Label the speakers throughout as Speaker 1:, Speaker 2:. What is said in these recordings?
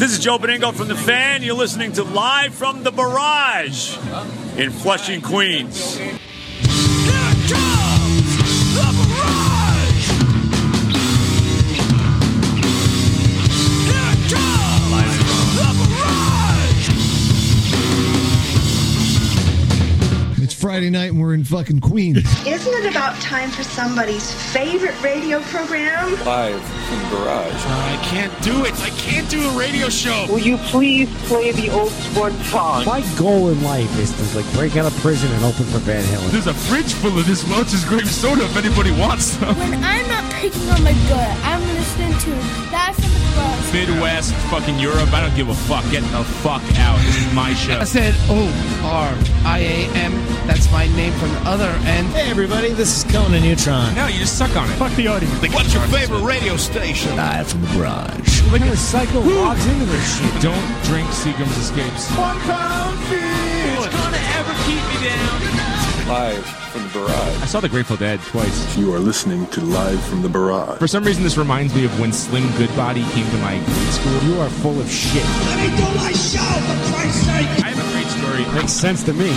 Speaker 1: This is Joe Beningo from The Fan. You're listening to Live from the Barrage in Flushing, Queens.
Speaker 2: It's Friday night and we're in fucking Queens.
Speaker 3: Isn't it about time for somebody's favorite radio program?
Speaker 4: Live from the garage.
Speaker 5: Uh, I can't do it. I can't do a radio show.
Speaker 6: Will you please play the old sport song?
Speaker 7: My goal in life is to like break out of prison and open for Van Halen.
Speaker 5: There's a fridge full of this Welch's grape soda if anybody wants some.
Speaker 8: When I'm not picking on my butt, I'm listening to Live from the Garage.
Speaker 5: Midwest, fucking Europe. I don't give a fuck. Get the fuck out. This is my show.
Speaker 9: I said O
Speaker 10: oh,
Speaker 9: R I A M. That's my name from the other end.
Speaker 7: Hey everybody, this is Conan Neutron.
Speaker 5: No, you just suck on it. Fuck the audience. What's your favorite radio station?
Speaker 7: Live from the garage. Look at the psycho logs into this shit.
Speaker 5: Don't drink Seagram's Escapes. One pound feet. It's gonna ever keep me down.
Speaker 4: Live from the
Speaker 5: I
Speaker 4: garage.
Speaker 5: saw The Grateful Dead twice.
Speaker 11: You are listening to Live from the Barrage.
Speaker 5: For some reason, this reminds me of when Slim Goodbody came to my grade school.
Speaker 7: You are full of shit.
Speaker 12: Let me do my show, for Christ's sake!
Speaker 5: I have a great story.
Speaker 7: Makes sense to me.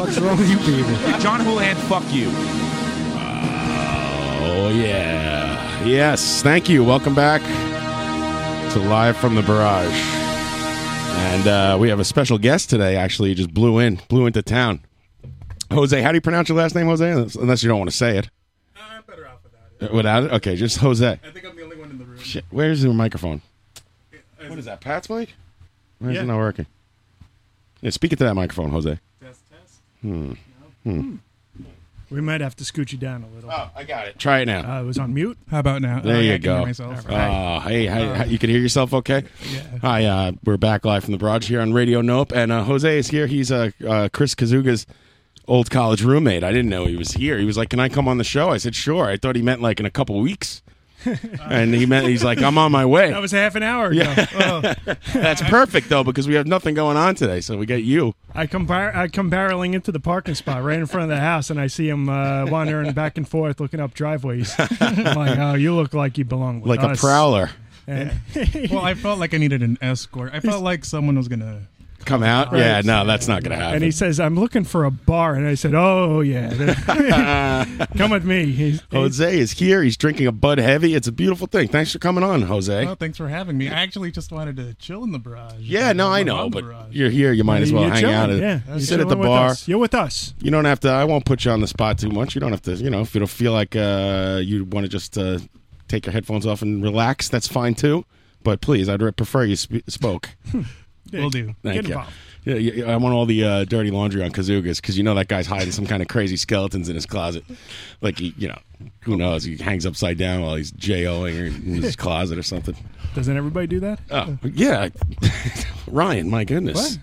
Speaker 7: What's wrong with you people?
Speaker 5: John Houlihan, fuck you.
Speaker 13: Oh, yeah. Yes. Thank you. Welcome back to Live from the Barrage. And uh, we have a special guest today, actually. He just blew in, blew into town. Jose, how do you pronounce your last name, Jose? Unless- Unless you don't want to say it.
Speaker 5: I'm better off without it.
Speaker 13: Uh, Without it? Okay, just Jose.
Speaker 5: I think I'm the only one in the room.
Speaker 13: Shit, where's the microphone? What is that, Pat's mic? Why is
Speaker 5: Yeah.
Speaker 13: it not working? Yeah, speak into that microphone, Jose. Hmm.
Speaker 5: Test, test. We might have to scoot you down a little.
Speaker 13: Oh, I got it. Try it now.
Speaker 5: I was on mute. How about now?
Speaker 13: There you go. Oh, hey, hi, hi, you can hear yourself okay? Hi, uh, we're back live from the barrage here on Radio Nope, and uh, Jose is here. He's uh, uh, Chris Kazuga's old college roommate. I didn't know he was here. He was like, "Can I come on the show?" I said, "Sure." I thought he meant like in a couple weeks, and he meant he's like, "I'm on my way."
Speaker 5: was half an hour ago. Uh,
Speaker 13: That's perfect though because we have nothing going on today, so we got you.
Speaker 5: I come bar- I come barreling into the parking spot right in front of the house, and I see him uh, wandering back and forth, looking up driveways. I'm like, oh, you look like you belong with
Speaker 13: Like a
Speaker 5: us."
Speaker 13: prowler,
Speaker 5: And-
Speaker 9: Well, I felt like I needed an escort. I felt like someone was gonna.
Speaker 13: come out. Yeah, no, that's not gonna happen.
Speaker 5: and he says, "I'm looking for a bar," and I said, "Oh yeah, come with me." He's,
Speaker 13: Uh, Jose is here. He's drinking a Bud Heavy. It's a beautiful thing. Thanks for coming on, Jose.
Speaker 9: Oh, thanks for having me. I actually just wanted to chill in the barrage.
Speaker 13: Yeah, no, I
Speaker 9: I'm
Speaker 13: know,
Speaker 9: on the
Speaker 13: but
Speaker 9: barrage.
Speaker 13: you're here. You might as well
Speaker 5: you're
Speaker 13: hang
Speaker 5: chilling,
Speaker 13: out. and-
Speaker 5: Yeah,
Speaker 13: you sit at the
Speaker 5: chilling with
Speaker 13: bar.
Speaker 5: us. You're with us.
Speaker 13: You don't have to. I won't put you on the spot too much. You don't have to. You know, if you don't feel like uh, you want to just uh, take your headphones off and relax, that's fine too. But please, I'd re- prefer you sp- spoke.
Speaker 9: Will do.
Speaker 13: Thank
Speaker 5: Get
Speaker 13: you.
Speaker 5: involved.
Speaker 13: Yeah, yeah, I want all the uh, dirty laundry on Kazugas because you know that guy's hiding some kind of crazy skeletons in his closet. Like he, you know, who knows? He hangs upside down while he's joing in his closet or something.
Speaker 5: Doesn't everybody do that?
Speaker 13: Oh yeah, Ryan, my goodness.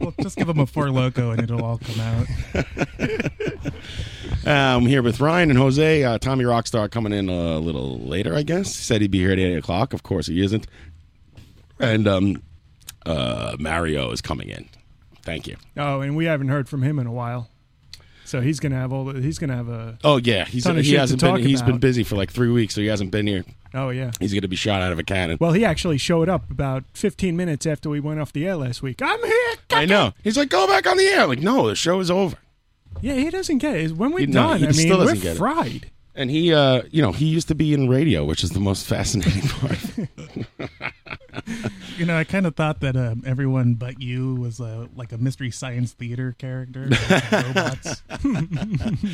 Speaker 9: Well, just give him a four loco and it'll all come out.
Speaker 13: I'm Um, here with Ryan and Jose. Uh, Tommy Rockstar coming in a little later, I guess. Said he'd be here at 8 o'clock. Of course, he isn't. And um, uh, Mario is coming in. Thank you.
Speaker 5: Oh, and we haven't heard from him in a while, so he's gonna have all. The, he's gonna have a.
Speaker 13: Oh, yeah. He's,
Speaker 5: Ton of
Speaker 13: he
Speaker 5: shit to
Speaker 13: hasn't been,
Speaker 5: talk
Speaker 13: he's been
Speaker 5: about.
Speaker 13: busy for like three weeks, so he hasn't been here.
Speaker 5: Oh yeah.
Speaker 13: He's going to be shot out of a cannon.
Speaker 5: Well, he actually showed up about 15 minutes after we went off the air last week. I'm here.
Speaker 13: I know. He's like, go back on the air. I'm like, no, the show is over.
Speaker 5: Yeah, he doesn't get it. When we're
Speaker 13: He- no,
Speaker 5: done,
Speaker 13: he
Speaker 5: I mean,
Speaker 13: still doesn't
Speaker 5: we're
Speaker 13: get it.
Speaker 5: fried.
Speaker 13: And he, uh, you know, he used to be in radio, which is the most fascinating part.
Speaker 9: You know, I kind of thought that um, everyone but you was uh, like a mystery science theater character. like robots.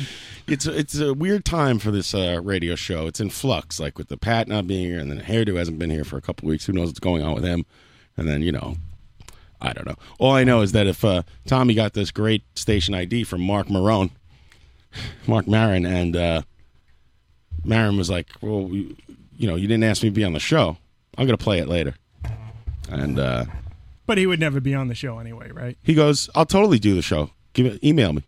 Speaker 13: It's it's a weird time for this uh, radio show. It's in flux, like with the Pat not being here, and then Hairdo hasn't been here for a couple weeks. Who knows what's going on with him? And then you know, I don't know. All I know is that if uh, Tommy got this great station ID from Mark Marone, Mark Marin, and uh, Marin was like, "Well, you, you know, you didn't ask me to be on the show. I'm gonna play it later." And uh,
Speaker 5: But he would never be on the show anyway, right?
Speaker 13: he goes, "I'll totally do the show. Give it, email me."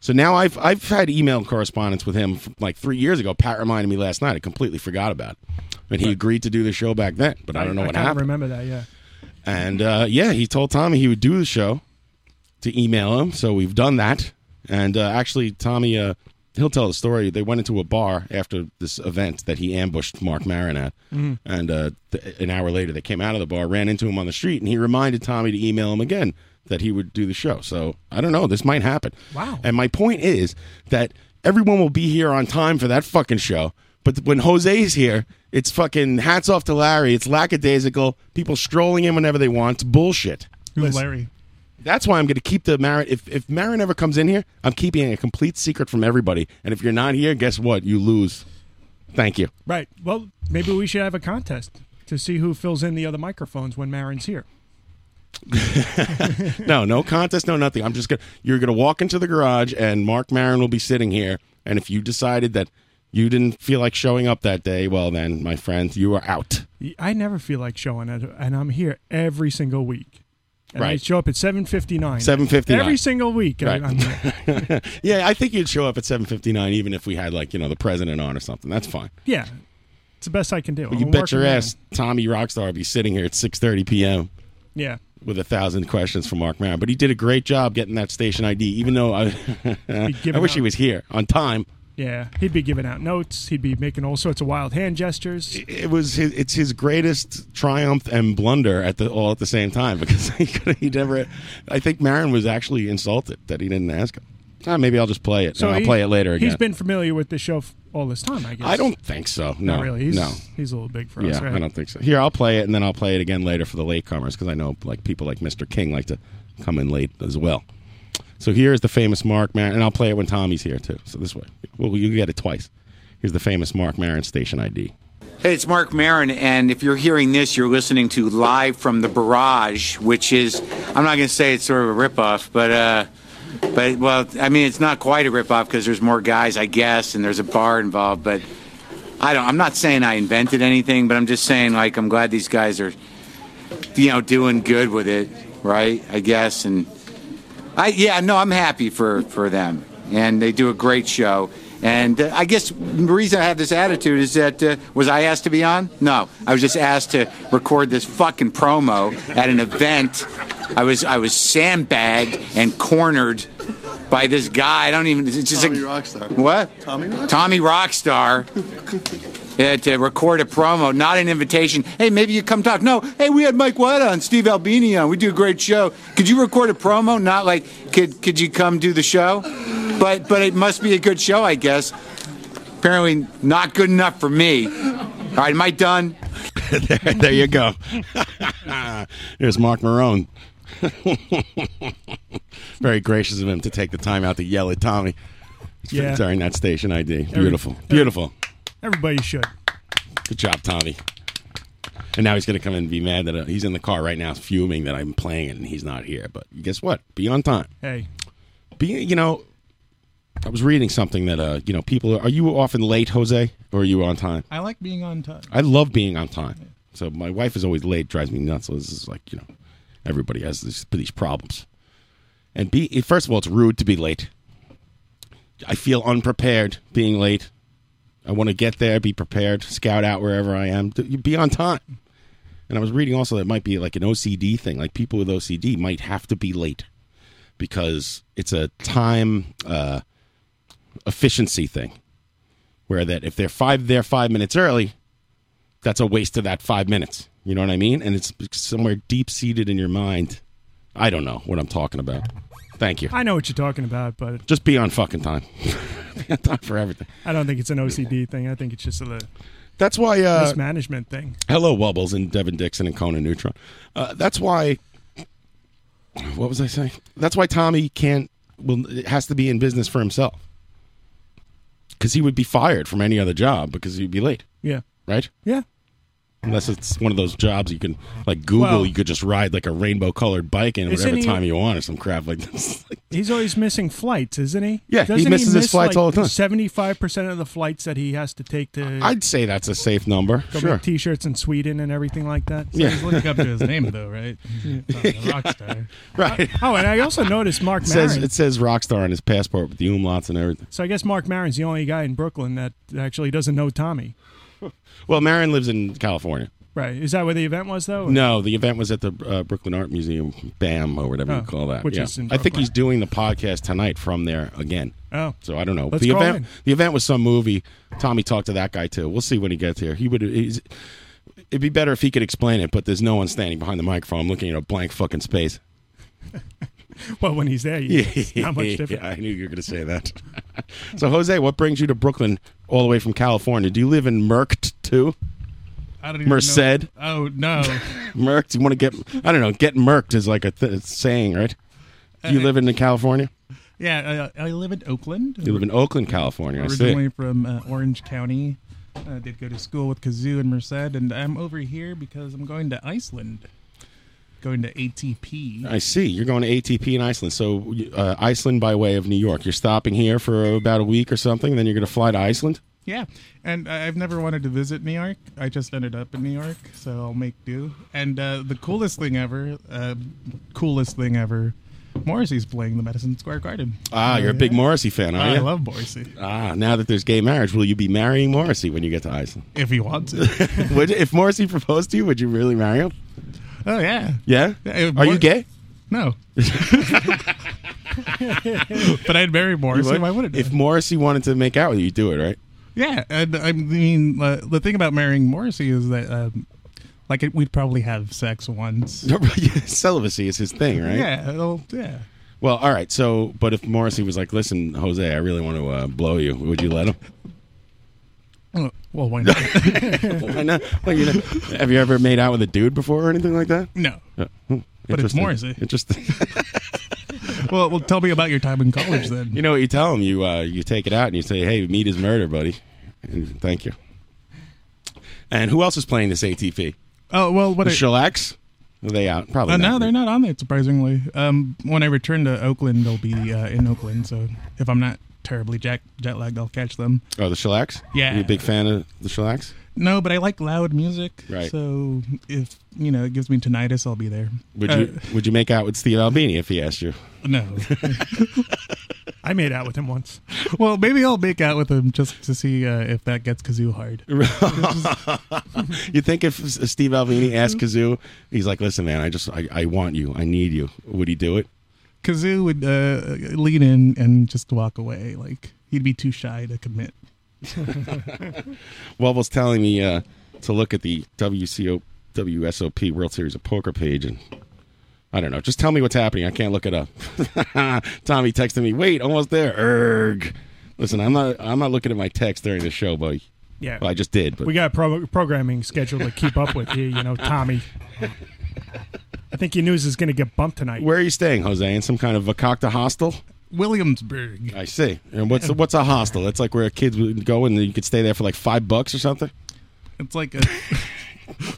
Speaker 13: So now I've I've had email correspondence with him from like three years ago. Pat reminded me last night. I completely forgot about it, and he agreed to do the show back then. But I don't know what
Speaker 5: kinda
Speaker 13: happened.
Speaker 5: remember that, yeah.
Speaker 13: And uh, yeah, he told Tommy he would do the show to email him. So we've done that. And uh, actually, Tommy uh, he'll tell the story. They went into a bar after this event that he ambushed Mark Maron at,
Speaker 14: Mhm.
Speaker 13: and uh, th- an hour later they came out of the bar, ran into him on the street, and he reminded Tommy to email him again that he would do the show. So I don't know. This might happen.
Speaker 15: Wow.
Speaker 13: And my point is that everyone will be here on time for that fucking show. But when Jose's here, it's fucking hats off to Larry. It's lackadaisical. People strolling in whenever they want. It's bullshit.
Speaker 9: Who's Larry?
Speaker 13: That's why I'm going to keep the Marin. If if Marin ever comes in here, I'm keeping a complete secret from everybody. And if you're not here, guess what? You lose. Thank you.
Speaker 5: Right. Well, maybe we should have a contest to see who fills in the other microphones when Marin's here.
Speaker 13: No, no contest, no nothing. I'm just gonna. You're gonna walk into the garage, and Mark Marin will be sitting here. And if you decided that you didn't feel like showing up that day, well, then, my friend, you are out.
Speaker 5: I never feel like showing it, and I'm here every single week. And I
Speaker 13: Right.
Speaker 5: show up at 7:59.
Speaker 13: 7:59.
Speaker 5: Every single week. I-
Speaker 13: Right.
Speaker 5: I'm here.
Speaker 13: yeah, I think you'd show up at 7:59, even if we had like you know the president on or something. That's fine.
Speaker 5: yeah. It's the best I can do.
Speaker 13: Well,
Speaker 5: I'm
Speaker 13: you
Speaker 5: a
Speaker 13: bet your
Speaker 5: working man.
Speaker 13: ass, Tommy Rockstar will be sitting here at 6:30 p.m.
Speaker 5: Yeah.
Speaker 13: with a thousand questions from Mark Maron, but he did a great job getting that station ID. Even though I, I
Speaker 5: given
Speaker 13: wish he
Speaker 5: out-
Speaker 13: was here on time.
Speaker 5: Yeah, he'd be giving out notes. He'd be making all sorts of wild hand gestures.
Speaker 13: It was his, it's his greatest triumph and blunder at the all at the same time because he could he never. I think Marin was actually insulted that he didn't ask him. Ah, maybe I'll just play it. and I'll
Speaker 5: he-
Speaker 13: play it later again.
Speaker 5: He's been familiar with the show f- all this time, I guess.
Speaker 13: I don't think so. No,
Speaker 5: Not really. He's,
Speaker 13: no.
Speaker 5: he's a little big for
Speaker 13: yeah,
Speaker 5: us, right?
Speaker 13: I don't think so. Here, I'll play it and then I'll play it again later for the latecomers because I know like people like Mr. King like to come in late as well. So here is the famous Mark Maron, and I'll play it when Tommy's here too. So this way, well, you get it twice. Here's the famous Mark Maron station ID.
Speaker 16: Hey, it's Mark Marin, and if you're hearing this, you're listening to Live from the Barrage, which is, I'm not going to say it's sort of a ripoff, but, uh, but, well, I mean, it's not quite a ripoff because there's more guys, I guess, and there's a bar involved, but I don't, I'm not saying I invented anything, but I'm just saying, like, I'm glad these guys are, you know, doing good with it, right? I guess, and, I yeah no I'm happy for for them and they do a great show and uh, I guess the reason I have this attitude is that uh, was I asked to be on? No, I was just asked to record this fucking promo at an event. I was I was sandbagged and cornered by this guy. I don't even. It's just Tommy a, Rockstar. What? Tommy Rockstar. Tommy Rockstar. uh, to record a promo, not an invitation. Hey, maybe you come talk. No, hey, we had Mike White on, Steve Albini on. We do a great show. Could you record a promo? Not like could could you come do the show? But but it must be a good show, I guess. Apparently, not good enough for me. All right, am I done?
Speaker 13: there, there you go. Here's Mark Marone. Very gracious of him to take the time out to yell at Tommy
Speaker 5: Yeah.
Speaker 13: during that station ID.
Speaker 5: Every-
Speaker 13: Beautiful, beautiful.
Speaker 5: Everybody should.
Speaker 13: Good job, Tommy. And now he's going to come in and be mad that uh, he's in the car right now, fuming that I'm playing it and he's not here. But guess what? Be on time.
Speaker 5: Hey,
Speaker 13: Be you know, I was reading something that uh, you know, people are, are you often late, Jose, or are you on time?
Speaker 9: I like being on time.
Speaker 13: I love being on time. So my wife is always late, drives me nuts. So this is like you know, everybody has these, these problems. And be first of all, it's rude to be late. I feel unprepared being late. I want to get there, be prepared, scout out wherever I am, to- be on time. And I was reading also that it might be like an OCD thing. Like people with OCD might have to be late because it's a time uh, efficiency thing. Where that if they're five there five minutes early, that's a waste of that five minutes. You know what I mean? And it's somewhere deep seated in your mind. I don't know what I'm talking about. Thank you.
Speaker 5: I know what you're talking about, but
Speaker 13: Just be on fucking time. be on time for everything.
Speaker 5: I don't think it's an OCD thing. I think it's just a li-
Speaker 13: That's why uh,
Speaker 5: mismanagement thing.
Speaker 13: Hello, Wubbles and Devin Dixon and Conan Neutron. Uh, that's why. What was I saying? That's why Tommy can't. Well, has to be in business for himself because he would be fired from any other job because he'd be late,
Speaker 5: Yeah.
Speaker 13: right?
Speaker 5: Yeah.
Speaker 13: Unless it's one of those jobs you can like Google,
Speaker 5: Well-
Speaker 13: you could just ride like a rainbow colored bike in
Speaker 5: Isn't
Speaker 13: whatever
Speaker 5: he-
Speaker 13: time you want or some crap like this.
Speaker 5: He's always missing flights, isn't he?
Speaker 13: Yeah, he
Speaker 5: Doesn't
Speaker 13: misses his
Speaker 5: miss
Speaker 13: flights
Speaker 5: like
Speaker 13: all the time.
Speaker 5: Seventy-five percent of the flights that he has to take to
Speaker 13: I'd say that's a safe number.
Speaker 5: go
Speaker 13: sure.
Speaker 5: make T-shirts in Sweden and everything like that.
Speaker 13: So Yeah. he's living up to his name,
Speaker 9: though, right?
Speaker 5: Rockstar.
Speaker 13: Right.
Speaker 5: Oh, and I also noticed Mark
Speaker 13: It says
Speaker 5: Maron.
Speaker 13: it says Rockstar on his passport with the umlauts and everything.
Speaker 5: So I guess Mark Maron's the only guy in Brooklyn that actually doesn't know Tommy.
Speaker 13: Well, Marin lives in California.
Speaker 5: Right. Is that where the event was though?
Speaker 13: No, the event was at the uh, Brooklyn Art Museum, BAM, or whatever
Speaker 5: Oh,
Speaker 13: you call that.
Speaker 5: which
Speaker 13: yeah.
Speaker 5: is in
Speaker 13: I think
Speaker 5: Brooklyn.
Speaker 13: he's doing the podcast tonight from there again.
Speaker 5: Oh.
Speaker 13: so I don't know.
Speaker 5: Let's
Speaker 13: the
Speaker 5: call
Speaker 13: event,
Speaker 5: in.
Speaker 13: the event was some movie. Tommy talked to that guy too. We'll see when he gets here. He would. He's, it'd be better if he could explain it, but there's no one standing behind the microphone looking at a blank fucking space.
Speaker 5: Well, when he's there, you, it's not much different.
Speaker 13: I knew you were going to say that. so, Jose, what brings you to Brooklyn all the way from California? Do you live in Mercked too?
Speaker 9: I don't even know-
Speaker 13: Merced.
Speaker 9: Oh no.
Speaker 13: Mercked. You want to get? I don't know. Get merked is like a th- saying, right? Do you
Speaker 9: Uh,
Speaker 13: live in California?
Speaker 9: yeah, I, I live in Oakland.
Speaker 13: You live in Oakland, California. I see.
Speaker 9: originally from uh, Orange County. Uh, did go to school with Kazoo and Merced, and I'm over here because I'm going to Iceland. Going to ATP.
Speaker 13: I see. You're going to ATP in Iceland. So uh, Iceland by way of New York. You're stopping here for about a week or something. Then you're going to fly to Iceland.
Speaker 9: Yeah, and I- I've never wanted to visit New York. I just ended up in New York, so I'll make do. And uh, the coolest thing ever, uh, coolest thing ever, Morrissey's playing the Madison Square Garden. Oh,
Speaker 13: Ah, you're a big Morrissey fan, are
Speaker 9: I
Speaker 13: you?
Speaker 9: love Morrissey.
Speaker 13: Ah, now that there's gay marriage, will you be marrying Morrissey when you get to Iceland?
Speaker 9: If he wants it.
Speaker 13: would, if Morrissey proposed to you, would you really marry him?
Speaker 9: oh yeah.
Speaker 13: Yeah.
Speaker 9: Yeah, if
Speaker 13: Are
Speaker 9: Mor-
Speaker 13: you gay?
Speaker 9: No. but I'd marry Morrissey.
Speaker 13: You would?
Speaker 9: Why wouldn't I?
Speaker 13: If Morrissey wanted to make out with you, you'd do it, right?
Speaker 9: Yeah, and I mean, uh, the thing about marrying Morrissey is that, um, like, it, we'd probably have sex once.
Speaker 13: Celibacy is his thing, right?
Speaker 9: Yeah, it'll- yeah.
Speaker 13: Well, all right. So, but if Morrissey was like, "Listen, Jose, I really want to uh, blow you," would you let him?
Speaker 9: Oh, Well, why not?
Speaker 13: Why not? Well, you know, have you ever made out with a dude before or anything like that?
Speaker 9: No.
Speaker 13: Uh, hmm,
Speaker 9: But it's
Speaker 13: interesting.
Speaker 9: Morrissey.
Speaker 13: Interesting.
Speaker 9: well, well, tell me about your time in college then.
Speaker 13: you know what you tell him? You uh, you take it out and you say, "Hey, meet his murder, buddy," and thank you. And who else is playing this ATP?
Speaker 9: Oh well, what
Speaker 13: the
Speaker 9: I-
Speaker 13: Shellacs? Are they out? Probably.
Speaker 9: Uh,
Speaker 13: not.
Speaker 9: no, they're not on there. Surprisingly, um, when I return to Oakland, they'll be uh, in Oakland. So if I'm not terribly jack- jet lagged, I'll catch them.
Speaker 13: Oh, the Shellacs.
Speaker 9: Yeah.
Speaker 13: you a big fan of the Shellacs?
Speaker 9: No, but I like loud music.
Speaker 13: Right.
Speaker 9: So if you know it gives me tinnitus, I'll be there.
Speaker 13: Would
Speaker 9: Uh,
Speaker 13: you Would you make out with Steve Albini if he asked you?
Speaker 9: No.
Speaker 5: I made out with him once.
Speaker 9: well, maybe I'll make out with him just to see uh, if that gets Kazoo hard.
Speaker 13: you think if S- Steve Albini asked Kazoo, he's like, "Listen, man, I just I, I want you, I need you." Would he do it?
Speaker 9: Kazoo would uh, lean in and just walk away. Like he'd be too shy to commit.
Speaker 13: Wubbles telling me uh, to look at the WCO WSOP World Series of Poker page, and I don't know. Just tell me what's happening. I can't look it up. Tommy texted me, "Wait, almost there." Erg. Listen, I'm not I'm not looking at my text during the show, buddy.
Speaker 5: Yeah.
Speaker 13: well, I just did, but
Speaker 5: we got pro- programming scheduled to keep up with here. You know, Tommy. I think your news is going to get bumped tonight.
Speaker 13: where are you staying, Jose? In some kind of Vacacta hostel?
Speaker 9: Williamsburg.
Speaker 13: I see. And what's what's a hostel? It's like where kids would go and you could stay there for like five bucks or something.
Speaker 9: It's like a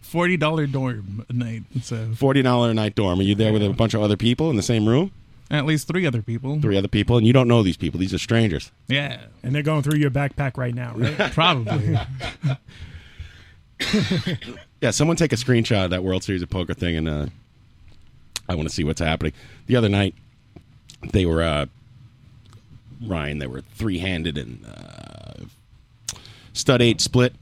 Speaker 9: forty dollar dorm a night. So
Speaker 13: Forty dollar a night dorm. Are you there with a bunch of other people in the same room?
Speaker 9: at least three other people.
Speaker 13: Three other people, and you don't know these people. These are strangers.
Speaker 9: Yeah,
Speaker 5: and they're going through your backpack right now, right?
Speaker 9: Probably.
Speaker 13: Yeah, someone take a screenshot of that World Series of Poker thing, and uh, I want to see what's happening. The other night, they were uh, Ryan. They were three handed and uh, stud eight split.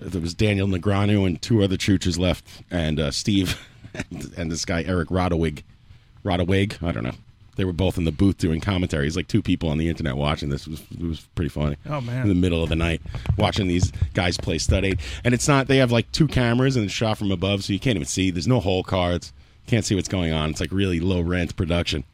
Speaker 13: There was Daniel Negreanu and two other chooches left, and uh, Steve and, and this guy Eric Rodowig. Rodowig, I don't know. They were both in the booth doing commentary. It's like two people on the internet watching this. It was, it was pretty funny.
Speaker 5: Oh, man.
Speaker 13: In the middle of the night, watching these guys play stud eight, and it's not. They have like two cameras and it's shot from above, so you can't even see. There's no hole cards. Can't see what's going on. It's like really low rent production.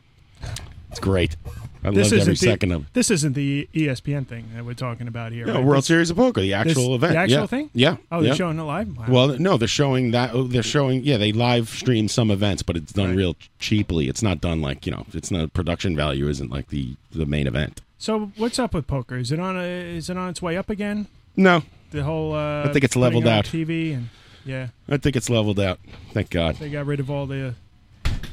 Speaker 13: It's great. I loved every
Speaker 5: isn't the-
Speaker 13: second of it.
Speaker 5: This isn't the E ESPN thing that we're talking about here.
Speaker 13: Yeah,
Speaker 5: right?
Speaker 13: World
Speaker 5: This-
Speaker 13: Series of Poker, the actual
Speaker 5: this-
Speaker 13: event,
Speaker 5: The actual
Speaker 13: yeah.
Speaker 5: thing?
Speaker 13: Yeah.
Speaker 5: Oh, they're
Speaker 13: yeah.
Speaker 5: showing it live? Wow.
Speaker 13: Well, no, they're showing that oh, they're showing. Yeah, they live stream some events, but it's done real cheaply. It's not done like you know. It's not production value isn't like the the main event.
Speaker 5: So what's up with poker? Is it on a, is it on its way up again?
Speaker 13: No,
Speaker 5: The whole uh,
Speaker 13: I think it's
Speaker 5: putting
Speaker 13: leveled
Speaker 5: it on
Speaker 13: out.
Speaker 5: TV and yeah,
Speaker 13: I think it's leveled out. Thank God.
Speaker 5: they got rid of all the.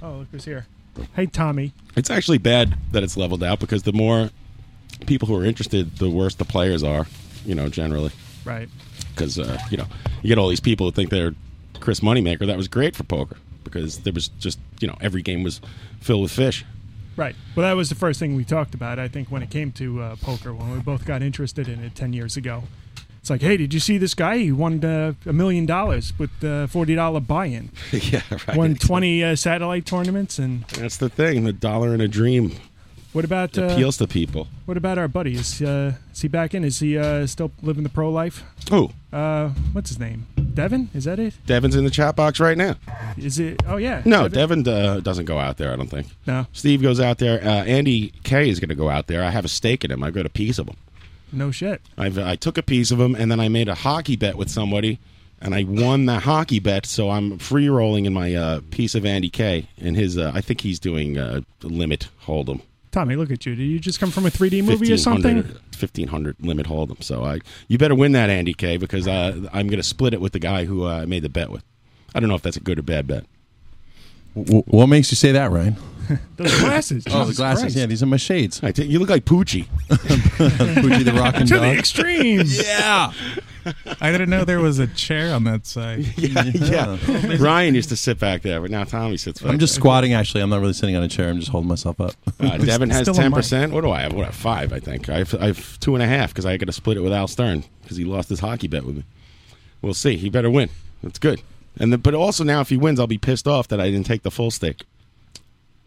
Speaker 5: Oh, look who's here! Hey, Tommy.
Speaker 13: It's actually bad that it's leveled out because the more people who are interested, the worse the players are. You know, generally.
Speaker 5: Right.
Speaker 13: because uh, you know you get all these people who think they're Chris Moneymaker. That was great for poker because there was just you know every game was filled with fish.
Speaker 5: Right. Well, that was the first thing we talked about. I think when it came to uh, poker, when we both got interested in it ten years ago, It's like, hey, did you see this guy? He won uh, a million dollars with uh, forty dollar buy-in.
Speaker 13: yeah, right.
Speaker 5: Won twenty uh, satellite tournaments, and
Speaker 13: That's the thing. The dollar and a dream
Speaker 5: what about uh,
Speaker 13: appeals to people.
Speaker 5: What about our buddy? Is, uh, is he back in? Is he uh, still living the pro life?
Speaker 13: Who?
Speaker 5: Uh, what's his name? Devin? Is that it?
Speaker 13: Devin's in the chat box right now.
Speaker 5: Is it? Oh yeah.
Speaker 13: No, Devin uh, doesn't go out there. I don't think.
Speaker 5: No.
Speaker 13: Steve goes out there. Uh, Andy K is going to go out there. I have a stake in him. I've got a piece of him.
Speaker 5: No shit.
Speaker 13: I've, I took a piece of him, and then I made a hockey bet with somebody, and I won that hockey bet. So I'm free rolling in my uh, piece of Andy K. And his, uh, I think he's doing uh, limit hold'em.
Speaker 5: Tommy, look at you. Did you just come from a 3D movie or something?
Speaker 13: Fifteen hundred limit hold'em. So I, you better win that Andy K. Because uh, I'm going to split it with the guy who uh, I made the bet with. I don't know if that's a good or bad bet.
Speaker 14: W- what makes you say that, Ryan?
Speaker 5: Those glasses.
Speaker 14: Oh, the
Speaker 5: Jesus
Speaker 14: glasses.
Speaker 5: Christ.
Speaker 14: Yeah, these are my shades.
Speaker 13: I think you look like Poochie.
Speaker 14: Poochie the Rockin'
Speaker 5: To
Speaker 14: Dog.
Speaker 5: the extremes.
Speaker 14: yeah.
Speaker 9: I didn't know there was a chair on that side.
Speaker 13: yeah, yeah. Ryan used to sit back there, but now Tommy sits back
Speaker 14: I'm just
Speaker 13: there.
Speaker 14: squatting, actually. I'm not really sitting on a chair. I'm just holding myself up.
Speaker 13: Uh, Devin has ten percent. What do I have? What I have five? I think I have, I have two and a half because I got to split it with Al Stern because he lost his hockey bet with me. We'll see. He better win. That's good. And the, but also now, if he wins, I'll be pissed off that I didn't take the full stake.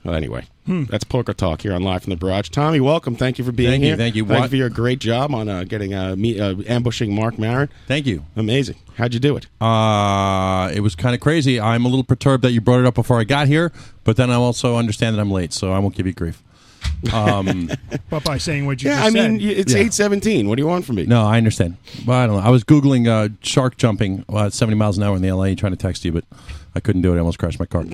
Speaker 13: Well, anyway, that's poker talk here on live from the barrage. Tommy, welcome. Thank you for being
Speaker 14: Hmm. Thank you,
Speaker 13: here.
Speaker 14: thank you.
Speaker 13: Thank you
Speaker 14: What-
Speaker 13: for your great job on uh, getting uh, me, uh, ambushing Mark Maron.
Speaker 14: Thank you.
Speaker 13: Amazing. How'd you do it?
Speaker 14: Uh, it was kind of crazy. I'm a little perturbed that you brought it up before I got here, but then I also understand that I'm late, so I won't give you grief. Um,
Speaker 5: But by saying what you
Speaker 13: yeah, I
Speaker 5: just
Speaker 13: mean
Speaker 5: said.
Speaker 13: it's
Speaker 14: Yeah.
Speaker 13: eight seventeen. What do you want from me?
Speaker 14: no, I understand. Well, I don't know. I was Googling uh, shark jumping uh, 70 miles an hour in the LA trying to text you, but I couldn't do it. I almost crashed my car.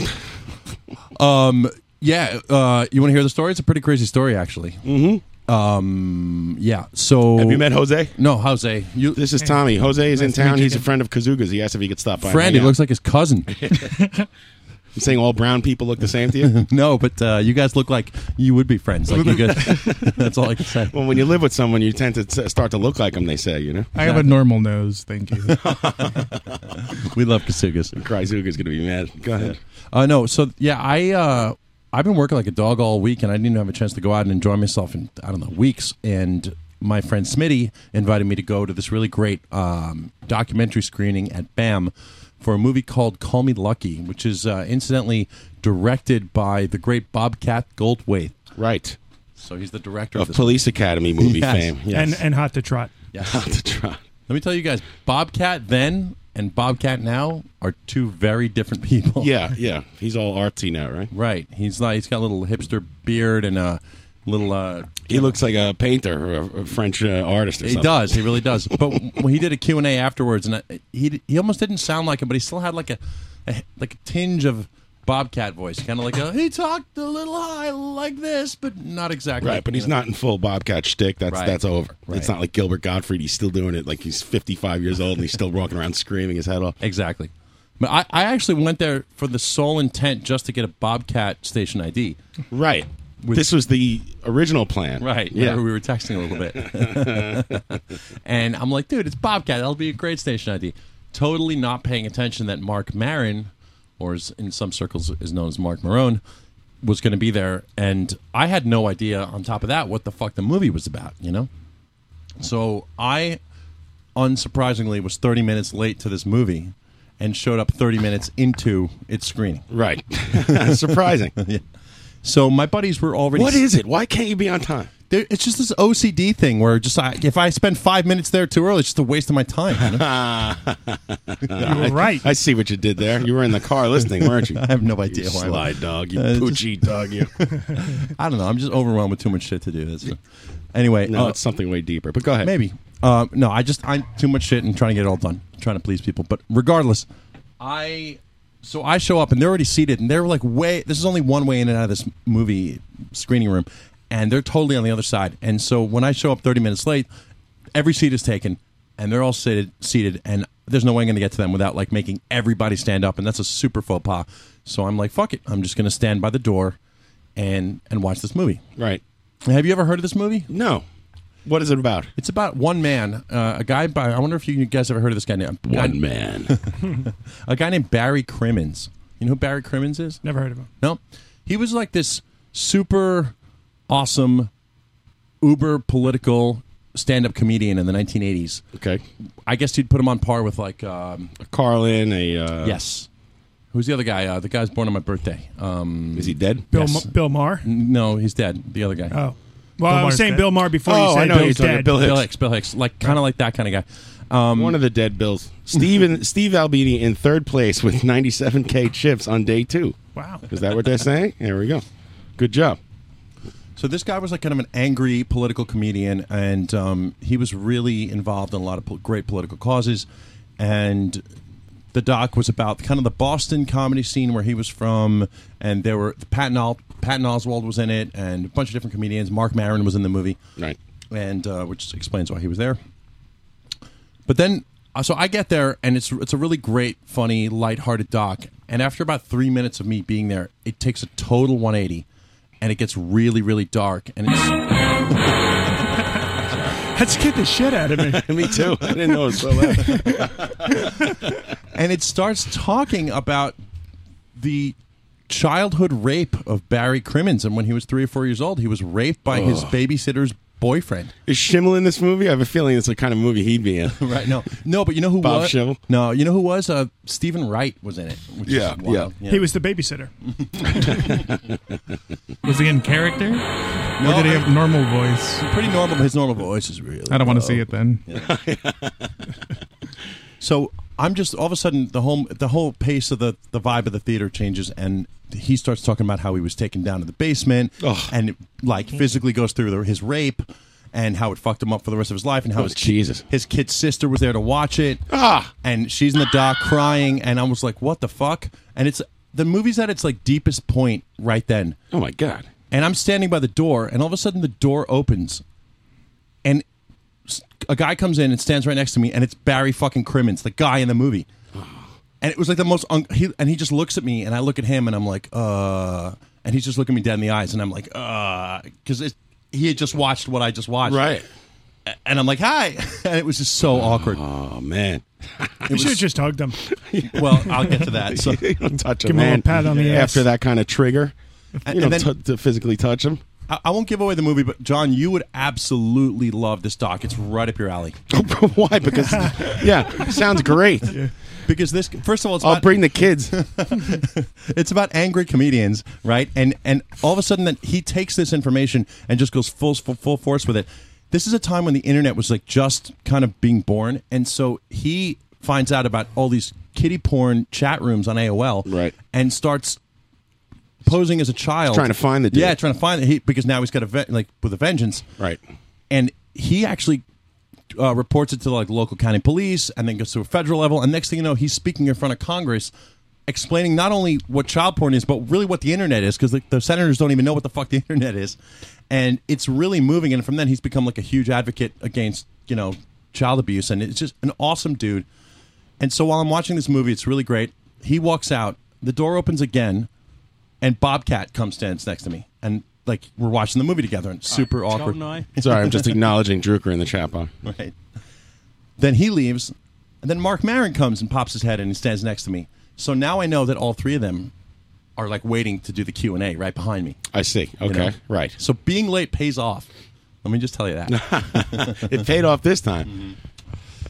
Speaker 14: um, yeah, uh, you want to hear the story? It's a pretty crazy story, actually. Mm-hmm. Um, yeah, so.
Speaker 13: Have you met Jose?
Speaker 14: No, Jose. You,
Speaker 13: This is Tommy. Jose is in
Speaker 14: Nice to meet
Speaker 13: town.
Speaker 14: you
Speaker 13: He's a
Speaker 14: again.
Speaker 13: friend of Kazuga's. He asked if he could stop by. and
Speaker 14: Friend,
Speaker 13: hang
Speaker 14: he
Speaker 13: out.
Speaker 14: looks like his cousin.
Speaker 13: You saying all brown people look the same to you?
Speaker 14: no, but uh, you guys look like you would be friends. Like you guys, that's all I can say.
Speaker 13: well, when you live with someone, you tend to t- start to look like them. They say, you know.
Speaker 9: I have a normal nose. Thank you.
Speaker 14: We love Kasugas.
Speaker 13: Kazuga's gonna be mad. Go ahead.
Speaker 14: Uh, no, so yeah, I uh, I've been working like a dog all week, and I didn't even have a chance to go out and enjoy myself in I don't know weeks. And my friend Smitty invited me to go to this really great um, documentary screening at BAM for a movie called Call Me Lucky, which is uh, incidentally directed by the great Bobcat Goldthwait.
Speaker 13: Right.
Speaker 14: So he's the director of,
Speaker 13: Of
Speaker 14: this
Speaker 13: Police Academy movie
Speaker 14: Yes.
Speaker 13: fame. Yes.
Speaker 5: And and hot to trot.
Speaker 14: Yes.
Speaker 13: to try.
Speaker 14: Let me tell you guys, Bobcat then and Bobcat now are two very different people.
Speaker 13: Yeah, yeah. He's all artsy now, right?
Speaker 14: Right. He's like he's got a little hipster beard and a little uh
Speaker 13: He looks like a painter or a- a French uh, artist or
Speaker 14: he
Speaker 13: something.
Speaker 14: does. He really does. But when he did a Q&A afterwards and I, he he almost didn't sound like him, but he still had like a, a like a tinge of Bobcat voice, kind of like a he talked a little high like this, but not exactly.
Speaker 13: Right, but
Speaker 14: you
Speaker 13: he's
Speaker 14: know?
Speaker 13: not in full Bobcat shtick. That's
Speaker 14: Right.
Speaker 13: that's over.
Speaker 14: Right.
Speaker 13: It's not like Gilbert Gottfried. He's still doing it like he's 55 years old and he's still walking around screaming his head off.
Speaker 14: Exactly. But I, I actually went there for the sole intent just to get a Bobcat station ID.
Speaker 13: Right. this was the original plan.
Speaker 14: Right.
Speaker 13: Yeah.
Speaker 14: Yeah. We were texting a little bit. and I'm like, dude, it's Bobcat. That'll be a great station ID. Totally not paying attention that Mark Marin, or is in some circles is known as Mark Marone, was going to be there. And I had no idea, on top of that, what the fuck the movie was about, you know? So I, unsurprisingly, was 30 minutes late to this movie and showed up 30 minutes into its screening.
Speaker 13: Right. Surprising.
Speaker 14: Yeah. So my buddies were already.
Speaker 13: What is it? Why can't you be on time?
Speaker 14: There, it's just this OCD thing where just I, if I spend five minutes there too early, it's just a waste of my time. you know?
Speaker 5: You were right.
Speaker 13: I see what you did there. You were in the car listening, weren't you?
Speaker 14: I have no idea
Speaker 13: You
Speaker 14: why. I'm-
Speaker 13: sly dog, you
Speaker 14: Uh, just-
Speaker 13: poochy dog, you.
Speaker 14: I don't know. I'm just overwhelmed with too much shit to do. That's anyway.
Speaker 13: No,
Speaker 14: uh,
Speaker 13: it's something way deeper. But go ahead.
Speaker 14: maybe. Uh, no, I just I'm too much shit and trying to get it all done, trying to please people. But regardless, I so I show up and they're already seated and they're like way. This is only one way in and out of this movie screening room, and they're totally on the other side. And so when I show up 30 minutes late, every seat is taken and they're all seated seated and there's no way I'm going to get to them without like making everybody stand up and that's a super faux pas. So I'm like fuck it, I'm just going to stand by the door and and watch this movie.
Speaker 13: Right.
Speaker 14: Have you ever heard of this movie?
Speaker 13: No. What is it about?
Speaker 14: It's about one man, uh, a guy by. I wonder if you guys ever heard of this guy named guy-
Speaker 13: man.
Speaker 14: a guy named Barry Crimmins. You know who Barry Crimmins is?
Speaker 5: Never heard of him.
Speaker 14: No, he was like this super awesome, uber political stand-up comedian in the 1980s.
Speaker 13: Okay,
Speaker 14: I guess you'd put him on par with like um,
Speaker 13: Carlin, a uh,
Speaker 14: yes. Who's the other guy? Uh, the guy's born on my birthday. Um,
Speaker 13: Is he dead?
Speaker 5: Bill Ma- Bill Maher.
Speaker 14: No, he's dead. The other guy.
Speaker 5: Oh. Well, I was saying Bill Maher before
Speaker 14: oh,
Speaker 5: you said
Speaker 14: I know
Speaker 5: Bill's
Speaker 14: you're talking
Speaker 5: dead.
Speaker 14: Bill Hicks. Bill Hicks. Bill Hicks. Like kind of like that kind of guy. Um,
Speaker 13: One of the dead Bills. Steve and Steve Albini in third place with 97k chips on day two.
Speaker 5: Wow.
Speaker 13: Is that what they're saying? Here we go. Good job.
Speaker 14: So this guy was like kind of an angry political comedian, and um, he was really involved in a lot of po- great political causes. And the doc was about kind of the Boston comedy scene where he was from, and there were Patton, Al- Patton Oswald was in it, and a bunch of different comedians. Mark Maron was in the movie,
Speaker 13: right?
Speaker 14: And uh, which explains why he was there. But then, uh, so I get there, and it's it's a really great, funny, lighthearted doc. And after about three minutes of me being there, it takes a total 180, and it gets really, really dark. And it's,
Speaker 5: that scared the shit out of me.
Speaker 13: me too. I didn't know it was so loud.
Speaker 14: and it starts talking about the childhood rape of Barry Crimmins, and when he was three or four years old, he was raped by his
Speaker 13: Ugh.
Speaker 14: babysitter's boyfriend.
Speaker 13: Is Schimmel in this movie? I have a feeling it's the kind of movie he'd be in.
Speaker 14: Right? No, no. But you know who
Speaker 13: Bob
Speaker 14: was?
Speaker 13: Schimmel?
Speaker 14: No, you know who was? Uh, Stephen Wright was in it. Which is
Speaker 13: Yeah,
Speaker 14: wild.
Speaker 13: yeah.
Speaker 5: He was the babysitter.
Speaker 9: Was he in character?
Speaker 14: No,
Speaker 9: or did he
Speaker 14: I-
Speaker 9: have normal voice?
Speaker 14: Pretty normal. His normal voice is really.
Speaker 9: I don't want to
Speaker 14: low.
Speaker 9: see it then.
Speaker 14: So I'm just all of a sudden the whole the whole pace of the the vibe of the theater changes, and he starts talking about how he was taken down to the basement, and like physically goes through the, his rape. And how it fucked him up for the rest of his life, and how
Speaker 13: Oh,
Speaker 14: his
Speaker 13: Jesus.
Speaker 14: his kid's sister was there to watch it, ah. and she's in the dock crying, and I was like, "What the fuck?" And it's the movie's at its like deepest point right then.
Speaker 13: Oh my god!
Speaker 14: And I'm standing by the door, and all of a sudden the door opens, and s- a guy comes in and stands right next to me, and it's Barry fucking Crimmins, the guy in the movie. And it was like the most, un- he, and he just looks at me, and I look at him, and I'm like, uh, and he's just looking me dead in the eyes, and I'm like, uh, because he had just watched what I just watched,
Speaker 13: Right.
Speaker 14: A- And I'm like, hi, and it was just so awkward.
Speaker 13: Oh man!
Speaker 5: You should have just hugged him.
Speaker 14: Well, I'll get to that. So
Speaker 13: you don't touch
Speaker 5: Give
Speaker 13: a
Speaker 5: him a
Speaker 13: man
Speaker 5: little pat on the ass.
Speaker 13: after that kind of trigger.
Speaker 14: And-
Speaker 13: You don't
Speaker 14: and then-
Speaker 13: t- to physically touch him.
Speaker 14: I, I won't give away the movie, but John, you would absolutely love this doc. It's right up your alley.
Speaker 13: Why? Because yeah, sounds great.
Speaker 14: Because this, first of all, it's
Speaker 13: I'll
Speaker 14: about-
Speaker 13: bring the kids.
Speaker 14: it's about angry comedians, right? And and all of a sudden, that he takes this information and just goes full full, full force with it. This is a time when the internet was like just kind of being born, and so he finds out about all these kiddie porn chat rooms on AOL, right? And starts posing as a child,
Speaker 13: Trying to find the dude.
Speaker 14: yeah, trying to find the he because now he's got a ve- like with a vengeance,
Speaker 13: right?
Speaker 14: And he actually uh, reports it to like local county police, and then goes to a federal level. And next thing you know, he's speaking in front of Congress, explaining not only what child porn is, but really what the internet is, because the, the senators don't even know what the fuck the internet is. And it's really moving. And from then, he's become like a huge advocate against you know child abuse, and it's just an awesome dude. And so while I'm watching this movie, it's really great. He walks out, the door opens again, and Bobcat comes stands next to me, and like we're watching the movie together, and it's super awkward.
Speaker 13: Sorry, I'm just acknowledging Drucker in the chat box.
Speaker 14: Right. Then he leaves, and then Mark Maron comes and pops his head and he stands next to me. So now I know that all three of them are like waiting to do the Q and A right behind me.
Speaker 13: I see.
Speaker 14: you
Speaker 13: Okay,
Speaker 14: know?
Speaker 13: right.
Speaker 14: So being late pays off. Let me just tell you that.
Speaker 13: It paid off this time. And so,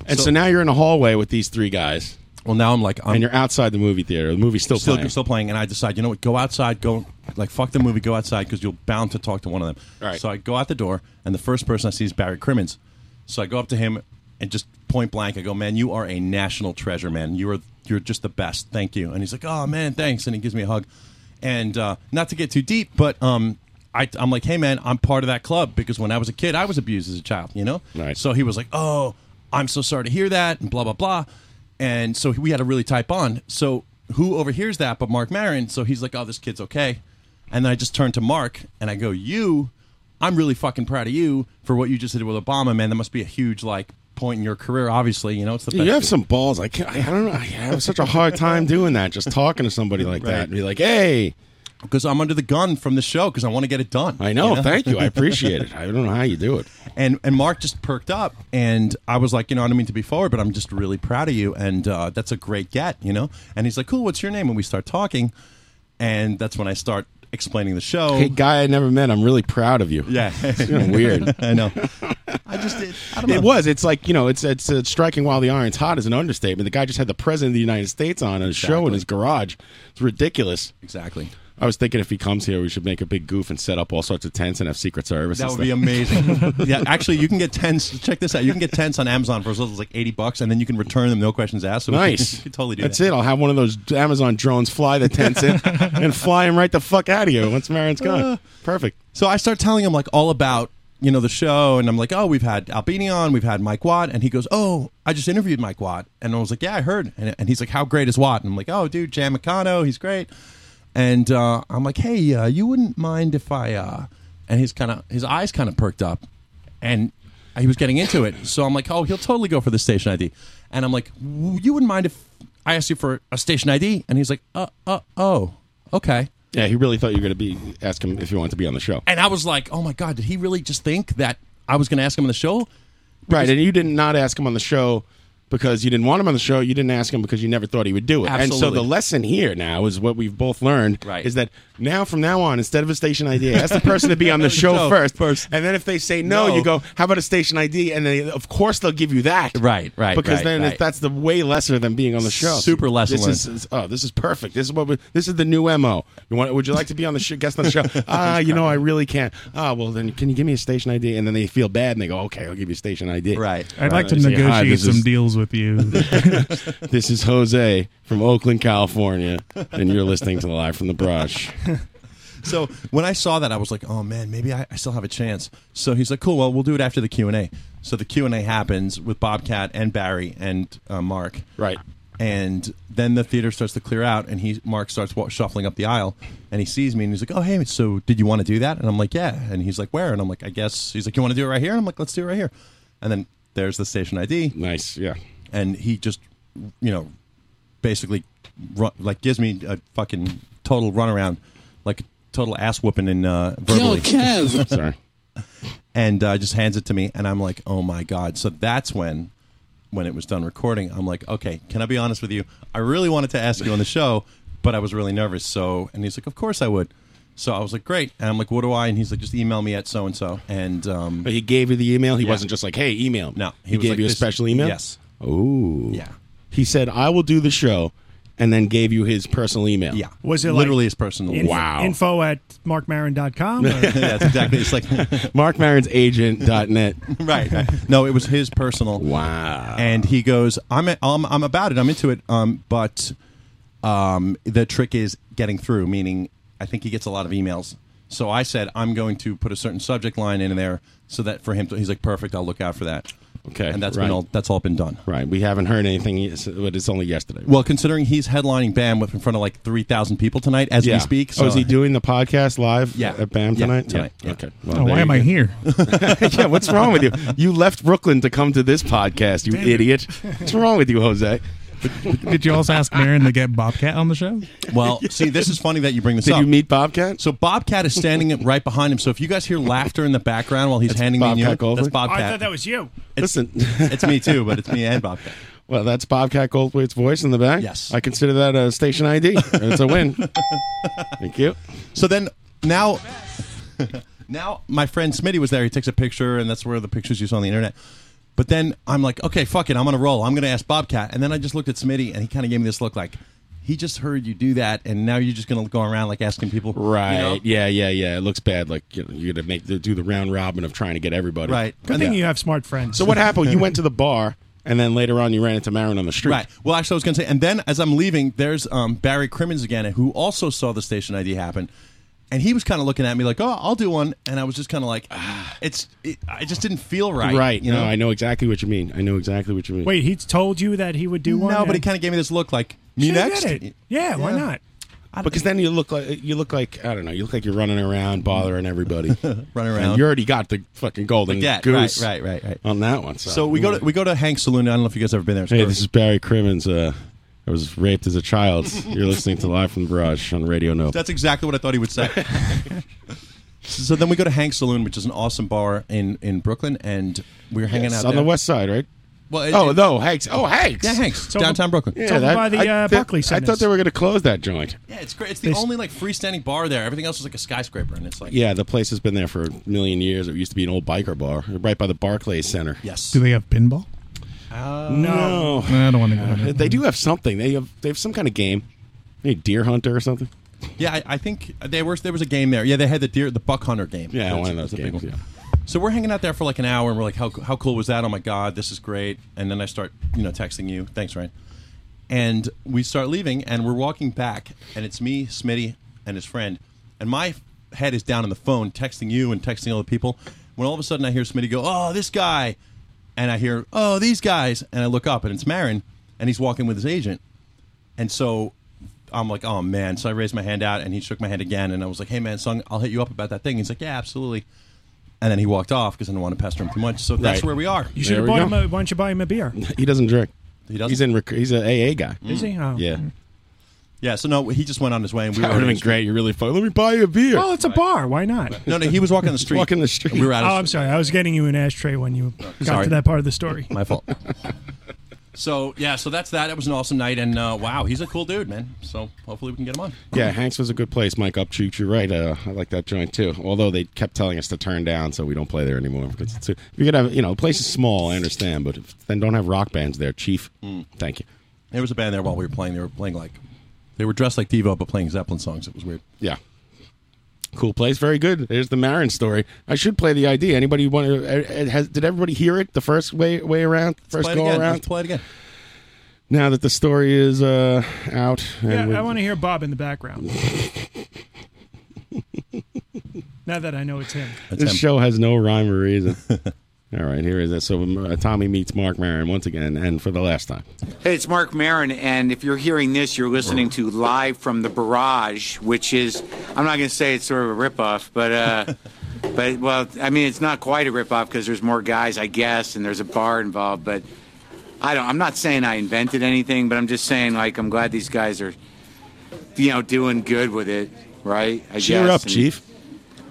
Speaker 14: Mm-hmm. So-
Speaker 13: now you're in a hallway with these three guys.
Speaker 14: Well, now I'm like, I'm,
Speaker 13: and you're outside the movie theater. The movie's still,
Speaker 14: still,
Speaker 13: playing.
Speaker 14: still playing, and I decide, you know what? Go outside. Go like fuck the movie. Go outside because you're bound to talk to one of them.
Speaker 13: Right.
Speaker 14: So I go out the door, and the first person I see is Barry Crimmins. So I go up to him and just point blank, I go, "Man, you are a national treasure, man. You are you're just the best. Thank you." And he's like, "Oh man, thanks," and he gives me a hug. And uh, not to get too deep, but um, I, I'm like, "Hey man, I'm part of that club because when I was a kid, I was abused as a child, you know." Right. So he was like, "Oh, I'm so sorry to hear that," and blah blah blah. And so we had a really tight bond. So who overhears that but Mark Marin? So he's like, "Oh, this kid's okay." And then I just turn to Mark and I go, "You, I'm really fucking proud of you for what you just did with Obama, man. That must be a huge like point in your career. Obviously, you know it's the
Speaker 13: Dude,
Speaker 14: best.
Speaker 13: you have some balls. I can't. I don't know. I have such a hard time doing that. Just talking to somebody like that and be like, "Hey,"
Speaker 14: because I'm under the gun from the show because I want to get it done. I
Speaker 13: know, thank you. I appreciate it. I don't know how you do it.
Speaker 14: And and Mark just perked up, and I was like, you know, I don't mean to be forward, but I'm just really proud of you, and uh, that's a great get, you know. And he's like, cool, what's your name? And we start talking, and that's when I start explaining the show.
Speaker 13: "Hey, guy I never met. I'm really proud of you."
Speaker 14: Yeah,
Speaker 13: It's kinda weird.
Speaker 14: I know. I just did.
Speaker 13: It was. It's like you know. It's it's uh, striking while the iron's hot is an understatement. The guy just had the president of the United States on a show in his garage. It's ridiculous.
Speaker 14: Exactly.
Speaker 13: I was thinking if he comes here, we should make a big goof and set up all sorts of tents and have Secret Service.
Speaker 14: That
Speaker 13: and stuff.
Speaker 14: would be amazing. yeah, actually, you can get tents. Check this out. You can get tents on Amazon for as little as like eighty bucks, and then you can return them, no questions asked. So we
Speaker 13: nice.
Speaker 14: could- you could totally do
Speaker 13: That's
Speaker 14: that.
Speaker 13: it. I'll have one of those Amazon drones fly the tents in and fly him right the fuck out of you once Marin's gone.
Speaker 14: Uh,
Speaker 13: Perfect.
Speaker 14: So I start telling him like all about you know the show, and I'm like, oh, we've had Albini on, we've had Mike Watt, and he goes, oh, I just interviewed Mike Watt, and I was like, yeah, I heard, and, and he's like, how great is Watt? And I'm like, oh, dude, Jan Mikano, he's great, and uh, I'm like, hey, uh, you wouldn't mind if I, uh, and his kind of his eyes kind of perked up, and he was getting into it, so I'm like, oh, he'll totally go for the station ID, and I'm like, w- you wouldn't mind if I asked you for a station ID, and he's like, uh, uh, oh, okay.
Speaker 13: Yeah, he really thought you were going to be ask him if you wanted to be on the show.
Speaker 14: And I was like, oh my God, did he really just think that I was going to ask him on the show?
Speaker 13: Right, and you did not ask him on the show because you didn't want him on the show. You didn't ask him because you never thought he would do it. And so
Speaker 14: Absolutely.
Speaker 13: the lesson here now is what we've both learned
Speaker 14: Right.
Speaker 13: is that now from now on, instead of a station ID, ask the person to be on the show
Speaker 14: No,
Speaker 13: first, and then if they say no,
Speaker 14: No.
Speaker 13: you go, "How about a station ID?" And they, of course, they'll give you that.
Speaker 14: Right, right,
Speaker 13: Because
Speaker 14: right,
Speaker 13: then
Speaker 14: right.
Speaker 13: it- that's the way lesser than being on the show.
Speaker 14: Super lesson
Speaker 13: This is,
Speaker 14: learned.
Speaker 13: is- oh, this is perfect. This is what we, this is the new mo. You want? Would you like to be on the show, guest on the show? Ah, you know, I really can't. Ah, well, then can you give me a station ID? And then they feel bad and they go, "Okay, I'll give you a station ID." Right.
Speaker 9: I'd like to
Speaker 13: They say, "Hi,
Speaker 9: negotiate
Speaker 13: this
Speaker 9: some
Speaker 13: is-
Speaker 9: deals with you.
Speaker 13: this is Jose from Oakland, California, and you're listening to Live from the Brush.
Speaker 14: So when I saw that, I was like, oh man, maybe I, I still have a chance. So he's like, cool, well, we'll do it after the Q&A. So the Q&A happens with Bobcat and Barry and uh, Mark.
Speaker 13: Right.
Speaker 14: And then the theater starts to clear out, and he Mark starts wa- shuffling up the aisle, and he sees me, and he's like, "Oh, hey, so did you want to do that?" And I'm like, "Yeah." And he's like, "Where?" And I'm like, "I guess." He's like, "You want to do it right here?" And I'm like, "Let's do it right here." And then there's the station ID.
Speaker 13: Nice, yeah.
Speaker 14: And he just, you know, basically, ru- like gives me a fucking total runaround, like a total ass whooping in uh, verbally.
Speaker 13: Kev. Sorry.
Speaker 14: And uh, just hands it to me, and I'm like, "Oh my god!" So that's when, when it was done recording, I'm like, "Okay, can I be honest with you? I really wanted to ask you on the show, but I was really nervous." So, and he's like, "Of course I would." So I was like, "Great," and I'm like, "What do I?" And he's like, "Just email me at so and so." And um,
Speaker 13: but he gave you the email. He wasn't just like, "Hey, email." Me.
Speaker 14: No,
Speaker 13: he,
Speaker 14: was
Speaker 13: gave
Speaker 14: like,
Speaker 13: you a
Speaker 14: "This-
Speaker 13: special email.
Speaker 14: Yes.
Speaker 13: Oh,
Speaker 14: yeah.
Speaker 13: He said, "I will do the show," and then gave you his personal email. Yeah,
Speaker 5: Was it like inf-
Speaker 13: wow?
Speaker 5: Info at markmarin.com.
Speaker 14: that's exactly. It's like
Speaker 13: markmarin'sagent.net.
Speaker 14: right, right. No, it was his personal.
Speaker 13: Wow.
Speaker 14: And he goes, "I'm I'm I'm about it. I'm into it. Um, but um, the trick is getting through. Meaning, I think he gets a lot of emails. So I said, I'm going to put a certain subject line in there so that for him, to, he's like, perfect. I'll look out for that.
Speaker 13: Okay,
Speaker 14: and that's
Speaker 13: right.
Speaker 14: been all. That's all been done.
Speaker 13: Right. We haven't heard anything, yet, but it's only yesterday.
Speaker 14: Well, considering he's headlining BAM with in front of like three thousand people tonight as
Speaker 13: Yeah.
Speaker 14: we speak.
Speaker 13: oh, is he doing the podcast live?
Speaker 14: Yeah.
Speaker 13: at BAM
Speaker 14: Yeah,
Speaker 13: tonight.
Speaker 14: tonight, yeah.
Speaker 13: Okay.
Speaker 9: Oh,
Speaker 13: there
Speaker 9: why
Speaker 13: you
Speaker 9: am
Speaker 13: go.
Speaker 9: I here?
Speaker 13: yeah, what's wrong with you? You left Brooklyn to come to this podcast, you idiot. What's wrong with you, Jose?
Speaker 9: Did you also ask Marin to get Bobcat on the show?
Speaker 14: Well, see, this is funny that you bring this
Speaker 9: Did
Speaker 14: up.
Speaker 9: you
Speaker 13: meet Bobcat?
Speaker 14: So Bobcat is standing right behind him. So if you guys hear laughter in the background while he's handing me
Speaker 13: Bobcat
Speaker 14: the email,
Speaker 13: Goldthwait?
Speaker 14: that's
Speaker 5: Oh, I
Speaker 14: Bobcat.
Speaker 5: thought that was you.
Speaker 13: Listen,
Speaker 14: it's me too, but it's me and Bobcat.
Speaker 13: Well, that's Bobcat Goldthwait's voice in the back. Yes, I consider that a station ID. It's a win. Thank you.
Speaker 14: So then now, now my friend Smitty was there. He takes a picture, and that's where the pictures you saw on the internet. But then I'm like, okay, fuck it, I'm gonna roll. I'm gonna ask Bobcat. And then I just looked at Smitty, and he kind of gave me this look like. He just heard you do that, and now you're just going to go around like asking people,
Speaker 13: Right?
Speaker 14: you know?
Speaker 13: Yeah, yeah, yeah. It looks bad. Like you know, you're gonna make do the round robin of trying to get everybody.
Speaker 14: Right.
Speaker 5: Good thing you have smart friends.
Speaker 13: So what happened? You went to the bar, and then later on, you ran into Marin on the street.
Speaker 14: Right. Well, actually, I was going to say, and then as I'm leaving, there's um, Barry Crimmins again, who also saw the station ID happen, and he was kind of looking at me like, "Oh, I'll do one," and I was just kind of like, ah, "It's, it, I just didn't feel right."
Speaker 13: Right.
Speaker 14: You know.
Speaker 13: No, I know exactly what you mean. I know exactly what you mean.
Speaker 5: Wait, he told you that he would do one?
Speaker 14: no, but he
Speaker 5: and-
Speaker 14: kind of gave me this look like, "Me
Speaker 5: Should've
Speaker 14: next."
Speaker 5: did it. Yeah, why not?
Speaker 13: Because then you look like you look like I don't know. You look like you're running around, bothering everybody. running
Speaker 14: around.
Speaker 13: you already got the fucking golden
Speaker 14: Like that,
Speaker 13: goose.
Speaker 14: right, right, right, right.
Speaker 13: On that one. So,
Speaker 14: So we go to we go to Hank's Saloon. I don't know if you guys ever been there. It's
Speaker 13: Hey,
Speaker 14: great.
Speaker 13: this is Barry Crimmins. Uh, I was raped as a child. You're listening to Live from the Barrage on Radio No.
Speaker 14: That's exactly what I thought he would say. so then we go to Hank's Saloon, which is an awesome bar in in Brooklyn, and we were hanging
Speaker 13: Yes,
Speaker 14: out
Speaker 13: on
Speaker 14: there.
Speaker 13: the West Side, right?
Speaker 14: Well, it-
Speaker 13: oh
Speaker 14: it-
Speaker 13: no, Hanks. Oh Hanks.
Speaker 14: Yeah, Hanks. It's over- Downtown Brooklyn. it's
Speaker 13: Yeah,
Speaker 14: over
Speaker 13: that-
Speaker 14: by the,
Speaker 13: I
Speaker 14: uh,
Speaker 13: thi-
Speaker 14: Barclay
Speaker 13: I
Speaker 14: Centers.
Speaker 13: thought they were going to close that joint.
Speaker 14: Yeah, it's great. It's the only like freestanding bar there. Everything else is like a skyscraper, and it's like
Speaker 13: Yeah, the place has been there for a million years. It used to be an old biker bar, right by the Barclays Center.
Speaker 14: Yes.
Speaker 9: Do they have pinball?
Speaker 13: no.
Speaker 9: I don't want to go.
Speaker 13: They do have something. They have they have some kind of game. They deer hunter or something.
Speaker 14: Yeah, I, I think they were. There was a game there. Yeah, they had the deer, the buck hunter game.
Speaker 13: Yeah,
Speaker 14: That's-
Speaker 13: one of those
Speaker 14: that's a big
Speaker 13: games,
Speaker 14: one. So we're hanging out there for like an hour, and we're like, "How how cool was that? Oh my god, this is great!" And then I start, you know, texting you, "Thanks, Ryan." And we start leaving, and we're walking back, and it's me, Smitty, and his friend, and my head is down on the phone, texting you and texting all the people. When all of a sudden I hear Smitty go, "Oh, this guy," and I hear, "Oh, these guys," and I look up, and it's Marin, and he's walking with his agent, and so I'm like, oh man. So I raised my hand out and he shook my hand again. And I was like, hey man, Sung, I'll hit you up about that thing. He's like, yeah, absolutely. And then he walked off because I didn't want to pester him too much. So that's
Speaker 13: Right.
Speaker 14: where we are.
Speaker 5: You should have bought him. A, why don't you buy him a beer?
Speaker 13: He doesn't drink.
Speaker 14: He doesn't.
Speaker 13: He's in. Rec- he's an AA guy.
Speaker 5: Is he? Oh.
Speaker 13: Yeah.
Speaker 14: Yeah, so no, he just went on his way and we
Speaker 13: That
Speaker 14: were
Speaker 13: would've been great. You're really fun. Let me buy you a beer.
Speaker 5: Well, it's a bar. Why not?
Speaker 14: No, no, he was walking the street.
Speaker 13: Walking the street.
Speaker 14: We were out of
Speaker 5: oh, I'm sorry. I was getting you an ashtray when you got
Speaker 14: Sorry.
Speaker 5: to that part of the story.
Speaker 14: My fault. So yeah, so that's that. It was an awesome night and uh, wow, he's a cool dude, man. So hopefully we can get him on.
Speaker 13: Yeah, Hanks was a good place. Mike Upchurch, you're right. Uh, I like that joint too. Although they kept telling us to turn down, so we don't play there anymore. Because it's too, you could have, you know, the place is small. I understand, but if, then don't have rock bands there, Chief.
Speaker 14: Mm.
Speaker 13: Thank you.
Speaker 14: There was a band there while we were playing. They were playing like they were dressed like Devo but playing Zeppelin songs. It was weird.
Speaker 13: Yeah, cool place. Very good. There's the Marin story. I should play the idea. Anybody want to? Has, did everybody hear it the first way way around? First
Speaker 14: play it
Speaker 13: go
Speaker 14: again.
Speaker 13: around.
Speaker 14: Let's play it again.
Speaker 13: Now that the story is uh, out, and
Speaker 5: Yeah,
Speaker 13: we-
Speaker 5: I want to hear Bob in the background. now that I know it's him.
Speaker 13: this show has no rhyme or reason. All right, here is it. So uh, Tommy meets Mark Marin once again, and for the last time.
Speaker 16: Hey, it's Mark Marin, and if you're hearing this, you're listening to Live from the Barrage, which is, I'm not going to say it's sort of a ripoff, but, uh, but, well, I mean, it's not quite a ripoff because there's more guys, I guess, and there's a bar involved, but I don't, I'm not saying I invented anything, but I'm just saying, like, I'm glad these guys are, you know, doing good with it, right? I
Speaker 13: Cheer
Speaker 16: guess,
Speaker 13: up,
Speaker 16: and-
Speaker 13: Chief.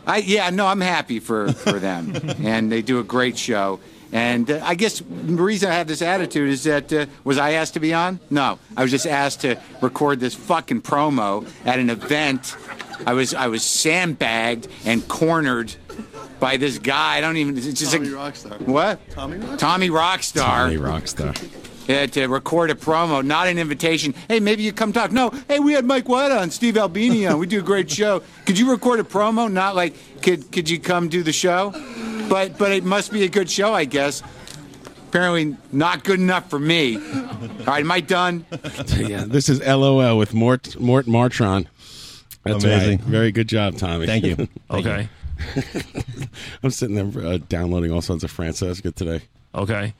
Speaker 16: I yeah no I'm happy for for them and they do a great show and uh, I guess the reason I have this attitude is that uh, was I asked to be on no I was just asked to record this fucking promo at an event I was I was sandbagged and cornered by this guy I don't even it's just Tommy Rockstar what Tommy Rockstar Tommy Rockstar
Speaker 13: Hey, Rockstar.
Speaker 16: uh, to record a promo, not an invitation. Hey, maybe you come talk. No, hey, we had Mike White on, Steve Albini on. We do a great show. Could you record a promo? Not like, could could you come do the show? But but it must be a good show, I guess. Apparently, not good enough for me. All right, am I done?
Speaker 13: yeah, this is LOL with Mort Mort Martron. That's
Speaker 14: Amazing.
Speaker 13: right. Very good job, Tommy.
Speaker 14: Thank you. Thank
Speaker 13: okay. I'm sitting there uh, downloading all sorts of Francesca today.
Speaker 1: Okay.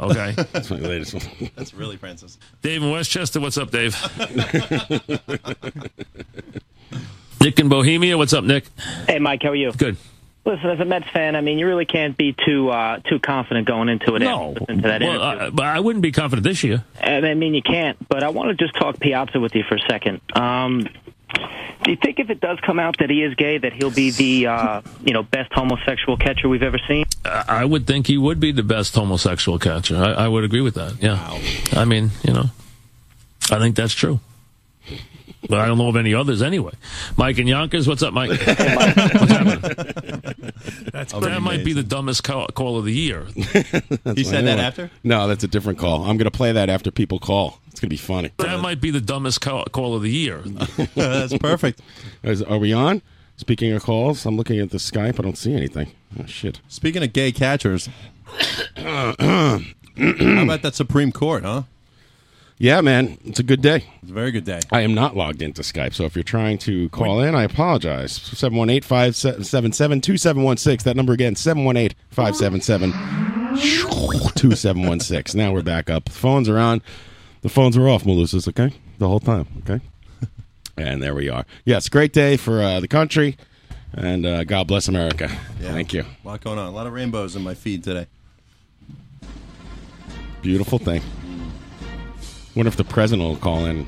Speaker 1: Okay.
Speaker 13: That's my latest one.
Speaker 14: That's really Francis.
Speaker 1: Dave in Westchester, what's up, Dave? Nick in Bohemia, what's up, Nick?
Speaker 15: Hey, Mike, how are you?
Speaker 1: Good.
Speaker 15: Listen, as a Mets fan, I mean, you really can't be too uh, too confident going into it.
Speaker 1: No,
Speaker 15: after listening to that
Speaker 1: Well,
Speaker 15: interview.
Speaker 1: I, but I wouldn't be confident this year.
Speaker 15: I Uh, mean, you can't. But I want to just talk Piazza with you for a second. Um, do you think if it does come out that he is gay, that he'll be the uh, you know best homosexual catcher we've ever seen?
Speaker 1: I I would think he would be the best homosexual catcher. I, I would agree with that. Yeah. I mean, you know, I think that's true. But I don't know of any others anyway. Mike and Yonkers, what's up, Mike? what's happening? Oh,
Speaker 5: That's
Speaker 1: that might be the dumbest call, call of the year.
Speaker 13: That's
Speaker 1: He
Speaker 13: my
Speaker 1: said
Speaker 13: new
Speaker 1: that
Speaker 13: one.
Speaker 1: after?
Speaker 13: No, that's a different call. I'm going to play that after people call. It's going to be funny.
Speaker 1: That might be the dumbest call, call of the year.
Speaker 14: That's perfect.
Speaker 13: Is- are we on? Speaking of calls, I'm looking at the Skype. I don't see anything. Oh, shit.
Speaker 14: Speaking of gay catchers, how about that Supreme Court, huh?
Speaker 13: Yeah, man, it's a good day. It's
Speaker 14: a very good day.
Speaker 13: I am not logged into Skype, so if you're trying to call in, I apologize. 718 577 2716. That number again, 718 577 2716. Now we're back up. The phones are on. The phones were off, Melissa's, okay? The whole time, okay? And there we are. Yes, great day for uh, the country, and uh, God bless America. Thank you.
Speaker 14: A lot going on. A lot of rainbows in my feed today.
Speaker 13: Beautiful thing. Wonder if the president will call in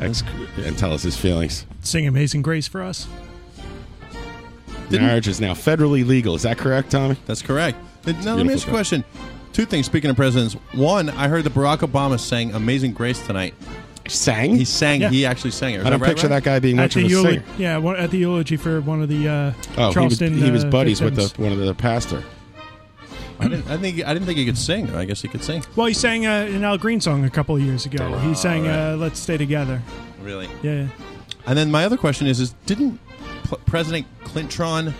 Speaker 13: ex- and tell us his feelings.
Speaker 5: Sing Amazing Grace for us.
Speaker 13: Marriage is now federally legal. Is that correct, Tommy?
Speaker 14: That's correct. Now, let me ask you a question. Two things. Speaking of presidents, one, I heard that Barack Obama sang "Amazing Grace" tonight.
Speaker 13: Sang?
Speaker 14: He sang.
Speaker 5: Yeah.
Speaker 14: He actually sang it. Is
Speaker 13: I don't
Speaker 14: right,
Speaker 13: picture
Speaker 14: Ryan?
Speaker 13: that guy being much of a
Speaker 5: the eulo-
Speaker 13: singer.
Speaker 5: Yeah, one, at the eulogy for one of the uh,
Speaker 13: Oh, he was,
Speaker 5: Charleston.
Speaker 13: he was
Speaker 5: uh,
Speaker 13: buddies
Speaker 5: victims.
Speaker 13: with the, one of the pastor.
Speaker 14: I didn't, I think I didn't think he could sing. I guess he could sing.
Speaker 5: Well, he sang uh, an Al Green song a couple of years ago.
Speaker 14: Oh,
Speaker 5: he sang
Speaker 14: right.
Speaker 5: uh, "Let's Stay Together."
Speaker 14: Really?
Speaker 5: Yeah.
Speaker 14: And then my other question is: Is didn't Pl- President Clinton?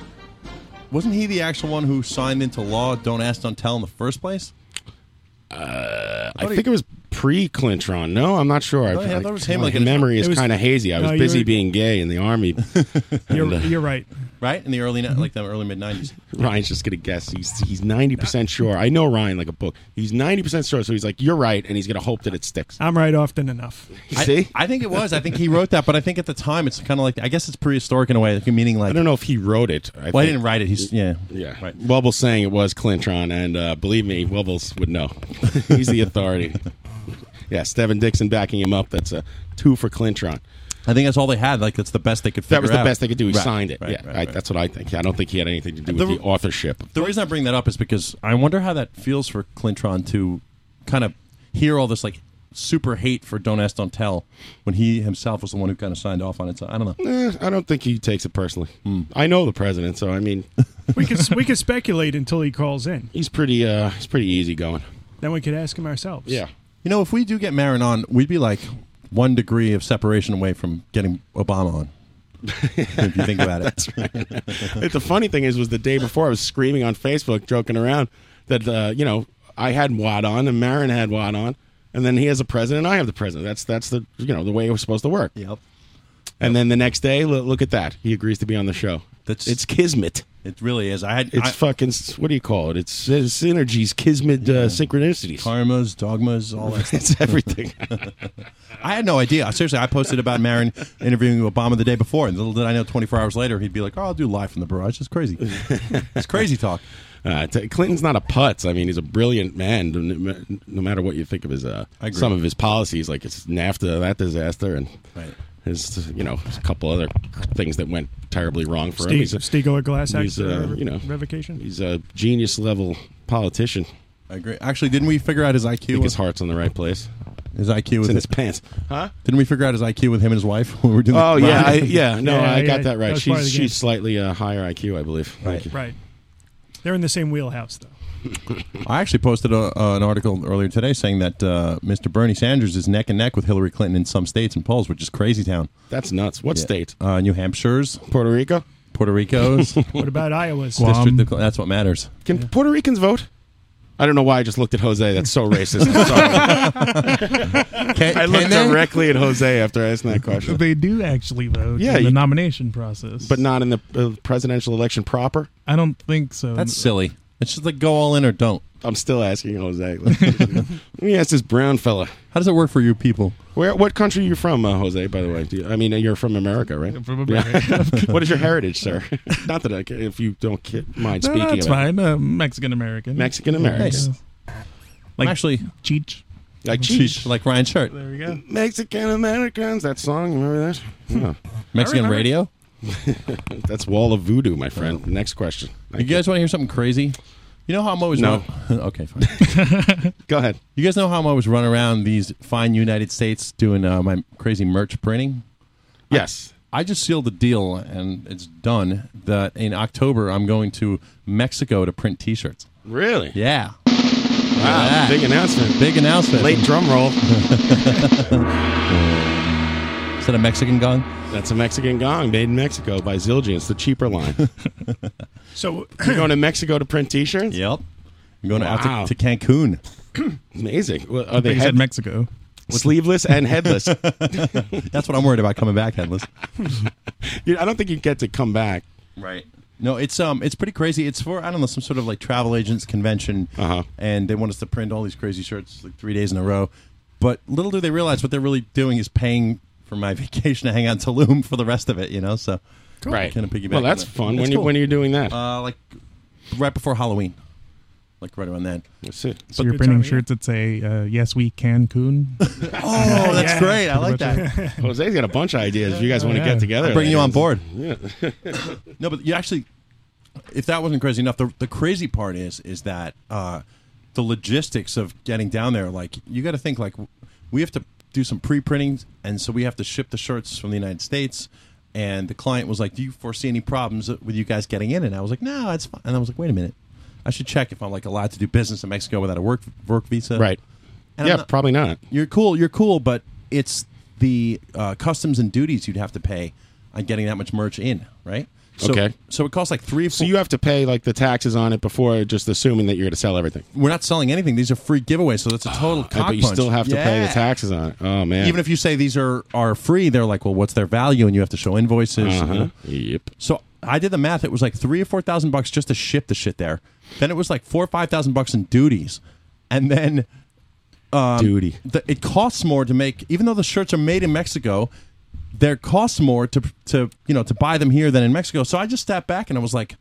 Speaker 14: Wasn't he the actual one who signed into law "Don't Ask, Don't Tell" in the first place?
Speaker 13: Uh, I
Speaker 14: thought he-
Speaker 13: think it was pre Clintron. No, I'm not sure.
Speaker 14: Oh, yeah, I thought it was him,
Speaker 13: my
Speaker 14: like, in-
Speaker 13: memory
Speaker 14: It
Speaker 13: is
Speaker 14: was-
Speaker 13: kind of hazy. I
Speaker 14: No,
Speaker 13: was
Speaker 14: you
Speaker 13: busy
Speaker 14: were-
Speaker 13: being gay in the army.
Speaker 5: You're,
Speaker 13: And, uh,
Speaker 5: you're right.
Speaker 14: Right in the early ni- like the early mid '90s.
Speaker 13: Ryan's just gonna guess. He's he's ninety percent sure. I know Ryan like a book. He's ninety percent sure. So he's like, "You're right," and he's gonna hope that it sticks.
Speaker 5: I'm right often enough.
Speaker 13: See?
Speaker 14: I, I think it was. I think he wrote that, but I think at the time it's kind of like I guess it's prehistoric in a way, like, meaning like I don't
Speaker 13: know if he wrote it. I
Speaker 14: well, I
Speaker 13: think-
Speaker 14: didn't write it. He's yeah.
Speaker 13: Yeah, Wubbles saying it was Clintron, and uh, believe me, Wubbles would know. He's the authority. yeah, Steven Dixon backing him up. That's a two for Clintron.
Speaker 14: I think that's all they had. Like that's the best they could. Figure
Speaker 13: That was the
Speaker 14: out.
Speaker 13: best they could do. He
Speaker 14: Right,
Speaker 13: signed it.
Speaker 14: right,
Speaker 13: yeah,
Speaker 14: right,
Speaker 13: I, that's what I think. I don't think he had anything to do with
Speaker 14: The-
Speaker 13: the, authorship.
Speaker 14: The reason I bring that up is because I wonder how that feels for Clintron to kind of hear all this like super hate for "Don't Ask, Don't Tell" when he himself was the one who kind of signed off on it. So I don't know. Hmm.
Speaker 13: Eh, I don't think he takes it personally. I know the president, so I mean,
Speaker 5: We could we could speculate until he calls in.
Speaker 13: he's pretty. Uh, he's pretty easy going.
Speaker 5: Then we could ask him ourselves.
Speaker 14: You know, if we do get Marin on, we'd be like one degree of separation away from getting Obama on. if you think about it,
Speaker 13: That's right. the funny thing is, was the day before I was screaming on Facebook, joking around that uh, you know I had Watt on and Marin had Watt on, and then he has a president, and I have the president. That's that's the you know the way it was supposed to work.
Speaker 14: Yep.
Speaker 13: And then the next day, look, look at that. He agrees to be on the show.
Speaker 14: That's
Speaker 13: it's kismet.
Speaker 14: It really is. I had
Speaker 13: It's
Speaker 14: I-
Speaker 13: fucking what do you call it? It's, it's synergies, kismet, uh, synchronicities,
Speaker 14: karmas, dogmas, all that. Stuff.
Speaker 13: it's everything.
Speaker 14: I had no idea. Seriously, I posted about Marin interviewing Obama the day before, and little did I know, 24 hours later, he'd be like, "Oh, I'll do live from the barrage." It's crazy. it's crazy talk.
Speaker 13: Uh, t- Clinton's not a putz. I mean, he's a brilliant man. No, no matter what you think of his uh,
Speaker 14: I agree.
Speaker 13: some of his policies, like it's NAFTA, that disaster, and
Speaker 14: Right.
Speaker 13: his you know a couple other things that went terribly wrong for him.
Speaker 5: Steve,
Speaker 13: He's a,
Speaker 5: Stiegler Glass Act
Speaker 13: he's a,
Speaker 5: uh,
Speaker 13: you know
Speaker 5: revocation.
Speaker 13: he's a genius level politician.
Speaker 14: I agree. Actually, didn't we figure out his
Speaker 13: I think
Speaker 14: IQ?
Speaker 13: his heart's on the right place.
Speaker 14: his IQ
Speaker 13: It's
Speaker 14: with
Speaker 13: in his pants, huh?
Speaker 14: Didn't we figure out his IQ with him and his wife when we were doing? the
Speaker 13: Oh yeah, I,
Speaker 14: barrage?
Speaker 13: yeah. No,
Speaker 5: Yeah,
Speaker 13: I got
Speaker 5: yeah,
Speaker 13: that right.
Speaker 5: that's part of
Speaker 13: she's
Speaker 5: the game.
Speaker 13: she's slightly uh, higher IQ, I believe. Right.
Speaker 5: Right. They're in the same wheelhouse, though.
Speaker 14: I actually posted a, uh, an article earlier today saying that uh, Mr. Bernie Sanders is neck and neck with Hillary Clinton in some states and polls, which is crazy town.
Speaker 13: That's nuts. What state?
Speaker 14: Uh, New Hampshire's,
Speaker 13: Puerto Rico,
Speaker 14: Puerto Rico's.
Speaker 5: What about Iowa's?
Speaker 14: District of, that's what matters.
Speaker 13: Can Puerto Ricans vote? I don't know why I just looked at Jose. That's so racist. I'm sorry.
Speaker 14: Can-
Speaker 13: I looked
Speaker 9: can they?
Speaker 13: directly at Jose after I asked that question.
Speaker 9: They do actually vote
Speaker 13: Yeah,
Speaker 9: in the
Speaker 13: you-
Speaker 9: nomination process.
Speaker 13: But not in the uh, presidential election proper.
Speaker 9: I don't think so.
Speaker 14: That's silly. It's just like go all in or don't.
Speaker 13: I'm still asking Jose. Let me ask this brown fella.
Speaker 14: How does it work for you people?
Speaker 13: Where, what country are you from, uh, Jose? By the way, Do you, I mean uh, you're from America, right?
Speaker 9: from America.
Speaker 13: Yeah. what is your heritage, sir? Not that I, ca- if you don't ki- mind
Speaker 9: No,
Speaker 13: speaking.
Speaker 9: no, it's
Speaker 13: of it.
Speaker 9: fine. Uh, Mexican American.
Speaker 13: Mexican American. Nice.
Speaker 9: Like
Speaker 14: actually
Speaker 9: Cheech.
Speaker 13: Like cheese.
Speaker 14: like Ryan Shirt,
Speaker 9: There we go.
Speaker 13: Mexican Americans. That song, you remember that? Yeah.
Speaker 14: Hmm. Mexican
Speaker 9: remember.
Speaker 14: radio.
Speaker 13: That's Wall of Voodoo, my friend. Next question.
Speaker 14: You guys want to hear something crazy? You know how I'm always
Speaker 13: No.
Speaker 14: run- okay, fine.
Speaker 13: Go ahead.
Speaker 14: You guys know how I'm always running around these fine United States doing uh, my crazy merch printing.
Speaker 13: Yes.
Speaker 14: I just sealed the deal and it's done. That in October I'm going to Mexico to print T-shirts.
Speaker 13: Really?
Speaker 14: Yeah.
Speaker 13: Wow,
Speaker 14: Yeah.
Speaker 13: big announcement.
Speaker 14: Big announcement.
Speaker 13: Late drum roll.
Speaker 14: Is that a Mexican gong?
Speaker 13: That's a Mexican gong made in Mexico by Zildjian. It's the cheaper line.
Speaker 5: So
Speaker 13: You're going to Mexico to print T-shirts?
Speaker 14: Yep. I'm going
Speaker 13: Wow.
Speaker 14: out to, to Cancun.
Speaker 13: Amazing. Well, Are
Speaker 9: They
Speaker 13: they
Speaker 9: said
Speaker 13: head-
Speaker 9: Mexico.
Speaker 13: sleeveless and headless?
Speaker 14: That's what I'm worried about coming back headless.
Speaker 13: You- I don't think you get to come back.
Speaker 14: Right. No, it's um, it's pretty crazy. It's for I don't know some sort of like travel agents convention,
Speaker 13: Uh-huh.
Speaker 14: and they want us to print all these crazy shirts like three days in a row. But little do they realize what they're really doing is paying for my vacation to hang out in Tulum for the rest of it. You know, so
Speaker 13: Right.
Speaker 14: kind of piggyback.
Speaker 13: Well,
Speaker 14: on
Speaker 13: that's
Speaker 14: that.
Speaker 13: fun.
Speaker 14: It's
Speaker 13: when, you,
Speaker 14: cool.
Speaker 13: when are you doing that?
Speaker 14: uh, like right before Halloween, like right around then.
Speaker 13: That's it.
Speaker 9: So you're printing shirts that say uh, "Yes, we Cancun."
Speaker 14: Oh, that's
Speaker 5: Yeah.
Speaker 14: great! I like
Speaker 9: Pretty
Speaker 14: that.
Speaker 13: Jose's got a bunch of ideas. If you guys want to
Speaker 9: Yeah.
Speaker 13: get together,
Speaker 14: I'll bring you on board.
Speaker 13: Yeah.
Speaker 14: No, but you actually, if that wasn't crazy enough, the, the crazy part is is that uh, the logistics of getting down there. Like you got to think like we have to do some pre-printings, and so we have to ship the shirts from the United States. And the client was like, "Do you foresee any problems with you guys getting in?" And I was like, "No, it's fine." And I was like, "Wait a minute, I should check if I'm like allowed to do business in Mexico without a work work visa."
Speaker 13: Right.
Speaker 14: And
Speaker 13: yeah,
Speaker 14: I'm not-
Speaker 13: probably not.
Speaker 14: You're cool. You're cool, but it's the uh, customs and duties you'd have to pay on getting that much merch in, right? So,
Speaker 13: Okay.
Speaker 14: So it costs like three.
Speaker 13: So you have to pay like the taxes on it before just assuming that you're going to sell everything.
Speaker 14: We're not selling anything. These are free giveaways, so that's a total. cock
Speaker 13: but Ah, you
Speaker 14: punch.
Speaker 13: still have to pay the
Speaker 14: Yeah.
Speaker 13: taxes on it. Oh man.
Speaker 14: Even if you say these are are free, they're like, well, what's their value? And you have to show invoices. you
Speaker 13: Uh-huh.
Speaker 14: know?
Speaker 13: Yep.
Speaker 14: So I did the math. It was like three or four thousand bucks just to ship the shit there. Then it was like four or five thousand bucks in duties, and then um,
Speaker 13: Duty.
Speaker 14: the- it costs more to make, even though the shirts are made in Mexico. There costs more to to you know to buy them here than in Mexico. So I just stepped back and I was like,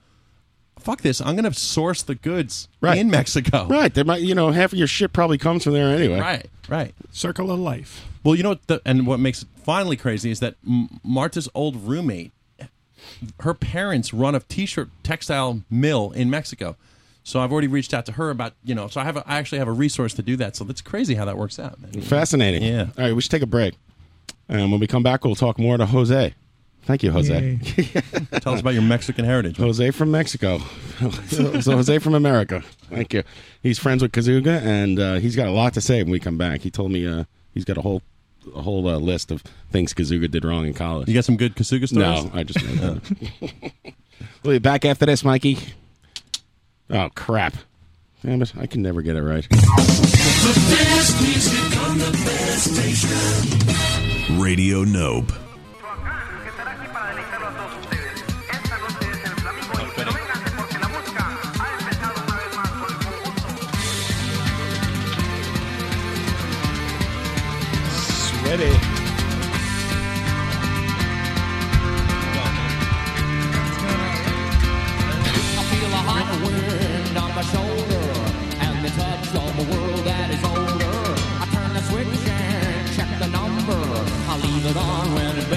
Speaker 14: "Fuck this! I'm going to source the goods in Mexico."
Speaker 13: Right. There might, you know, half of your shit probably comes from there anyway.
Speaker 14: Right, right.
Speaker 5: Circle of life.
Speaker 14: Well, you know, what the, and what makes it finally crazy is that M- Marta's old roommate, her parents run a t-shirt textile mill in Mexico. So I've already reached out to her about you know. So I have a, I actually have a resource to do that. So that's crazy how that works out. Man.
Speaker 13: Fascinating. Yeah. All right, we should take a break. And when we come back, we'll talk more to Jose. Thank you, Jose.
Speaker 14: Tell us about your Mexican heritage.
Speaker 13: Jose from Mexico. so so Jose from America. Thank you. He's friends with Kazuga, and uh, he's got a lot to say when we come back. He told me uh, he's got a whole a whole uh, list of things Kazuga did wrong in college.
Speaker 14: You got some good Kasuga stories.
Speaker 13: No, I just made that. up. we'll be back after this, Mikey. Oh crap! Damn it! I can never get it right.
Speaker 12: best music on the best station.
Speaker 17: Radio Nope.
Speaker 13: Sweaty.
Speaker 18: I feel a hot wind on my shoulder and the touch of a world that is older. I turn the switch and check the number. I leave it on when it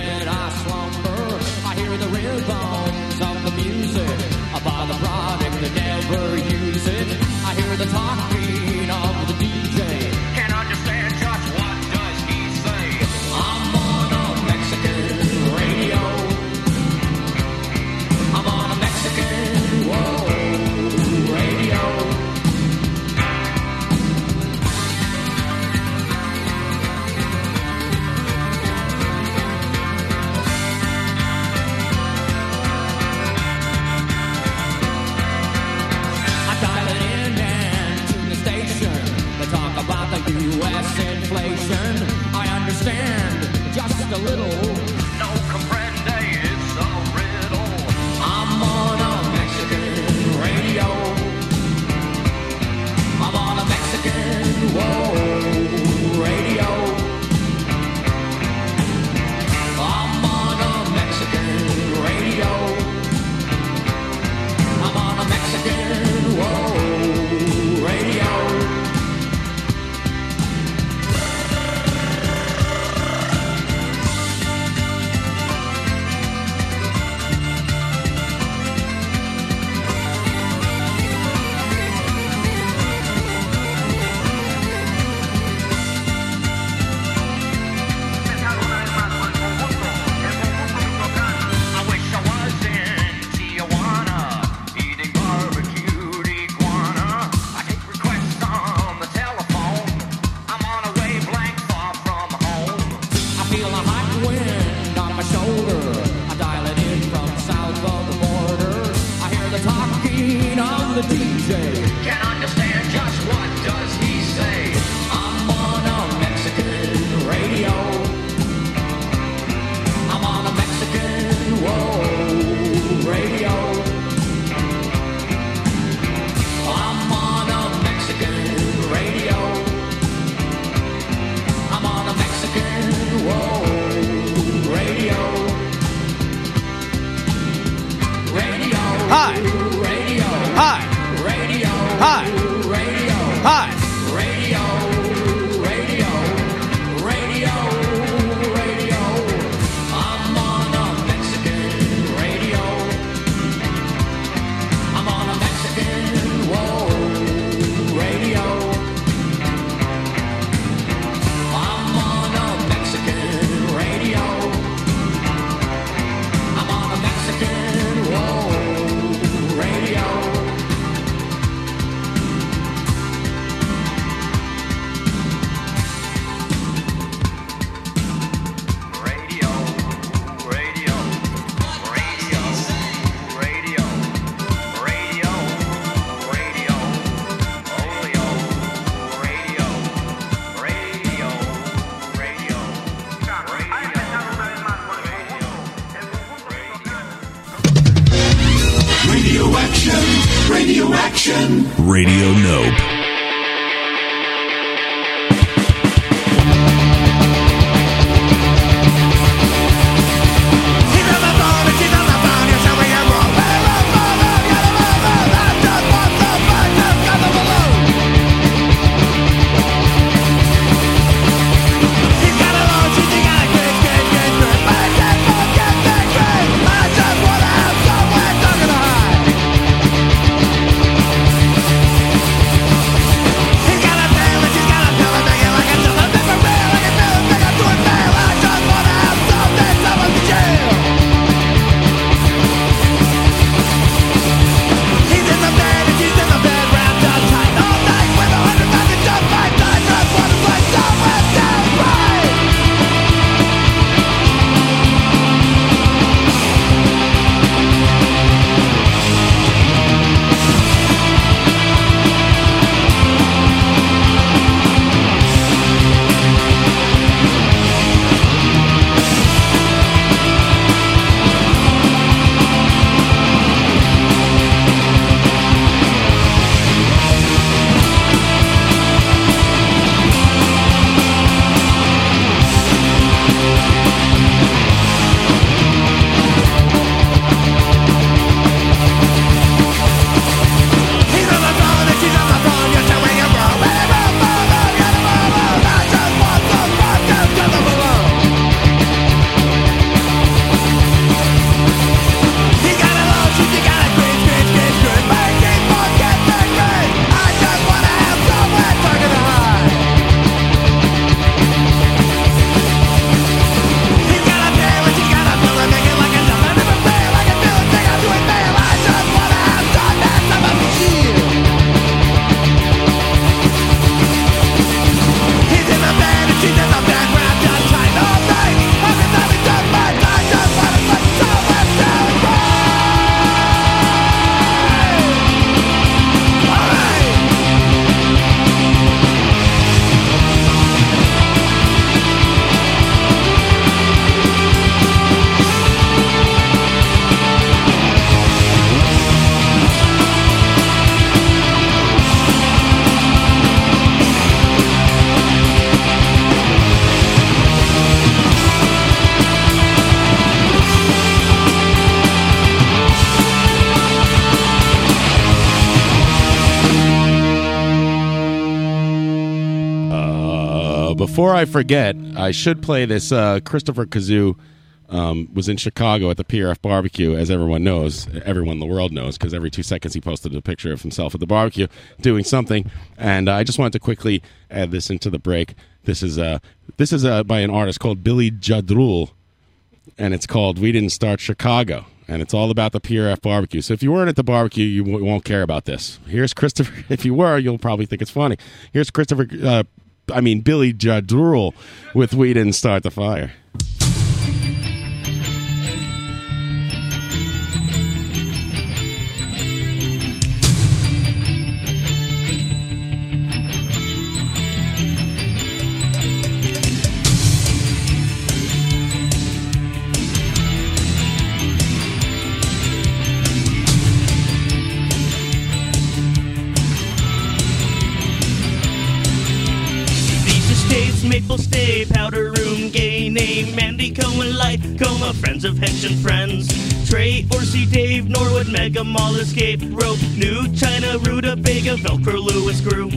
Speaker 12: Radio action. Radio action.
Speaker 17: Radio Nope.
Speaker 13: Uh, before I forget, I should play this. Uh, Christopher Kazoo um, was in Chicago at the PRF barbecue, as everyone knows, everyone in the world knows, because every two seconds he posted a picture of himself at the barbecue doing something. And I just wanted to quickly add this into the break. This is uh, this is uh, by an artist called Billy Jadrul, and it's called "We Didn't Start Chicago." And it's all about the PRF barbecue. So if you weren't at the barbecue, you w- won't care about this. Here's Christopher. If you were, you'll probably think it's funny. Here's Christopher. Uh, I mean Billy Jadrul with "We Didn't Start the Fire."
Speaker 19: These estates, Maple Stay, Powder Room, Gay Name, Mandy Cohen Light, Coma, Friends of Hench and Friends, Trey, Orsi, Dave, Norwood, Mega Mall, Escape Rope, New China, Rutabaga, Velcro, Lewis Group.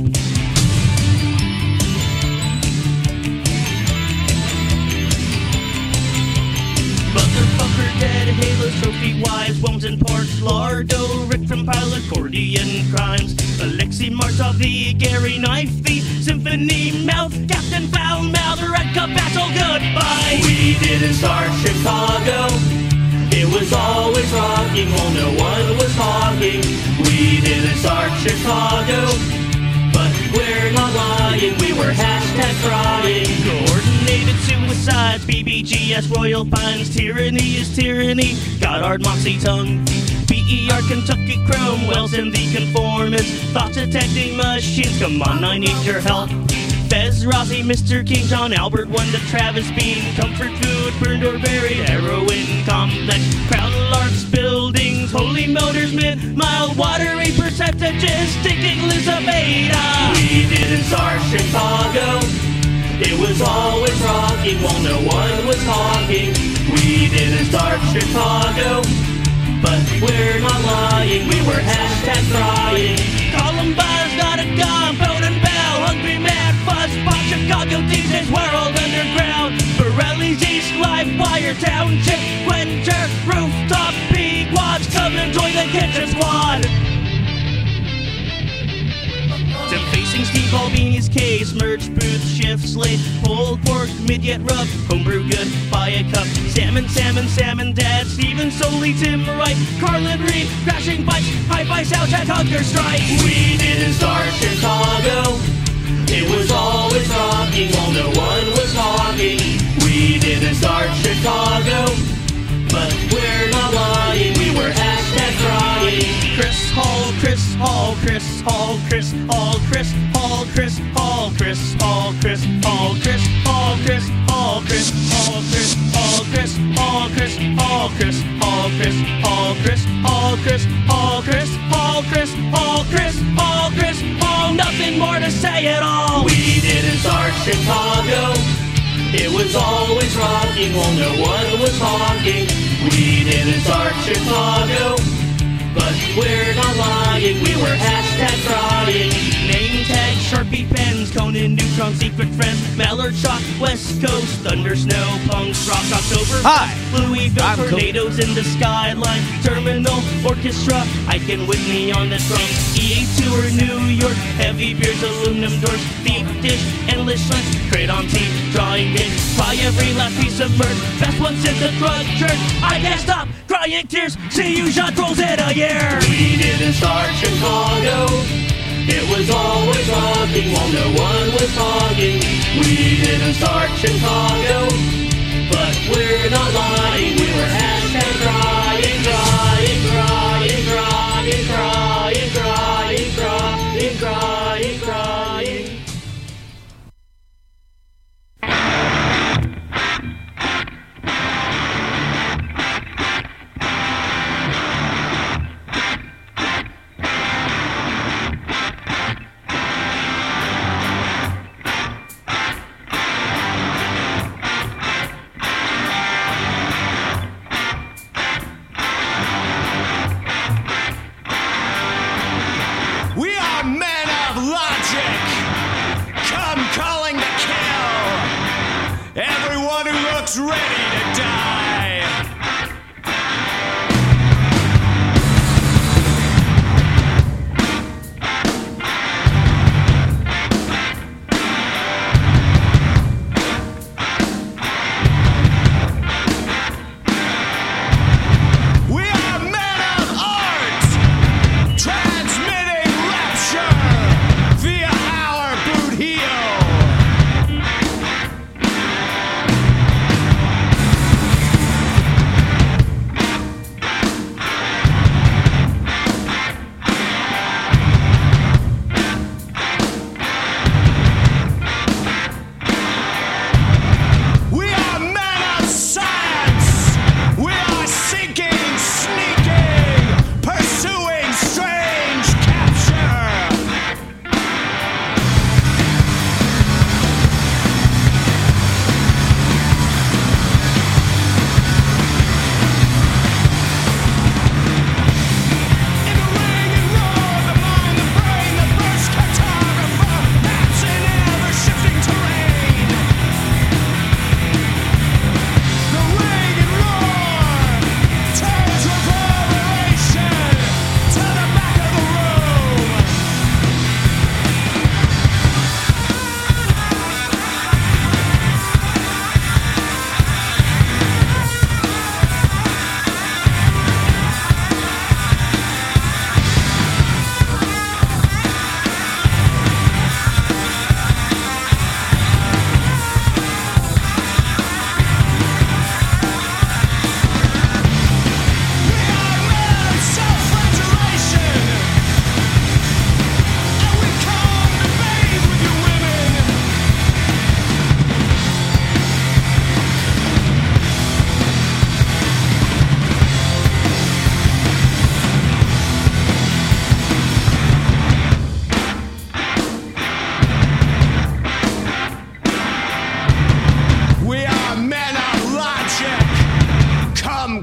Speaker 19: Motherfucker dead, Halo's trophy wise, Wombs and Park, Lardo, Rick from Pilot, Cordian Crimes, Alexi Martov, the Gary Knife, the Symphony Mouth, Captain Foul Mouth, Red Cup Battle, goodbye. We didn't start Chicago. It was always rocking while no one was talking. We didn't start Chicago, but we're not lying. We were hashtag trying. Coordinated suicides, BBGS, Royal Pines, tyranny is tyranny. Goddard, Moxie Tongue. BER, E Kentucky Chrome, Wells, and the Conformist. Thoughts attacking machines, come on, I need your help. Fez, Rossi, Mr. King, John Albert, one to Travis Bean, comfort food, burned or buried, heroin complex, crown larks, buildings, holy motors, men, Satistic Elizabeth. We didn't start Chicago. It was always rocking while no one was talking. We didn't start Chicago. But we're not lying, we were hashtag crying. Columbine's not a gun, bone and bell, hungry mad fuss, pop Chicago DJs, world underground. Borelli's East Life, Wire Township, Winter, Rooftop, Big Watch, come and join the kitchen squad. Defacing Steve Albini's case, merch booth, shift slate, pulled pork, mid-yet rough, homebrew good, buy a cup, salmon, salmon, salmon, dad, Steven Soley, Tim Wright, Carlin Reed, crashing bikes, high five, sound check, hunger strike. We didn't start Chicago, it was always rocking while no one was talking. We didn't start Chicago, but we're not lying, we were hashtag crying. Chris Hall, Chris Hall, Chris Hall, Chris Hall, Chris Hall, Chris Hall, Chris Hall, Chris Hall, Chris Hall, Chris Hall, Chris Hall, Chris Hall, Chris Hall, Chris Hall, Chris Hall, Chris Hall, Chris Hall, Chris Hall, Chris Hall, Chris Hall, Chris Hall, Chris Hall, nothing more to say at all. We didn't start Chicago. It was always rocking while no one was honking. We didn't start Chicago, but we're not lying. We were hashtag crying. Name tag, Sharpie pens, Conan, Neutron, Secret Friends, Mallard Shock, West Coast, Thunder Snow, Punks, Rock, October.
Speaker 20: Hi,
Speaker 19: Louisville,
Speaker 20: I'm Conan.
Speaker 19: tornadoes in the skyline, Terminal, Orchestra, I can Whitney on the drums. EA Tour, New York, Heavy Beers, Aluminum Doors, Deep Dish, Endless Lunch, Cradon Tea, Drawing In, Buy every last piece of merch, Best one since the drug church. I can't stop crying tears, see you shot rolls in a year. We didn't start Chicago. It was always rocking while no one was talking. We didn't start Chicago, but we're not lying. We were hashtag crying, crying, crying, crying, crying, crying, crying, crying, crying.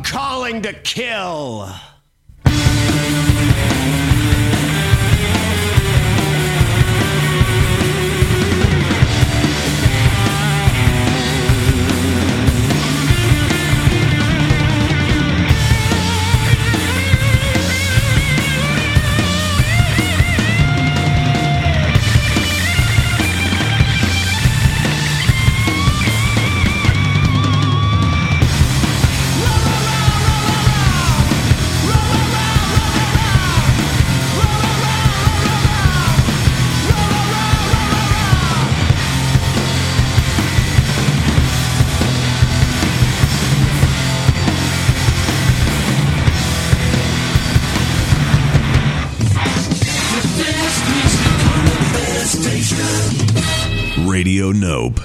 Speaker 20: calling to kill.
Speaker 17: Radio Nope.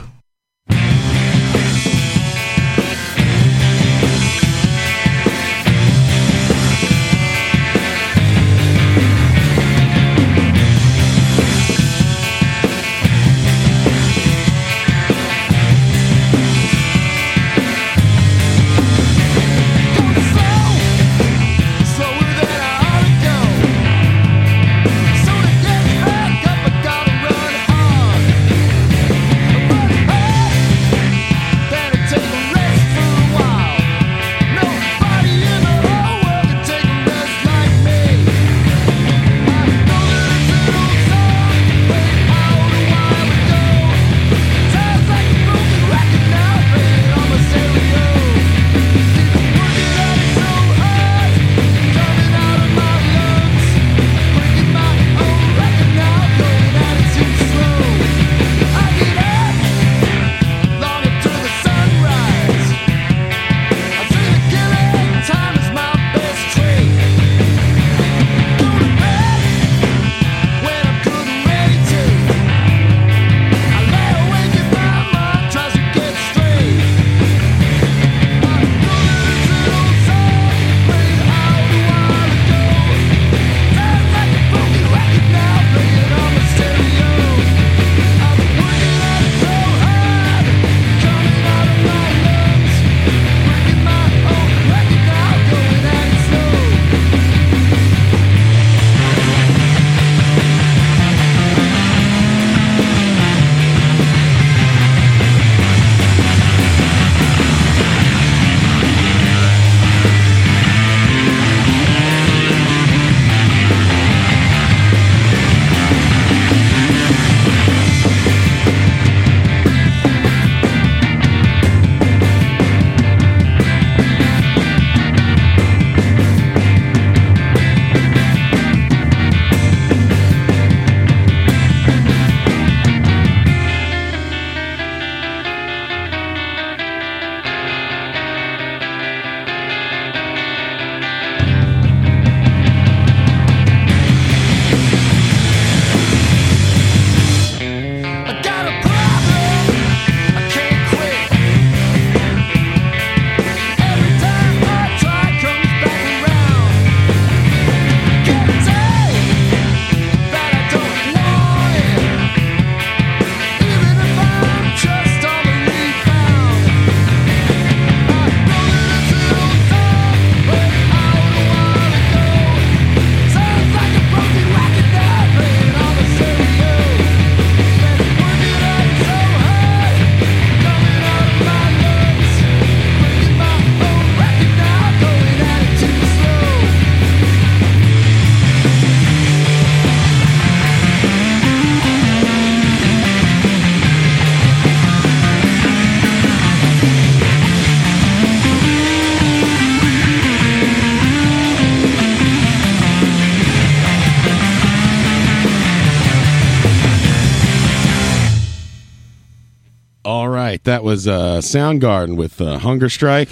Speaker 13: All right, that was uh, Soundgarden with uh, Hunger Strike,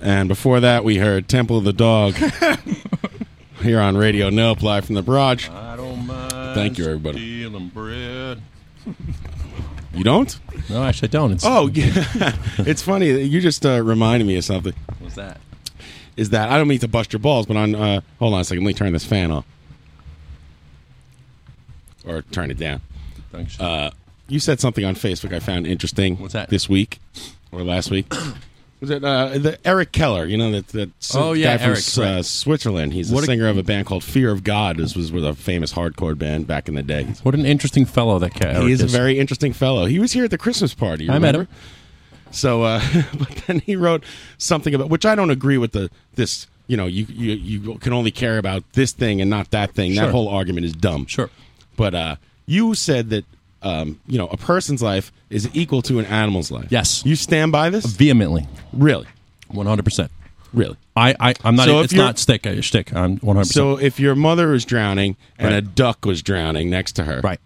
Speaker 13: and before that we heard Temple of the Dog here on Radio Nope, live from the barrage.
Speaker 14: I don't mind.
Speaker 13: Thank you, everybody.
Speaker 14: Stealing bread.
Speaker 13: You don't?
Speaker 14: No, actually, I don't. It's-
Speaker 13: oh, yeah. it's funny. that You just uh, reminded me of something.
Speaker 14: What's that?
Speaker 13: Is that I don't mean to bust your balls, but on uh, hold on a second. Let me turn this fan off or turn it down. Uh, you said something on Facebook I found interesting. What's that? This week or last week? Was it uh, the Eric Keller? You know that that s-
Speaker 14: Oh, yeah,
Speaker 13: guy from
Speaker 14: Eric,
Speaker 13: S- uh, Switzerland. He's a
Speaker 14: What a-
Speaker 13: singer of a band called Fear of God. This was with a famous hardcore band back in the day.
Speaker 14: What an interesting fellow that cat.
Speaker 13: he is a very interesting fellow. He was here at the Christmas party. you
Speaker 14: I met him.
Speaker 13: remember? So, uh, but then he wrote something about which I don't agree with the this. You know, you you, you can only care about this thing and not that thing. That
Speaker 14: Sure.
Speaker 13: whole argument is dumb. Sure. But uh, you said that um, you know a person's life is equal to an animal's life.
Speaker 14: Yes.
Speaker 13: You stand by this
Speaker 14: vehemently.
Speaker 13: Really,
Speaker 14: one hundred percent.
Speaker 13: Really,
Speaker 14: I, I I'm not.
Speaker 13: So if
Speaker 14: it's
Speaker 13: you're-
Speaker 14: not stick. uh, Stick. I'm one hundred percent.
Speaker 13: So if your mother was drowning and a duck was drowning next to her, right,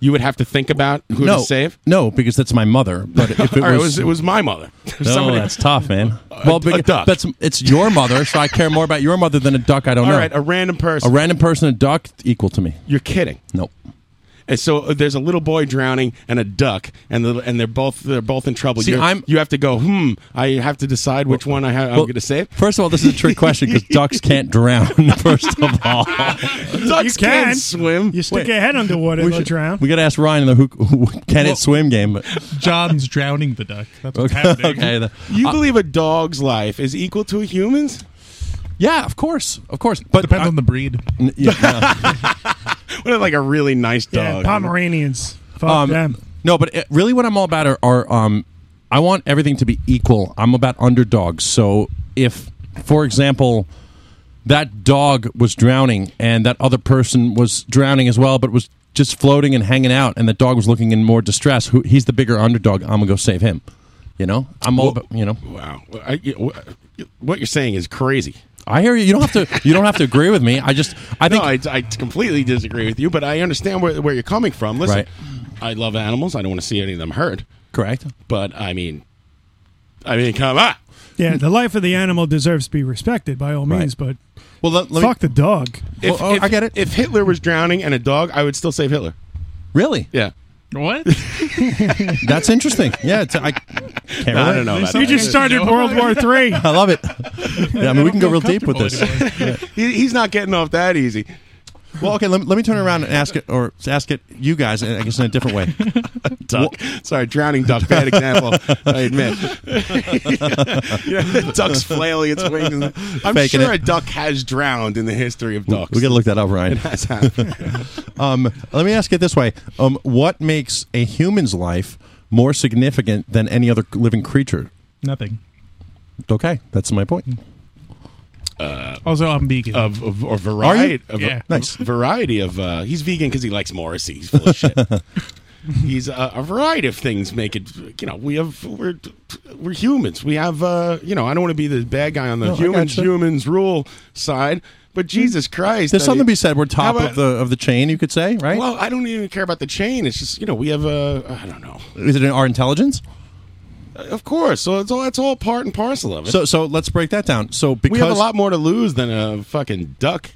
Speaker 13: you would have to think about who
Speaker 14: no,
Speaker 13: to save.
Speaker 14: No, because that's my mother. But if it
Speaker 13: Or
Speaker 14: was,
Speaker 13: it was my mother.
Speaker 14: No,
Speaker 13: Somebody-
Speaker 14: that's tough, man. Well,
Speaker 13: a
Speaker 14: but
Speaker 13: duck.
Speaker 14: that's it's your mother, so I care more about your mother than a duck. I don't
Speaker 13: All
Speaker 14: know.
Speaker 13: right, a random person.
Speaker 14: A random person, a duck, equal to me.
Speaker 13: You're kidding.
Speaker 14: Nope.
Speaker 13: And so uh, there's a little boy drowning and a duck, and the, and they're both they're both in trouble.
Speaker 14: See,
Speaker 13: You're-
Speaker 14: I'm-
Speaker 13: you have to go. Hmm. I have to decide which one I have, I'm
Speaker 14: well,
Speaker 13: going to save.
Speaker 14: First of all, this is a trick question because ducks can't drown. First of all,
Speaker 13: Ducks
Speaker 5: can.
Speaker 13: can't swim.
Speaker 5: You stick your head underwater,
Speaker 14: We
Speaker 5: they'll
Speaker 14: should-
Speaker 5: drown.
Speaker 14: we got to ask Ryan the who, who can it swim game. But
Speaker 9: John's drowning the duck. That's what's
Speaker 14: Okay,
Speaker 9: happening.
Speaker 14: okay, the-
Speaker 13: You believe a dog's life is equal to a human's?
Speaker 14: Yeah, of course, of course. But
Speaker 9: depends on the breed.
Speaker 13: what like a really nice
Speaker 5: Yeah,
Speaker 14: dog?
Speaker 5: Pomeranians. Fuck
Speaker 14: Um,
Speaker 5: them.
Speaker 14: No, but it, really, what I'm all about are, are um, I want everything to be equal. I'm about underdogs. So if, for example, that dog was drowning and that other person was drowning as well, but was just floating and hanging out, and the dog was looking in more distress, who, he's the bigger underdog. I'm gonna go save him. You know, I'm all
Speaker 13: Well-
Speaker 14: about. You know,
Speaker 13: Wow. I- you- wh- What you're saying is crazy.
Speaker 14: I hear you. You don't have to. You don't have to agree with me. I just. I
Speaker 13: think I, completely disagree with you, but I understand where, where you're coming from. Listen,
Speaker 14: Right.
Speaker 13: I love animals. I don't want to see any of them hurt.
Speaker 14: Correct.
Speaker 13: But I mean, I mean, come on.
Speaker 5: Yeah, the life of the animal deserves to be respected by all means, but
Speaker 14: well,
Speaker 5: fuck the dog.
Speaker 13: If,
Speaker 14: oh,
Speaker 13: if- If Hitler was drowning and a dog, I would still save Hitler.
Speaker 14: Really?
Speaker 13: Yeah.
Speaker 9: What?
Speaker 14: That's interesting. Yeah, it's, I can't
Speaker 13: No, I
Speaker 14: relate.
Speaker 13: don't know about
Speaker 5: You just started World War Three.
Speaker 14: I love it. Yeah, I mean, we can go real deep with this.
Speaker 13: He- he's not getting off that easy.
Speaker 14: Well, okay, let me, let me turn around and ask it, or ask it you guys, I guess in a different way.
Speaker 13: duck. Sorry, drowning duck. Bad example. I admit. You know, the duck's flailing its wings. I'm
Speaker 14: Faking
Speaker 13: sure
Speaker 14: it.
Speaker 13: a duck has drowned in the history of ducks.
Speaker 14: We got to look that up, Ryan.
Speaker 13: It has happened.
Speaker 14: um, let me ask it this way: um, What makes a human's life more significant than any other living creature?
Speaker 9: Nothing.
Speaker 14: Okay, that's my point.
Speaker 13: uh,
Speaker 9: Also, I'm vegan.
Speaker 13: of, of or
Speaker 14: Are
Speaker 13: variety,
Speaker 14: you?
Speaker 13: of,
Speaker 14: Yeah. Nice.
Speaker 13: variety of. Uh, he's vegan because he likes Morrissey. He's full of shit. he's uh, a variety of things make it. You know, we have we're we're humans. We have. Uh, you know, I don't want to be the bad guy on the
Speaker 14: No, I
Speaker 13: humans
Speaker 14: gotcha. Hmm.
Speaker 13: humans rule side, but Jesus Christ,
Speaker 14: There's
Speaker 13: I
Speaker 14: something to
Speaker 13: mean-
Speaker 14: be said. We're top
Speaker 13: How about-
Speaker 14: of the of the chain, you could say, right?
Speaker 13: Well, I don't even care about the chain. It's just you know we have a I don't know.
Speaker 14: Is it in our intelligence?
Speaker 13: Of course, so it's all that's all part and parcel of it.
Speaker 14: So so let's break that down. So
Speaker 13: we
Speaker 14: because
Speaker 13: have a lot more to lose than a fucking duck.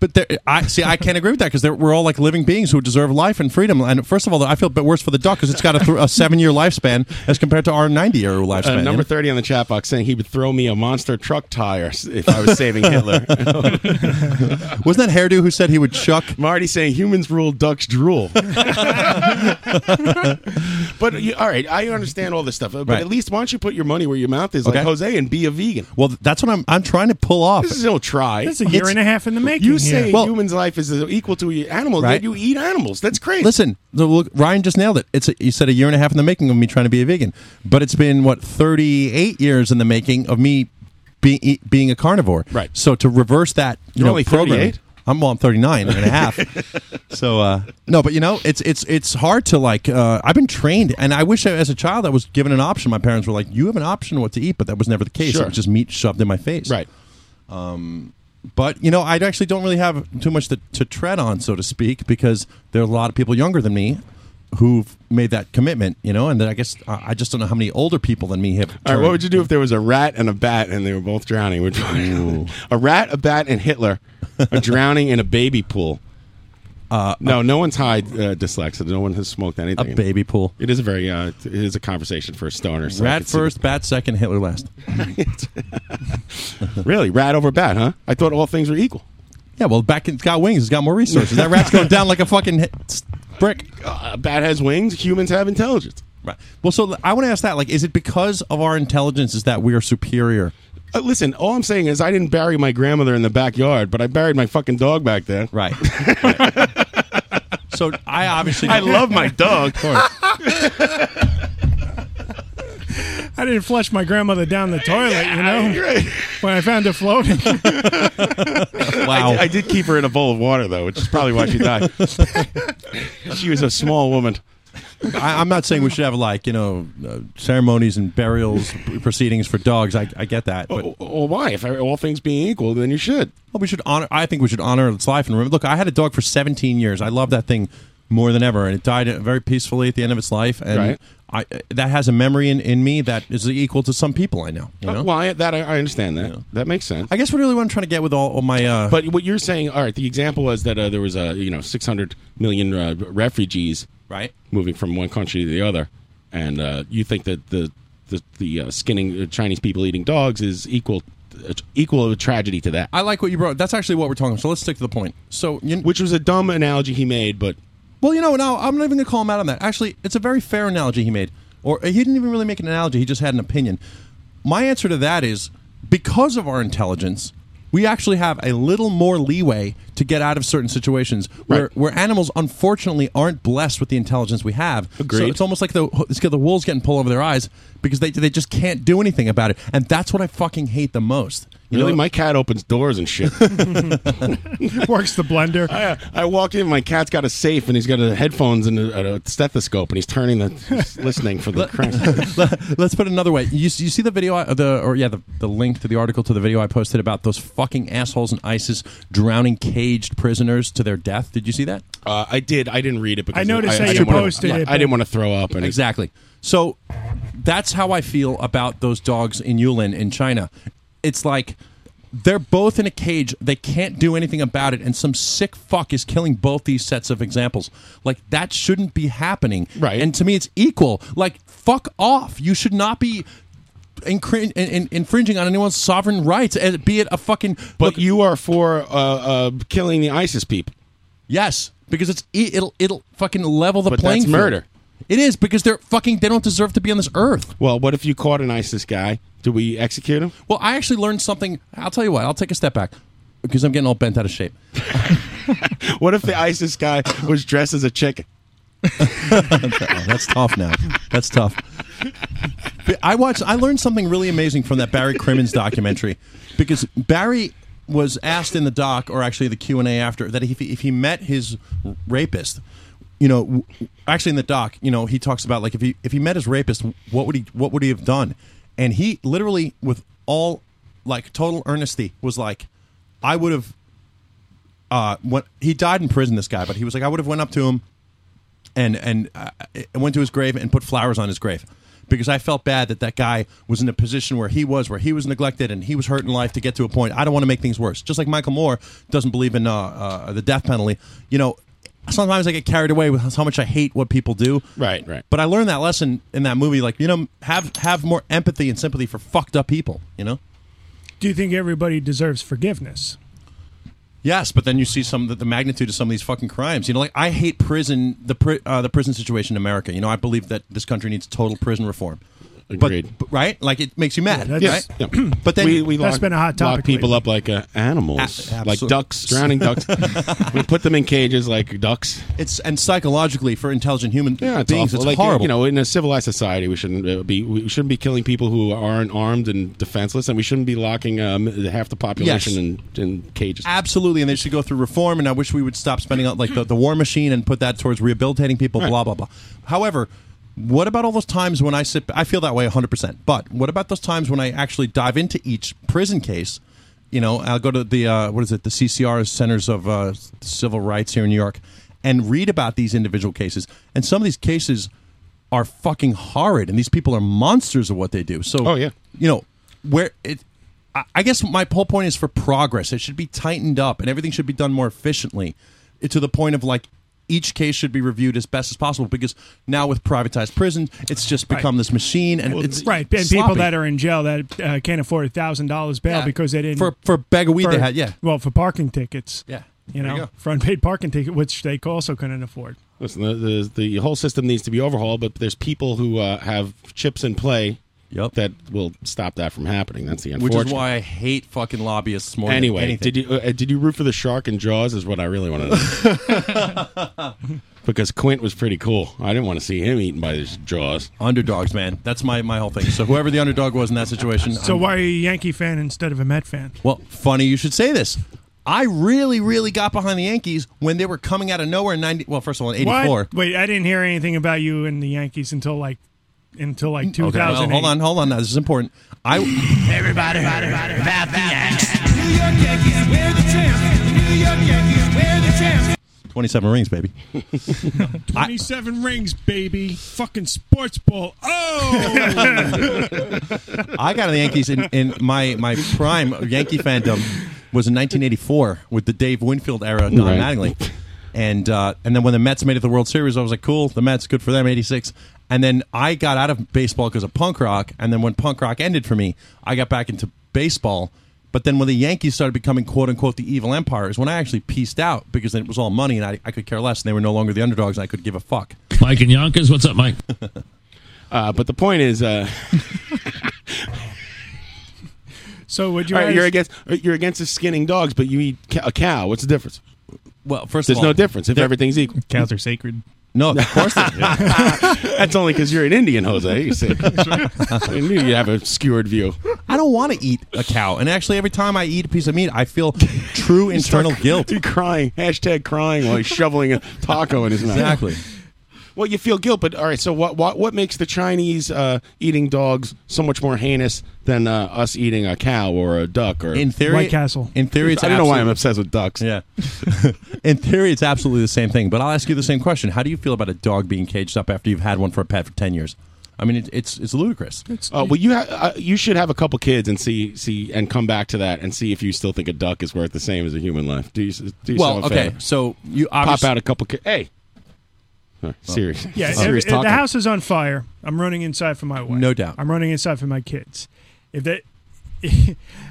Speaker 14: But there, I see. I can't agree with that because we're all like living beings who deserve life and freedom. And first of all, I feel a bit worse for the duck because it's got a, th- a seven-year lifespan as compared to our ninety-year lifespan.
Speaker 13: Uh,
Speaker 14: you
Speaker 13: number
Speaker 14: know?
Speaker 13: thirty on the chat box saying he would throw me a monster truck tire if I was saving Hitler.
Speaker 14: Wasn't that hairdo who said he would chuck?
Speaker 13: Marty saying humans rule, ducks drool. but you, all right, I understand all this stuff. But
Speaker 14: Right.
Speaker 13: at least why don't you put your money where your mouth is, like
Speaker 14: Okay.
Speaker 13: Jose, and be a vegan?
Speaker 14: Well, that's what I'm. I'm trying to pull off.
Speaker 13: This is no try.
Speaker 5: That's a year and a half in the making.
Speaker 13: You
Speaker 5: here.
Speaker 13: say a human's life is equal to an animal,
Speaker 14: Right.
Speaker 13: yet you eat animals. That's crazy.
Speaker 14: Listen, the- look, Ryan just nailed it. It's a, you said a year and a half in the making of me trying to be a vegan, but it's been what thirty-eight years in the making of me being e- being a carnivore. Right. So to reverse that, you
Speaker 13: You're
Speaker 14: know,
Speaker 13: only
Speaker 14: program-
Speaker 13: 38?
Speaker 14: I'm well, I'm 39 and a half. so uh, no, but you know, it's it's it's hard to like. Uh, I've been trained, and I wish I, as a child I was given an option. My parents were like, "You have an option what to eat," but that was never the case.
Speaker 13: Sure.
Speaker 14: It was just meat shoved in my face.
Speaker 13: Right.
Speaker 14: Um, but you know, I actually don't really have too much to, to tread on, so to speak, because there are a lot of people younger than me who've made that commitment. You know, and then I guess I I just don't know how many older people than me have.
Speaker 13: All right, what would you do if there was a rat and a bat and they were both drowning? Which one? a rat, a bat, and Hitler are drowning in a baby pool.
Speaker 14: Uh,
Speaker 13: no, no one's high uh, dyslexic. No one has smoked anything.
Speaker 14: A baby pool.
Speaker 13: It is a very. Uh, it is a conversation for a stoner. so I
Speaker 14: Rat
Speaker 13: could see
Speaker 14: first, bat second, Hitler last.
Speaker 13: that. Really, rat over bat, huh? I thought all things were equal.
Speaker 14: Yeah, well, back it's got wings. It's got more resources. That rat's going down like a fucking hit- s- brick.
Speaker 13: Uh, A bat has wings. Humans have intelligence.
Speaker 14: Right. Well, so I want to ask that. Like, is it because of our intelligence is that we are superior?
Speaker 13: Uh, listen, all I'm saying is I didn't bury my grandmother in the backyard, but I buried my fucking dog back there.
Speaker 14: Right. so I obviously
Speaker 13: I love my dog.
Speaker 5: I didn't flush my grandmother down the toilet, you know, when I found her floating.
Speaker 13: wow. I, I did keep her in a bowl of water though, which is probably why she died. she was a small woman.
Speaker 14: I, I'm not saying we should have like you know uh, ceremonies and burials proceedings for dogs. I, I get that, but
Speaker 13: Well, Oh, why? If all things being equal, then you should.
Speaker 14: Well, we should honor. I think we should honor its life and remember. Look, I had a dog for 17 years. I love that thing more than ever, and it died uh, very peacefully at the end of its life. And
Speaker 13: Right.
Speaker 14: I, uh, that has a memory in, in me that is equal to some people I know. You know?
Speaker 13: Uh, well, I, that I, I understand that. That makes sense.
Speaker 14: I guess what really what I'm trying to get with all, all my. Uh,
Speaker 13: But what you're saying, all right, the example was that uh, there was a you know 600 million uh, refugees
Speaker 14: right
Speaker 13: moving from one country to the other, and uh, you think that the the, the uh, skinning uh, Chinese people eating dogs is equal uh, equal of a tragedy to that.
Speaker 14: I like what you brought. That's actually what we're talking. about. So let's stick to the point. So,
Speaker 13: which was a dumb analogy he made, but
Speaker 14: Well, you know, now I'm not even going to call him out on that. Actually, it's a very fair analogy he made. Or he didn't even really make an analogy, he just had an opinion. My answer to that is because of our intelligence, we actually have a little more leeway to get out of certain situations where, where animals unfortunately aren't blessed with the intelligence we have. So
Speaker 13: Agreed.
Speaker 14: it's almost like the it's got the wool's getting pulled over their eyes because they they just can't do anything about it. And that's what I fucking hate the most. You
Speaker 13: really,
Speaker 14: know,
Speaker 13: my cat opens doors and shit.
Speaker 5: Works the blender.
Speaker 13: I, I walked in, my cat's got a safe, and he's got a headphones and a, a stethoscope, and he's turning the, he's listening for the crank. Uh,
Speaker 14: Let- Let's put it another way. You, you see the video, I- the or yeah, the, the link to the article to the video I posted about those fucking assholes in ISIS drowning caged prisoners to their death. Did you see that?
Speaker 13: Uh, I did. I didn't read it because
Speaker 14: I noticed that you
Speaker 13: didn't wanna-
Speaker 14: posted
Speaker 13: yeah,
Speaker 14: it,
Speaker 13: I didn't want to throw up. And it's-
Speaker 14: Exactly. So that's how I feel about those dogs in Yulin in China. It's like they're both in a cage. They can't do anything about it, and some sick fuck is killing both these sets of examples. Like that shouldn't be happening. Right. And to me, it's equal. Like fuck off. You should not be. Incrin- in- in- infringing on anyone's sovereign rights, as- be it a fucking.
Speaker 13: But you are for uh, uh, killing the ISIS people.
Speaker 14: Yes, because it's e- it'll it'll fucking level the
Speaker 13: But
Speaker 14: playing
Speaker 13: that's
Speaker 14: field.
Speaker 13: murder.
Speaker 14: It is because they're fucking. They don't deserve to be on this earth.
Speaker 13: Well, what if you caught an ISIS guy? Do we execute him?
Speaker 14: Well, I actually learned something. I'll tell you what. I'll take a step back because I'm getting all bent out of shape.
Speaker 13: What if the ISIS guy was dressed as a chicken?
Speaker 14: That's tough now. That's tough. But I watched. I learned something really amazing from that Barry Crimmins documentary because Barry was asked in the doc, or actually the Q and A after, that if he, if he met his rapist, you know, w- actually in the doc, you know, he talks about like if he if he met his rapist, what would he what would he have done? And he literally, with all like total earnesty, was like, I would have. Uh, what he died in prison, this guy, but he was like, I would have went up to him, and and uh, I went to his grave and put flowers on his grave because I felt bad that that guy was in a position where he was, where he was neglected and he was hurt in life to get to a point. I don't want to make things worse. Just like Michael Moore doesn't believe in uh, uh, the death penalty, you know. Sometimes I get carried away with how much I hate what people do.
Speaker 13: Right, right.
Speaker 14: But I learned that lesson in that movie. Like, you know, have have more empathy and sympathy for fucked up people. You know.
Speaker 5: Do you think everybody deserves forgiveness?
Speaker 14: Yes, but then you see some the, the magnitude of some of these fucking crimes. You know, like I hate prison the pri- uh, the prison situation in America. You know, I believe that this country needs total prison reform.
Speaker 13: Agreed.
Speaker 14: But, but- right? Like it makes you mad,
Speaker 5: Yeah, that's-
Speaker 14: right? But then
Speaker 13: we, we lock, lock people
Speaker 14: lately.
Speaker 13: up like uh, animals,
Speaker 14: A-
Speaker 13: like
Speaker 14: absolute-
Speaker 13: ducks, drowning ducks. we put them in cages like ducks.
Speaker 14: It's and psychologically for intelligent human
Speaker 13: Yeah, it's
Speaker 14: beings,
Speaker 13: awful.
Speaker 14: it's
Speaker 13: like, uh,
Speaker 14: horrible.
Speaker 13: You know, in a civilized society, we shouldn't uh, be we shouldn't be killing people who aren't armed and defenseless, and we shouldn't be locking um, half the population
Speaker 14: Yes.
Speaker 13: in, in cages.
Speaker 14: Absolutely, and they should go through reform. And I wish we would stop spending out like the, the war machine and put that towards rehabilitating people. Blah blah blah. However, what about all those times when I sit? I feel that way 100. percent But what about those times when I actually dive into each prison case? You know, I'll go to the uh, what is it? The CCR Centers of uh, Civil Rights here in New York, and read about these individual cases. And some of these cases are fucking horrid, and these people are monsters of what they do. So, oh yeah, you know where it. I- I guess my whole point is for progress. It should be tightened up, and everything should be done more efficiently, eh, to the point of like each case should be reviewed as best as possible. Because now with privatized prisons, it's just become this machine, and it's
Speaker 5: right, and people
Speaker 14: sloppy.
Speaker 5: that are in jail that uh, can't afford a thousand dollars bail
Speaker 14: Yeah.
Speaker 5: because they didn't
Speaker 14: For- for a bag of weed they had, yeah.
Speaker 5: Well, for parking tickets,
Speaker 14: Yeah. There you
Speaker 5: you know,
Speaker 14: go.
Speaker 5: for unpaid parking ticket, which they also couldn't afford.
Speaker 13: Listen, the, the the whole system needs to be overhauled, but there's people who uh, have chips in play that will stop that from happening. That's the
Speaker 14: Which
Speaker 13: unfortunate.
Speaker 14: is why I hate fucking lobbyists more.
Speaker 13: anyway,
Speaker 14: than anything.
Speaker 13: did you uh, did you root for the shark in Jaws? Is what I really want to know. because Quint was pretty cool. I didn't want to see him eaten by his jaws.
Speaker 14: Underdogs, man. That's my my whole thing. So whoever the underdog was in that situation,
Speaker 5: So
Speaker 14: I'm-
Speaker 5: why are you a Yankee fan instead of a Met fan?
Speaker 14: Well, funny you should say this. I really, really got behind the Yankees when they were coming out of nowhere in ninety. Well, first of all, in
Speaker 5: What?
Speaker 14: eighty four.
Speaker 5: Wait, I didn't hear anything about you and the Yankees until like until like
Speaker 14: Okay, well,
Speaker 5: 2008.
Speaker 14: hold on, hold on. Now this is important. I
Speaker 5: Everybody,
Speaker 12: New York Yankees, we're the champs. New York Yankees, we're the champs.
Speaker 14: twenty seven rings, baby. I,
Speaker 21: 27 rings, baby. Fucking sports ball. Oh!
Speaker 14: I got on the Yankees in, in my my prime Yankee fandom was in nineteen eighty four with the Dave Winfield era, Don
Speaker 13: Right.
Speaker 14: Mattingly, and uh, and then when the Mets made it to the World Series, I was like, cool, the Mets, good for them, eighty six. And then I got out of baseball because of punk rock, and then when punk rock ended for me, I got back into baseball. But then when the Yankees started becoming quote unquote the evil empire is when I actually pieced out because then it was all money and I, I could care less and they were no longer the underdogs and I could give a fuck.
Speaker 1: Mike and Yonkers, what's up, Mike?
Speaker 13: Uh, but the point is, uh,
Speaker 5: so would
Speaker 13: you? you're against uh, you're against the skinning dogs, but you eat ca- a cow. What's the difference?
Speaker 14: Well, first
Speaker 13: there's
Speaker 14: of all,
Speaker 13: no difference if
Speaker 14: there-
Speaker 13: everything's equal.
Speaker 9: Cows are sacred.
Speaker 14: No, of course not.
Speaker 13: That's only because you're an Indian, Jose. You see. I knew you'd have a skewered view.
Speaker 14: I don't want to eat a cow. And actually, every time I eat a piece of meat, I feel true internal guilt.
Speaker 13: You're crying. Hashtag crying while he's shoveling a taco in his mouth.
Speaker 14: Exactly.
Speaker 13: Well, you feel guilt, but all right. So, what what what makes the Chinese uh, eating dogs so much more heinous than uh, us eating a cow or a duck or
Speaker 14: In theory, In theory, it's
Speaker 13: I don't know why I'm
Speaker 14: absolute-
Speaker 13: obsessed with ducks.
Speaker 14: Yeah. in theory, it's absolutely the same thing. But I'll ask you the same question: How do you feel about a dog being caged up after you've had one for a pet for ten years? I mean, it, it's it's ludicrous.
Speaker 13: Uh, well, you ha- uh, you should have a couple kids and see see and come back to that and see if you still think a duck is worth the same as a human life. Do you? Do yourself
Speaker 14: well,
Speaker 13: a
Speaker 14: okay.
Speaker 13: favor.
Speaker 14: So you
Speaker 13: pop
Speaker 14: obviously-
Speaker 13: out a couple kids. Hey, All right, serious.
Speaker 5: Yeah, if-
Speaker 13: serious
Speaker 5: if
Speaker 13: talking.
Speaker 5: the house is on fire. I'm running inside for my wife.
Speaker 14: No doubt.
Speaker 5: I'm running inside for my kids. If that,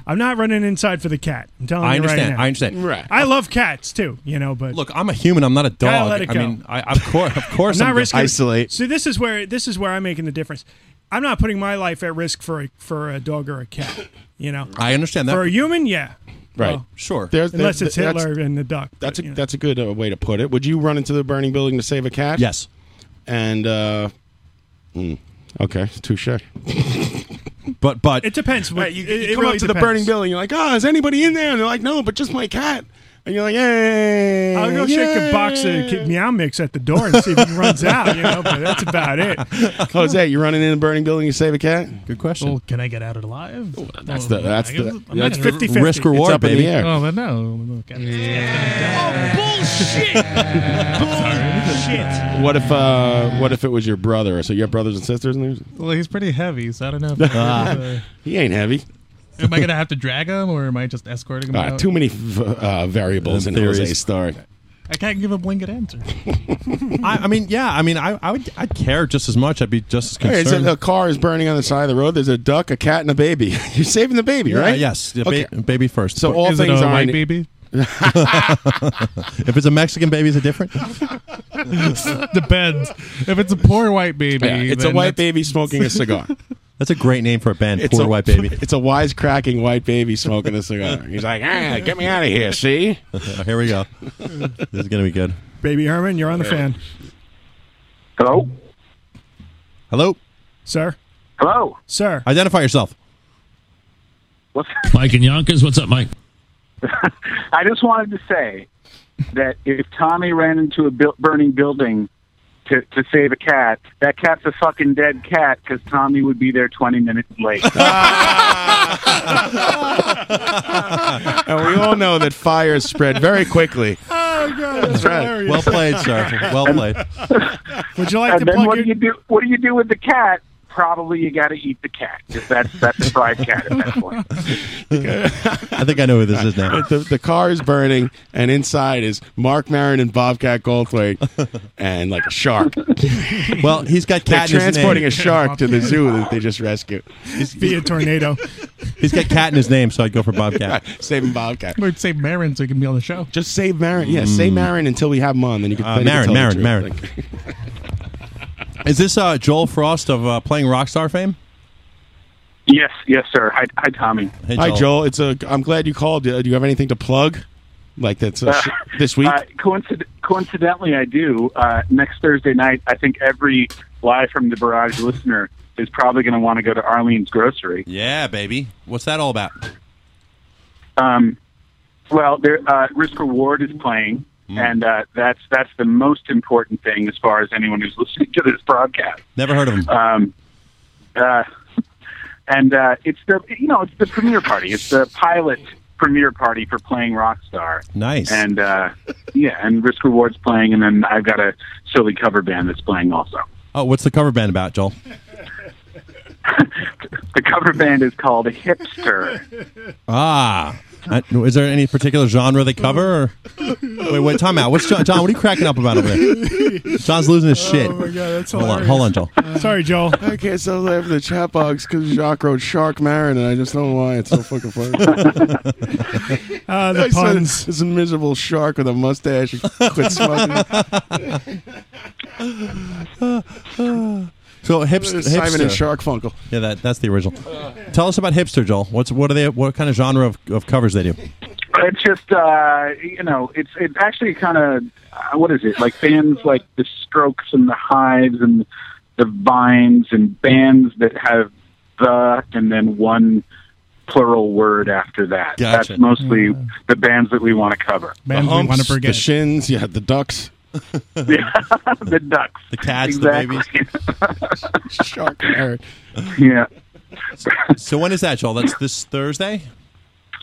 Speaker 5: I'm not running inside for the cat. I'm telling
Speaker 14: I
Speaker 5: you
Speaker 14: understand.
Speaker 5: right now.
Speaker 14: I understand. Right.
Speaker 5: I love cats too. You know, but
Speaker 14: Look, I'm a human. I'm not a dog.
Speaker 5: Gotta let it
Speaker 14: I
Speaker 5: go.
Speaker 14: mean, I, of course, of course,
Speaker 5: I'm not
Speaker 14: go-
Speaker 5: risking So this is where this is where I'm making the difference. I'm not putting my life at risk for a, for a dog or a cat. You know,
Speaker 14: I understand that.
Speaker 5: for a human, yeah,
Speaker 13: Right.
Speaker 5: Well,
Speaker 14: sure.
Speaker 5: unless it's Hitler
Speaker 13: That's,
Speaker 5: and the duck.
Speaker 13: that's a that's a good uh, way to put it. Would you run into the burning building to save a cat?
Speaker 14: Yes.
Speaker 13: And uh, mm, okay, touche.
Speaker 14: but but
Speaker 5: it depends. What,
Speaker 13: you,
Speaker 5: it-
Speaker 13: you
Speaker 5: it
Speaker 13: come
Speaker 5: really
Speaker 13: up to the
Speaker 5: depends.
Speaker 13: burning building. You're like, oh, is anybody in there? And they're like, no, but just my cat. And you're like, hey,
Speaker 5: I'll go shake a box of
Speaker 13: yeah."
Speaker 5: Kid meow mix at the door and see if he runs out. You know, but that's about it.
Speaker 13: Jose, you running in the burning building to save a cat?
Speaker 14: Good question.
Speaker 5: Oh,
Speaker 9: Well, can I get out alive?
Speaker 13: That's
Speaker 9: Well,
Speaker 13: the that's
Speaker 9: I guess
Speaker 13: the
Speaker 9: I'm not
Speaker 13: that's
Speaker 9: gonna-
Speaker 13: the It's up in the air.
Speaker 9: Oh, but no. Oh,
Speaker 12: Bullshit.
Speaker 13: What if uh, what if it was your brother? So you have brothers and sisters in there?
Speaker 9: Well, he's pretty heavy, so I don't know. If there's, uh,
Speaker 13: he ain't heavy.
Speaker 9: am I gonna have to drag him, or am I just escorting him?
Speaker 13: Ah,
Speaker 9: out?
Speaker 13: too many v- uh, variables in
Speaker 14: Theories.
Speaker 13: Jose's story.
Speaker 9: I can't give a blinkered answer.
Speaker 14: I, I mean, yeah. I mean, I, I would. I'd care just as much. I'd be just as
Speaker 13: Hey,
Speaker 14: concerned.
Speaker 13: it's a, a car is burning on the side of the road. There's a duck, a cat, and a baby. You're saving the baby,
Speaker 14: Yeah,
Speaker 13: right?
Speaker 14: yes, the
Speaker 13: Okay.
Speaker 14: ba- baby first.
Speaker 13: So all
Speaker 14: Is it
Speaker 13: things
Speaker 14: a
Speaker 13: are
Speaker 14: white
Speaker 9: baby.
Speaker 14: if it's a Mexican baby, is it different?
Speaker 9: Depends. If it's a poor white baby,
Speaker 13: Yeah, it's a
Speaker 9: then
Speaker 13: white
Speaker 9: that's-
Speaker 13: baby smoking a cigar.
Speaker 14: That's a great name for a band.
Speaker 13: It's
Speaker 14: Poor
Speaker 13: a-
Speaker 14: white baby.
Speaker 13: It's a wisecracking white baby smoking a cigar. He's like, ah, get me out of here. See?
Speaker 14: Uh, here we go. This is gonna be good.
Speaker 5: Baby Herman, you're on the fan.
Speaker 14: Hello. Hello,
Speaker 5: sir.
Speaker 6: Hello,
Speaker 5: sir.
Speaker 14: Identify yourself.
Speaker 1: Mike and Yonkers, what's up, Mike?
Speaker 6: I just wanted to say that if Tommy ran into a bu- burning building to, to save a cat, that cat's a fucking dead cat because Tommy would be there 20 minutes late.
Speaker 13: and we all know that fires spread very quickly.
Speaker 5: Oh god,
Speaker 13: That's right.
Speaker 14: Well played, sir. Well played.
Speaker 5: Would you like
Speaker 6: and
Speaker 5: to
Speaker 6: then
Speaker 5: plug
Speaker 6: what
Speaker 5: your
Speaker 6: do you do? What do you do with the cat? probably you got to eat the cat. If that's that's a fried cat at that point.
Speaker 14: I think I know who this is now.
Speaker 13: the, the car is burning, and inside is Mark Maron and Bobcat Goldthwait, and like a shark.
Speaker 14: well, he's got
Speaker 13: They're
Speaker 14: cat in his name.
Speaker 13: transporting a shark to the zoo that they just rescued.
Speaker 5: Be a tornado.
Speaker 14: He's got cat in his name, so I'd go for Bobcat.
Speaker 13: Saving Bobcat.
Speaker 9: We'd save Marin so he can be on the show.
Speaker 13: Just save Marin. Yeah, say Marin until we have him on. Then you can.
Speaker 14: Mm. Uh,
Speaker 13: then you can
Speaker 14: Marin,
Speaker 13: tell the
Speaker 14: Marin,
Speaker 13: truth. Like-
Speaker 14: Is this uh, Joel Frost of uh, playing Rockstar fame?
Speaker 6: Yes, yes, sir. Hi, hi Tommy.
Speaker 13: Hi Joel. It's a. I'm glad you called. Uh, Do you have anything to plug? Like that's uh, sh- this week.
Speaker 6: Uh, coincid- coincidentally, I do. Uh, next Thursday night, I think every live from the barrage listener is probably going to want to go to Arlene's Grocery.
Speaker 14: Yeah, baby. What's that all about?
Speaker 6: Um, well, there, uh, Risk Reward is playing, and uh, that's that's the most important thing as far as anyone who's listening to this broadcast.
Speaker 14: Never heard of him.
Speaker 6: Um, uh, and uh, it's the you know it's the premiere party. It's the pilot premiere party for playing Rockstar.
Speaker 14: Nice.
Speaker 6: And uh, yeah, and Risk Rewards playing, and then I've got a silly cover band that's playing also.
Speaker 14: Oh, what's the cover band about, Joel?
Speaker 6: The cover band is called Hipster.
Speaker 14: Ah. I- is there any particular genre they cover? Or? Wait, wait, time out. What's John, John? What are you cracking up about over there? John's losing his shit.
Speaker 9: Oh my god, that's
Speaker 14: hold on, hold on, Joel.
Speaker 13: Uh,
Speaker 9: Sorry, Joel.
Speaker 13: okay, so they have the chat box because Jacques wrote Shark Marin, and I just don't know why it's so fucking funny.
Speaker 5: Uh, the
Speaker 13: I said,
Speaker 5: puns.
Speaker 13: This miserable shark with a mustache who quit smoking.
Speaker 14: So hipster,
Speaker 13: Simon and
Speaker 14: hipster.
Speaker 13: Sharkfunkel.
Speaker 14: Yeah, that, that's the original. Tell us about hipster, Joel. What's what are they? What kind of genre of, of covers they do?
Speaker 6: It's just uh, you know, it's it's actually kind of uh, what is it like bands like the Strokes and the Hives and the Vines and bands that have the and then one plural word after that.
Speaker 13: Gotcha.
Speaker 6: That's mostly the bands that we want to cover.
Speaker 13: the humps, the shins, yeah, the ducks.
Speaker 6: the ducks,
Speaker 14: the cats,
Speaker 6: exactly.
Speaker 14: the babies,
Speaker 13: shark. Marin.
Speaker 6: yeah.
Speaker 14: So when is that, Joel? That's this Thursday.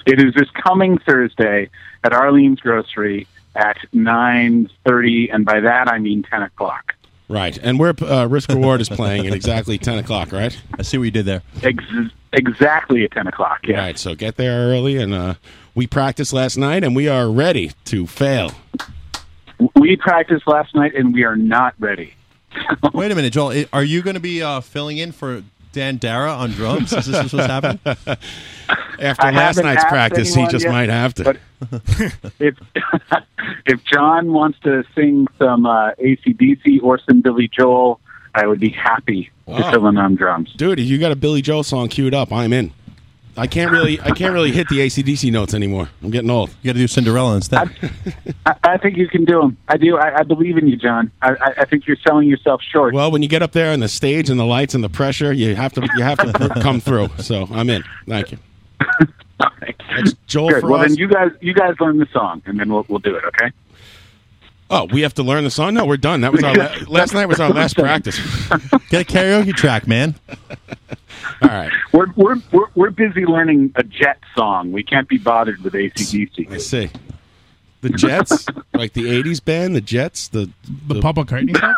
Speaker 6: It is this coming Thursday at Arlene's Grocery at nine thirty, and by that I mean ten o'clock.
Speaker 13: Right, and where uh, Risk Reward is playing at exactly ten o'clock, right?
Speaker 14: I see what you did there.
Speaker 6: Ex- exactly at ten o'clock. Yeah.
Speaker 13: Right, so get there early, and uh, we practiced last night, and we are ready to fail.
Speaker 6: We practiced last night, and we are not ready.
Speaker 14: Wait a minute, Joel. i- Are you going to be uh, filling in for Dan Dara on drums? Is this what's happening?
Speaker 13: After
Speaker 6: I
Speaker 13: last
Speaker 6: haven't
Speaker 13: night's
Speaker 6: asked
Speaker 13: practice, he
Speaker 6: anyone
Speaker 13: just
Speaker 6: yet,
Speaker 13: might have to.
Speaker 6: but- if if John wants to sing some uh, ACDC or some Billy Joel, I would be happy to
Speaker 13: Wow.
Speaker 6: fill in on drums.
Speaker 13: Dude, if you got a Billy Joel song queued up, I'm in. I can't really, I can't really hit the ACDC notes anymore. I'm getting old.
Speaker 14: You got to do Cinderella instead.
Speaker 6: I, I think you can do them. I do. I, I believe in you, John. I, I, I think you're selling yourself short.
Speaker 13: Well, when you get up there and the stage and the lights and the pressure, you have to, you have to pr- come through. So I'm in. Thank you. That's Joel
Speaker 6: Good. Well,
Speaker 13: Frost.
Speaker 6: then you guys you guys learn the song, and then we'll we'll do it. Okay.
Speaker 13: Oh, we have to learn the song. No, we're done. That was our la- last night was our last practice.
Speaker 14: Get a karaoke track, man.
Speaker 13: All right.
Speaker 6: We're we're we're, we're busy learning a Jet song. We can't be bothered with
Speaker 13: I
Speaker 6: ACDC.
Speaker 13: see. The Jets, like the '80s band, the Jets, the
Speaker 9: The Paul McCartney song?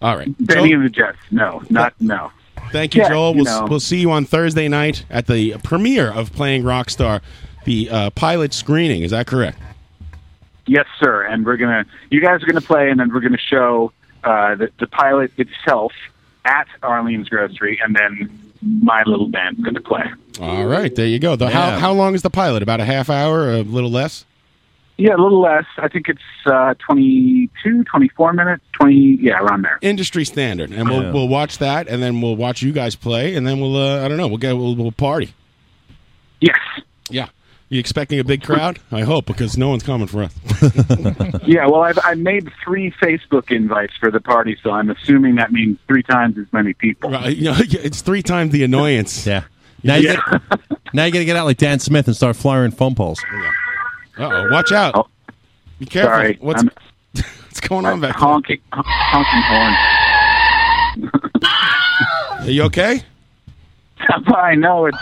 Speaker 13: All right.
Speaker 6: Benny and the Jets. No, not no.
Speaker 13: Thank you,
Speaker 6: Yeah,
Speaker 13: Joel.
Speaker 6: you
Speaker 13: We'll,
Speaker 6: know.
Speaker 13: we'll see you on Thursday night at the premiere of Playing Rockstar, the uh, pilot screening. Is that correct?
Speaker 6: Yes, sir. And we're gonna you guys are gonna play, and then we're gonna show uh, the the pilot itself at Arlene's Grocery, and then my little band's gonna play.
Speaker 13: All right. There you go. The,
Speaker 6: Yeah.
Speaker 13: how, how long is the pilot? About a half hour, a little less?
Speaker 6: Yeah, a little less. I think it's uh, 22, 24 minutes, twenty. Yeah, around there.
Speaker 13: Industry standard. And we'll,
Speaker 6: Yeah.
Speaker 13: we'll watch that, and then we'll watch you guys play, and then we'll, uh, I don't know, we'll, get, we'll, we'll party.
Speaker 6: Yes.
Speaker 13: Yeah. You expecting a big crowd? I hope, because no one's coming for us.
Speaker 6: Yeah, well, I've I made three Facebook invites for the party, so I'm assuming that means three times as many people.
Speaker 13: Right, you know, it's three times the annoyance.
Speaker 14: Yeah. Now you got now you got to get out like Dan Smith and start flying phone poles.
Speaker 13: Uh-oh, watch out.
Speaker 6: Oh,
Speaker 13: Be careful.
Speaker 14: Sorry,
Speaker 13: What's,
Speaker 14: I'm-
Speaker 13: what's going on back
Speaker 6: honking, honking horn.
Speaker 13: Are you okay?
Speaker 6: I know it's.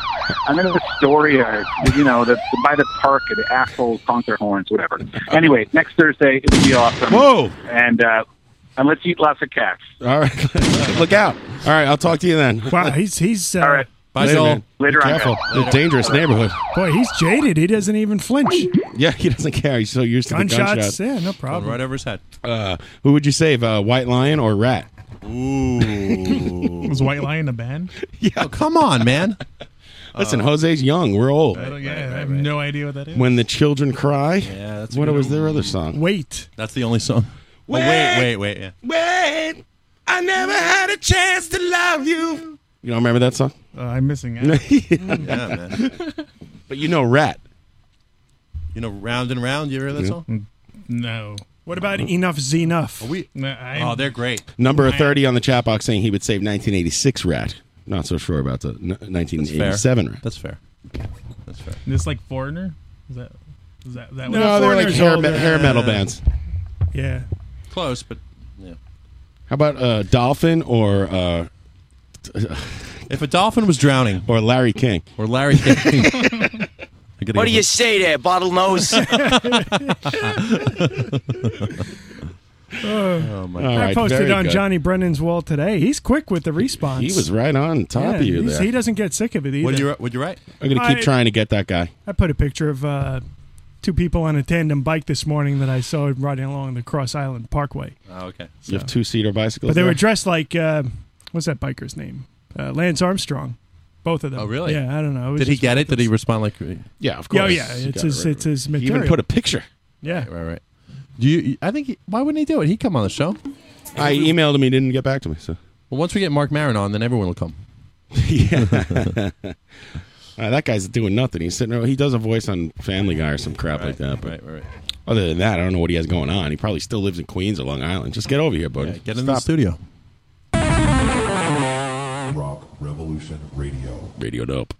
Speaker 6: I'm in Astoria, you know, the, by the park, the assholes honk their horns, whatever. Anyway, next Thursday it'll be awesome.
Speaker 13: Whoa!
Speaker 6: And uh, and let's eat lots of cats.
Speaker 13: All right, look out. All right, I'll talk to you then.
Speaker 5: Wow, he's he's uh, all right.
Speaker 13: Bye, later, man.
Speaker 6: Later
Speaker 13: Be
Speaker 6: on,
Speaker 13: Careful,
Speaker 6: guys.
Speaker 13: It's a dangerous neighborhood.
Speaker 5: Boy, he's jaded. He doesn't even flinch.
Speaker 13: Yeah, he doesn't care. He's so used to
Speaker 5: Gunshots,
Speaker 13: the gunshots.
Speaker 5: yeah, no problem.
Speaker 14: Going right over his head.
Speaker 13: Uh, who would you save, uh, White Lion or Rat? Ooh.
Speaker 9: Was White Lion a band?
Speaker 13: yeah,
Speaker 14: come on, man.
Speaker 13: Listen, Jose's young. We're old.
Speaker 9: I don't, Uh, yeah, I have no idea what that is.
Speaker 13: When the children cry.
Speaker 14: Yeah, that's a
Speaker 13: what
Speaker 14: good
Speaker 13: was
Speaker 14: one.
Speaker 13: their other song?
Speaker 5: Wait.
Speaker 14: That's the only song.
Speaker 13: Wait.
Speaker 14: Oh, wait, wait, wait. Yeah.
Speaker 12: Wait, I never had a chance to love you.
Speaker 13: You don't remember that song?
Speaker 9: Uh, I'm missing out.
Speaker 14: Yeah, man.
Speaker 13: But you know Rat.
Speaker 14: You know, round and round. You ever hear that
Speaker 13: Yeah.
Speaker 14: song?
Speaker 9: No.
Speaker 5: What about enough's enough? Uh,
Speaker 14: we,
Speaker 9: I'm-
Speaker 14: oh, they're great.
Speaker 13: Number 30 on the chat box saying he would save 1986 Rat. Not so sure about the n- 1987 Rat.
Speaker 14: That's fair. That's fair.
Speaker 9: This like foreigner? Is that? Is that? that
Speaker 13: No,
Speaker 9: what-
Speaker 13: they're like
Speaker 9: Foreigner's
Speaker 13: hair,
Speaker 9: older.
Speaker 13: me- hair metal bands.
Speaker 5: Yeah.
Speaker 14: Close, but yeah.
Speaker 13: How about uh, Dolphin or uh,
Speaker 14: If a dolphin was drowning,
Speaker 13: or Larry King,
Speaker 14: or Larry King.
Speaker 20: What do you say there, bottlenose?
Speaker 14: oh
Speaker 13: my All
Speaker 5: I
Speaker 13: right,
Speaker 5: posted
Speaker 13: very
Speaker 5: on
Speaker 13: good.
Speaker 5: Johnny Brennan's wall today. He's quick with the response.
Speaker 13: He was right on top of you
Speaker 5: he's-
Speaker 13: there.
Speaker 5: He doesn't get sick of it either.
Speaker 14: Would you? Would you write?
Speaker 13: I'm going to keep
Speaker 5: I-
Speaker 13: trying to get that guy.
Speaker 5: I put a picture of uh, two people on a tandem bike this morning that I saw riding along the Cross Island Parkway.
Speaker 14: Oh, okay.
Speaker 13: You have two seater bicycles.
Speaker 5: But they
Speaker 13: there?
Speaker 5: were dressed like uh, what's that biker's name? Uh, Lance Armstrong. Both of them.
Speaker 14: Oh, really?
Speaker 5: Yeah, I don't know. was
Speaker 14: Did he
Speaker 5: just-
Speaker 14: get it? Did he respond like? uh,
Speaker 13: Yeah, of
Speaker 5: Yeah, oh,
Speaker 13: course.
Speaker 5: yeah,
Speaker 13: You
Speaker 5: it's
Speaker 13: got it
Speaker 5: his-
Speaker 13: right.
Speaker 5: it's his
Speaker 13: You even
Speaker 5: material.
Speaker 13: put a picture.
Speaker 5: Yeah.
Speaker 14: Right, right. Do you? I think. He, why wouldn't he do it? He come on the show.
Speaker 13: I emailed him. He didn't get back to me. So
Speaker 14: Well, once we get Mark Maron on, then everyone will come.
Speaker 13: yeah. Uh, that guy's doing nothing. He's sitting. He does a voice on Family Guy or some crap like that. But
Speaker 14: Right, right.
Speaker 13: other than that, I don't know what he has going on. He probably still lives in Queens or Long Island. Just get over here, buddy.
Speaker 14: Yeah, get in the
Speaker 13: Stop.
Speaker 14: studio.
Speaker 17: Rock Revolution Radio.
Speaker 13: Radio dope.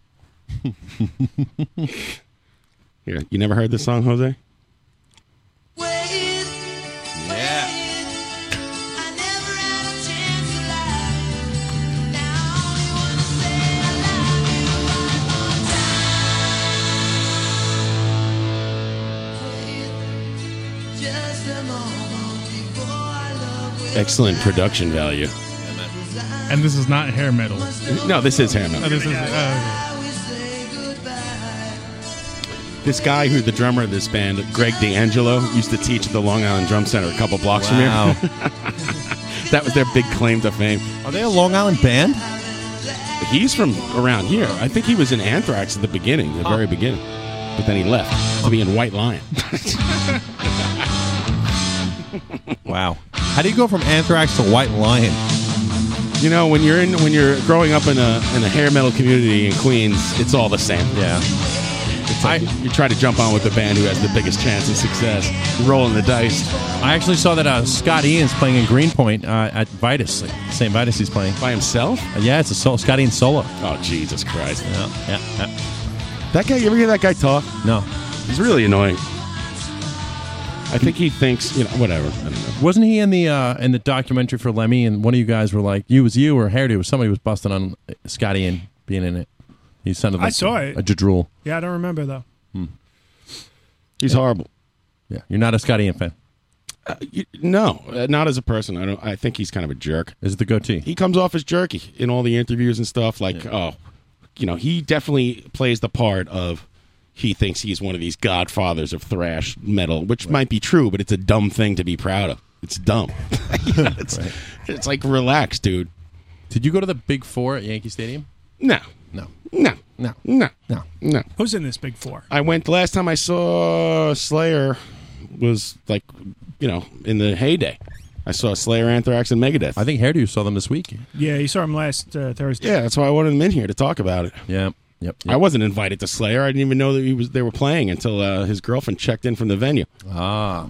Speaker 13: Here, you never heard this song, Jose?
Speaker 14: Yeah.
Speaker 13: Excellent production value.
Speaker 9: And this is not hair metal.
Speaker 13: No, this is hair
Speaker 9: Oh,
Speaker 13: metal.
Speaker 9: this is. Uh,
Speaker 13: This guy who the drummer of this band, Greg D'Angelo, used to teach at the Long Island Drum Center a couple blocks
Speaker 14: Wow.
Speaker 13: from here. that was their big claim to fame.
Speaker 14: Are they a Long Island band?
Speaker 13: He's from around here. I think he was in Anthrax at the beginning, the very beginning. But then he left to be in White Lion.
Speaker 14: Wow. How do you go from Anthrax to White Lion?
Speaker 13: you know, when you're in when you're growing up in a in a hair metal community in Queens, it's all the same.
Speaker 14: Yeah.
Speaker 13: It's like you try to jump on with the band who has the biggest chance of success, rolling the dice.
Speaker 14: I actually saw that uh, Scott Ian's playing in Greenpoint uh, at Vitus, like, same Vitus he's playing.
Speaker 13: By himself?
Speaker 14: Uh, yeah, it's a solo, Scott Ian solo.
Speaker 13: Oh Jesus Christ!
Speaker 14: Yeah, yeah, yeah.
Speaker 13: That guy, you ever hear that guy talk?
Speaker 14: No,
Speaker 13: He's really annoying. I think he thinks, you know, whatever. I don't know.
Speaker 14: wasn't he in the uh, in the documentary for Lemmy? And one of you guys were like, "You was you or Hairdo?" Somebody was busting on Scott Ian being in it. He sounded
Speaker 5: I
Speaker 14: like
Speaker 5: saw
Speaker 14: a,
Speaker 5: it.
Speaker 14: a jadrul.
Speaker 5: Yeah, I don't remember though.
Speaker 13: He's horrible.
Speaker 14: Yeah, you're not a Scott Ian fan.
Speaker 13: Uh, you, no, uh, not as a person. I don't. I think he's kind of a jerk.
Speaker 14: Is it the goatee?
Speaker 13: He comes off as jerky in all the interviews and stuff. Like, oh, you know, he definitely plays the part of. He thinks he's one of these godfathers of thrash metal, which might be true, but it's a dumb thing to be proud of. It's dumb. You know, it's, it's like relax, dude.
Speaker 14: Did you go to the Big Four at Yankee Stadium?
Speaker 13: No,
Speaker 14: No,
Speaker 13: no,
Speaker 14: no,
Speaker 13: no,
Speaker 14: no.
Speaker 13: no.
Speaker 5: Who's in this big four?
Speaker 13: I went last time I saw Slayer was like you know in the heyday. I saw Slayer, Anthrax, and Megadeth.
Speaker 14: I think Hairdo saw them this week.
Speaker 5: Yeah, you saw him last uh, Thursday.
Speaker 13: yeah, that's why I wanted him in here to talk about it.
Speaker 14: Yeah, yep.
Speaker 13: I wasn't invited to Slayer. I didn't even know that he was they were playing until uh, his girlfriend checked in from the venue.
Speaker 14: Ah,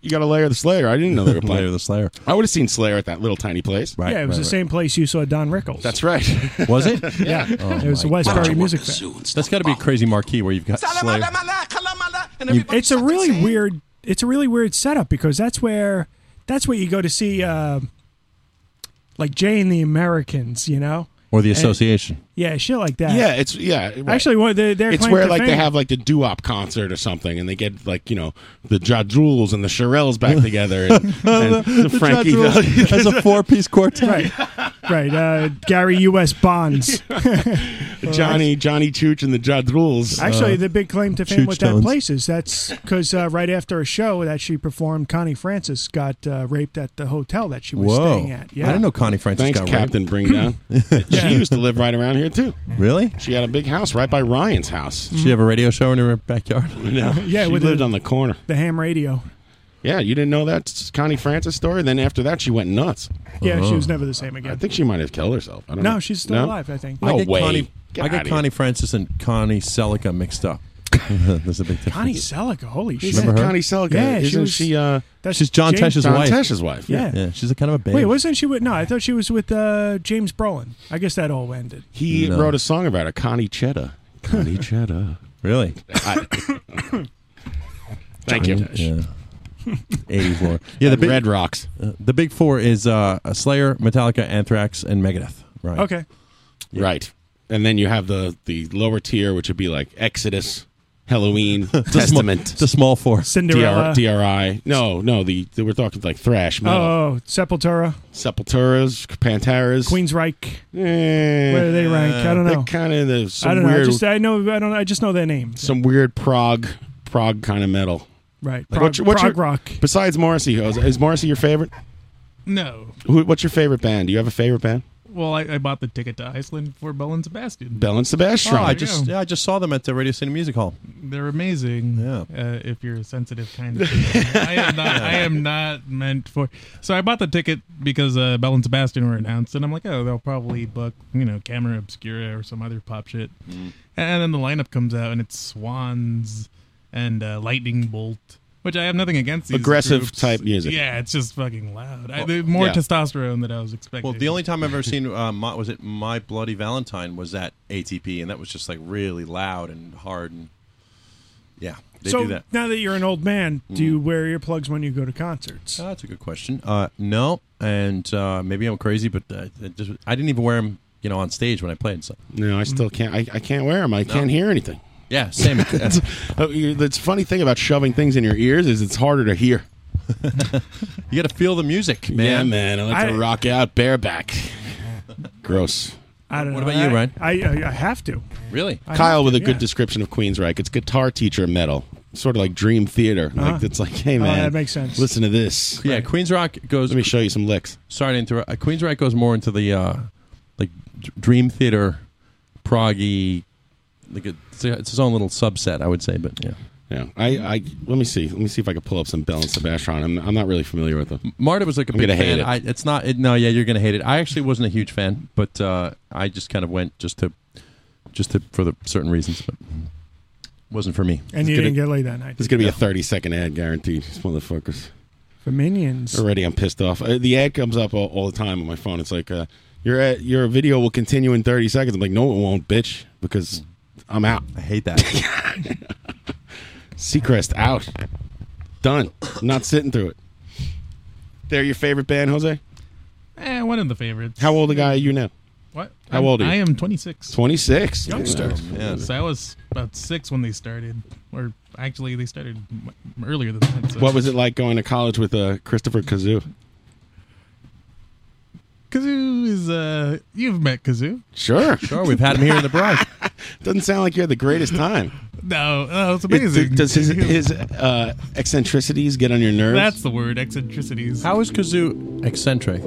Speaker 13: You got a layer of the Slayer. I didn't know they were
Speaker 14: Slayer
Speaker 13: playing.
Speaker 14: the Slayer.
Speaker 13: I would have seen Slayer at that little tiny place.
Speaker 14: Right.
Speaker 5: yeah, it was
Speaker 14: right,
Speaker 5: the same place you saw Don Rickles.
Speaker 13: That's right.
Speaker 14: right. Was it?
Speaker 13: yeah.
Speaker 14: Oh,
Speaker 5: it was the
Speaker 14: my God.
Speaker 5: Westbury Music Fest.
Speaker 14: That's got to be a crazy marquee where you've got Slayer.
Speaker 5: It's a really weird. It's a really weird setup because that's where that's where you go to see uh, like Jay and the Americans. You know.
Speaker 14: Or the
Speaker 5: And-
Speaker 14: association.
Speaker 5: Yeah, shit like that.
Speaker 13: Yeah, it's yeah. right.
Speaker 5: Actually, one they're, they're
Speaker 13: it's
Speaker 5: claim
Speaker 13: where
Speaker 5: to
Speaker 13: like they
Speaker 5: fame.
Speaker 13: have like the doo-wop concert or something, and they get like you know the Ja Rules and the Shirelles back together, and, and the,
Speaker 5: The Ja
Speaker 13: Frankie
Speaker 5: Rules as a
Speaker 14: four-piece quartet.
Speaker 5: Right, right. Uh, Gary U.S. Bonds.
Speaker 13: Johnny Johnny Chooch and the Uh, Ja
Speaker 14: uh,
Speaker 13: Rules.
Speaker 5: Actually, the big claim to fame with that
Speaker 13: Choochtones.
Speaker 5: place is that's because uh, right after a show that she performed, Connie Francis got uh, raped at the hotel that she was
Speaker 14: Whoa.
Speaker 5: staying at. Yeah,
Speaker 14: I didn't know Connie Francis
Speaker 13: Thanks,
Speaker 14: got
Speaker 13: Captain Bring Down. She used to live right around here too.
Speaker 14: Really?
Speaker 13: She had a big house right by Ryan's house.
Speaker 14: Did she have a radio show in her backyard?
Speaker 13: No,
Speaker 5: Yeah,
Speaker 13: she
Speaker 5: with
Speaker 13: lived
Speaker 5: the-
Speaker 13: on the corner.
Speaker 5: the ham radio.
Speaker 13: Yeah, you didn't know that Connie Francis story. Then after that, she went nuts.
Speaker 5: Yeah, she was
Speaker 14: Uh-huh.
Speaker 5: never the same again.
Speaker 13: I think she might have killed herself. I don't
Speaker 5: No,
Speaker 13: know.
Speaker 5: she's still alive, I think.
Speaker 13: No Oh.
Speaker 14: I get
Speaker 13: way.
Speaker 14: Connie,
Speaker 13: Get
Speaker 14: I
Speaker 13: outta
Speaker 14: get
Speaker 13: here.
Speaker 14: Connie Francis and Connie Selica mixed up. There's a big difference.
Speaker 5: Connie Selica, holy shit!
Speaker 14: Remember her? Connie
Speaker 13: Selica,
Speaker 5: Yeah, she
Speaker 13: isn't
Speaker 5: was,
Speaker 13: she, uh,
Speaker 5: that's
Speaker 14: She's John
Speaker 5: James-
Speaker 14: Tesh's wife.
Speaker 5: Yeah.
Speaker 14: yeah. She's a kind of a babe.
Speaker 5: Wait, wasn't she with? No, I thought she was with uh, James Brolin. I guess that all ended.
Speaker 13: He
Speaker 14: No.
Speaker 13: wrote a song about it, Connie Chetta. Connie Chetta.
Speaker 14: Really?
Speaker 13: Thank you.
Speaker 14: Yeah. 84. Yeah, the big,
Speaker 13: Red Rocks.
Speaker 14: Uh, the big four is uh, Slayer, Metallica, Anthrax, and Megadeth. Right.
Speaker 5: Okay.
Speaker 13: Right. And then you have the the lower tier, which would be like Exodus, Halloween,
Speaker 14: The small-
Speaker 13: Testament,
Speaker 14: the small four.
Speaker 5: Cinderella.
Speaker 13: DR, DRI. No, no, the, the we're talking like thrash metal.
Speaker 5: Oh, Sepultura,
Speaker 13: Sepulturas, Panteras,
Speaker 5: Queensryche.
Speaker 13: Eh,
Speaker 5: Where do they rank? I don't
Speaker 13: they're
Speaker 5: know.
Speaker 13: kind of the some
Speaker 5: I don't know. I
Speaker 13: weird,
Speaker 5: just I know I don't. I just know their names.
Speaker 13: some weird prog, prog kind of metal.
Speaker 5: Right.
Speaker 13: Like,
Speaker 5: Prog-
Speaker 13: what's your- what's
Speaker 5: prog
Speaker 13: your-
Speaker 5: rock.
Speaker 13: Besides Morrissey, Jose, is Morrissey your favorite?
Speaker 9: No.
Speaker 13: Who, what's your favorite band? Do you have a favorite band?
Speaker 9: Well, I, I bought the ticket to Iceland for Bell and Sebastian.
Speaker 13: Bell and Sebastian.
Speaker 14: Oh, I just yeah, I just saw them at the Radio City Music Hall.
Speaker 9: They're amazing. Yeah. Uh, if you're a sensitive kind of person. I am not I am not meant for so I bought the ticket because uh Bell and Sebastian were announced and I'm like, oh, they'll probably book, you know, Camera Obscura or some other pop shit.
Speaker 14: Mm.
Speaker 9: And then the lineup comes out and it's Swans and uh, Lightning Bolt. Which I have nothing against. These
Speaker 13: Aggressive
Speaker 9: groups.
Speaker 13: type music.
Speaker 9: Yeah, it's just fucking loud. I,
Speaker 14: Well,
Speaker 9: they're more
Speaker 14: yeah.
Speaker 9: testosterone than I was expecting.
Speaker 14: Well, the only time I've ever seen uh, my, was it My Bloody Valentine was at ATP, and that was just like really loud and hard and yeah, they
Speaker 5: so
Speaker 14: do that. Mm.
Speaker 5: now that you're an old man, do you wear earplugs when you go to concerts?
Speaker 14: Oh, that's a good question. Uh, no, and uh, maybe I'm crazy, but uh, it just, I didn't even wear them, you know, on stage when I played. So
Speaker 13: No, I still can't. I, I can't wear them. I can't hear anything.
Speaker 14: Mm-hmm. Yeah, same.
Speaker 13: That's uh, you- that's funny thing about shoving things in your ears is it's harder to hear.
Speaker 14: you got to feel the music, man.
Speaker 13: Yeah, man. I like to
Speaker 5: I-
Speaker 13: rock out bareback. Gross.
Speaker 5: I don't
Speaker 14: What
Speaker 5: know.
Speaker 14: about you,
Speaker 5: I-
Speaker 14: Ryan?
Speaker 5: I, I, I have to.
Speaker 14: Really?
Speaker 5: I
Speaker 13: Kyle
Speaker 5: have
Speaker 13: with
Speaker 5: to,
Speaker 13: a good
Speaker 5: yeah.
Speaker 13: description of Queensryche. It's guitar teacher metal, sort of like Dream Theater.
Speaker 14: Uh-huh.
Speaker 13: Like it's like, hey
Speaker 14: Oh,
Speaker 13: man,
Speaker 14: that makes sense.
Speaker 13: Listen to this.
Speaker 14: Yeah, Queens Rock goes. Let
Speaker 13: me show you some licks.
Speaker 14: Sorry to interrupt. Uh, Queens Rock goes more into the uh, like d- Dream Theater, proggy. Like a, it's, a- it's its own little subset, I would say. But yeah,
Speaker 13: yeah. I, I let me see. Let me see if I can pull up some Bell and Sebastian. I'm, I'm not really familiar with them.
Speaker 14: Marta was like a
Speaker 13: I'm
Speaker 14: big
Speaker 13: gonna hate
Speaker 14: fan.
Speaker 13: it.
Speaker 14: I, it's not. It, no, yeah, you're gonna hate it. I actually wasn't a huge fan, but uh, I just kind of went just to, just to for the certain reasons, but wasn't for me.
Speaker 5: And you didn't get laid that night.
Speaker 13: It's gonna be a 30 second ad guaranteed. These motherfuckers.
Speaker 5: For Minions.
Speaker 13: Already, I'm pissed off. Uh, the ad comes up all, all the time on my phone. It's like, uh, your ad, your video will continue in 30 seconds. I'm like, no, it won't, bitch, because I'm out. I
Speaker 14: hate that.
Speaker 13: Seacrest out. Done. Not sitting through it. They're your favorite band, Jose.
Speaker 9: eh, one of the favorites.
Speaker 13: How old a guy are you now?
Speaker 9: What?
Speaker 13: How
Speaker 9: I'm-
Speaker 13: old are you?
Speaker 9: I am 26.
Speaker 13: 26.
Speaker 9: Youngster.
Speaker 13: Yeah.
Speaker 9: So I was about six when they started, or actually they started m- earlier than that. So.
Speaker 13: What was it like going to college with uh, Christopher Kazoo?
Speaker 9: Kazoo is. Uh, you've met Kazoo.
Speaker 13: Sure.
Speaker 14: Sure, we've had him here in the barrage.
Speaker 13: Doesn't sound like you had the greatest time.
Speaker 9: No, no, it's
Speaker 13: It- th-
Speaker 9: amazing.
Speaker 13: does his, his uh, eccentricities get on your nerves?
Speaker 9: That's the word. Eccentricities.
Speaker 14: How is Kazoo eccentric?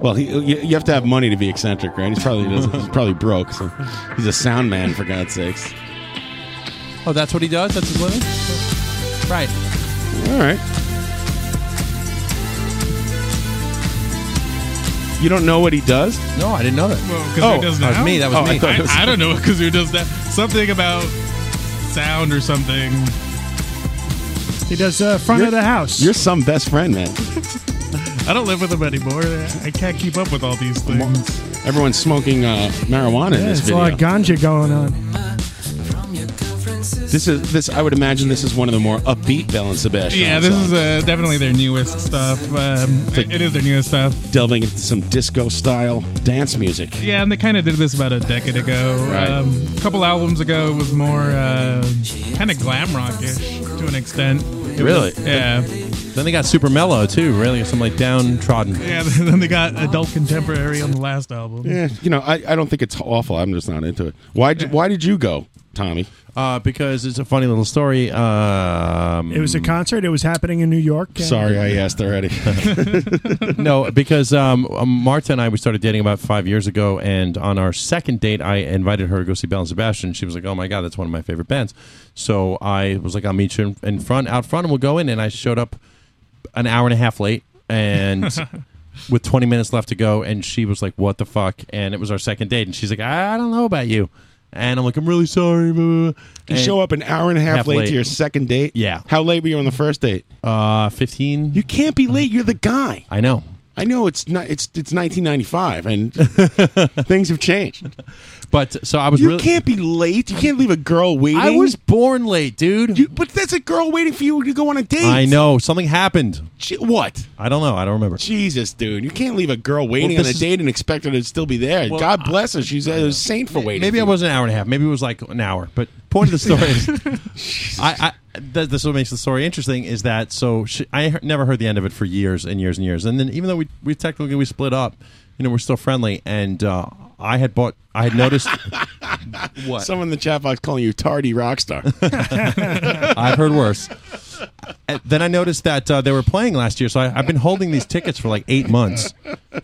Speaker 13: Well, he, you, you have to have money to be eccentric, right? He's probably doesn't- he's probably broke. So he's a sound man for God's sakes.
Speaker 14: Oh, that's what he does. That's his living. Right.
Speaker 13: All right. You don't know what he does?
Speaker 14: No, I didn't know that.
Speaker 9: Well, Kazoo does now.
Speaker 13: Oh, I thought it was-
Speaker 9: I, I don't know what Kazoo does now. Something about sound or something.
Speaker 5: He does uh, front
Speaker 13: You're-
Speaker 5: of the house.
Speaker 13: You're some best friend, man.
Speaker 9: I don't live with him anymore. I can't keep up with all these things.
Speaker 13: Everyone's smoking uh, marijuana in
Speaker 5: Yeah,
Speaker 13: this
Speaker 5: it's a
Speaker 13: video.
Speaker 5: lot of ganja going on.
Speaker 13: This is this. I would imagine this is one of the more upbeat Bell and Sebastian.
Speaker 9: Yeah, this is uh, definitely their newest stuff. Um, it is their newest stuff.
Speaker 13: delving into some disco style dance music.
Speaker 9: Yeah, and they kind of did this about a decade ago.
Speaker 13: Right.
Speaker 9: Um, a couple albums ago, it was more uh, kind of glam rock-ish to an extent. It
Speaker 14: Really?
Speaker 9: was- yeah.
Speaker 14: Then they got super mellow too. Really, some like downtrodden.
Speaker 9: Yeah, then they got adult contemporary on the last album.
Speaker 13: Yeah, you know, I, I don't think it's awful. I'm just not into it. Why d Why did you go, Tommy?
Speaker 14: Uh, because it's a funny little story. Um,
Speaker 5: It was a concert. It was happening in New York. and-
Speaker 14: Sorry, I asked already. no, because um, Marta and I we started dating about five years ago, and on our second date, I invited her to go see Bell and Sebastian. She was like, "Oh my god, that's one of my favorite bands." So I was like, "I'll meet you in, in front, out front, and we'll go in." And I showed up an hour and a half late, and with 20 minutes left to go, and she was like, "What the fuck?" And it was our second date, and she's like, "I don't know about you." And I'm like, I'm really sorry. blah, blah, blah."
Speaker 13: You
Speaker 14: And-
Speaker 13: show up an hour and a half, late, to your second date.
Speaker 14: Yeah.
Speaker 13: How late were you on the first date?
Speaker 14: Uh, fifteen.
Speaker 13: You can't be late. You're the guy.
Speaker 14: I know.
Speaker 13: I know it's not. It's it's 1995, and things have changed.
Speaker 14: But so I was
Speaker 13: You
Speaker 14: really-
Speaker 13: can't be late. You can't leave a girl waiting.
Speaker 14: I was born late, dude.
Speaker 13: You, but that's a girl waiting for you to go on a date.
Speaker 14: I know something happened.
Speaker 13: She- what?
Speaker 14: I don't know. I don't remember.
Speaker 13: Jesus, dude, you can't leave a girl waiting
Speaker 14: this
Speaker 13: on a
Speaker 14: is-
Speaker 13: date and expect her to still be there.
Speaker 14: Well,
Speaker 13: God bless her. She's a saint for waiting.
Speaker 14: Maybe it was an hour and a half. Maybe it was like an hour. But point of the story is, I, I th- this is what makes the story interesting is that so she, I he- never heard the end of it for years and years and years. And then even though we we technically we split up, you know, we're still friendly. And uh, I had bought, I had noticed. what?
Speaker 13: Someone in the chat box calling you tardy rock star.
Speaker 14: I've heard worse. And then I noticed that uh, they were playing last year, so I, I've been holding these tickets for like eight months.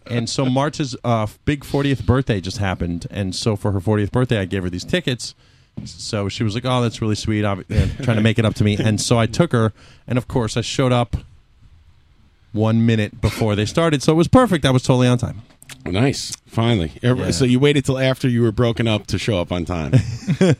Speaker 14: And so March's uh, big 40th birthday just happened, and so for her 40th birthday, I gave her these tickets. So she was like, "Oh, that's really sweet," I'm trying to make it up to me. And so I took her, and of course, I showed up one minute before they started, so it was perfect. I was totally on time.
Speaker 13: Nice, finally. Every-
Speaker 14: Yeah.
Speaker 13: So you waited till after you were broken up to show up on time.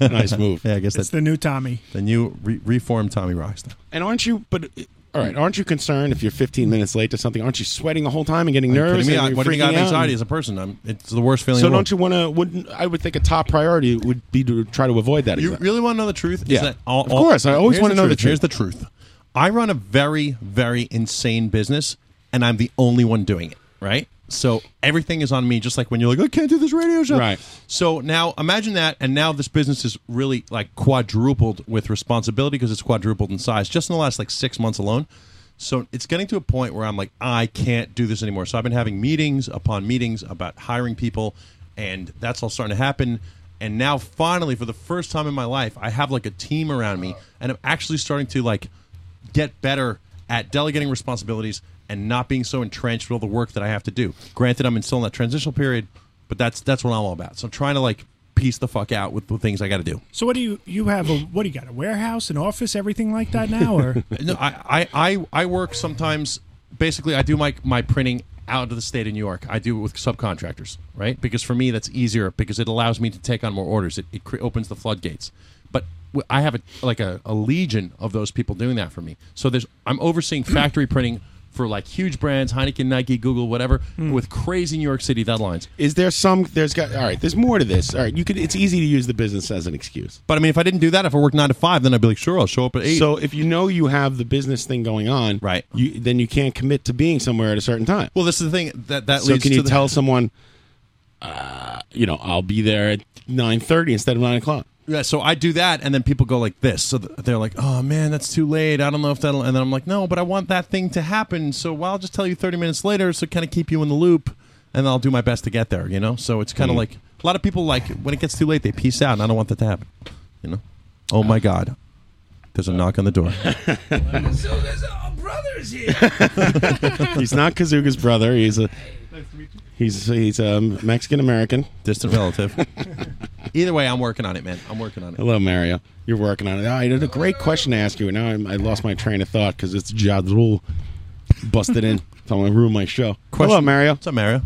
Speaker 13: nice move.
Speaker 14: Yeah, I guess
Speaker 5: It's
Speaker 14: that's
Speaker 5: the new Tommy.
Speaker 14: the new re- reformed Tommy Rockstar.
Speaker 13: And aren't you? But all right, aren't you concerned if you're 15 minutes late to something? Aren't you sweating the whole time and getting
Speaker 14: Are you
Speaker 13: nervous?
Speaker 14: kidding me?
Speaker 13: and
Speaker 14: I-
Speaker 13: you're
Speaker 14: what do you
Speaker 13: freaking
Speaker 14: got
Speaker 13: out?
Speaker 14: anxiety as a person? I'm, it's the worst feeling.
Speaker 13: So
Speaker 14: in the world.
Speaker 13: don't you want to? Wouldn't I would think a top priority would be to try to avoid that.
Speaker 14: You
Speaker 13: exa-
Speaker 14: really want to know the truth? Is
Speaker 13: Yeah.
Speaker 14: that all,
Speaker 13: Of
Speaker 14: all-
Speaker 13: course, I always
Speaker 14: Here's
Speaker 13: wanna know the
Speaker 14: truth. Here's the truth. I run a very, very insane business, and I'm the only one doing it. Right. So everything is on me. Just like when you're like, I can't do this radio show.
Speaker 13: Right.
Speaker 14: So now imagine that, and now this business is really like quadrupled with responsibility because it's quadrupled in size just in the last like six months alone. So it's getting to a point where I'm like, I can't do this anymore. So I've been having meetings upon meetings about hiring people, and that's all starting to happen. And now, finally, for the first time in my life, I have like a team around me, and I'm actually starting to like get better at delegating responsibilities and not being so entrenched with all the work that I have to do. Granted, I'm in- still in that transitional period, but that's that's what I'm all about. So I'm trying to like piece the fuck out with the things I got to do.
Speaker 5: So what do you you have? A, what do you got? A warehouse, an office, everything like that now, or
Speaker 14: no, I, I, I, I work sometimes. Basically, I do my my printing out of the state of New York. I do it with subcontractors, right? Because for me, that's easier because it allows me to take on more orders. It, it cre- opens the floodgates. But w- I have a, like a, a legion of those people doing that for me. So there's I'm overseeing factory printing for like huge brands, Heineken, Nike, Google, whatever,
Speaker 13: Hmm.
Speaker 14: with crazy New York City deadlines.
Speaker 13: Is there some? There's got. All right. There's more to this. All right. You could. It's easy to use the business as an excuse.
Speaker 14: But I mean, if I didn't do that, if I worked nine to five, then I'd be like, sure, I'll show up at eight.
Speaker 13: So if you know you have the business thing going on, right? You, then you can't commit to being somewhere at a certain time.
Speaker 14: well, this is the thing that that
Speaker 13: so
Speaker 14: leads
Speaker 13: can
Speaker 14: to
Speaker 13: you
Speaker 14: the-
Speaker 13: tell someone, uh, you know, I'll be there at nine thirty instead of nine o'clock?
Speaker 14: Yeah, so I do that, and then people go like this. So th- they're like, "Oh man, that's too late. I don't know if that'll." And then I'm like, "No, but I want that thing to happen. So well, I'll just tell you 30 minutes later, so kind of keep you in the loop, and I'll do my best to get there." You know, so it's kind of
Speaker 13: Hmm.
Speaker 14: like a lot of people like when it gets too late, they peace out, and I don't want that to happen. You know? Oh my God, there's a knock on the door.
Speaker 12: brothers here.
Speaker 13: he's not Kazuga's brother. He's a. He's he's um, Mexican American,
Speaker 14: distant relative. Either way, I'm working on it, man. I'm working on it.
Speaker 13: Hello, Mario. You're working on it. Ah, I had a great question to ask you, and now I'm, I lost my train of thought because it's Jadrul busted in. So I'm going to ruin my show. Hello, Mario. What's
Speaker 14: up, Mario?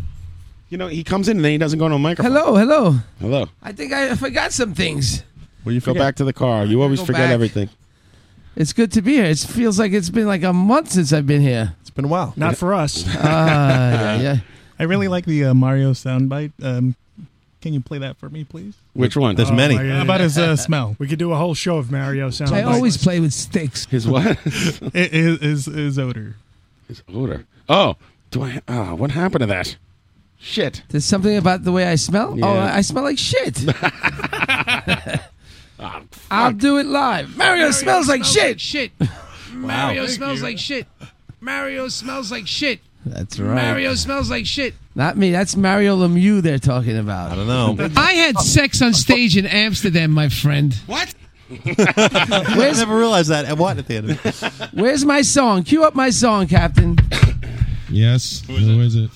Speaker 13: You know, he comes in and then he doesn't go on a microphone.
Speaker 22: Hello, hello.
Speaker 13: Hello.
Speaker 22: I think I forgot some things.
Speaker 13: Well, you go
Speaker 22: forget?
Speaker 13: back to the car. You always
Speaker 22: go
Speaker 13: forget
Speaker 22: back.
Speaker 13: everything.
Speaker 22: It's good to be here. It feels like it's been like a month since I've been here. It's
Speaker 14: been a while.
Speaker 5: not for us?
Speaker 10: Ah,
Speaker 22: Uh, yeah.
Speaker 9: I really like the uh, Mario soundbite. Um, Can you play that for me, please? Oh,
Speaker 13: Which one?
Speaker 14: There's many.
Speaker 5: my God.
Speaker 9: About his uh, smell.
Speaker 5: We could do a whole show of Mario sounds.
Speaker 9: I always
Speaker 5: play with sticks.
Speaker 13: His what?
Speaker 9: his, his, his odor.
Speaker 13: His odor. Oh, do I? Ah, what happened to that? Shit.
Speaker 10: There's something about the way I smell. Oh,
Speaker 13: Yeah.
Speaker 10: I I smell like shit.
Speaker 12: Ah,
Speaker 10: I'll do it live. Mario, smells, like shit. shit.
Speaker 12: Mario
Speaker 10: Thank
Speaker 12: smells
Speaker 10: you.
Speaker 12: like shit. Mario smells like shit.
Speaker 10: That's right.
Speaker 12: Mario smells like shit.
Speaker 10: Not me. That's Mario Lemieux they're talking about. I don't know.
Speaker 12: I had sex on stage in Amsterdam, my friend.
Speaker 13: What?
Speaker 14: I never realized that. And what at the end of it?
Speaker 10: Where's my song? Cue up my song, Captain.
Speaker 23: Yes. Who is it?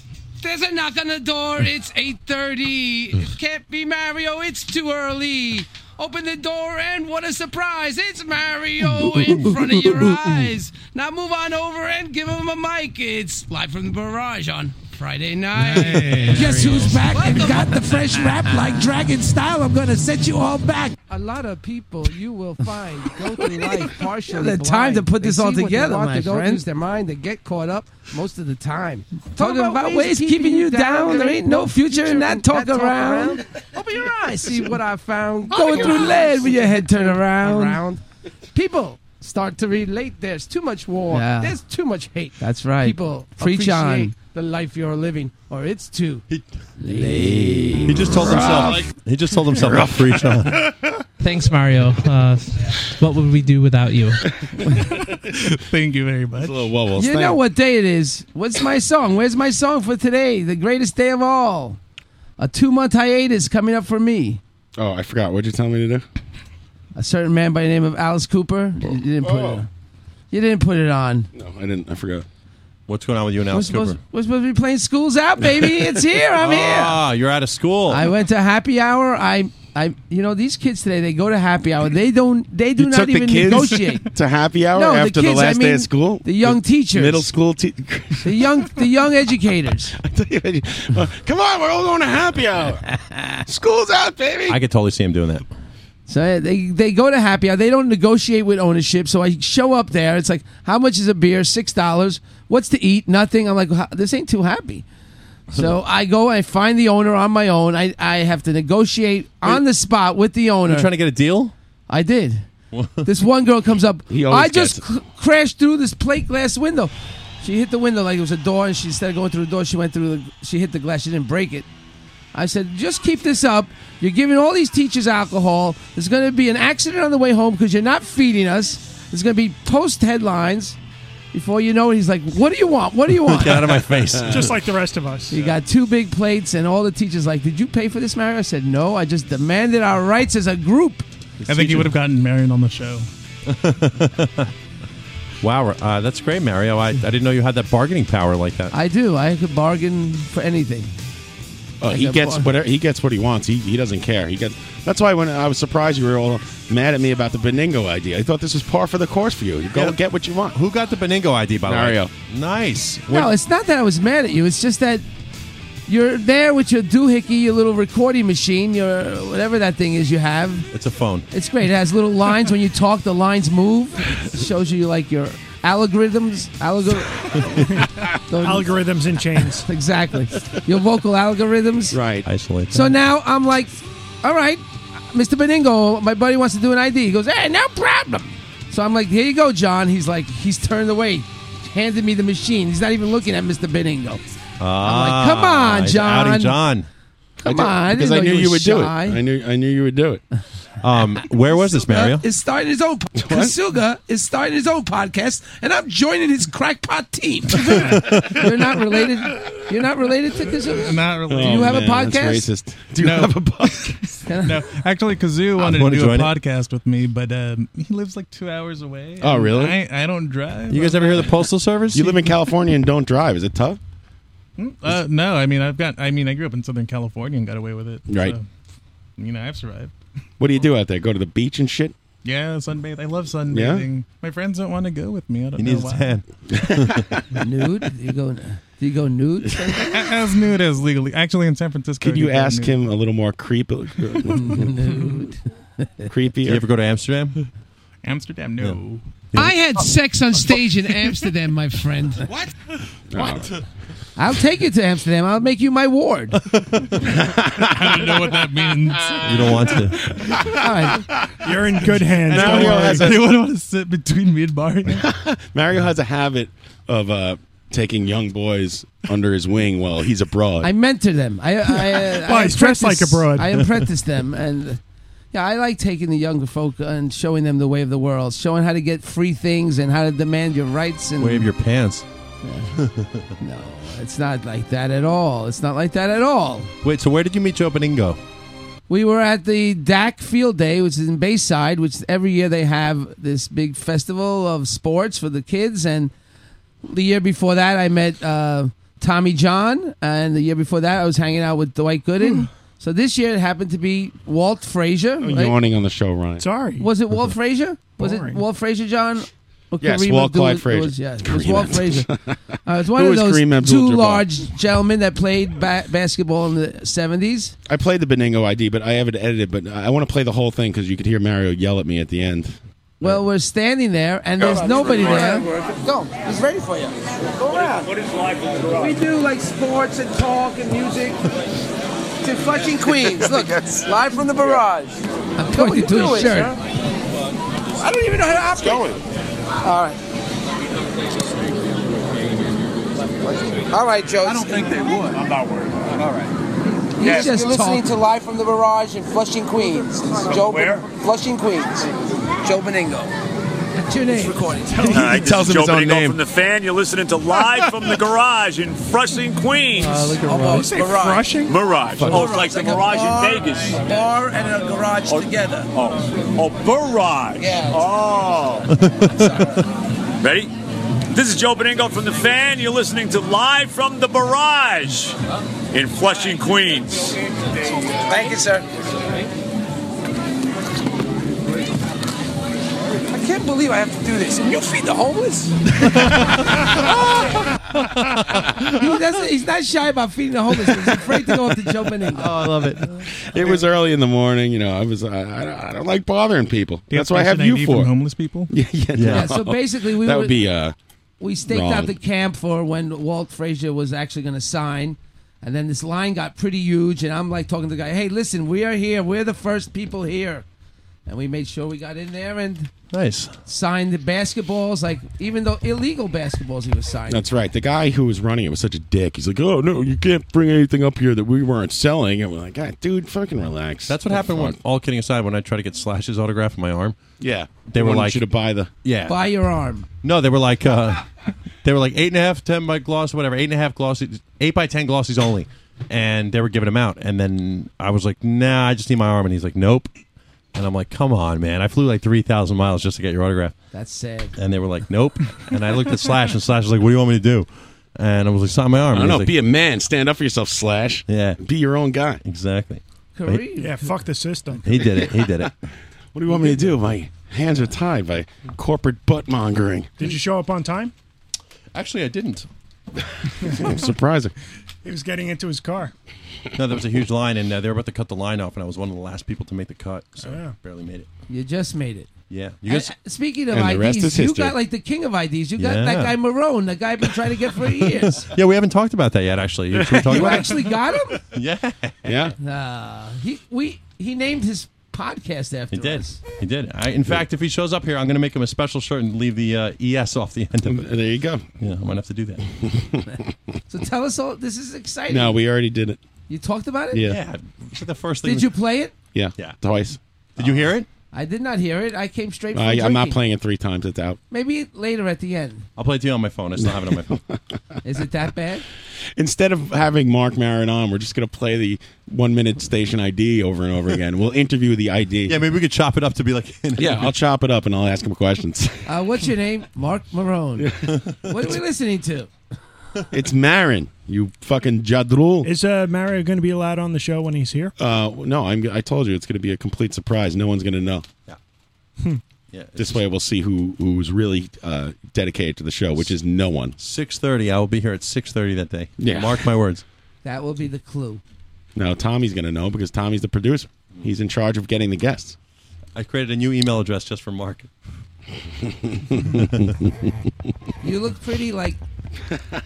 Speaker 12: There's a knock on the door. It's 8:30. It can't be Mario. It's too early. Open the door and what a surprise! It's Mario in front of your eyes. Now move on over and give him a mic. It's live from the barrage on Friday night.
Speaker 10: Guess who's back and got the fresh rap like Dragon Style? I'm gonna set you all back.
Speaker 12: A lot of people you will find go through life partially.
Speaker 10: The time to put
Speaker 12: They
Speaker 10: this
Speaker 12: see
Speaker 10: all
Speaker 12: what they
Speaker 10: together,
Speaker 12: want,
Speaker 10: my
Speaker 12: they don't
Speaker 10: friend.
Speaker 12: use their mind. They get caught up most of the time.
Speaker 10: Talking about ways keeping you down. There ain't no future in that talk around.
Speaker 12: Open your eyes. See what I found.
Speaker 10: Going through lead with your head turned around.
Speaker 12: around. People start to relate. There's too much war.
Speaker 10: Yeah.
Speaker 12: There's too much hate.
Speaker 10: That's right.
Speaker 12: People
Speaker 10: Preach
Speaker 12: appreciate
Speaker 10: on.
Speaker 12: the life you're living, or it's too
Speaker 14: He just told himself. He just told himself to preach on.
Speaker 24: Thanks, Mario. Uh, what would we do without you?
Speaker 9: Thank you very much.
Speaker 10: you know what day it is. What's my song? Where's my song for today? The greatest day of all. A two month hiatus coming up for me.
Speaker 13: Oh, I forgot. What'd you tell me to do? Oh.
Speaker 10: A certain man by the name of Alice Cooper. You, you didn't put it on. You didn't put it on.
Speaker 13: No, I didn't. I forgot.
Speaker 14: What's going on with you and
Speaker 10: We're
Speaker 14: Alice
Speaker 10: supposed,
Speaker 14: Cooper?
Speaker 10: we're supposed to be playing Schools Out, baby. It's here. I'm
Speaker 13: Oh.
Speaker 10: here.
Speaker 14: Ah, you're out of school.
Speaker 10: I went to happy hour. I, I, you know, these kids today they go to happy hour. They don't. They do
Speaker 13: you
Speaker 10: not
Speaker 13: took
Speaker 10: even
Speaker 13: the kids
Speaker 10: negotiate.
Speaker 13: to happy hour
Speaker 10: No, the
Speaker 13: after the
Speaker 10: kids, I
Speaker 13: last day
Speaker 10: mean
Speaker 13: of school.
Speaker 10: the young teachers.
Speaker 13: middle school. Te-
Speaker 10: The young, the young educators.
Speaker 13: Come on, we're all going to happy hour. School's out, baby.
Speaker 14: I could totally see him doing that.
Speaker 10: So they they go to happy hour. They don't negotiate with ownership. So I show up there. It's like, how much is a beer? Six dollars. What's to eat? Nothing. I'm like, "How- this ain't too happy. So I go. I find the owner on my own. I I have to negotiate on the spot with the owner.
Speaker 14: You trying to get a deal?
Speaker 10: I did. this one girl comes up.
Speaker 14: always
Speaker 10: I just
Speaker 14: gets
Speaker 10: cr- crashed through this plate glass window. She hit the window like it was a door, and she instead of going through the door, she went through. The, she hit the glass. She didn't break it. I said, just keep this up. You're giving all these teachers alcohol. There's going to be an accident on the way home because you're not feeding us. There's going to be post headlines. Before you know it, he's like, "What do you want? What do you want?"
Speaker 14: Get out of my face.
Speaker 5: Just like the rest of us.
Speaker 10: You got two big plates, and all the teachers like, "Did you pay for this, Mario?" I said, "No, I just demanded our rights as a group."
Speaker 9: I think you would have gotten Marion on the show.
Speaker 14: Wow, uh, that's great, Mario. I, I didn't know you had that bargaining power like that.
Speaker 10: I do. I could bargain for anything.
Speaker 13: Oh, he
Speaker 10: Like a
Speaker 13: gets
Speaker 10: bar-
Speaker 13: whatever he gets what he wants. He, he doesn't care. He gets. That's why when I was surprised you were all mad at me about the Beningo idea. I thought this was par for the course for you. You go
Speaker 14: Yeah.
Speaker 13: and get what you want.
Speaker 14: Who got the Beningo ID by the way?
Speaker 13: Mario.
Speaker 14: Nice.
Speaker 10: No, it's not that I was mad at you. It's just that you're there with your doohickey, your little recording machine, your whatever that thing is you have.
Speaker 14: It's a phone.
Speaker 10: It's great. It has little lines. when you talk, the lines move. It shows you like your algorithms. Algor-
Speaker 5: Algorithms in chains.
Speaker 10: exactly. Your vocal algorithms.
Speaker 13: Right.
Speaker 14: Isolate.
Speaker 10: So now I'm like, all right, Mr. Beningo, my buddy wants to do an ID. He goes, hey, no problem. So I'm like, here you go, John. He's like, he's turned away, handed me the machine. He's not even looking at Mr. Beningo.
Speaker 14: Ah,
Speaker 10: I'm like, come on,
Speaker 14: he's outing John.
Speaker 10: Come on, I
Speaker 13: because
Speaker 10: didn't
Speaker 13: I
Speaker 10: know
Speaker 13: knew
Speaker 10: you
Speaker 13: you,
Speaker 10: were
Speaker 13: would do it.
Speaker 10: shy.
Speaker 13: I knew I knew you would do it.
Speaker 14: Um, where was this, Mario?
Speaker 24: Is starting his own. Kasuga is starting his own podcast, and I'm joining his crackpot team.
Speaker 10: You're not related. You're not related to Kazoo.
Speaker 9: Not
Speaker 13: Oh,
Speaker 10: Do you have a podcast?
Speaker 13: Do you have a podcast?
Speaker 9: no, actually, Kazoo wanted
Speaker 13: wanna
Speaker 9: to do a
Speaker 13: join it.
Speaker 9: podcast with me, but um, he lives like two hours away.
Speaker 13: Oh, really?
Speaker 9: I, I don't drive.
Speaker 14: You guys ever hear the Postal Service?
Speaker 13: You live in California and don't drive. Is it tough?
Speaker 9: Uh, no, I mean I've got. I mean I grew up in Southern California and got away with it.
Speaker 13: Right.
Speaker 9: so, you know I've survived.
Speaker 13: What do you do out there? Go to the beach and shit.
Speaker 9: Yeah, sunbathe. I love sunbathing. My friends don't want to go with me. I don't
Speaker 13: He
Speaker 9: know
Speaker 13: needs a
Speaker 9: why.
Speaker 13: tan.
Speaker 10: nude? Do you go? Do you go nude?
Speaker 9: As nude as legally. Actually, in San Francisco.
Speaker 13: Could you
Speaker 9: I go
Speaker 13: ask
Speaker 9: nude.
Speaker 13: him a little more creep?
Speaker 10: nude.
Speaker 13: Creepy.
Speaker 14: You ever go to Amsterdam?
Speaker 9: Amsterdam, no.
Speaker 25: I had sex on stage in Amsterdam, my friend. What?
Speaker 9: What?
Speaker 10: I'll take you to Amsterdam. I'll make you my ward.
Speaker 9: I don't know what that means.
Speaker 14: You don't want to.
Speaker 9: You're in good hands.
Speaker 13: Now don't he worry. has a-
Speaker 9: Anyone want to sit between me and Barney?
Speaker 13: Mario has a habit of uh, taking young boys under his wing while he's abroad.
Speaker 10: I mentor them. I, I, I,
Speaker 13: Why,
Speaker 10: I
Speaker 13: he's dressed
Speaker 10: apprentice-
Speaker 13: like a broad.
Speaker 10: I apprentice them, and yeah, I like taking the younger folk and showing them the way of the world, showing how to get free things and how to demand your rights. And
Speaker 14: Wave your pants.
Speaker 10: no, it's not like that at all. It's not like that at all.
Speaker 14: Wait, so where did you meet Joe Beningo?
Speaker 10: We were at the DAC Field Day, which is in Bayside, which every year they have this big festival of sports for the kids. And the year before that, I met uh, Tommy John. And the year before that, I was hanging out with Dwight Gooden. so this year it happened to be Walt Frazier.
Speaker 13: You're
Speaker 10: right?
Speaker 13: Yawning on the show, Ryan.
Speaker 10: Sorry. Was it Walt Frazier? Was it Walt Frazier, John? Or
Speaker 13: Yes,
Speaker 10: Kareem
Speaker 13: Walt Clyde
Speaker 10: Abdul- it was-
Speaker 13: Frazier.
Speaker 10: yeah, it was
Speaker 13: Kareem
Speaker 10: Walt
Speaker 13: Abdul-
Speaker 10: Frazier. Uh, it was one
Speaker 13: Who
Speaker 10: of
Speaker 13: is
Speaker 10: those
Speaker 13: Kareem
Speaker 10: two
Speaker 13: Abdul-Jabbar?
Speaker 10: large gentlemen that played ba- basketball in the 70s.
Speaker 13: I played the Beningo ID, but I have it edited. But I want to play the whole thing because you could hear Mario yell at me at the end.
Speaker 10: Well, we're standing there, and there's nobody there.
Speaker 12: Go. He's ready for you. Go around. What is live in the garage?
Speaker 10: We do like sports and talk and music. It's in fucking Queens. Look, live from the barrage. I'm
Speaker 12: pointing to his shirt.
Speaker 10: I don't even know how to operate. All right. All right, Joe. I don't think they would. I'm not worried. All right. He's
Speaker 12: Yes.
Speaker 10: just
Speaker 12: You're listening
Speaker 10: listening to Live from the Barrage in Flushing, Queens.
Speaker 12: Joe-
Speaker 10: Joe Flushing, Queens. Joe Beningo. That's your name. It's recorded.
Speaker 1: Uh, this is Joe Beningo From the fan, you're listening to live from the garage in Flushing, Queens.
Speaker 10: Uh, look at Oh, Mirage. you say Frushing?
Speaker 1: Mirage.
Speaker 10: Fuck.
Speaker 1: Oh, it's like the
Speaker 10: Like a
Speaker 1: Mirage
Speaker 10: bar-
Speaker 1: in Vegas.
Speaker 10: Bar and a garage together.
Speaker 1: Oh, oh, barrage.
Speaker 10: Yeah.
Speaker 1: Oh. Ready? This is Joe Beningo from the fan. You're listening to live from the barrage in Flushing, Queens.
Speaker 10: Thank you, sir. I can't believe I have to do this. And you feed the homeless? he doesn't, he's not shy about feeding the homeless. He's afraid to go up to Joe Beningo. Oh, I love it.
Speaker 13: It was early in the morning. You know, I was. I, I, I don't like bothering people. That's why I have you for.
Speaker 9: homeless people.
Speaker 13: Yeah, yeah,
Speaker 10: Yeah,
Speaker 13: no.
Speaker 10: so basically we
Speaker 13: that
Speaker 10: were-
Speaker 13: would be uh,
Speaker 10: We staked
Speaker 13: wrong.
Speaker 10: out the camp for when Walt Frazier was actually going to sign. And then this line got pretty huge. And I'm like talking to the guy, hey, listen, we are here. We're the first people here. And we made sure we got in there and
Speaker 14: Nice.
Speaker 10: signed the basketballs, like even though illegal basketballs he was signing.
Speaker 13: That's right. The guy who was running it was such a dick. He's like, "Oh no, you can't bring anything up here that we weren't selling." And we're like, "God, dude, fucking relax."
Speaker 14: That's what happened. When, all kidding aside, when I tried to get Slash's autograph on my arm,
Speaker 13: Yeah.
Speaker 14: they
Speaker 13: They
Speaker 14: were
Speaker 13: wanted
Speaker 14: like,
Speaker 13: you to buy the-
Speaker 14: yeah,
Speaker 10: Buy your arm.
Speaker 14: No, they were like, uh, they were like eight and a half, ten by gloss, whatever, eight and a half glossies, eight by ten glossies only, and they were giving them out. And then I was like, nah, I just need my arm, and he's like, nope. And I'm like, come on, man! I flew like three thousand miles just to get your autograph.
Speaker 10: That's sad.
Speaker 14: And they were like, nope. And I looked at Slash, and Slash was like, what do you want me to do? And I was like, sign my
Speaker 13: I
Speaker 14: arm.
Speaker 13: don't
Speaker 14: And
Speaker 13: know.
Speaker 14: he's like,
Speaker 13: be a man. Stand up for yourself. Slash.
Speaker 14: Yeah.
Speaker 13: Be your own guy.
Speaker 14: Exactly. But he-
Speaker 5: Kareem. Yeah, fuck the system.
Speaker 14: He did it. He did it.
Speaker 13: What do you want me to do? My hands are tied by corporate butt mongering.
Speaker 5: Did you show up on time?
Speaker 14: Actually, I didn't.
Speaker 13: Surprising.
Speaker 5: He was getting into his car.
Speaker 14: No, there was a huge line, and uh, they were about to cut the line off, and I was one of the last people to make the cut,
Speaker 12: Oh,
Speaker 14: so
Speaker 10: Yeah.
Speaker 14: barely made it.
Speaker 10: You just made it.
Speaker 14: Yeah, you
Speaker 10: You
Speaker 14: guys.
Speaker 10: uh, speaking of
Speaker 14: And the rest
Speaker 10: IDs,
Speaker 14: is
Speaker 10: you
Speaker 14: history.
Speaker 10: got like the king of IDs. You got that
Speaker 14: Yeah.
Speaker 10: guy Marone, the guy I've been trying to get for years.
Speaker 14: yeah, we haven't talked about that yet. Actually, Should we talk
Speaker 10: you
Speaker 14: about it?
Speaker 10: actually got him?
Speaker 14: Yeah,
Speaker 13: yeah.
Speaker 10: Nah, he we he named his podcast after
Speaker 14: He did.
Speaker 10: us.
Speaker 14: He did. I, in fact, if he shows up here, I'm going to make him a special shirt and leave the uh, ES off the end of it.
Speaker 13: There you go.
Speaker 14: Yeah, I might have to do that.
Speaker 10: So tell us all. This is exciting.
Speaker 13: No, we already did it.
Speaker 10: You talked about it.
Speaker 13: Yeah.
Speaker 14: Yeah, the first
Speaker 10: Did you play it?
Speaker 13: Yeah. Yeah. Twice. Did you hear it?
Speaker 10: I did not hear it. I came straight. From
Speaker 13: I, I'm not
Speaker 10: drinking.
Speaker 13: playing it three times. It's out.
Speaker 10: Maybe later at the end.
Speaker 14: I'll play it to you on my phone. I still have it on my phone.
Speaker 10: Is it that bad?
Speaker 13: Instead of having Mark Maron on, we're just going to play the one minute station ID over and over again. We'll interview the ID. Yeah,
Speaker 14: maybe we could chop it up to be like.
Speaker 13: yeah, I'll chop it up and I'll ask him questions.
Speaker 10: Uh, what's your name? Mark Marone. what are we listening to?
Speaker 13: It's Marin, you fucking jadrul.
Speaker 5: Is uh, Mario going to be allowed on the show when he's here?
Speaker 13: Uh, no, I'm, I told you it's going to be a complete surprise. No one's going to know.
Speaker 14: Yeah,
Speaker 13: This way, we'll see who who's really uh, dedicated to the show, which is no one.
Speaker 14: Six thirty. I will be here at six thirty that day.
Speaker 13: Yeah.
Speaker 14: Mark my words.
Speaker 10: That will be the clue.
Speaker 13: No, Tommy's going to know because Tommy's the producer. He's in charge of getting the guests.
Speaker 14: I created a new email address just for Mark.
Speaker 10: You look pretty like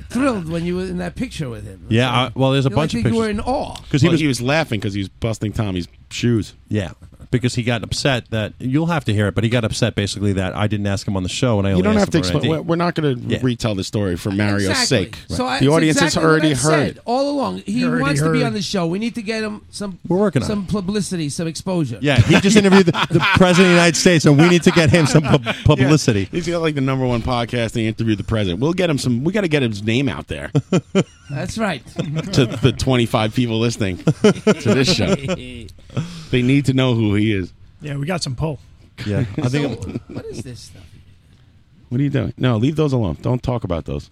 Speaker 10: thrilled when you were in that picture with him.
Speaker 13: Yeah, I- well, there's a
Speaker 10: You
Speaker 13: bunch
Speaker 10: looked
Speaker 13: of
Speaker 10: like You were
Speaker 13: pictures.
Speaker 10: in awe.
Speaker 13: Because he, was laughing because he was busting Tommy's shoes.
Speaker 14: Yeah, because he got upset that you'll have to hear it, but he got upset basically that I didn't ask him on the show and I
Speaker 13: You
Speaker 14: only
Speaker 13: don't have
Speaker 14: asked
Speaker 13: to
Speaker 14: him for an
Speaker 13: explain. We're
Speaker 14: ID.
Speaker 13: we're not going to
Speaker 14: Yeah.
Speaker 13: retell the story for Mario's sake.
Speaker 10: So I,
Speaker 13: the
Speaker 10: it's
Speaker 13: audience
Speaker 10: exactly
Speaker 13: has already
Speaker 10: what I've
Speaker 13: heard
Speaker 10: said all along. He You already wants to be
Speaker 14: heard.
Speaker 10: on the show. We need to get him some.
Speaker 14: We're working on
Speaker 10: some publicity, some exposure.
Speaker 14: Yeah, he just interviewed the, the president of the United States, and we need to get him some pub- publicity.
Speaker 13: He's got like the number one podcast. They interviewed the president. We'll get him some. We got to get his name out there
Speaker 10: That's right.
Speaker 13: to the 25 people listening to this show. They need to know who he is.
Speaker 5: Yeah, we got some pull.
Speaker 13: Yeah, I think.
Speaker 10: So, what is this stuff?
Speaker 13: what are you doing? No, leave those alone. Don't talk about those.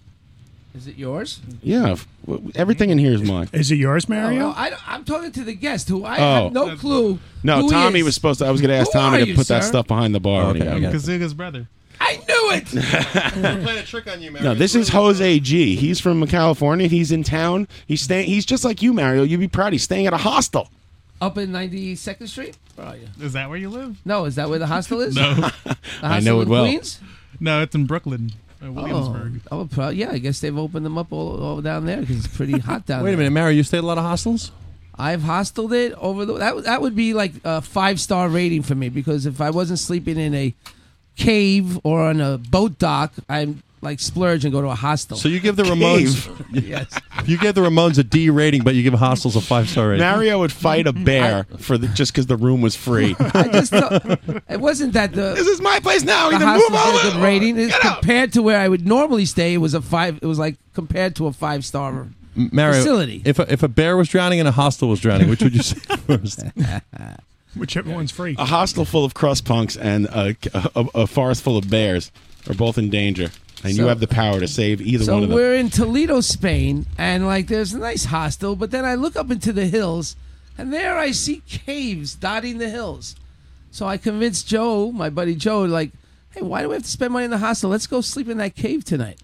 Speaker 10: Is it yours?
Speaker 13: Yeah, f- w- everything in here is mine.
Speaker 5: Is it yours, Mario?
Speaker 10: No, Oh, I, am talking to the guest who I
Speaker 13: Oh.
Speaker 10: have no clue.
Speaker 13: No,
Speaker 10: who he
Speaker 13: Tommy
Speaker 10: is.
Speaker 13: was supposed to. I was going to ask
Speaker 10: Who
Speaker 13: Tommy
Speaker 10: are
Speaker 13: to
Speaker 10: you,
Speaker 13: put that
Speaker 10: sir?
Speaker 13: stuff behind the bar. when he Oh, got
Speaker 9: I'm
Speaker 13: back.
Speaker 9: Kazuga's brother.
Speaker 10: I knew it.
Speaker 14: playing a trick on you,
Speaker 13: No, this is Jose G. He's from California. He's in town. He's staying. He's just like you, Mario. You'd be proud. He's staying at a hostel.
Speaker 10: Up in 92nd Street? Where are you?
Speaker 9: Is that where you live?
Speaker 10: No, is that where the hostel is?
Speaker 9: No.
Speaker 10: The hostel in Queens?
Speaker 9: No, it's in Brooklyn, uh, Williamsburg.
Speaker 10: Oh, oh, pro- yeah, I guess they've opened them up all, all down there because it's pretty hot down
Speaker 14: Wait
Speaker 10: there.
Speaker 14: a minute, Mario, you stayed at a lot of hostels?
Speaker 10: I've hosteled it over the. That, that would be like a five star rating for me because if I wasn't sleeping in a cave or on a boat dock, I'm like splurge and go to a hostel.
Speaker 14: So you give the Ramones,
Speaker 10: yes.
Speaker 14: you give the Ramones a D rating, but you give hostels a five star rating. Mm-hmm.
Speaker 13: Mario would fight a bear for the, just because the room was free.
Speaker 10: It wasn't that the. This
Speaker 13: is my place now.
Speaker 10: The
Speaker 13: Either
Speaker 10: hostel's
Speaker 13: move
Speaker 10: got
Speaker 13: over
Speaker 10: a good rating It's compared to where I would normally stay. It was a five. It was like compared to a five star.
Speaker 14: M- Mario,
Speaker 10: Facility.
Speaker 14: If a, if a bear was drowning and a hostel was drowning, which would you say first?
Speaker 5: Whichever one's free.
Speaker 13: a hostel full of crust punks and a, a, a forest full of bears are both in danger, and you
Speaker 10: So-
Speaker 13: have the power to save either
Speaker 10: so
Speaker 13: one of them.
Speaker 10: we're in Toledo, Spain, and like there's a nice hostel, but then I look up into the hills, and there I see caves dotting the hills. So I convinced Joe, my buddy Joe, like, hey, why do we have to spend money in the hostel? Let's go sleep in that cave tonight.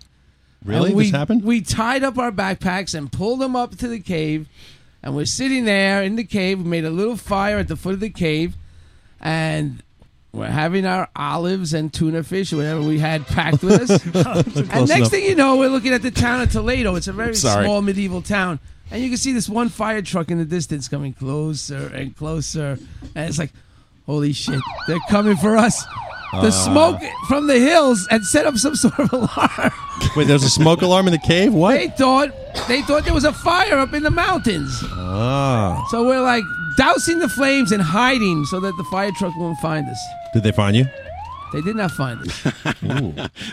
Speaker 14: Really?
Speaker 10: And
Speaker 14: This
Speaker 10: we,
Speaker 14: happened?
Speaker 10: We tied up our backpacks and pulled them up to the cave, and we're sitting there in the cave. We made a little fire at the foot of the cave, and we're having our olives and tuna fish, or whatever we had packed with us. and
Speaker 14: Close
Speaker 10: next
Speaker 14: enough.
Speaker 10: thing you know, we're looking at the town of Toledo. It's a very
Speaker 14: Sorry.
Speaker 10: small medieval town. And you can see this one fire truck in the distance coming closer and closer. And it's like, holy shit, they're coming for us. The
Speaker 14: Uh.
Speaker 10: smoke from the hills had set up some sort of alarm.
Speaker 14: Wait, there's a smoke alarm in the cave?
Speaker 10: They
Speaker 14: What?
Speaker 10: thought they thought there was a fire up in the mountains.
Speaker 14: Ah.
Speaker 10: So we're like dousing the flames and hiding so that the fire truck won't find us.
Speaker 14: Did they find you?
Speaker 10: They did not find us.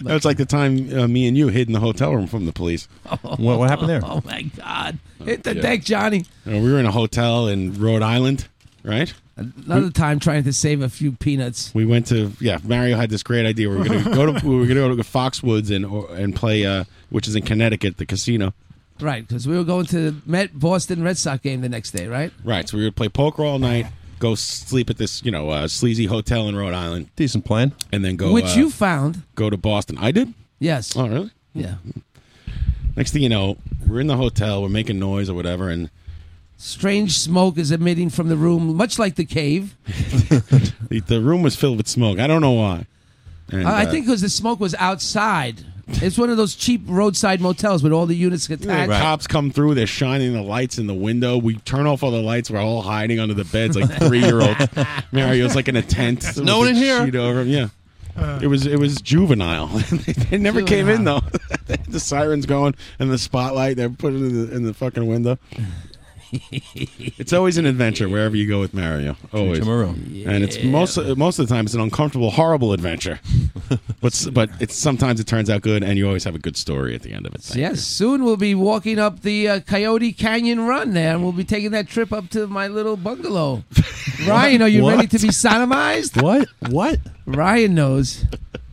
Speaker 13: That's like the time uh, me and you hid in the hotel room from the police.
Speaker 14: What, what happened there?
Speaker 10: Oh my God! Hit the
Speaker 13: Yeah.
Speaker 10: deck, Johnny.
Speaker 13: Uh, we were in a hotel in Rhode Island, right?
Speaker 10: Another time trying to save a few peanuts.
Speaker 13: We went to yeah. Mario had this great idea. We were gonna go to we were gonna go to Foxwoods and or, and play uh, which is in Connecticut, the casino.
Speaker 10: Right, because we were going to the Met Boston Red Sox game the next day, right?
Speaker 13: Right. So we would play poker all night, go sleep at this you know uh, sleazy hotel in Rhode Island.
Speaker 14: Decent plan.
Speaker 13: And then go
Speaker 10: Which
Speaker 13: uh,
Speaker 10: you found.
Speaker 13: go to Boston. I did.
Speaker 10: Yes.
Speaker 13: Oh really?
Speaker 10: Yeah.
Speaker 13: Next thing you know, we're in the hotel. We're making noise or whatever, and
Speaker 10: Strange smoke is emitting from the room, much like the cave.
Speaker 13: the, the room was filled with smoke. I don't know why. And,
Speaker 10: I I
Speaker 13: uh,
Speaker 10: think because the smoke was outside. It's one of those cheap roadside motels with all the units
Speaker 13: Yeah,
Speaker 10: attached.
Speaker 13: Cops come through. They're shining the lights in the window. We turn off all the lights. We're all hiding under the beds like three year olds. Mario's like in a tent. with
Speaker 14: no one
Speaker 13: a
Speaker 14: in here. Uh.
Speaker 13: Sheet over him. Yeah. it was it was juvenile. they never came in though. the sirens going and the spotlight. They're putting it in the, in the fucking window. it's always an adventure wherever you go with Mario. Always.
Speaker 14: Tomorrow.
Speaker 13: And it's most most of the time it's an uncomfortable, horrible adventure. but s- but it's sometimes it turns out good, and you always have a good story at the end of it.
Speaker 10: Yes, soon we'll be walking up the uh, Coyote Canyon Run there, and we'll be taking that trip up to my little bungalow. Ryan, are you ready
Speaker 14: What?
Speaker 10: to be sodomized?
Speaker 14: What? What?
Speaker 10: Ryan knows.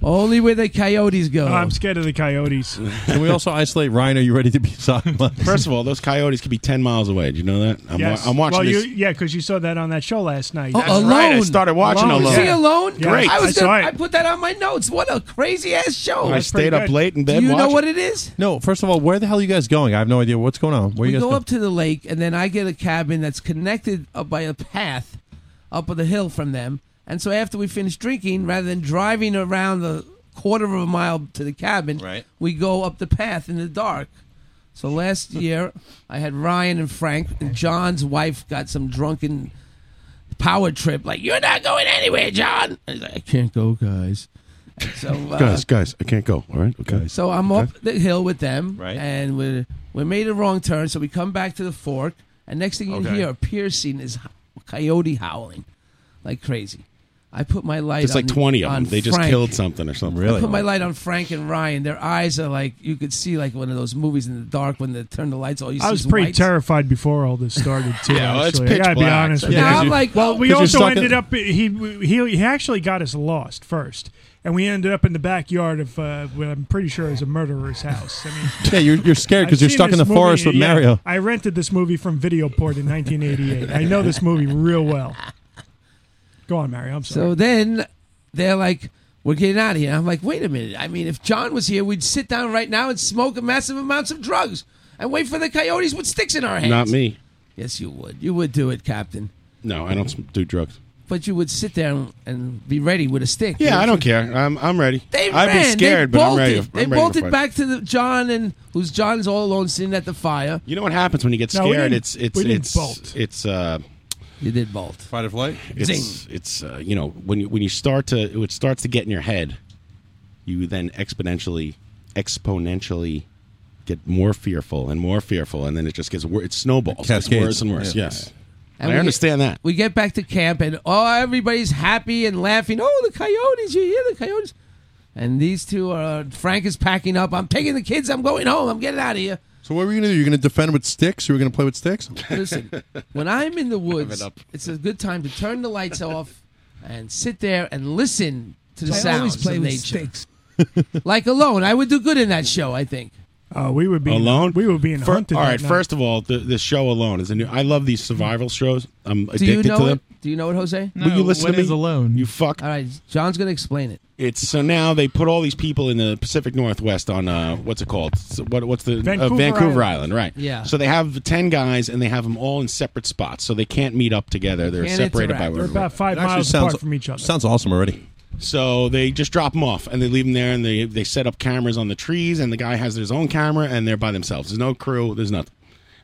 Speaker 10: Only where the coyotes go.
Speaker 5: Oh, I'm scared of the coyotes.
Speaker 14: Can we also isolate Ryan? Are you ready to be sodomized?
Speaker 13: First of all, those coyotes could be ten miles away. Do you know that? I'm,
Speaker 5: Yes.
Speaker 13: wa- I'm watching
Speaker 5: well,
Speaker 13: this.
Speaker 5: You, yeah, because you saw that on that show last night.
Speaker 10: Oh, alone.
Speaker 13: Alone.
Speaker 10: See alone?
Speaker 5: Yeah.
Speaker 10: I
Speaker 5: I
Speaker 10: was
Speaker 5: saw
Speaker 10: gonna,
Speaker 5: it.
Speaker 10: I put that on my notes. What a crazy ass show.
Speaker 14: I That's stayed pretty up good. late in bed
Speaker 10: Do you know
Speaker 14: watching.
Speaker 10: what it is?
Speaker 14: No, first of all, where the hell are you guys going? I have no idea what's going on. Where
Speaker 10: we
Speaker 14: you guys
Speaker 10: go
Speaker 14: going?
Speaker 10: up to the lake, and then I get a cabin that's connected up by a path up the hill from them. And so after we finish drinking, rather than driving around the quarter of a mile to the cabin. Right. We go up the path in the dark. So last year, I had Ryan and Frank, and John's wife got some drunken power trip. Like, you're not going anywhere, John. And he's like, I can't go, guys. And so, uh,
Speaker 13: guys, guys, I can't go. All right, okay.
Speaker 10: so I'm up the hill with them, right? And we we made a wrong turn, so we come back to the fork, and next thing you
Speaker 13: Okay.
Speaker 10: hear, a piercing is h- coyote howling like crazy. I put my light.
Speaker 13: There's like
Speaker 10: on-
Speaker 13: 20 of
Speaker 10: on
Speaker 13: them. They just
Speaker 10: Frank.
Speaker 13: killed something or something.
Speaker 10: I put my light on Frank and Ryan. Their eyes are like you could see like one of those movies in the dark when they turn the lights. All you see
Speaker 5: I was
Speaker 10: is
Speaker 5: pretty
Speaker 10: white.
Speaker 5: terrified before all this started too.
Speaker 10: Yeah, well, it's
Speaker 5: actually. I
Speaker 10: pitch
Speaker 5: gotta be
Speaker 10: black,
Speaker 5: honest
Speaker 10: so
Speaker 5: with
Speaker 10: Yeah,
Speaker 5: you.
Speaker 10: I'm like,
Speaker 5: well,
Speaker 10: 'Cause
Speaker 5: we
Speaker 10: you're
Speaker 5: also
Speaker 10: stuck in-
Speaker 5: ended up he, he he actually got us lost first, and we ended up in the backyard of uh, what I'm pretty sure is a murderer's house. I mean,
Speaker 14: Yeah, you're, you're scared
Speaker 5: I've
Speaker 14: because you're
Speaker 5: seen
Speaker 14: stuck in the
Speaker 5: this
Speaker 14: forest with
Speaker 5: movie- yeah,
Speaker 14: Mario.
Speaker 5: I rented this movie from Videoport in 1988. I know this movie real well. Go on, Mario. I'm sorry.
Speaker 10: So then they're like, "We're getting out of here." I'm like, "Wait a minute! I mean, if John was here, we'd sit down right now and smoke massive amounts of drugs and wait for the coyotes with sticks in our hands."
Speaker 13: Not me.
Speaker 10: Yes, you would. You would do it, Captain.
Speaker 13: No, I don't s- do drugs.
Speaker 10: But you would sit there and, and be ready with a stick.
Speaker 13: Yeah, I don't care. I'm, I'm ready.
Speaker 10: They
Speaker 13: I've
Speaker 10: ran.
Speaker 13: been scared,
Speaker 10: they
Speaker 13: but
Speaker 10: bolted.
Speaker 13: I'm ready. I'm
Speaker 10: they
Speaker 13: ready to
Speaker 10: bolted
Speaker 13: fight.
Speaker 10: back to the John and who's John's all alone sitting at the fire.
Speaker 13: You know what happens when you get
Speaker 10: No, we
Speaker 13: scared?
Speaker 10: didn't-
Speaker 13: it's it's
Speaker 10: we didn't
Speaker 13: it's
Speaker 10: bolt.
Speaker 13: it's uh
Speaker 10: You did bolt. Fight
Speaker 14: or flight.
Speaker 13: It's it's uh, you know when you when you start to it starts to get in your head, you then exponentially exponentially get more fearful and more fearful, and then it just gets worse. It snowballs. It gets
Speaker 14: Cascades.
Speaker 13: worse and worse.
Speaker 14: Yeah.
Speaker 13: Yes,
Speaker 10: And
Speaker 13: I
Speaker 10: we-
Speaker 13: understand that.
Speaker 10: We get back to camp and oh, everybody's happy and laughing. Oh, the coyotes! You hear the coyotes? And these two are Frank is packing up. I'm taking the kids. I'm going home. I'm getting out of here.
Speaker 14: So what were you gonna do? You're gonna defend with sticks? You were gonna play with sticks?
Speaker 10: Listen, when I'm in the woods,
Speaker 14: up.
Speaker 10: it's a good time to turn the lights off and sit there and listen to the
Speaker 22: I always
Speaker 10: sounds
Speaker 22: play
Speaker 10: of
Speaker 22: with
Speaker 10: nature.
Speaker 22: sticks.
Speaker 10: Like alone, I would do good in that show. I think. Uh,
Speaker 5: Oh, we would be
Speaker 13: alone.
Speaker 5: We were being
Speaker 13: Fir-
Speaker 5: hunted.
Speaker 13: all right.
Speaker 5: that night.
Speaker 13: First of all, the, the show alone is a new. I love these survival shows. I'm
Speaker 10: Do
Speaker 13: addicted
Speaker 10: you know
Speaker 13: to
Speaker 10: it?
Speaker 13: them.
Speaker 10: Do you know it, Jose?
Speaker 13: Will you listen to me? alone? You fuck.
Speaker 10: All right, John's gonna explain it.
Speaker 13: It's so now they put all these people in the Pacific Northwest on uh, what's it called? So what what's the
Speaker 10: Vancouver
Speaker 13: uh, Vancouver
Speaker 10: Island.
Speaker 13: Island. right?
Speaker 10: Yeah.
Speaker 13: So they have ten guys and they have them all in separate spots, so they can't meet up together. They're
Speaker 5: Can't
Speaker 13: separated by
Speaker 5: interact. They're
Speaker 13: river.
Speaker 5: about five
Speaker 13: It actually
Speaker 5: miles
Speaker 13: sounds-
Speaker 5: apart from each other.
Speaker 14: Sounds awesome already.
Speaker 13: So they just drop them off and they leave them there and they they set up cameras on the trees and the guy has his own camera and they're by themselves. There's no crew. There's nothing.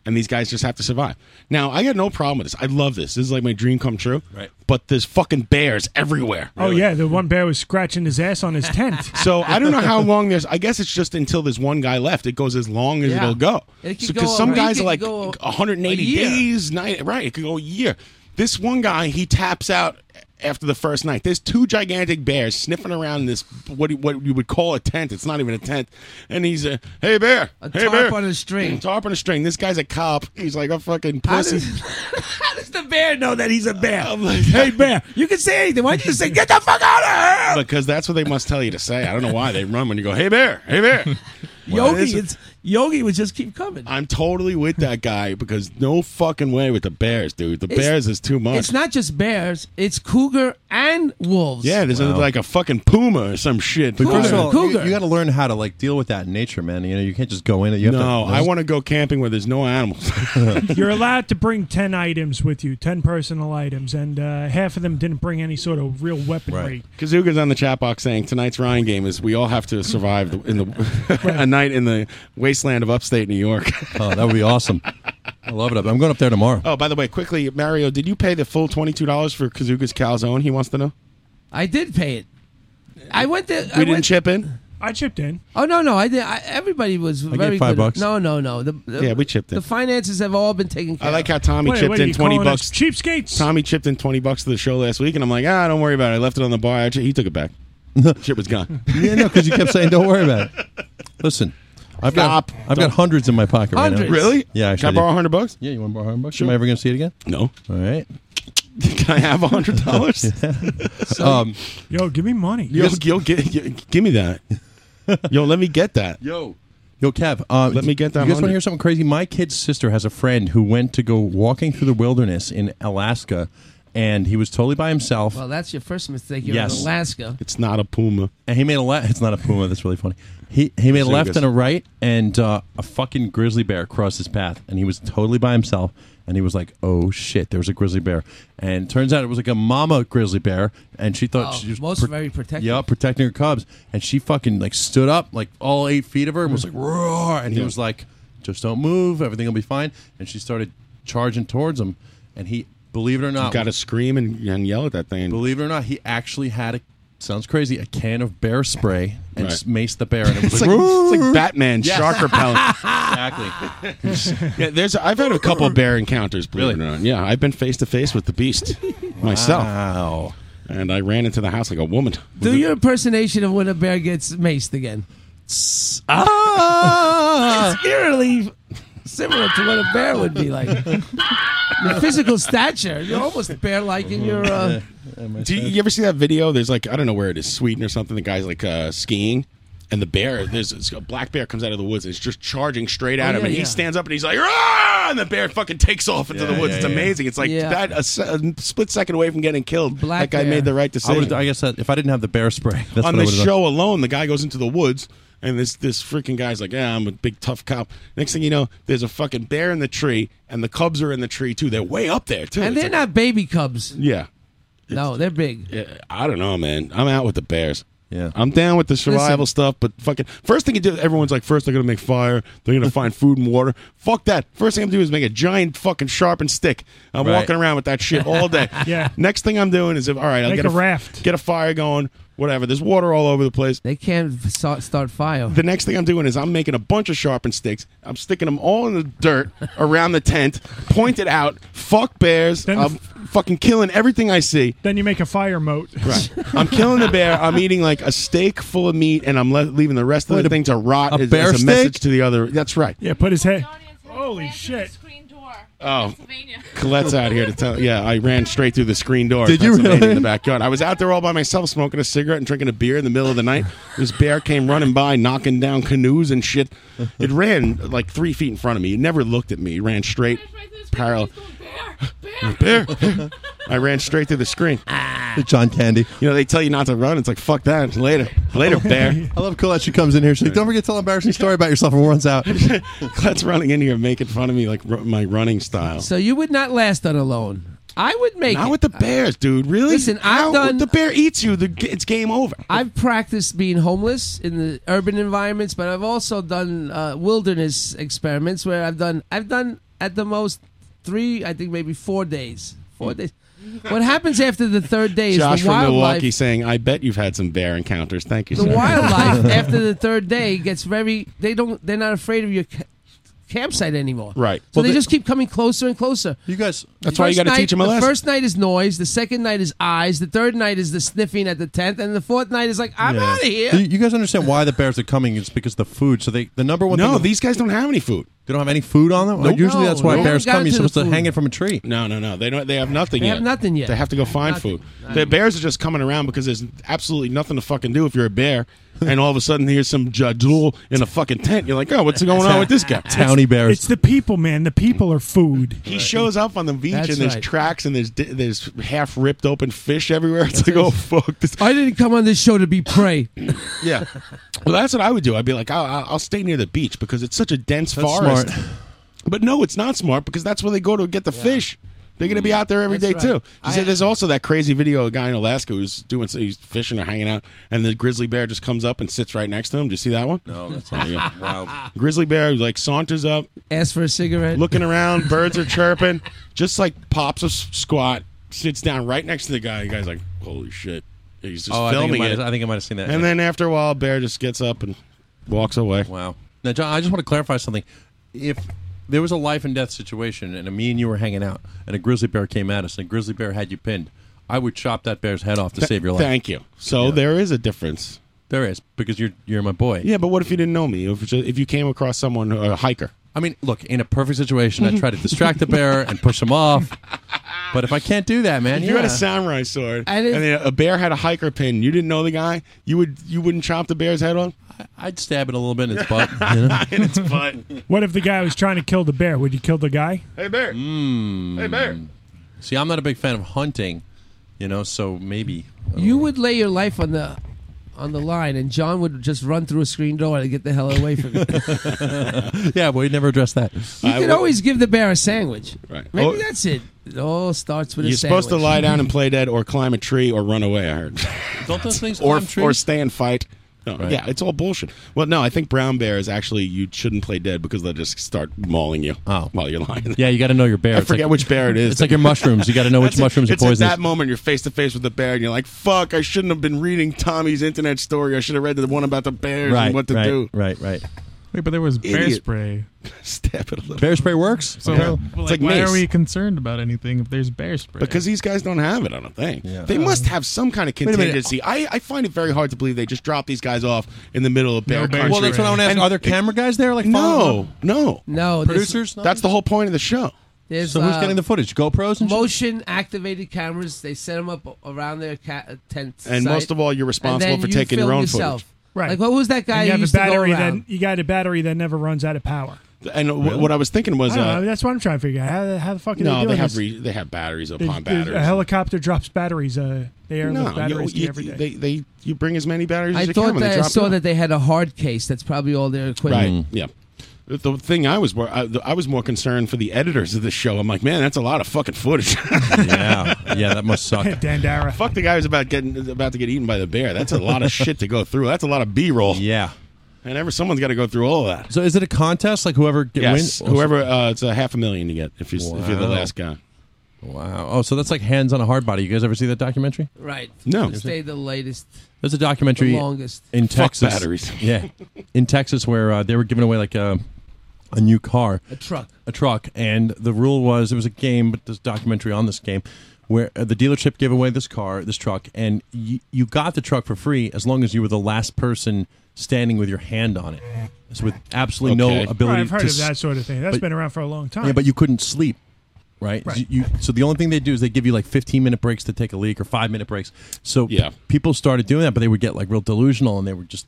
Speaker 13: And these guys just have to survive. Now I got no problem with this. I love this. This is like my dream come true. Right. But there's fucking bears everywhere.
Speaker 5: Oh yeah, the one bear was scratching his ass on his tent.
Speaker 13: So I don't know how long there's. I guess it's just until there's one guy left. It goes as long as
Speaker 5: Yeah.
Speaker 13: it'll go.
Speaker 5: It could
Speaker 13: Because
Speaker 5: go a
Speaker 13: some
Speaker 5: week, it
Speaker 13: guys are
Speaker 5: could
Speaker 13: like
Speaker 5: go
Speaker 13: 180
Speaker 5: a year.
Speaker 13: days, night, right? It could go a year. This one guy, he taps out after the first night. There's two gigantic bears sniffing around this what you- what you would call a tent. It's not even a tent. And he's a hey bear, a hey
Speaker 10: tarp
Speaker 13: bear.
Speaker 10: on a string,
Speaker 13: tarp on a string. This guy's a cop. He's like a fucking pussy.
Speaker 10: How does the bear know that he's a bear?
Speaker 13: hey
Speaker 10: bear, you can say anything. Why don't you say get the fuck out of here?
Speaker 13: because that's what they must tell you to say. I don't know why they run when you go hey bear, hey bear. Well,
Speaker 10: Yogi,
Speaker 13: this is-
Speaker 10: it's, Yogi would just keep coming.
Speaker 13: I'm totally with that guy because no fucking way with the Bears, dude. The
Speaker 10: It's-
Speaker 13: Bears is too much.
Speaker 10: It's not just bears; it's cougar and wolves.
Speaker 13: yeah, there's a-
Speaker 14: Wow.
Speaker 13: like a fucking puma or some shit.
Speaker 14: But first of all,
Speaker 10: Cougar.
Speaker 14: you, got to learn how to like deal with that in nature, man. You know, you can't just go in it. You have
Speaker 13: no,
Speaker 14: to,
Speaker 13: I want to go camping where there's no animals.
Speaker 5: You're allowed to bring 10 items with you, 10 personal items, and uh, half of them didn't bring any sort of real weaponry.
Speaker 13: Kazuga's on the chat box saying tonight's Ryan game is we all have to survive the, in the a night in the wasteland of upstate New York.
Speaker 14: Oh, that would be awesome. I love it. I'm going up there tomorrow.
Speaker 13: oh, by the way, quickly, Mario, did you pay the full twenty two dollars for Kazuga's calzone? He wants to know.
Speaker 10: I did pay it. I went there.
Speaker 13: We
Speaker 10: I
Speaker 13: didn't
Speaker 10: went,
Speaker 13: chip in.
Speaker 5: I chipped in.
Speaker 10: Oh no, no, I did. I, everybody was
Speaker 13: gave
Speaker 10: very
Speaker 13: five
Speaker 10: good.
Speaker 13: bucks.
Speaker 10: No, no, no. The, the-
Speaker 13: Yeah, we chipped in.
Speaker 10: The finances have all been taken care.
Speaker 13: I like how Tommy
Speaker 10: Wait,
Speaker 13: chipped
Speaker 10: what are
Speaker 13: in
Speaker 10: you
Speaker 13: twenty
Speaker 10: calling
Speaker 13: bucks.
Speaker 10: us
Speaker 5: Cheapskates.
Speaker 13: Tommy chipped in twenty bucks to the show last week, and I'm like, ah, don't worry about it. I left it on the bar. I ch- he took it back. Shit was gone.
Speaker 14: yeah, no, because you kept saying, "Don't worry about it." Listen, I've
Speaker 13: Stop.
Speaker 14: got I've got hundreds in my pocket right now.
Speaker 13: Really?
Speaker 14: Yeah,
Speaker 13: Can
Speaker 14: actually.
Speaker 13: I borrow hundred bucks?
Speaker 14: Yeah, you want to borrow hundred bucks?
Speaker 13: Sure.
Speaker 14: Am I ever going to see it again?
Speaker 13: No.
Speaker 14: All right.
Speaker 13: Can I have hundred dollars?
Speaker 14: Um,
Speaker 5: Yo, give me money.
Speaker 13: yo, yo, gi- yo, give me that. Yo, let me get that.
Speaker 14: Yo. Yo, Kev. Uh,
Speaker 13: Let me get that
Speaker 14: You guys want to
Speaker 13: 100.
Speaker 14: hear something crazy? My kid's sister has a friend who went to go walking through the wilderness in Alaska, and he was totally by himself.
Speaker 10: Well, that's your first mistake. You're
Speaker 14: Yes.
Speaker 10: in Alaska.
Speaker 13: It's not a puma.
Speaker 14: And he made a left. It's not a puma. That's really funny. He he made a
Speaker 13: So
Speaker 14: left
Speaker 13: guess-
Speaker 14: and a right, and uh, a fucking grizzly bear crossed his path, and he was totally by himself. and he was like, "Oh shit, there was a grizzly bear." And turns out it was like a mama grizzly bear, and she thought
Speaker 10: Oh,
Speaker 14: she was
Speaker 10: most very protective.
Speaker 14: Yeah, protecting her cubs, and she fucking like stood up like all eight feet of her and was like roar, and he
Speaker 13: Hmm. Yeah.
Speaker 14: was like, "Just don't move, everything will be fine." And she started charging towards him, and he, believe it or not,
Speaker 13: got to scream and, and yell at that thing.
Speaker 14: Believe it or not, he actually had a sounds crazy a can of bear spray and
Speaker 13: Right.
Speaker 14: just maced the bear, and it was
Speaker 13: It's
Speaker 14: like,
Speaker 13: like- it's like Batman,
Speaker 14: Yes.
Speaker 13: shark repellent.
Speaker 14: exactly.
Speaker 13: yeah, there's. I've had a couple bear encounters. Believe it or not. Yeah, I've been face to face with the beast myself.
Speaker 14: Wow.
Speaker 13: And I ran into the house like a woman.
Speaker 10: Do your impersonation of when a bear gets maced again.
Speaker 14: Ah!
Speaker 10: Ah!
Speaker 13: Ah!
Speaker 10: it's eerily similar to what a bear would be like. Your physical stature, you're almost bear-like in your. Uh,
Speaker 13: Do you, you ever see that video? There's like I don't know where it is, Sweden or something. The guy's like uh, skiing, and the bear there's it's a black bear comes out of the woods and it's just charging straight at
Speaker 14: Oh,
Speaker 13: him,
Speaker 14: yeah,
Speaker 13: and
Speaker 14: yeah.
Speaker 13: he stands up and he's like, Rah! and the bear fucking takes off into
Speaker 14: Yeah,
Speaker 13: the woods.
Speaker 14: yeah,
Speaker 13: it's
Speaker 14: yeah.
Speaker 13: amazing. It's like
Speaker 14: Yeah.
Speaker 13: that a, se- a split second away from getting killed. that guy made the right
Speaker 14: I, would've-
Speaker 13: decision.
Speaker 14: I guess that if I didn't have the bear spray
Speaker 13: On
Speaker 14: that's what I
Speaker 13: the
Speaker 14: would've done.
Speaker 13: show alone, the guy goes into the woods. And this this freaking guy's like, yeah, I'm a big tough cop. Next thing you know, there's a fucking bear in the tree, and the cubs are in the tree too. They're way up there too.
Speaker 10: and
Speaker 13: It's
Speaker 10: they're
Speaker 13: like-
Speaker 10: not baby cubs.
Speaker 13: yeah.
Speaker 10: No, they're big.
Speaker 13: Yeah, I don't know, man. I'm out with the Bears.
Speaker 14: Yeah,
Speaker 13: I'm down with the survival
Speaker 10: Listen.
Speaker 13: stuff, but fucking first thing you do, everyone's like, first they're gonna make fire, they're gonna find food and water. Fuck that. First thing I'm doing is make a giant fucking sharpened stick. I'm
Speaker 14: Right.
Speaker 13: walking around with that shit all day.
Speaker 14: Yeah.
Speaker 13: Next thing I'm doing is if all right, I'll
Speaker 14: Make
Speaker 13: get
Speaker 14: a
Speaker 13: f- get a fire going, whatever. There's water all over the place.
Speaker 10: They can't start fire.
Speaker 13: The next thing I'm doing is I'm making a bunch of sharpened sticks. I'm sticking them all in the dirt around the tent, pointed out. Fuck bears. I'm fucking killing everything I see.
Speaker 5: Then you make a fire moat.
Speaker 13: Right. I'm killing the bear. I'm eating like a steak full of meat, and I'm le- leaving the rest of
Speaker 5: Wait,
Speaker 13: the
Speaker 5: a-
Speaker 13: thing to rot.
Speaker 5: a
Speaker 13: as,
Speaker 5: bear
Speaker 13: as a
Speaker 5: steak?
Speaker 13: message to the other. That's right.
Speaker 5: Yeah, put his head. Holy shit.
Speaker 13: Oh, Colette's out here to tell. Yeah, I ran straight through the screen door. in
Speaker 14: Did you
Speaker 13: Pennsylvania
Speaker 14: really?
Speaker 13: In the backyard, I was out there all by myself, smoking a cigarette and drinking a beer in the middle of the night. This bear came running by, knocking down canoes and shit. It ran like three feet in front of me. It never looked at me. It ran straight, parallel. Bear, bear. I ran straight through the screen.
Speaker 10: Ah.
Speaker 14: John Candy.
Speaker 13: You know they tell you not to run. It's like fuck that. Later, later, bear.
Speaker 14: I love Colette. She comes in here. She's like, "Don't forget to tell an embarrassing story about yourself," and runs out.
Speaker 13: That's running in here making fun of me like r- my running style.
Speaker 10: So you would not last on a loan. I would make
Speaker 13: Not
Speaker 10: it.
Speaker 13: with the bears, dude. Really?
Speaker 10: Listen, I've
Speaker 13: How-
Speaker 10: done.
Speaker 13: The bear eats you. The, it's game over.
Speaker 10: I've practiced being homeless in the urban environments, but I've also done uh, wilderness experiments where I've done. I've done at the most three, I think maybe four days. Four days. What happens after the third day is
Speaker 13: Hmm. Josh
Speaker 10: the
Speaker 13: from
Speaker 10: wildlife.
Speaker 13: Milwaukee saying, "I bet you've had some bear encounters." Thank you.
Speaker 10: The
Speaker 13: sir.
Speaker 10: wildlife after the third day gets very. They don't. They're not afraid of your ca- campsite anymore.
Speaker 13: Right.
Speaker 10: So
Speaker 13: Well,
Speaker 10: they,
Speaker 13: they-
Speaker 10: just keep coming closer and closer.
Speaker 14: You guys.
Speaker 13: That's why you gotta teach 'em a
Speaker 10: The
Speaker 13: lesson.
Speaker 10: first night is noise. The second night is eyes. The third night is the sniffing at the tent, and the fourth night is like I'm
Speaker 14: Yeah.
Speaker 10: out of here.
Speaker 14: You, you guys understand why the bears are coming? It's because of the food. So they, the number one.
Speaker 13: No,
Speaker 14: thing
Speaker 13: these guys don't have any food.
Speaker 14: They don't have any food on them.
Speaker 13: Nope.
Speaker 14: Usually,
Speaker 10: No,
Speaker 14: that's why
Speaker 10: they
Speaker 14: bears
Speaker 10: haven't gotten
Speaker 14: come. You're
Speaker 10: to the
Speaker 14: supposed to
Speaker 10: food.
Speaker 14: hang it from a tree.
Speaker 13: No, no, no. They don't. They have nothing
Speaker 10: They
Speaker 13: yet.
Speaker 10: have nothing yet.
Speaker 13: They have to go find
Speaker 10: Nothing.
Speaker 13: food. The bears are just coming around because there's absolutely nothing to fucking do if you're a bear. and all of a sudden, here's some jadul in a fucking tent. You're like, "Oh, what's going on with this guy?"
Speaker 14: Towny bears.
Speaker 5: It's the people, man. The people are food.
Speaker 13: He shows up on the beach
Speaker 5: That's
Speaker 13: and there's
Speaker 5: right.
Speaker 13: tracks and there's di- there's half ripped open fish everywhere. It's like, oh fuck, this
Speaker 10: I didn't come on this show to be prey.
Speaker 13: Yeah. Well, that's what I would do. I'd be like, I'll, I'll I'll stay near the beach because it's such a dense
Speaker 14: That's
Speaker 13: forest.
Speaker 14: smart.
Speaker 13: But no, it's not smart because that's where they go to get the fish. They're going to be out there every day
Speaker 14: That's right.
Speaker 13: too. She said there's also that crazy video of a guy in Alaska who's doing he's fishing or hanging out, and the grizzly bear just comes up and sits right next to him. Do you see that one?
Speaker 14: No, that's not wow.
Speaker 13: Grizzly bear like saunters up,
Speaker 10: asks for a cigarette,
Speaker 13: looking around. birds are chirping, just like pops a s- squat, sits down right next to the guy. The guy's like, "Holy shit!" He's just
Speaker 14: Oh, I think I
Speaker 13: filming
Speaker 14: might
Speaker 13: it.
Speaker 14: have- I think I might have seen that.
Speaker 13: And then after a while, bear just gets up and walks away.
Speaker 14: Wow. Now, John, I just want to clarify something. If there was a life and death situation, and me and you were hanging out, and a grizzly bear came at us, and a grizzly bear had you pinned, I would chop that bear's head off to
Speaker 13: Th-
Speaker 14: save your life.
Speaker 13: Thank you. So there is a difference.
Speaker 14: There is because you're you're my boy.
Speaker 13: Yeah, but what if you didn't know me? If, it's just- if you came across someone, a hiker.
Speaker 14: I mean, look, in a perfect situation, I try to distract the bear and push him off. But if I can't do that, man,
Speaker 13: if you had
Speaker 14: yeah.
Speaker 13: a samurai sword
Speaker 14: I
Speaker 13: and
Speaker 14: didn't-
Speaker 13: then a bear had a hiker pin, you didn't know the guy, you would you wouldn't chop the bear's head off?
Speaker 14: I'd stab it a little bit in its butt. You know?
Speaker 13: in its butt.
Speaker 5: What if the guy was trying to kill the bear? Would you kill the guy?
Speaker 13: Hey bear.
Speaker 14: Hey
Speaker 13: bear.
Speaker 14: Hmm. See, I'm not a big fan of hunting, you know, so maybe
Speaker 10: you would lay your life on the on the line, and John would just run through a screen door and get the hell away from it.
Speaker 14: yeah, but we never addressed that.
Speaker 10: You could always give the bear a sandwich.
Speaker 13: Right.
Speaker 10: Maybe
Speaker 13: Oh.
Speaker 10: that's it. It all starts with
Speaker 13: You're
Speaker 10: a sandwich.
Speaker 13: supposed to lie down and play dead, or climb a tree, or run away. I heard.
Speaker 14: Don't those things
Speaker 13: or
Speaker 14: climb
Speaker 13: or
Speaker 14: trees?
Speaker 13: stay and fight. No,
Speaker 14: Right.
Speaker 13: Yeah, it's all bullshit. Well, no, I think brown bears actually you shouldn't play dead because they'll just start mauling you while you're lying.
Speaker 14: Oh. Yeah, you got to know your bear.
Speaker 13: I
Speaker 14: It's
Speaker 13: forget
Speaker 14: like-
Speaker 13: which bear it is.
Speaker 14: It's like your mushrooms. You got to know which
Speaker 13: That's it.
Speaker 14: mushrooms are
Speaker 13: it's
Speaker 14: poisonous.
Speaker 13: At that moment, you're face to face with the bear, and you're like, "Fuck! I shouldn't have been reading Tommy's internet story. I should have read the one about the bears
Speaker 14: right,
Speaker 13: and what to
Speaker 14: right,
Speaker 13: do."
Speaker 14: Right, right.
Speaker 9: Wait, but there was bear
Speaker 13: Idiot.
Speaker 9: spray.
Speaker 13: Stab it a little.
Speaker 14: Bear spray works.
Speaker 9: So,
Speaker 13: Yeah.
Speaker 9: like,
Speaker 13: It's like
Speaker 9: why
Speaker 13: mace.
Speaker 9: are we concerned about anything if there's bear spray?
Speaker 13: Because these guys don't have it, I don't think. They
Speaker 9: Yeah.
Speaker 13: must have some kind of
Speaker 9: Wait a minute.
Speaker 13: contingency. I, I find it very hard to believe they just drop these guys off in the middle of bear country.
Speaker 14: Well, that's what I want to ask.
Speaker 13: And-
Speaker 14: are there camera guys there? Like following
Speaker 13: No,
Speaker 14: them?
Speaker 13: no,
Speaker 10: no.
Speaker 14: Producers?
Speaker 10: there's-
Speaker 13: That's the whole point of the show.
Speaker 10: There's,
Speaker 14: so who's
Speaker 10: uh,
Speaker 14: getting the footage? GoPros and shit?
Speaker 10: motion activated cameras. They set them up around their uh, cat tent.
Speaker 13: And most of all, you're responsible for taking your own footage.
Speaker 10: Right. Like what was that guy
Speaker 5: And you
Speaker 10: who
Speaker 5: have
Speaker 10: used
Speaker 5: a
Speaker 10: to go
Speaker 5: battery
Speaker 10: around?
Speaker 5: that you got a battery that never runs out of power.
Speaker 13: And wh- what I was thinking was,
Speaker 5: I don't know,
Speaker 13: uh,
Speaker 5: that's what I'm trying to figure out. How, the- how the fuck are they
Speaker 13: no,
Speaker 5: doing
Speaker 13: they have
Speaker 5: this?
Speaker 13: re- they have batteries
Speaker 5: They-
Speaker 13: upon
Speaker 5: they-
Speaker 13: batteries.
Speaker 5: A helicopter drops batteries. Uh, they are
Speaker 13: no,
Speaker 5: batteries to
Speaker 13: you,
Speaker 5: you
Speaker 13: you,
Speaker 5: every day.
Speaker 13: They, they you bring as many batteries as
Speaker 10: I
Speaker 13: you
Speaker 10: thought
Speaker 13: can. when they
Speaker 10: that I
Speaker 13: drop it
Speaker 10: saw
Speaker 13: off.
Speaker 10: that they had a hard case. That's probably all their
Speaker 13: Right.
Speaker 10: equipment.
Speaker 13: Yeah. The- The thing I was wor- I, I was more concerned for the editors of the show. I'm like, man, that's a lot of fucking footage.
Speaker 14: yeah, yeah, that must suck.
Speaker 5: Dandara.
Speaker 13: Fuck the guy who's about getting about to get eaten by the bear. That's a lot of shit to go through. That's a lot of B-roll.
Speaker 14: Yeah.
Speaker 13: And ever someone's got to go through all of that.
Speaker 14: So is it a contest? Like whoever get,
Speaker 13: Yes,
Speaker 14: wins?
Speaker 13: whoever uh, it's a half a million to get if you if you're the
Speaker 14: Wow.
Speaker 13: last guy.
Speaker 14: Wow. Oh, so that's like hands on a hard body. You guys ever see that documentary?
Speaker 10: Right.
Speaker 14: No.
Speaker 10: Stay the latest.
Speaker 14: There's a documentary
Speaker 10: The longest.
Speaker 14: in
Speaker 10: Fuck
Speaker 14: Texas.
Speaker 13: batteries.
Speaker 14: Yeah, in Texas where uh, they were giving away like a a new car,
Speaker 10: A truck.
Speaker 14: a truck, and the rule was it was a game, but this documentary on this game where uh, the dealership gave away this car, this truck, and y- you got the truck for free as long as you were the last person standing with your hand on it. So with absolutely
Speaker 5: Okay.
Speaker 14: no ability.
Speaker 5: Right, I've heard
Speaker 14: to
Speaker 5: of that
Speaker 14: s-
Speaker 5: sort of thing. That's
Speaker 14: but-
Speaker 5: been around for a long time.
Speaker 14: yeah, but you couldn't sleep, right?
Speaker 5: Right.
Speaker 14: You, you- so the only thing they do is they give you like 15 minute breaks to take a leak or five minute breaks. So
Speaker 13: Yeah.
Speaker 14: people started doing that, but they would get like real delusional and they were just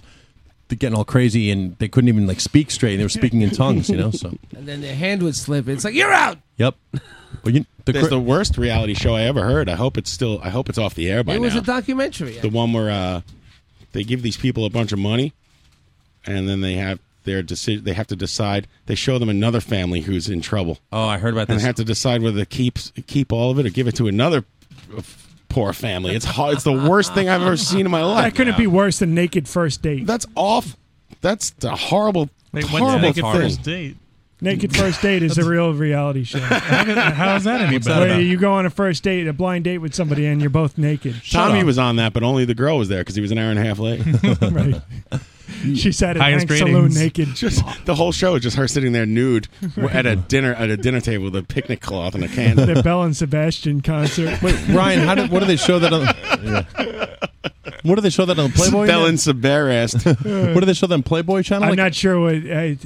Speaker 14: they're getting all crazy and they couldn't even like speak straight. They were speaking in tongues, you know. So
Speaker 10: And then their hand would slip. It's like you're out.
Speaker 14: yep. But you, the,
Speaker 13: It's
Speaker 14: cra-
Speaker 13: the worst reality show I ever heard. I hope it's still. I hope it's off the air by
Speaker 10: it
Speaker 13: now.
Speaker 10: was a documentary.
Speaker 13: the one where uh, they give these people a bunch of money, and then they have their decision. They have to decide. They show them another family who's in trouble.
Speaker 14: Oh, I heard about
Speaker 13: and
Speaker 14: this.
Speaker 13: They have to decide whether to keep keep all of it or give it to another uh, poor family. It's hard. It's the worst thing I've ever seen in my life.
Speaker 5: that couldn't be worse than naked first date.
Speaker 13: That's off. That's a horrible,
Speaker 9: Wait, what's
Speaker 13: horrible
Speaker 9: naked
Speaker 13: thing.
Speaker 9: first date?
Speaker 5: Naked first date is the real reality show. How
Speaker 9: is that any What's that
Speaker 5: Where
Speaker 9: about?
Speaker 5: you go on a first date, a blind date with somebody, and you're both naked.
Speaker 13: Tommy was on that, but only the girl was there because he was an hour and a half late.
Speaker 5: right. She sat at
Speaker 13: Highest
Speaker 5: Hank's Saloon
Speaker 13: ratings.
Speaker 5: naked.
Speaker 13: Just the whole show is just her sitting there nude
Speaker 5: Right.
Speaker 13: at a dinner at a dinner table with a picnic cloth and a candle.
Speaker 5: the Bell and Sebastian concert.
Speaker 14: Wait, Ryan, how did what do they show that on? What do they show that on Playboy?
Speaker 13: Bell and Sebarest.
Speaker 14: what do they show that on Playboy channel?
Speaker 5: Uh, I'm
Speaker 14: Like-
Speaker 5: not sure what I,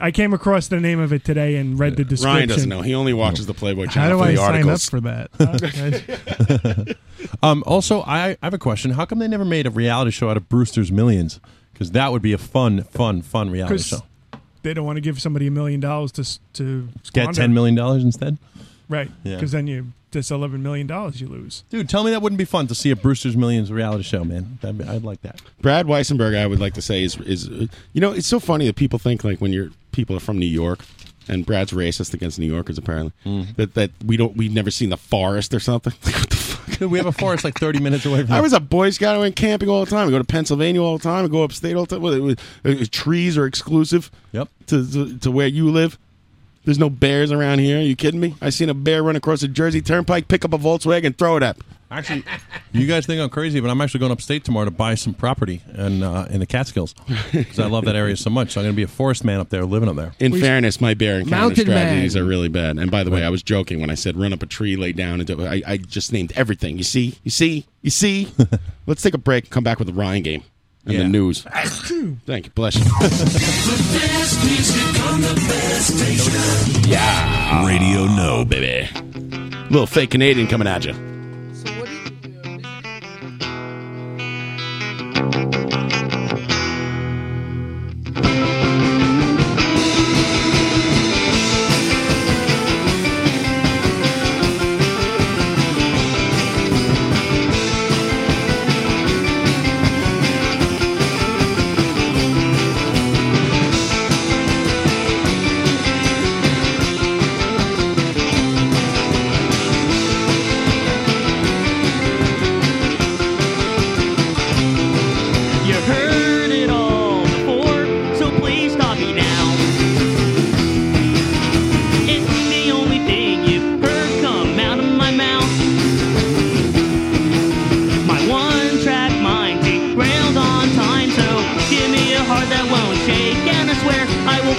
Speaker 5: I came across the name of it today and read the description.
Speaker 13: Ryan doesn't know. He only watches the Playboy
Speaker 5: How
Speaker 13: channel
Speaker 5: do
Speaker 13: for
Speaker 5: I
Speaker 13: the
Speaker 5: sign up
Speaker 13: articles.
Speaker 5: for that? Uh,
Speaker 14: um, also, I, I have a question. How come they never made a reality show out of Brewster's Millions? Because that would be a fun, fun, fun reality
Speaker 5: Because
Speaker 14: show.
Speaker 5: they don't want to give somebody a million dollars to s- to
Speaker 14: Get
Speaker 5: squander.
Speaker 14: ten million dollars instead.
Speaker 5: right?
Speaker 14: Yeah.
Speaker 5: Because then you that's eleven million dollars you lose.
Speaker 14: Dude, tell me that wouldn't be fun to see a Brewster's Millions reality show, man. That'd be, I'd like that.
Speaker 13: Brad Weissenberg, I would like to say is is uh, you know it's so funny that people think like when you're people are from New York, and Brad's racist against New Yorkers apparently
Speaker 14: Mm.
Speaker 13: that that we don't we've never seen the forest or something.
Speaker 14: Dude, we have a forest like thirty minutes away from.
Speaker 13: I was a Boy Scout. I went camping all the time. I go to Pennsylvania all the time. I go upstate all the time. Well, it was- uh, trees are exclusive.
Speaker 14: Yep.
Speaker 13: To, to to where you live. There's no bears around here. Are you kidding me? I seen a bear run across the Jersey Turnpike, pick up a Volkswagen, and throw it up.
Speaker 14: Actually, you guys think I'm crazy, but I'm actually going upstate tomorrow to buy some property in uh, in the Catskills because I love that area so much. So I'm going to be a forest man up there, living up there.
Speaker 13: In fairness, my bear encounter
Speaker 14: Mountain man.
Speaker 13: strategies are really bad. And by the way, I was joking when I said run up a tree, lay down, and do, I, I just named everything. You see, you see, you see. Let's take a break. and Come back with the Ryan game and the news. Thank you. Bless you. yeah. Radio no, baby. Little fake Canadian coming at you.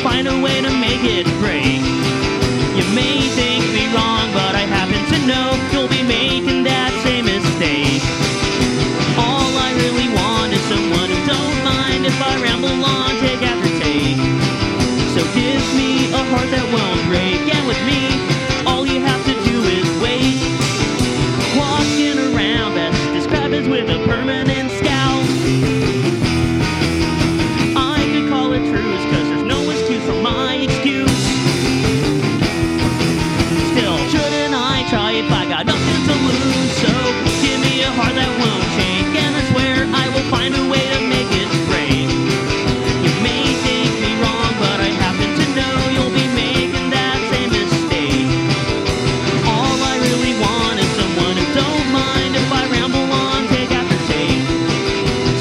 Speaker 19: find a way to make it break. You may think me wrong, but I happen to know you'll be making that same mistake. All I really want is someone who don't mind if I ramble on take after take. So give me a heart that won't break, and with me, all you have to do is wait. Walking around, best described as with a permanent scowl. I could call it truce, cause there's no excuse for my excuse. Still, shouldn't I try if I got nothing to lose? So give me a heart that won't shake, and I swear I will find a way to make it straight. You may think me wrong, but I happen to know you'll be making that same mistake. All I really want is someone who don't mind if I ramble on take after take.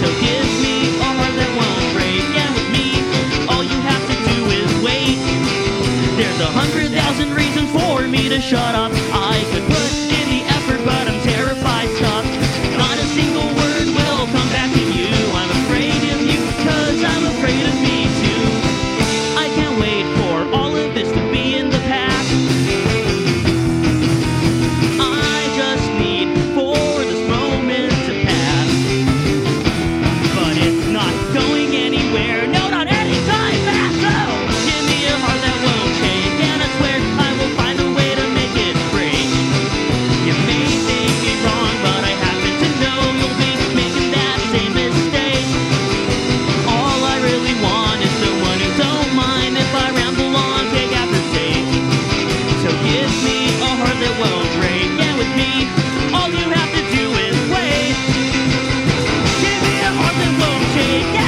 Speaker 19: So give me a heart that won't break, and with me, all you have to do is wait. There's a hundred thousand reasons for me to shut up. I could put in the effort, but I'm terrified stop. Not a single word will come back to you. I'm afraid of you, cause I'm afraid of me too. I can't wait for all of this to be in the past. I just need for this moment to pass. But it's not going anywhere. No, not anytime fast. So give me a heart that won't shake, and I swear I will find a way to make it Oh,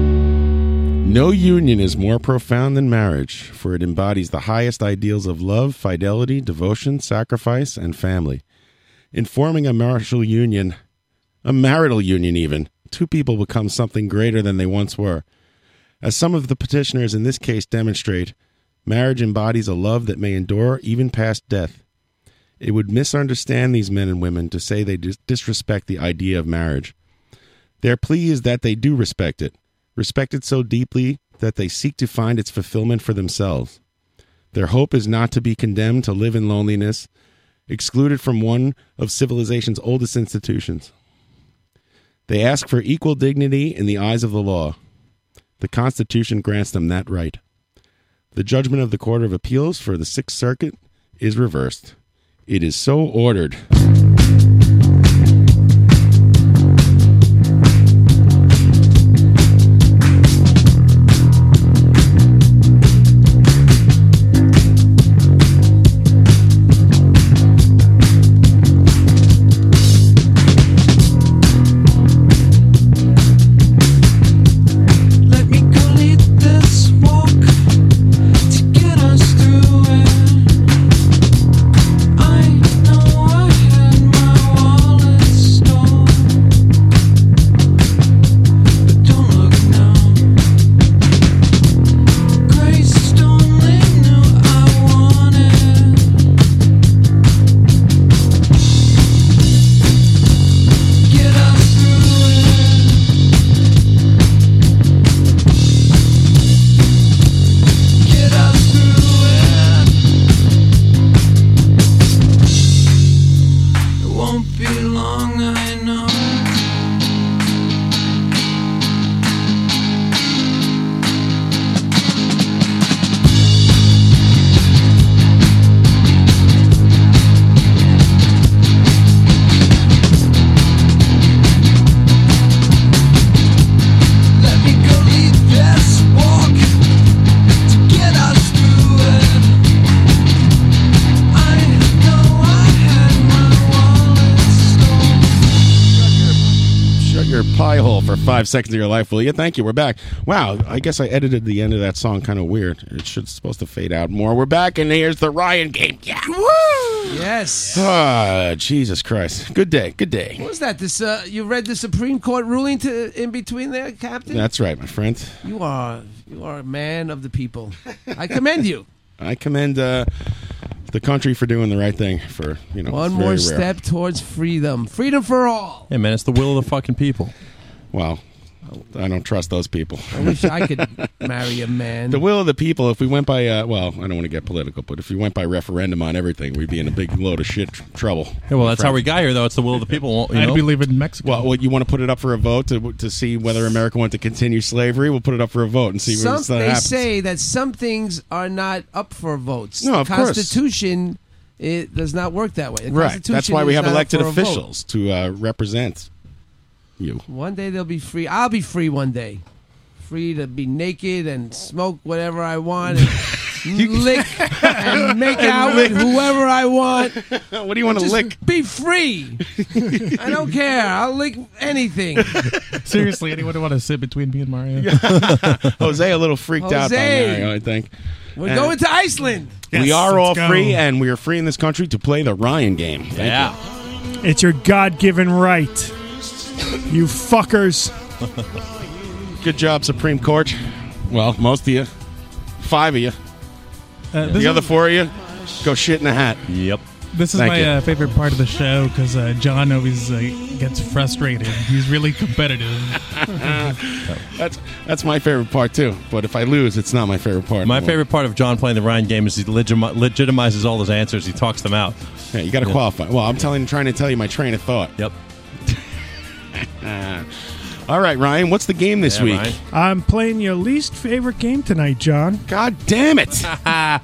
Speaker 13: No union is more profound than marriage, for it embodies the highest ideals of love, fidelity, devotion, sacrifice, and family. In forming a marital union, a marital union even, two people become something greater than they once were. As some of the petitioners in this case demonstrate, marriage embodies a love that may endure even past death. It would misunderstand these men and women to say they dis- disrespect the idea of marriage. Their plea is that they do respect it, respect it so deeply that they seek to find its fulfillment for themselves. Their hope is not to be condemned to live in loneliness, excluded from one of civilization's oldest institutions. They ask for equal dignity in the eyes of the law. The Constitution grants them that right. The judgment of the Court of Appeals for the Sixth Circuit is reversed. It is so ordered.
Speaker 12: Let me call it this walk to get us through it. I know I had my wallet stolen, but don't look now. Grace only knew I wanted. Get us through it. Get us through it. It won't be long, I know. Let me go lead this walk to get us through it. I know I had my wallet stolen.
Speaker 13: Shut your pie hole for five seconds of your life, will you? Thank you. We're back. Wow, I guess I edited the end of that song kind of weird. It should supposed to fade out more. We're back, and here's the Ryan game. Yeah.
Speaker 10: Yes.
Speaker 13: Ah, Jesus Christ. Good day. Good day.
Speaker 10: What was that? This uh, you read the Supreme Court ruling to in between there, Captain?
Speaker 13: That's right, my friend.
Speaker 10: You are you are a man of the people. I commend you.
Speaker 13: I commend uh, the country for doing the right thing. For you know,
Speaker 10: One
Speaker 13: it's
Speaker 10: more
Speaker 13: very rare.
Speaker 10: step towards freedom. Freedom for all.
Speaker 13: Hey man, it's the will of the fucking people. Well, I don't trust those people.
Speaker 10: I wish I could marry a man.
Speaker 13: The will of the people. If we went by, uh, well, I don't want to get political, but if we went by referendum on everything, we'd be in a big load of shit tr- trouble.
Speaker 14: Yeah, well, that's how we got here, though. It's the will of the people. You know?
Speaker 13: leaving Mexico. Well, well, you want to put it up for a vote to, to see whether America wants to continue slavery? We'll put it up for a vote and see
Speaker 10: some,
Speaker 13: what's
Speaker 10: they
Speaker 13: that happens.
Speaker 10: say that some things are not up for votes.
Speaker 13: No,
Speaker 10: the
Speaker 13: of course.
Speaker 10: Constitution it does not work that way. The
Speaker 13: right.
Speaker 10: Constitution
Speaker 13: That's why we
Speaker 10: is
Speaker 13: have
Speaker 10: not up
Speaker 13: elected
Speaker 10: for a vote.
Speaker 13: officials to uh, represent you.
Speaker 10: One day they'll be free. I'll be free one day. Free to be naked and smoke whatever I want and lick and make
Speaker 12: And
Speaker 10: out
Speaker 12: lick.
Speaker 10: with whoever I want.
Speaker 13: What do you wanna
Speaker 10: Just
Speaker 13: lick?
Speaker 10: Be free. I don't care. I'll lick anything.
Speaker 9: Seriously, anyone want to sit between me and Mario?
Speaker 13: Jose a little freaked out by
Speaker 10: Jose.
Speaker 13: Mario, I think.
Speaker 10: We're
Speaker 13: And-
Speaker 10: going to Iceland.
Speaker 13: we are all free, and we are free in this country to play the Ryan game. Thank
Speaker 14: yeah.
Speaker 5: It's your God given right. You fuckers.
Speaker 13: Good job, Supreme Court. Well, most of you, five of you,
Speaker 9: Uh, this
Speaker 5: Uh,
Speaker 13: the other
Speaker 9: is-
Speaker 13: four of you, go shit in a hat. Yep.
Speaker 9: This is
Speaker 13: Thank
Speaker 9: my
Speaker 13: you.
Speaker 9: uh, favorite part of the show because uh, John always uh, gets frustrated. He's really competitive.
Speaker 5: uh,
Speaker 13: that's that's my favorite part too. But if I lose, it's not my favorite part.
Speaker 14: My favorite part of John playing the Ryan game is he legimi- legitimizes all his answers. He talks them out.
Speaker 13: Yeah, you got to qualify. Well, I'm telling, trying to tell you my train of thought.
Speaker 14: Yep.
Speaker 13: all right, Ryan, what's the game this
Speaker 14: Yeah,
Speaker 13: week?
Speaker 14: Ryan.
Speaker 5: I'm playing your least favorite game tonight, John.
Speaker 13: God damn it!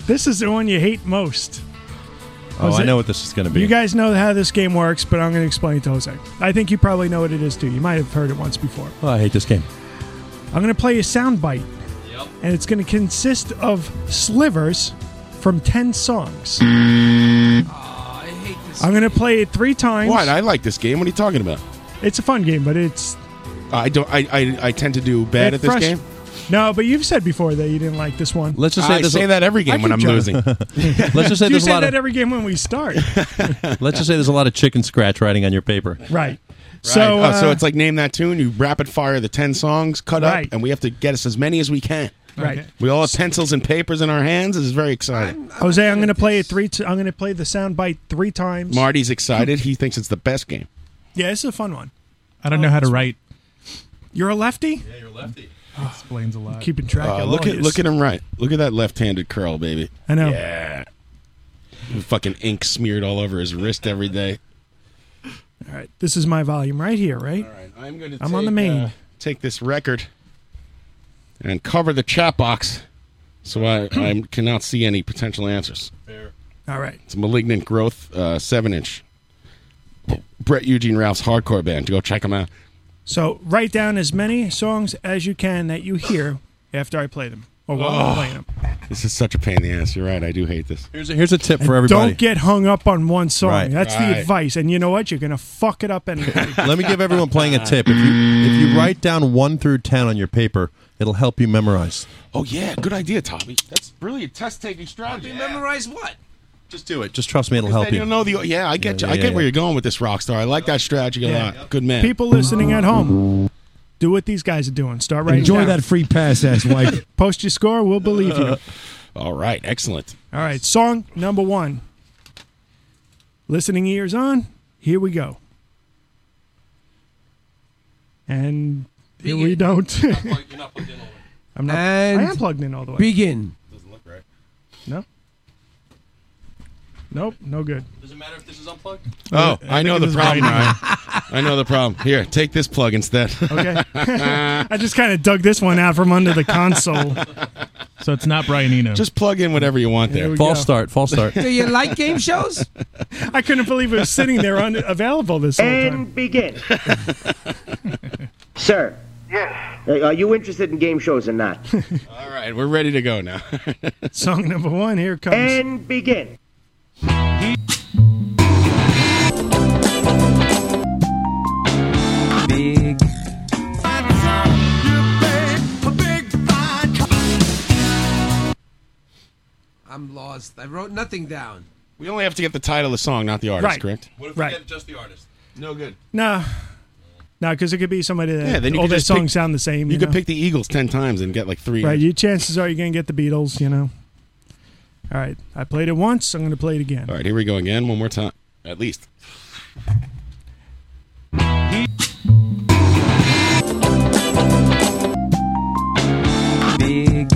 Speaker 5: this is the one you hate most.
Speaker 14: Oh,
Speaker 5: Jose-
Speaker 14: I know what this is going to be.
Speaker 5: You guys know how this game works, but I'm going to explain it to Jose. I think you probably know what it is too. You might have heard it once before.
Speaker 14: oh, I hate this game.
Speaker 5: I'm going to play a sound bite, and it's going to consist of slivers from 10 songs. I'm going to play it three times.
Speaker 13: What? I like this game. What are you talking about?
Speaker 5: It's a fun game, but it's
Speaker 13: I don't. I, I, I tend to do bad
Speaker 5: it
Speaker 13: at this
Speaker 5: frus-
Speaker 13: game.
Speaker 5: No, but you've said before that you didn't like this one.
Speaker 14: Let's just say I there's a- say that every game
Speaker 5: I
Speaker 14: when
Speaker 5: keep
Speaker 14: I'm
Speaker 5: trying-
Speaker 14: losing. Let's just say
Speaker 5: you
Speaker 14: there's a
Speaker 5: say
Speaker 14: lot
Speaker 5: that
Speaker 14: of-
Speaker 5: every game when we start.
Speaker 14: Let's just say there's a lot of chicken scratch writing on your paper.
Speaker 5: right.
Speaker 13: So, oh,
Speaker 5: So, uh,
Speaker 13: so it's like name that tune. You rapid fire the ten songs, cut
Speaker 5: Right.
Speaker 13: up, and we have to get us as many as we can.
Speaker 5: Right. Okay.
Speaker 13: We all have pencils and papers in our hands. This is very exciting.
Speaker 5: Jose, I'm going to play it three. T- I'm going to play the sound bite three times.
Speaker 13: Marty's excited. He thinks it's the best game.
Speaker 5: Yeah, this is a fun one.
Speaker 9: I don't know how to write.
Speaker 5: You're a lefty.
Speaker 14: Yeah, you're a lefty.
Speaker 9: Explains a lot.
Speaker 5: Keeping track.
Speaker 13: Uh,
Speaker 5: of
Speaker 13: look
Speaker 5: all
Speaker 13: at
Speaker 5: yous.
Speaker 13: look at him right. Look at that left-handed curl, baby.
Speaker 5: I know.
Speaker 13: Yeah. Fucking ink smeared all over his wrist every day.
Speaker 5: All right, this is my volume right here. Right. All
Speaker 13: right, I'm going
Speaker 5: I'm on the main.
Speaker 13: take this record and cover the chat box, so I, I cannot see any potential answers.
Speaker 5: all right.
Speaker 13: It's Malignant Growth, uh, 7 inch. Brett Eugene Ralph's hardcore band. Go check them out.
Speaker 5: So write down as many songs as you can that you hear after I play them or while I'm
Speaker 13: Ugh.
Speaker 5: playing them.
Speaker 13: This is such a pain in the ass. You're right. I do hate this.
Speaker 14: Here's a, here's a tip for
Speaker 5: And
Speaker 14: everybody.
Speaker 5: Don't get hung up on one song.
Speaker 14: Right.
Speaker 5: That's
Speaker 14: Right.
Speaker 5: the advice. And you know what? You're going to fuck it up anyway.
Speaker 14: Let me give everyone playing a tip. If you if you write down one through ten on your paper, it'll help you memorize.
Speaker 13: Oh, yeah. Good idea, Tommy. That's brilliant test taking strategy.
Speaker 16: memorize what?
Speaker 13: Just do it.
Speaker 14: Just trust me, it'll
Speaker 13: Because
Speaker 14: help
Speaker 13: then
Speaker 14: you.
Speaker 13: you'll know the. Yeah, I get
Speaker 14: Yeah,
Speaker 13: you. I
Speaker 14: yeah,
Speaker 13: get
Speaker 14: yeah,
Speaker 13: where
Speaker 14: yeah.
Speaker 13: you're going with this rock star. I like that strategy a lot. Good man.
Speaker 5: People listening at home, do what these guys are doing. Start writing.
Speaker 13: Enjoy
Speaker 5: down.
Speaker 13: that free pass, ass wipe.
Speaker 5: Post your score. We'll believe you.
Speaker 13: All right, excellent.
Speaker 5: All right, song number one. Listening ears on. Here we go. And here we don't. I'm not.
Speaker 10: And
Speaker 5: I am plugged in all the way.
Speaker 10: Begin.
Speaker 14: Doesn't look right.
Speaker 5: No. Nope. No good. Uh,
Speaker 14: Doesn't matter if this is unplugged.
Speaker 13: Oh,
Speaker 5: I
Speaker 13: I, know
Speaker 5: think it
Speaker 13: the
Speaker 5: was
Speaker 13: problem.
Speaker 5: Brian.
Speaker 13: Ryan. I know the problem. Here, take this plug instead.
Speaker 5: Okay. I just kind of dug this one out from under the console.
Speaker 9: So it's not Brian Eno.
Speaker 13: Just plug in whatever you want there.
Speaker 5: we False go.
Speaker 14: start. False start.
Speaker 5: Do you like game shows? I couldn't believe it was sitting there unavailable this whole time.
Speaker 4: And begin. Sir. Yes. Are you interested in game shows or not?
Speaker 13: All right, we're ready to go now.
Speaker 5: Song number one. Here it comes.
Speaker 4: and begin.
Speaker 18: Big.
Speaker 10: I'm lost. I wrote nothing down.
Speaker 13: we only have to get the title of the song, not the artist,
Speaker 5: Right.
Speaker 13: correct?
Speaker 5: What if we Right. get
Speaker 14: just the artist? No good.
Speaker 5: No. No, because it could be somebody that
Speaker 13: Yeah, then you
Speaker 5: all
Speaker 13: could
Speaker 5: their
Speaker 13: just pick-
Speaker 5: songs sound the same.
Speaker 13: You,
Speaker 5: You,
Speaker 13: could
Speaker 5: know?
Speaker 13: pick the Eagles ten times and get like three.
Speaker 5: Right, your chances are you're going to get the Beatles, you know. All right, I played it once, I'm going to play it again.
Speaker 13: All right, here we go again, one more time, at least.
Speaker 18: Big.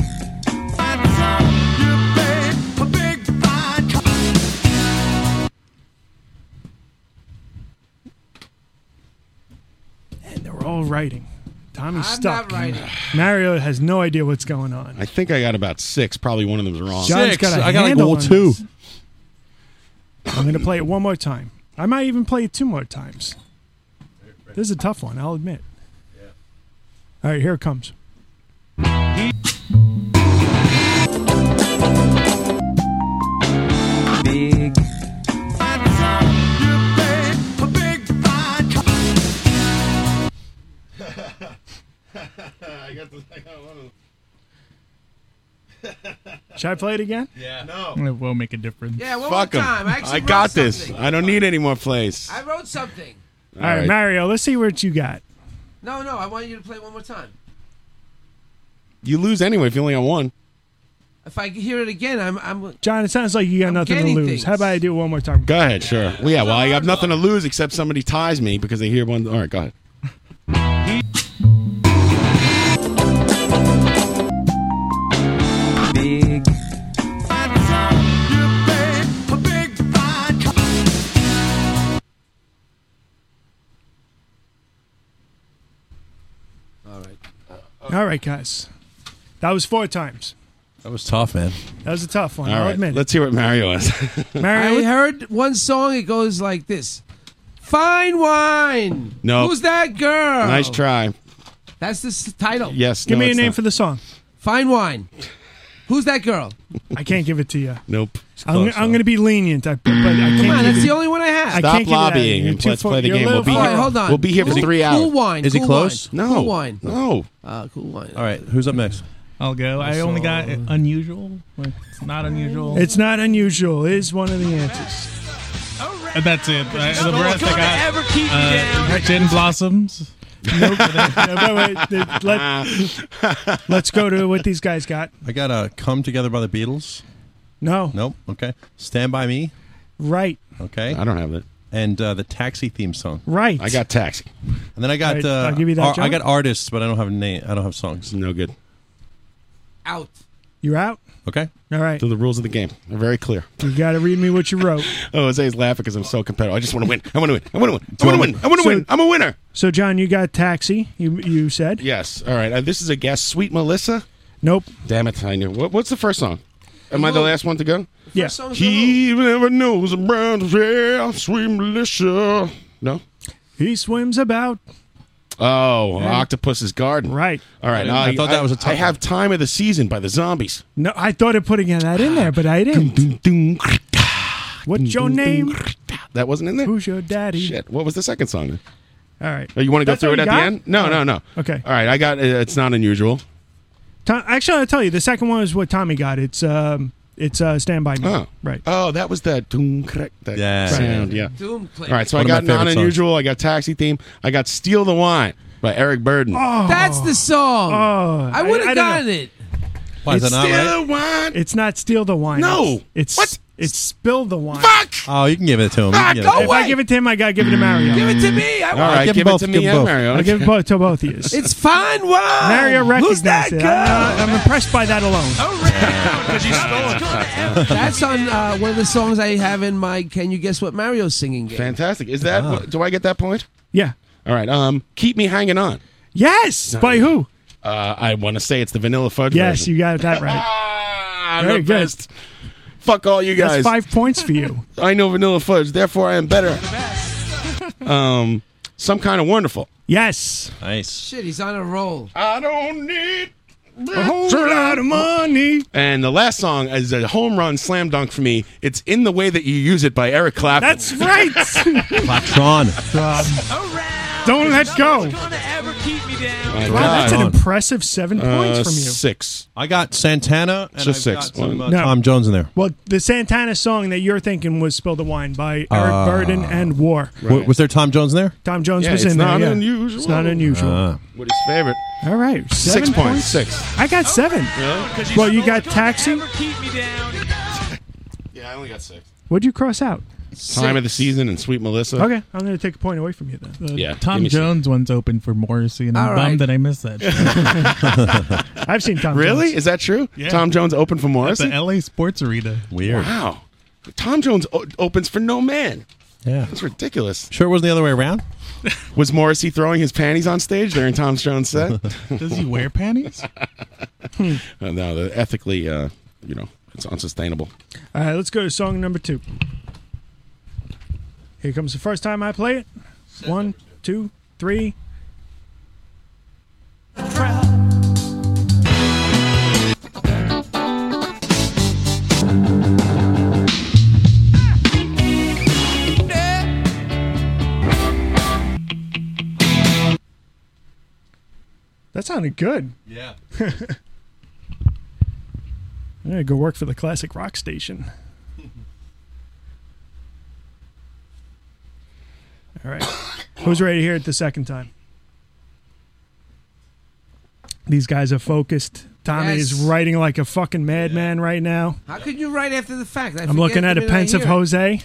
Speaker 5: And they're all writing. Tommy's
Speaker 10: I'm
Speaker 5: stuck.
Speaker 10: not writing.
Speaker 5: Mario has no idea what's going on.
Speaker 13: I think I got about six. Probably one of them's wrong.
Speaker 5: John's got a
Speaker 13: I got like
Speaker 5: handle
Speaker 13: well,
Speaker 5: on
Speaker 13: two.
Speaker 5: this. I'm going to play it one more time. I might even play it two more times. This is a tough one, I'll admit. All right, here it comes.
Speaker 18: Big.
Speaker 13: I got the, I got one of them.
Speaker 5: Should I play it again?
Speaker 13: Yeah.
Speaker 9: It will make a difference.
Speaker 10: Yeah, one
Speaker 13: Fuck
Speaker 10: more
Speaker 13: 'em.
Speaker 10: time. I actually
Speaker 13: I
Speaker 10: wrote
Speaker 13: got this.
Speaker 10: something.
Speaker 13: I don't need any more plays.
Speaker 10: I wrote something.
Speaker 5: all right,
Speaker 13: right.
Speaker 5: Mario, let's see what you got.
Speaker 10: No, no, I want you to play one more time.
Speaker 13: You lose anyway if you only got one.
Speaker 10: If I hear it again, I'm. I'm
Speaker 5: John, it sounds like you got nothing to
Speaker 10: getting
Speaker 5: lose. How about I do it one more time?
Speaker 13: Go ahead, sure. Well, yeah, well, I have nothing to lose except somebody ties me because they hear one. All right, go ahead.
Speaker 18: Big.
Speaker 10: All right.
Speaker 5: All right, guys. That was four times.
Speaker 14: That was tough, man.
Speaker 5: That was a tough one.
Speaker 13: All
Speaker 5: I'll
Speaker 13: right,
Speaker 5: admit. it.
Speaker 13: let's hear what Mario has.
Speaker 5: Mario,
Speaker 10: I heard one song. It goes like this: "Fine wine."
Speaker 13: Nope.
Speaker 10: Who's that girl?
Speaker 13: nice try.
Speaker 10: That's the s- title.
Speaker 13: Yes,
Speaker 10: Give
Speaker 13: no,
Speaker 10: me a
Speaker 13: it's
Speaker 10: name
Speaker 13: not.
Speaker 5: for the song.
Speaker 10: Fine wine.
Speaker 22: Who's that girl?
Speaker 5: I can't give it to you.
Speaker 13: Nope. It's
Speaker 5: I'm,
Speaker 13: close,
Speaker 5: I'm going to be lenient, I, but I can't.
Speaker 22: Come on,
Speaker 5: give
Speaker 22: that's
Speaker 5: you-
Speaker 22: the only one I have.
Speaker 5: I
Speaker 13: Stop
Speaker 5: can't give you that.
Speaker 13: lobbying
Speaker 5: You're
Speaker 13: and
Speaker 5: too
Speaker 13: let's
Speaker 5: full-
Speaker 13: play the
Speaker 5: you're a
Speaker 13: game. We'll
Speaker 5: little
Speaker 13: be
Speaker 22: All
Speaker 5: full.
Speaker 22: right, hold on.
Speaker 13: We'll be here for
Speaker 22: Cool-
Speaker 13: three hours.
Speaker 22: Cool wine.
Speaker 14: Is he
Speaker 22: cool
Speaker 14: close?
Speaker 22: Wine.
Speaker 13: No.
Speaker 22: Cool wine.
Speaker 13: No.
Speaker 22: Uh, cool wine.
Speaker 14: All right, who's up next? uh,
Speaker 9: I'll go. I only got unusual. Like, it's not unusual.
Speaker 5: It's not unusual. Is one of the answers.
Speaker 9: Uh, that's it. I, the
Speaker 5: No one's
Speaker 9: rest I
Speaker 5: gonna
Speaker 9: got.
Speaker 5: ever keep you
Speaker 9: uh,
Speaker 5: down.
Speaker 9: Gin blossoms.
Speaker 5: Nope. No, wait, wait, th- let, let's go to what these guys got.
Speaker 14: I got a "Come Together" by the Beatles.
Speaker 5: No.
Speaker 14: Nope. Okay. "Stand by Me."
Speaker 5: Right.
Speaker 14: Okay.
Speaker 13: I don't have it.
Speaker 14: And uh, the Taxi theme song.
Speaker 5: Right.
Speaker 13: I got taxi.
Speaker 14: And then I got
Speaker 5: Right,
Speaker 14: uh,
Speaker 5: I'll give you that,
Speaker 14: ar- I
Speaker 5: John.
Speaker 14: got artists, but I don't have a name. I don't have songs.
Speaker 13: No good.
Speaker 22: Out.
Speaker 5: You're out.
Speaker 14: Okay.
Speaker 5: All right.
Speaker 13: So the rules of the game are very clear.
Speaker 5: You got to read me what you wrote.
Speaker 13: Oh, Jose's laughing because I'm so competitive. I just want to win. I want to win. I want to win. I want to win. I want to
Speaker 5: So-
Speaker 13: win. I'm a winner.
Speaker 5: So, John, you got taxi. You you said
Speaker 13: Yes. All right. Uh, this is a guess. Sweet Melissa.
Speaker 5: Nope.
Speaker 13: Damn it! I knew. What, what's the first song? Am I the last one to go?
Speaker 5: Yeah.
Speaker 13: He never knows around here. Sweet Melissa. No.
Speaker 5: he swims about.
Speaker 13: Oh,
Speaker 5: Yeah.
Speaker 13: Octopus's Garden.
Speaker 5: Right.
Speaker 13: All right.
Speaker 5: I thought that was a tough
Speaker 13: I have Time of the Season by the Zombies.
Speaker 5: No, I thought of putting that in there, but I didn't. What's your name?
Speaker 13: That wasn't in there.
Speaker 5: Who's your daddy?
Speaker 13: Shit. What was the second song? Then?
Speaker 5: All right.
Speaker 13: Oh, you want to go
Speaker 5: That's
Speaker 13: through
Speaker 5: all
Speaker 13: it
Speaker 5: you
Speaker 13: at the
Speaker 5: got?
Speaker 13: end? No, no, no.
Speaker 5: Okay.
Speaker 13: All right. I got. Uh, it's not unusual.
Speaker 5: Tom, actually, I'll tell you. The second one is what Tommy got. It's um, it's uh, Stand By Me.
Speaker 13: Oh.
Speaker 5: Right.
Speaker 13: Oh, that was that doom crack that
Speaker 14: Yeah.
Speaker 13: sound.
Speaker 14: Right.
Speaker 13: Yeah.
Speaker 22: Doom click.
Speaker 13: All right. So
Speaker 14: One
Speaker 13: I
Speaker 14: of
Speaker 13: got
Speaker 14: my favorite
Speaker 13: non unusual. I got taxi theme. I got steal the wine by Eric Burden.
Speaker 22: That's the song.
Speaker 5: Oh.
Speaker 22: I would
Speaker 5: I-
Speaker 22: have
Speaker 5: I don't
Speaker 22: gotten
Speaker 5: know.
Speaker 22: it.
Speaker 14: Why is
Speaker 5: It's
Speaker 14: that not
Speaker 5: still
Speaker 14: right?
Speaker 13: the wine.
Speaker 5: It's not steal the wine.
Speaker 13: No.
Speaker 5: It's it's, it's spill the wine.
Speaker 14: Oh, you can give it to him. You can give it to
Speaker 5: if I give it to him, I gotta give
Speaker 13: Mm.
Speaker 5: it to Mario.
Speaker 22: Give it to me. I
Speaker 13: All
Speaker 22: want
Speaker 13: right.
Speaker 14: give
Speaker 13: Give,
Speaker 14: both,
Speaker 13: it to
Speaker 14: give
Speaker 13: me and
Speaker 14: both.
Speaker 13: Mario.
Speaker 5: I give it both to both of you.
Speaker 22: It's fine wine.
Speaker 5: Mario
Speaker 22: Who's that
Speaker 5: recognized it.
Speaker 22: girl?
Speaker 5: I, am impressed by that alone.
Speaker 10: Oh,
Speaker 13: Because you stole it.
Speaker 22: That's on uh, one of the songs I have in my Can You Guess What Mario's Singing game.
Speaker 13: Fantastic. Is that?
Speaker 5: Ah.
Speaker 13: Do I get that point?
Speaker 5: Yeah.
Speaker 13: All right. Um, keep me hanging on.
Speaker 5: Yes. By who?
Speaker 13: Uh, I want to say it's the Vanilla Fudge.
Speaker 5: Yes,
Speaker 13: version.
Speaker 5: you got that right.
Speaker 13: Ah, I'm
Speaker 5: Very
Speaker 13: the
Speaker 5: good.
Speaker 13: best. Fuck all you
Speaker 5: That's
Speaker 13: guys.
Speaker 5: five points for you.
Speaker 13: I know Vanilla Fudge, therefore I am better. um, some kind of wonderful.
Speaker 5: Yes.
Speaker 14: Nice.
Speaker 22: Shit, he's on a roll. Oh.
Speaker 13: I don't need
Speaker 5: A whole lot of money.
Speaker 13: And the last song is a home run slam dunk for me. It's in the way that you use it by Eric Clapton.
Speaker 5: That's right.
Speaker 14: Platron.
Speaker 5: Don't let go.
Speaker 13: My
Speaker 5: Wow, that's an
Speaker 14: God.
Speaker 5: impressive seven points
Speaker 13: Uh,
Speaker 5: from you.
Speaker 13: six.
Speaker 14: I got Santana and
Speaker 13: Just
Speaker 14: I've
Speaker 13: six.
Speaker 14: got some,
Speaker 13: One.
Speaker 14: uh,
Speaker 5: No.
Speaker 14: Tom Jones in there.
Speaker 5: Well, the Santana song that you're thinking was "Spill the Wine" by Eric Burden and War.
Speaker 14: W- was there Tom Jones in there?
Speaker 5: Tom Jones
Speaker 13: Ah. Yeah,
Speaker 5: was
Speaker 13: it's
Speaker 5: in there.
Speaker 13: not
Speaker 5: yeah.
Speaker 13: unusual.
Speaker 5: It's not unusual.
Speaker 14: Uh,
Speaker 13: What is favorite?
Speaker 5: All right, seven
Speaker 13: Six points. Six.
Speaker 5: I got seven. Well, you got taxi.
Speaker 13: Yeah, I only got six.
Speaker 5: What'd you cross out?
Speaker 13: Time of the season and Sweet Melissa.
Speaker 5: Okay, I'm going to take a point away from you then. Uh,
Speaker 9: The
Speaker 13: Yeah, give
Speaker 9: Tom
Speaker 13: me some.
Speaker 9: Jones one's open for Morrissey, and I'm
Speaker 22: All right.
Speaker 9: bummed that I missed that.
Speaker 5: I've seen Tom.
Speaker 13: Really?
Speaker 5: Jones.
Speaker 13: Is that true?
Speaker 9: Yeah.
Speaker 13: Tom Jones opened for
Speaker 9: At
Speaker 13: Morrison?
Speaker 9: the L.A. Sports Arena.
Speaker 14: Weird.
Speaker 13: wow. Tom Jones o- opens for No Man.
Speaker 14: Yeah.
Speaker 13: That's ridiculous.
Speaker 14: Sure, it wasn't the other way around.
Speaker 13: Was Morrissey throwing his panties on stage during Tom Jones' set?
Speaker 9: Does he wear panties?
Speaker 13: Uh, no, the ethically, uh, you know, it's unsustainable.
Speaker 5: All right, let's go to song number two. Here comes the first time I play it. One, two, three. That sounded good.
Speaker 14: Yeah.
Speaker 5: I'm gonna go work for the classic rock station. All right, who's ready to hear it the second time? These guys are focused. Tommy is
Speaker 22: Yes.
Speaker 5: writing like a fucking madman right now.
Speaker 22: How could you write after the fact? I
Speaker 5: I'm looking
Speaker 22: forget the
Speaker 5: at a
Speaker 22: minute I
Speaker 5: pensive
Speaker 22: hear it.
Speaker 5: Jose.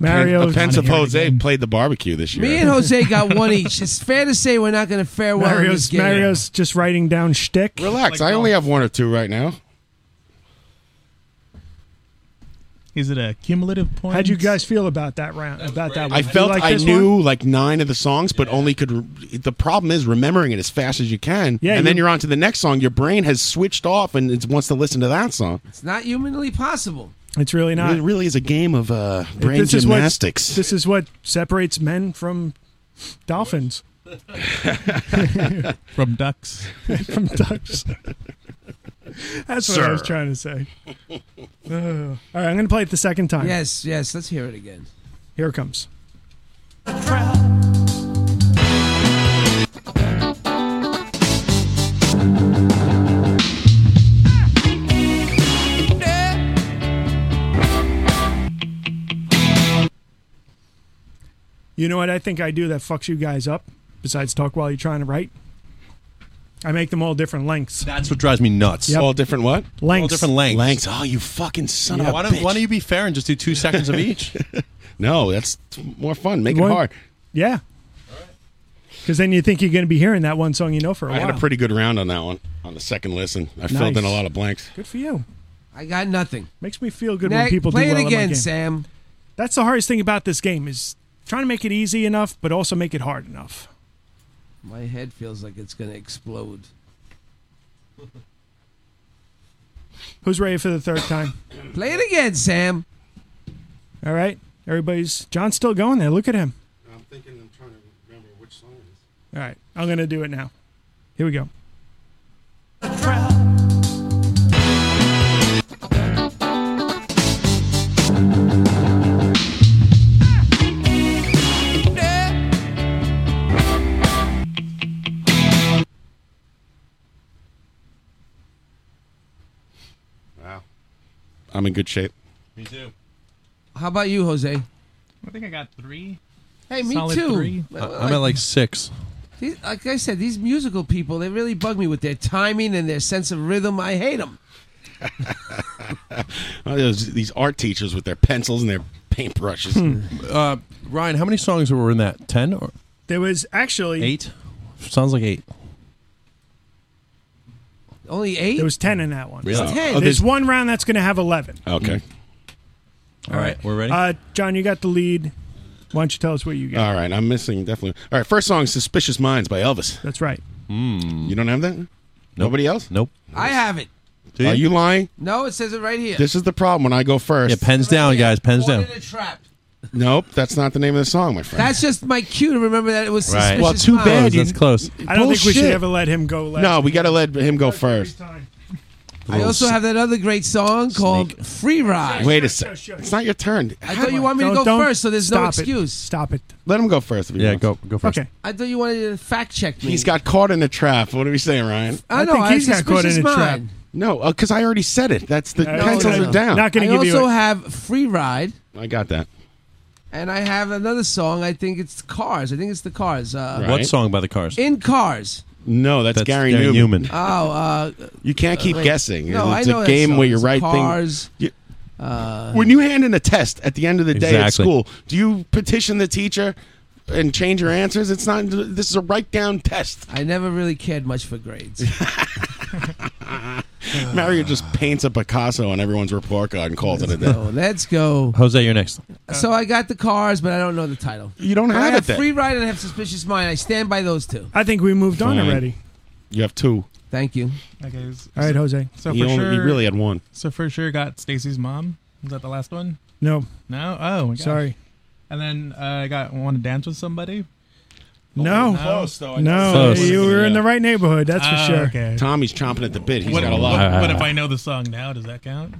Speaker 13: Mario
Speaker 5: Mario
Speaker 13: Pence of Jose played the barbecue this year.
Speaker 22: Me and Jose got one e- each. It's fair to say we're not going to fare well in this
Speaker 5: Mario's
Speaker 22: game.
Speaker 5: Mario's just writing down shtick.
Speaker 13: Relax. I only have one or two right now.
Speaker 9: Is it a cumulative point?
Speaker 5: How'd you guys feel about that round? About that one?
Speaker 13: I
Speaker 5: Do you
Speaker 13: felt
Speaker 5: like
Speaker 13: I
Speaker 5: this
Speaker 13: knew like nine of the songs, but only could. Re- the problem is remembering it as fast as you can,
Speaker 5: Yeah,
Speaker 13: and then
Speaker 5: you-
Speaker 13: you're on to the next song. Your brain has switched off and it wants to listen to that song.
Speaker 22: It's not humanly possible.
Speaker 5: One? It's really not.
Speaker 13: it really is a game of uh, brain
Speaker 5: this is what-
Speaker 13: gymnastics.
Speaker 5: this is what separates men from dolphins.
Speaker 9: from ducks?
Speaker 5: from ducks. That's what I was
Speaker 10: Sir.
Speaker 5: trying to say. Uh, all right, I'm going to play it the second time.
Speaker 10: Yes, yes. Let's hear it again.
Speaker 5: Here it comes. You know what I think I do that fucks you guys up? Besides talk while you're trying to write, I make them all different lengths.
Speaker 14: That's what drives me nuts.
Speaker 5: Yep.
Speaker 14: All different what? All
Speaker 5: Lengths.
Speaker 14: different lengths.
Speaker 5: Lengths.
Speaker 14: Oh, you fucking son
Speaker 5: of a
Speaker 14: why don't, Why
Speaker 5: bitch.
Speaker 14: don't you be fair and just do two seconds of each?
Speaker 13: no, that's more fun. Make
Speaker 5: One-
Speaker 13: it hard.
Speaker 5: Yeah. Because then you think you're going to be hearing that one song you know for a
Speaker 13: I
Speaker 5: while.
Speaker 13: had a pretty good round on that one on the second listen. I
Speaker 5: Nice.
Speaker 13: filled in a lot of blanks.
Speaker 5: Good for you.
Speaker 10: I got nothing.
Speaker 5: Makes me feel good
Speaker 10: Nick,
Speaker 5: when people
Speaker 10: play
Speaker 5: do
Speaker 10: it
Speaker 5: well in my
Speaker 10: again,
Speaker 5: game.
Speaker 10: Sam.
Speaker 5: That's the hardest thing about this game is trying to make it easy enough, but also make it hard enough.
Speaker 10: My head feels like it's going to explode.
Speaker 5: Who's ready for the third time?
Speaker 10: Play it again, Sam.
Speaker 5: All right, everybody's. John's still going there. Look at him.
Speaker 13: I'm thinking I'm trying to remember which song it is.
Speaker 5: All right, I'm gonna do it now. Here we go.
Speaker 13: I'm in good shape.
Speaker 14: Me too.
Speaker 10: How about you, Jose?
Speaker 9: I think I got three.
Speaker 10: Hey, me
Speaker 9: Solid
Speaker 10: too.
Speaker 9: three.
Speaker 14: I- Uh, I'm at like six.
Speaker 10: These, like I said, these musical people, they really bug me with their timing and their sense of rhythm. I hate them.
Speaker 13: Oh, those- these art teachers with their pencils and their paintbrushes.
Speaker 14: Uh, Ryan, how many songs were in that? Ten or
Speaker 5: There was actually
Speaker 14: eight? Sounds like eight.
Speaker 10: Only eight.
Speaker 5: There was ten in that one.
Speaker 14: Really? Ten. Oh,
Speaker 5: there's,
Speaker 14: there's-
Speaker 5: one round that's gonna have eleven.
Speaker 13: Okay.
Speaker 14: Mm. All right, we're ready.
Speaker 5: Uh, John, you got the lead. Why don't you tell us what you got?
Speaker 13: All right, I'm missing definitely. All right, first song, "Suspicious Minds" by Elvis.
Speaker 5: That's right.
Speaker 13: You don't have that? Nobody else?
Speaker 14: Hmm. Nope.
Speaker 10: I have it.
Speaker 14: Do you?
Speaker 13: Are you lying?
Speaker 10: No, it says it right here.
Speaker 13: This is the problem when I go first. Yeah,
Speaker 14: pens down, guys. Pens down.
Speaker 10: It's a trap.
Speaker 13: Nope, that's not the name of the song, my friend.
Speaker 10: That's just my cue to remember that it was
Speaker 13: Right.
Speaker 10: suspicious.
Speaker 13: Well, too
Speaker 10: minds.
Speaker 13: bad you- That's close.
Speaker 5: I don't think we should
Speaker 13: Bullshit.
Speaker 5: ever let him go last.
Speaker 13: no, we got to let him go first.
Speaker 10: I also have that other great song called "Free Ride."
Speaker 13: Wait a sec. It's not your turn.
Speaker 10: I thought you wanted me to go
Speaker 5: Don't- don't
Speaker 10: first, so there's no
Speaker 5: stop it.
Speaker 10: excuse.
Speaker 5: Stop it.
Speaker 13: Let him go first. If he
Speaker 14: Yeah,
Speaker 13: wants.
Speaker 14: go go first.
Speaker 5: Okay.
Speaker 10: I thought you wanted to fact check me.
Speaker 13: He's got caught in a trap. What are we saying, Ryan?
Speaker 10: I I know, think I he's got caught in a suspicious trap. mind.
Speaker 13: No, because I already said it. That's the
Speaker 10: No,
Speaker 13: pencils
Speaker 10: no,
Speaker 13: are
Speaker 10: no.
Speaker 13: down.
Speaker 10: I also have "Free Ride."
Speaker 13: I got that.
Speaker 10: And I have another song. I think it's Cars. I think it's the Cars. Uh,
Speaker 14: What song by the Cars?
Speaker 10: In Cars.
Speaker 13: No, that's, Gary,
Speaker 14: Gary
Speaker 13: Newman.
Speaker 14: Newman.
Speaker 10: Oh, uh,
Speaker 13: You can't
Speaker 10: uh,
Speaker 13: keep
Speaker 10: wait.
Speaker 13: guessing.
Speaker 10: No,
Speaker 13: it's
Speaker 10: I know
Speaker 13: a
Speaker 10: that
Speaker 13: game
Speaker 10: song.
Speaker 13: where you
Speaker 10: It's
Speaker 13: write
Speaker 10: Cars.
Speaker 13: things. You-
Speaker 10: Uh,
Speaker 13: when you hand in a test at the end of the day at
Speaker 14: Exactly.
Speaker 13: school, do you petition the teacher and change your answers? It's not. This is a write down test.
Speaker 10: I never really cared much for grades. Uh,
Speaker 13: Mario just paints a Picasso on everyone's report card and calls it a day.
Speaker 10: Oh, let's go.
Speaker 14: Jose, you're next.
Speaker 10: so I got the Cars, but I don't know the title.
Speaker 13: You don't
Speaker 10: But I
Speaker 13: have
Speaker 10: have
Speaker 13: it then.
Speaker 10: Free Ride and I have Suspicious Mind. I stand by those two.
Speaker 5: I think we moved on
Speaker 13: Fine.
Speaker 5: already.
Speaker 13: You have two.
Speaker 10: Thank you.
Speaker 9: Okay. s-
Speaker 5: All right, Jose.
Speaker 9: So
Speaker 13: He
Speaker 9: for
Speaker 13: only-
Speaker 9: sure,
Speaker 13: he really had one.
Speaker 9: So for sure, got Stacy's mom. Was that the last one?
Speaker 5: No.
Speaker 9: No. Oh, my gosh.
Speaker 5: Sorry.
Speaker 9: And then uh, I got want to dance with somebody. Oh,
Speaker 5: No.
Speaker 9: No. Close, though. I
Speaker 5: No,
Speaker 9: Close.
Speaker 5: you were in the right neighborhood. That's for
Speaker 9: Ah,
Speaker 5: sure.
Speaker 9: okay.
Speaker 13: Tommy's chomping at the bit. He's
Speaker 9: what,
Speaker 13: got a lot.
Speaker 9: What, what if I know the song now? Does that count?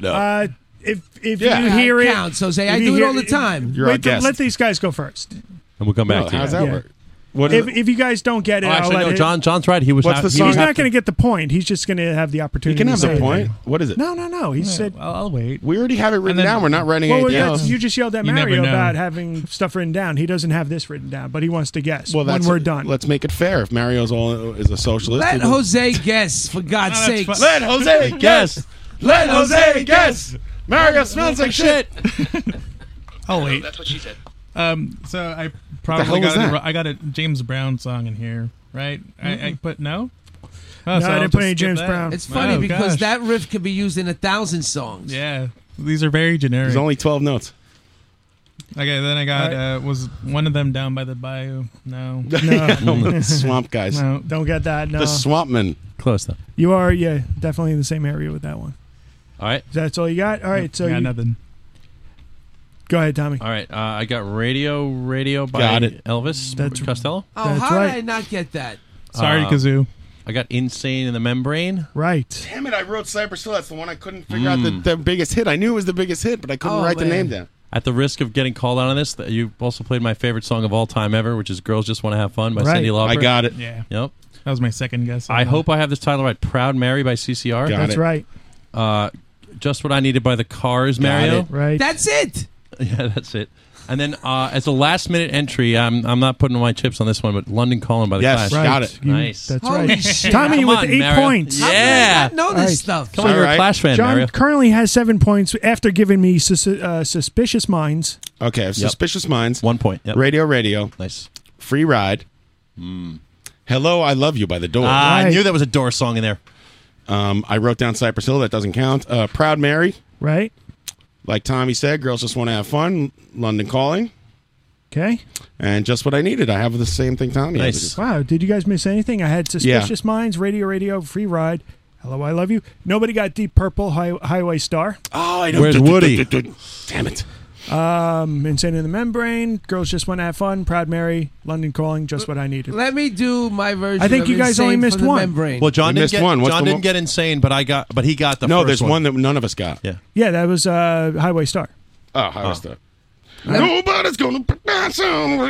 Speaker 13: No.
Speaker 5: Uh, if if
Speaker 10: Yeah.
Speaker 5: you
Speaker 10: Yeah,
Speaker 5: hear
Speaker 10: it
Speaker 5: it,
Speaker 10: counts, Jose. I
Speaker 5: if you
Speaker 10: do it
Speaker 5: hear
Speaker 10: all the time.
Speaker 13: You're our
Speaker 5: Wait, till-
Speaker 13: guest.
Speaker 5: let these guys go first.
Speaker 14: And we'll come back
Speaker 13: No,
Speaker 14: to you.
Speaker 13: how's that
Speaker 5: Yeah.
Speaker 13: work? What
Speaker 5: if, if you guys don't get it,
Speaker 14: Oh,
Speaker 5: I'll
Speaker 14: actually,
Speaker 5: let
Speaker 14: no.
Speaker 5: it-
Speaker 14: John, John's right. He was.
Speaker 13: What's
Speaker 14: ha-
Speaker 13: the
Speaker 14: he
Speaker 13: song?
Speaker 14: was
Speaker 5: He's not
Speaker 14: happy.
Speaker 5: going to get the point. He's just going to have the
Speaker 13: you
Speaker 5: opportunity.
Speaker 13: can
Speaker 5: to
Speaker 13: have
Speaker 5: say
Speaker 13: the
Speaker 5: it.
Speaker 13: point. What is it?
Speaker 5: No, no, no. He said.
Speaker 9: I'll, I'll wait.
Speaker 13: We already have it written
Speaker 9: then-
Speaker 13: down. We're not writing
Speaker 5: Well,
Speaker 13: anything
Speaker 5: that's-
Speaker 13: else.
Speaker 5: you just yelled at
Speaker 9: You never
Speaker 5: Mario
Speaker 9: know.
Speaker 5: about having stuff written down. He doesn't have this written down, but he wants to guess
Speaker 13: well, that's
Speaker 5: when we're done.
Speaker 13: Let's make it fair. If Mario's all is a socialist,
Speaker 10: Let
Speaker 13: then-
Speaker 10: Jose guess, for God's
Speaker 9: No, that's
Speaker 10: sake.
Speaker 9: fine.
Speaker 13: Let Jose guess. Let Jose guess. Mario smells like shit.
Speaker 9: I'll Oh, wait.
Speaker 8: That's what she said.
Speaker 9: Um, so I probably
Speaker 13: hell was
Speaker 9: got it,
Speaker 13: that?
Speaker 9: ro- I got a James Brown song in here, right? I, I put no. Oh,
Speaker 5: No, I
Speaker 9: I'll
Speaker 5: didn't put
Speaker 9: just
Speaker 5: any
Speaker 9: skip
Speaker 5: James
Speaker 9: that.
Speaker 5: Brown.
Speaker 10: It's funny
Speaker 9: Oh,
Speaker 10: because
Speaker 9: gosh.
Speaker 10: that riff could be used in a thousand songs.
Speaker 9: Yeah, these are very generic.
Speaker 13: There's only twelve notes.
Speaker 9: okay, then I got uh, was one of them down by the bayou. No,
Speaker 13: No. swamp guys.
Speaker 9: no.
Speaker 5: Don't get that. No,
Speaker 13: The Swampman.
Speaker 14: Close though.
Speaker 5: you are yeah definitely in the same area with that one.
Speaker 14: All right.
Speaker 5: That's all you got. All right, so
Speaker 9: I got
Speaker 5: you,
Speaker 9: nothing.
Speaker 5: go ahead, Tommy.
Speaker 14: All right. Uh, I got Radio, Radio by
Speaker 13: Got it.
Speaker 14: Elvis
Speaker 5: That's-
Speaker 14: Costello.
Speaker 10: Oh,
Speaker 5: That's
Speaker 10: how
Speaker 5: right.
Speaker 10: did I not get that?
Speaker 9: Sorry,
Speaker 14: Uh,
Speaker 9: Kazoo.
Speaker 14: I got Insane in the Membrane.
Speaker 5: Right.
Speaker 13: Damn it! I wrote Cypress Hill. That's the one I couldn't figure out
Speaker 14: Mm.
Speaker 13: the, the biggest hit. I knew it was the biggest hit, but I couldn't write the name down.
Speaker 14: At the risk of getting called out on this, th- you also played my favorite song of all time ever, which is "Girls Just Want to Have Fun" by
Speaker 9: Right.
Speaker 14: Cindy Lauper.
Speaker 9: I got it. Yeah.
Speaker 14: Yep.
Speaker 9: That was my second guess.
Speaker 14: I hope I have this title right. "Proud Mary" by CCR.
Speaker 9: Got That's it. right.
Speaker 14: Uh, "Just What I Needed" by the Cars. Mario.
Speaker 5: Right.
Speaker 10: That's it.
Speaker 14: Yeah, that's it. And then uh, as a last minute entry, I'm I'm not putting my chips on this one, but London Calling by the
Speaker 13: Yes,
Speaker 14: Clash.
Speaker 13: Right. got it. You-
Speaker 14: Nice.
Speaker 5: that's Holy right. shit. Tommy with eight points. How did I
Speaker 14: Yeah.
Speaker 5: not know this Nice. stuff?
Speaker 14: Come on, you're a
Speaker 5: Alright.
Speaker 14: Clash fan,
Speaker 5: John
Speaker 14: Mario.
Speaker 5: currently has seven points after giving me sus- uh, suspicious minds.
Speaker 13: Okay, Suspicious Minds.
Speaker 14: One point. Yep.
Speaker 13: Radio, radio.
Speaker 14: Nice. Hmm.
Speaker 13: Free ride. Hello, I love you by the Doors.
Speaker 14: Ah, I Right. knew that was a Door song in there.
Speaker 13: Um, I wrote down Cypress Hill. That doesn't count. Uh, Proud Mary.
Speaker 5: Right.
Speaker 13: Like Tommy said, girls just want to have fun. London Calling.
Speaker 5: Okay.
Speaker 13: And just what I needed. I have the same thing Tommy has.
Speaker 5: Wow. Did you guys miss anything? I had suspicious minds, radio, radio, free ride. Hello, I love you. Nobody got Deep Purple, Hi- Highway Star.
Speaker 13: Oh, I
Speaker 14: know. Where's Woody?
Speaker 13: Damn it.
Speaker 5: Um, Insane in the Membrane, Girls Just Want to Have Fun, Proud Mary, London Calling, Just What I Needed.
Speaker 10: Let me do my version.
Speaker 5: I think
Speaker 10: of
Speaker 5: you guys only
Speaker 10: Insane
Speaker 5: missed
Speaker 10: from the
Speaker 5: one.
Speaker 10: Membrane.
Speaker 14: Well, John
Speaker 13: We
Speaker 14: didn't
Speaker 13: missed
Speaker 14: get
Speaker 13: one. What's the
Speaker 14: John didn't
Speaker 13: one?
Speaker 14: get insane, but I got but he got the
Speaker 13: no,
Speaker 14: first
Speaker 13: there's
Speaker 14: one. Oh,
Speaker 13: one. that none of us got.
Speaker 14: Yeah.
Speaker 5: Yeah, that was uh, Highway Star.
Speaker 13: Oh, how was that?
Speaker 12: Nobody's gonna put that sound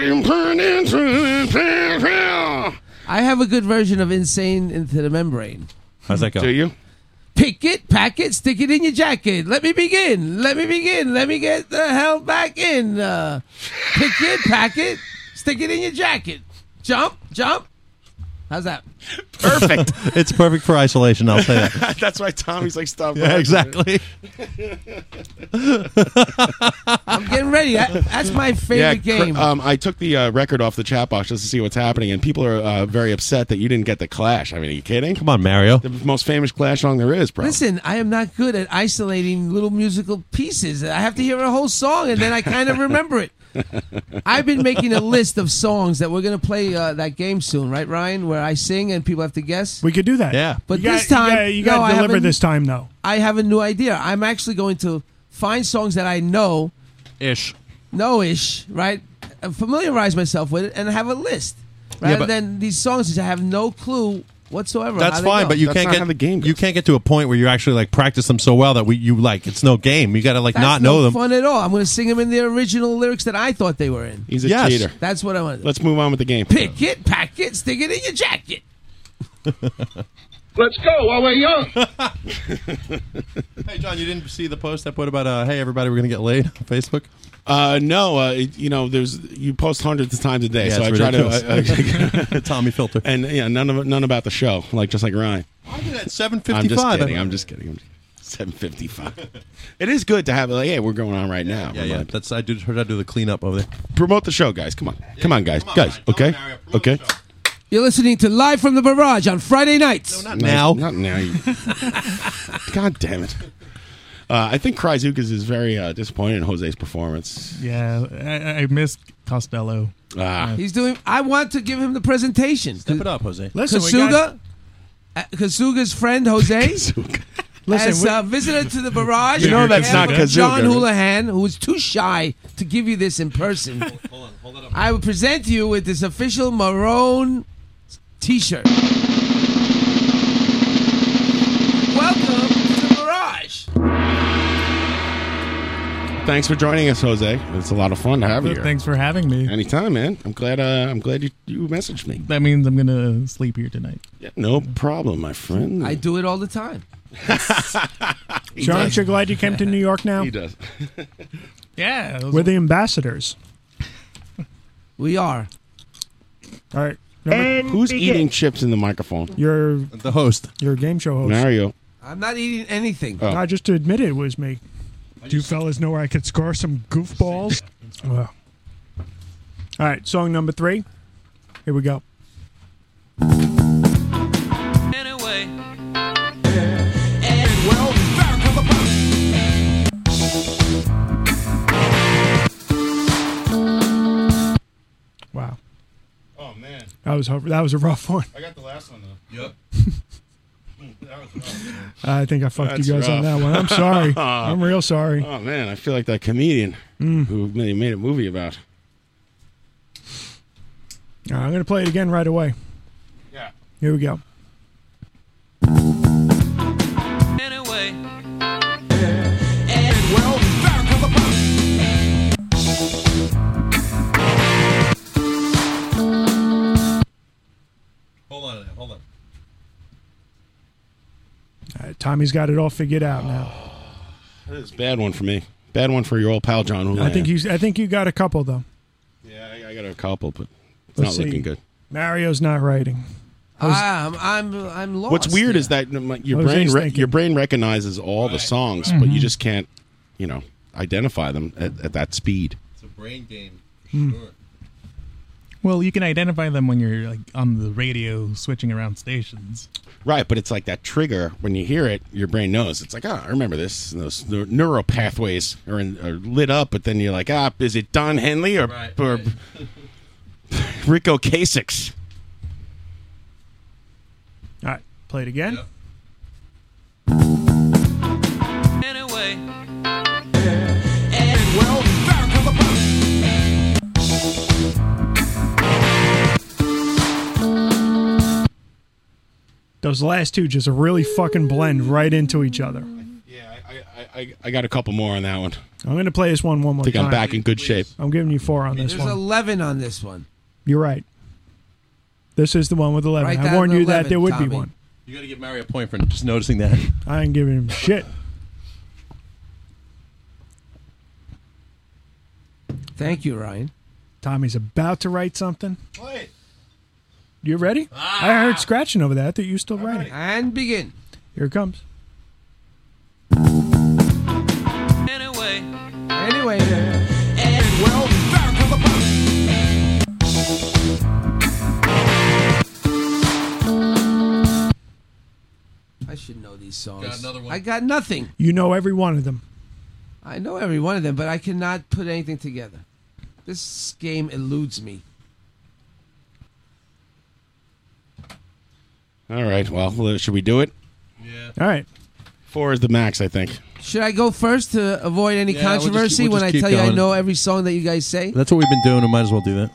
Speaker 12: into
Speaker 10: I have a good version of Insane into the Membrane.
Speaker 14: How's that go?
Speaker 13: Do you?
Speaker 10: Pick it, pack it, stick it in your jacket. Let me begin. Let me begin. Let me get the hell back in. Uh, pick it, pack it, stick it in your jacket. Jump, jump. How's that?
Speaker 13: Perfect.
Speaker 14: it's perfect for isolation. I'll say that.
Speaker 13: That's why Tommy's like, stop.
Speaker 14: Yeah, exactly.
Speaker 10: I'm getting ready. That, that's my favorite
Speaker 13: cr-
Speaker 10: game.
Speaker 13: Um, I took the uh, record off the chat box just to see what's happening, and people are uh, very upset that you didn't get the Clash. I mean, are you kidding? Come
Speaker 14: on, Mario.
Speaker 13: The most famous Clash song there is, probably.
Speaker 10: Listen, I am not good at isolating little musical pieces. I have to hear a whole song and then I kind of remember it. I've been making a list of songs that we're going to play uh, that game soon, right, Ryan? Where I sing and people have to guess.
Speaker 5: We could do that. Yeah.
Speaker 10: But
Speaker 5: You got-
Speaker 10: this time,
Speaker 5: you got, you got
Speaker 10: no, I
Speaker 5: to
Speaker 10: have
Speaker 5: deliver
Speaker 10: a-
Speaker 5: this time though.
Speaker 10: I have a new idea. I'm actually going to find songs that I know,
Speaker 14: ish,
Speaker 10: know ish, right? And familiarize myself with it and have a list,
Speaker 14: Yeah,
Speaker 10: rather
Speaker 14: but-
Speaker 10: than these songs that I have no clue whatsoever.
Speaker 14: That's
Speaker 10: how they
Speaker 14: fine,
Speaker 10: go.
Speaker 14: but you can't get
Speaker 13: game
Speaker 14: you can't get to a point where you actually like practice them so well that we you like it's no game. You got to like
Speaker 10: That's
Speaker 14: not
Speaker 10: no
Speaker 14: know them.
Speaker 10: Fun at all? I'm going to sing them in the original lyrics that I thought they were in.
Speaker 13: He's a Yes. cheater.
Speaker 10: That's what I want.
Speaker 13: Let's move on with the game.
Speaker 10: Pick it, pack it, stick it in your jacket.
Speaker 12: Let's go while we're young.
Speaker 14: hey, John, you didn't see the post I put about uh, hey everybody, we're gonna get laid on Facebook.
Speaker 13: Uh, no, uh, it- you know, there's you post hundreds of times a day,
Speaker 14: Yeah,
Speaker 13: so I
Speaker 14: it's
Speaker 13: try
Speaker 14: ridiculous.
Speaker 13: to uh, uh,
Speaker 14: Tommy filter,
Speaker 13: and yeah, none of none about the show, like just like Ryan.
Speaker 14: I did at seven
Speaker 13: I'm
Speaker 14: fifty
Speaker 13: just
Speaker 14: five.
Speaker 13: kidding. I'm just kidding. I'm Seven fifty five. It is good to have like, hey, we're going on right now.
Speaker 14: yeah, yeah. That's I do heard I do the cleanup over there.
Speaker 13: Promote the show, guys. Come on, come on, guys, guys. Okay, okay.
Speaker 10: You're listening to Live from the Barrage on Friday nights.
Speaker 13: Nice. Not now. you- God damn it. Uh, I think Kryzukas is very uh, disappointed in Jose's performance.
Speaker 9: Yeah, I, I missed Costello. Uh,
Speaker 13: Ah.
Speaker 10: He's doing. I want to give him the presentation. Step
Speaker 14: it up, Jose.
Speaker 5: Listen, we
Speaker 10: Kasuga, uh, Kasuga's friend Jose.
Speaker 5: Listen,
Speaker 10: as
Speaker 5: we-
Speaker 10: uh, visitor to the barrage,
Speaker 13: You know
Speaker 10: on
Speaker 13: that's
Speaker 10: behalf
Speaker 13: not
Speaker 10: of
Speaker 13: Kazuga,
Speaker 10: John
Speaker 13: right?
Speaker 10: Houlihan, who was too shy to give you this in person. I will present you with this official maroon T-shirt. Welcome to the barrage.
Speaker 13: Thanks for joining us, Jose. It's a lot of fun to have you here.
Speaker 9: Thanks for having me.
Speaker 13: Anytime, man. I'm glad. Uh, I'm glad you, you messaged me.
Speaker 9: That means I'm gonna sleep here tonight.
Speaker 13: No problem, my friend.
Speaker 10: I do it all the time.
Speaker 5: John, you're glad you came to New York now.
Speaker 13: He does.
Speaker 9: yeah,
Speaker 5: We're the ambassadors.
Speaker 10: we are.
Speaker 5: All right.
Speaker 10: And
Speaker 13: Who's
Speaker 10: begin.
Speaker 13: eating chips in the microphone?
Speaker 5: Your
Speaker 14: the host.
Speaker 5: Your game show host.
Speaker 13: Mario.
Speaker 10: I'm not eating anything.
Speaker 13: Oh.
Speaker 5: I just admitted it was me. Do you fellas know where I could score some goofballs? Wow. All right, song number three. Here we go.
Speaker 12: Anyway. And well, there comes a
Speaker 5: Wow.
Speaker 13: Oh man,
Speaker 5: That was hard- that was a rough one.
Speaker 13: I got the last one though. Yep.
Speaker 5: I think I fucked you guys on that one. I'm sorry. I'm real sorry.
Speaker 13: Oh man, I feel like that comedian
Speaker 5: Mm.
Speaker 13: who made, made a movie about.
Speaker 5: All right, I'm going to play it again right away.
Speaker 13: Yeah.
Speaker 5: Here we go. Tommy's got it all figured out now.
Speaker 13: This is a bad one for me. Bad one for your old pal John. Houlihan.
Speaker 5: I think you. I think you got a couple though.
Speaker 13: I, I got a couple, but it's
Speaker 5: Let's
Speaker 13: not
Speaker 5: see.
Speaker 13: looking good.
Speaker 5: Mario's not writing.
Speaker 10: Ah, I'm, I'm, I'm lost.
Speaker 13: What's weird
Speaker 10: here.
Speaker 13: is that um, your brain
Speaker 5: Jose's
Speaker 13: re-
Speaker 5: thinking.
Speaker 13: your brain recognizes all the songs, but you
Speaker 5: Mhm.
Speaker 13: just can't, you know, identify them at, at that speed.
Speaker 14: It's a brain game.
Speaker 5: Hmm.
Speaker 9: Well, you can identify them when you're like on the radio switching around stations.
Speaker 13: Right, but it's like that trigger when you hear it, your brain knows. It's like, ah, I remember this. And those neu- neural pathways are, in, are lit up, but then you're like, ah, is it Don Henley or, or Rico Kasich?
Speaker 5: All right, play it again. Those last two just really fucking blend right into each other.
Speaker 13: I, I, I got a couple more on that one.
Speaker 5: I'm gonna play this one one
Speaker 13: I
Speaker 5: more
Speaker 13: think
Speaker 5: time.
Speaker 13: I'm back in good shape.
Speaker 5: I'm giving you four on this
Speaker 10: There's
Speaker 5: one.
Speaker 10: 11 on this one.
Speaker 5: You're right. This is the one with eleven.
Speaker 10: Write
Speaker 5: I
Speaker 10: down
Speaker 5: warned
Speaker 10: the
Speaker 5: you that
Speaker 10: 11,
Speaker 5: there would be
Speaker 10: Tommy.
Speaker 5: one.
Speaker 14: You got to give Mario a point for just noticing that.
Speaker 5: I ain't giving him shit.
Speaker 10: Thank you, Ryan.
Speaker 5: Tommy's about to write something. You ready? I heard scratching over that. I thought you were still writing.
Speaker 10: And begin.
Speaker 5: Here it comes.
Speaker 10: Anyway, I should know these songs.
Speaker 14: Got another one.
Speaker 10: I got nothing.
Speaker 5: You know every one of them.
Speaker 10: I know every one of them, but I cannot put anything together. This game eludes me.
Speaker 13: All right, well, should we do it?
Speaker 5: All right.
Speaker 13: Four is the max, I think.
Speaker 10: Should I go first to avoid any
Speaker 14: Yeah, we'll just keep-
Speaker 10: controversy
Speaker 14: we'll
Speaker 10: when
Speaker 14: just
Speaker 10: I
Speaker 14: keep
Speaker 10: tell you I
Speaker 14: going.
Speaker 10: know every song that you guys say?
Speaker 14: That's what we've been doing. We might as well do that.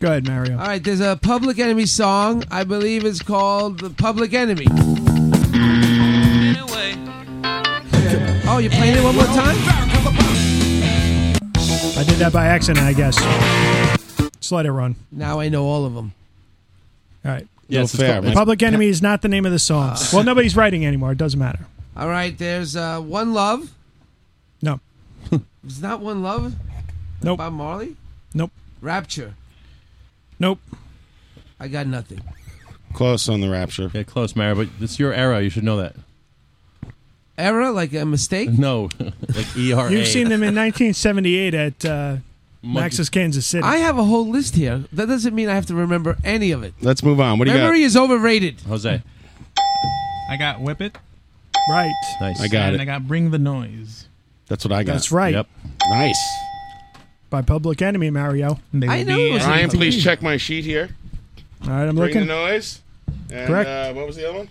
Speaker 5: Go ahead, Mario.
Speaker 10: All right, there's a Public Enemy song. I believe it's called The Public Enemy. Oh, you're playing it one more time?
Speaker 5: I did that by accident, I guess. Just let it run.
Speaker 10: Now I know all of them.
Speaker 5: All right.
Speaker 13: Yes, it's fair, man.
Speaker 5: Public Enemy is not the name of the song.
Speaker 10: Ah.
Speaker 5: well, nobody's writing anymore. It doesn't matter.
Speaker 10: All right, there's uh, One Love.
Speaker 5: No.
Speaker 10: It's not One Love?
Speaker 5: Nope.
Speaker 10: Bob Marley?
Speaker 5: Nope.
Speaker 10: Rapture.
Speaker 5: Nope.
Speaker 10: I got nothing.
Speaker 13: Close on the rapture.
Speaker 14: Yeah, close, Mario. But it's your era. You should know that.
Speaker 10: Error, like a mistake?
Speaker 14: No, like E ERA.
Speaker 5: You've seen them in 1978 at uh, Max's Kansas City.
Speaker 10: I have a whole list here. That doesn't mean I have to remember any of it.
Speaker 13: Let's move on. What do you
Speaker 10: Memory
Speaker 13: got?
Speaker 10: is overrated.
Speaker 14: Jose.
Speaker 9: I got Whip It.
Speaker 5: Right.
Speaker 14: Nice.
Speaker 13: I got
Speaker 9: and
Speaker 13: it.
Speaker 9: I got Bring the Noise.
Speaker 13: That's what I got.
Speaker 5: That's right.
Speaker 13: Yep. Nice.
Speaker 5: By Public Enemy, Mario.
Speaker 9: I
Speaker 5: know.
Speaker 13: Ryan, please check my sheet here.
Speaker 5: All right, um, I'm
Speaker 13: Bring
Speaker 5: looking.
Speaker 13: the noise. And,
Speaker 5: Correct.
Speaker 13: Uh, what was the other one?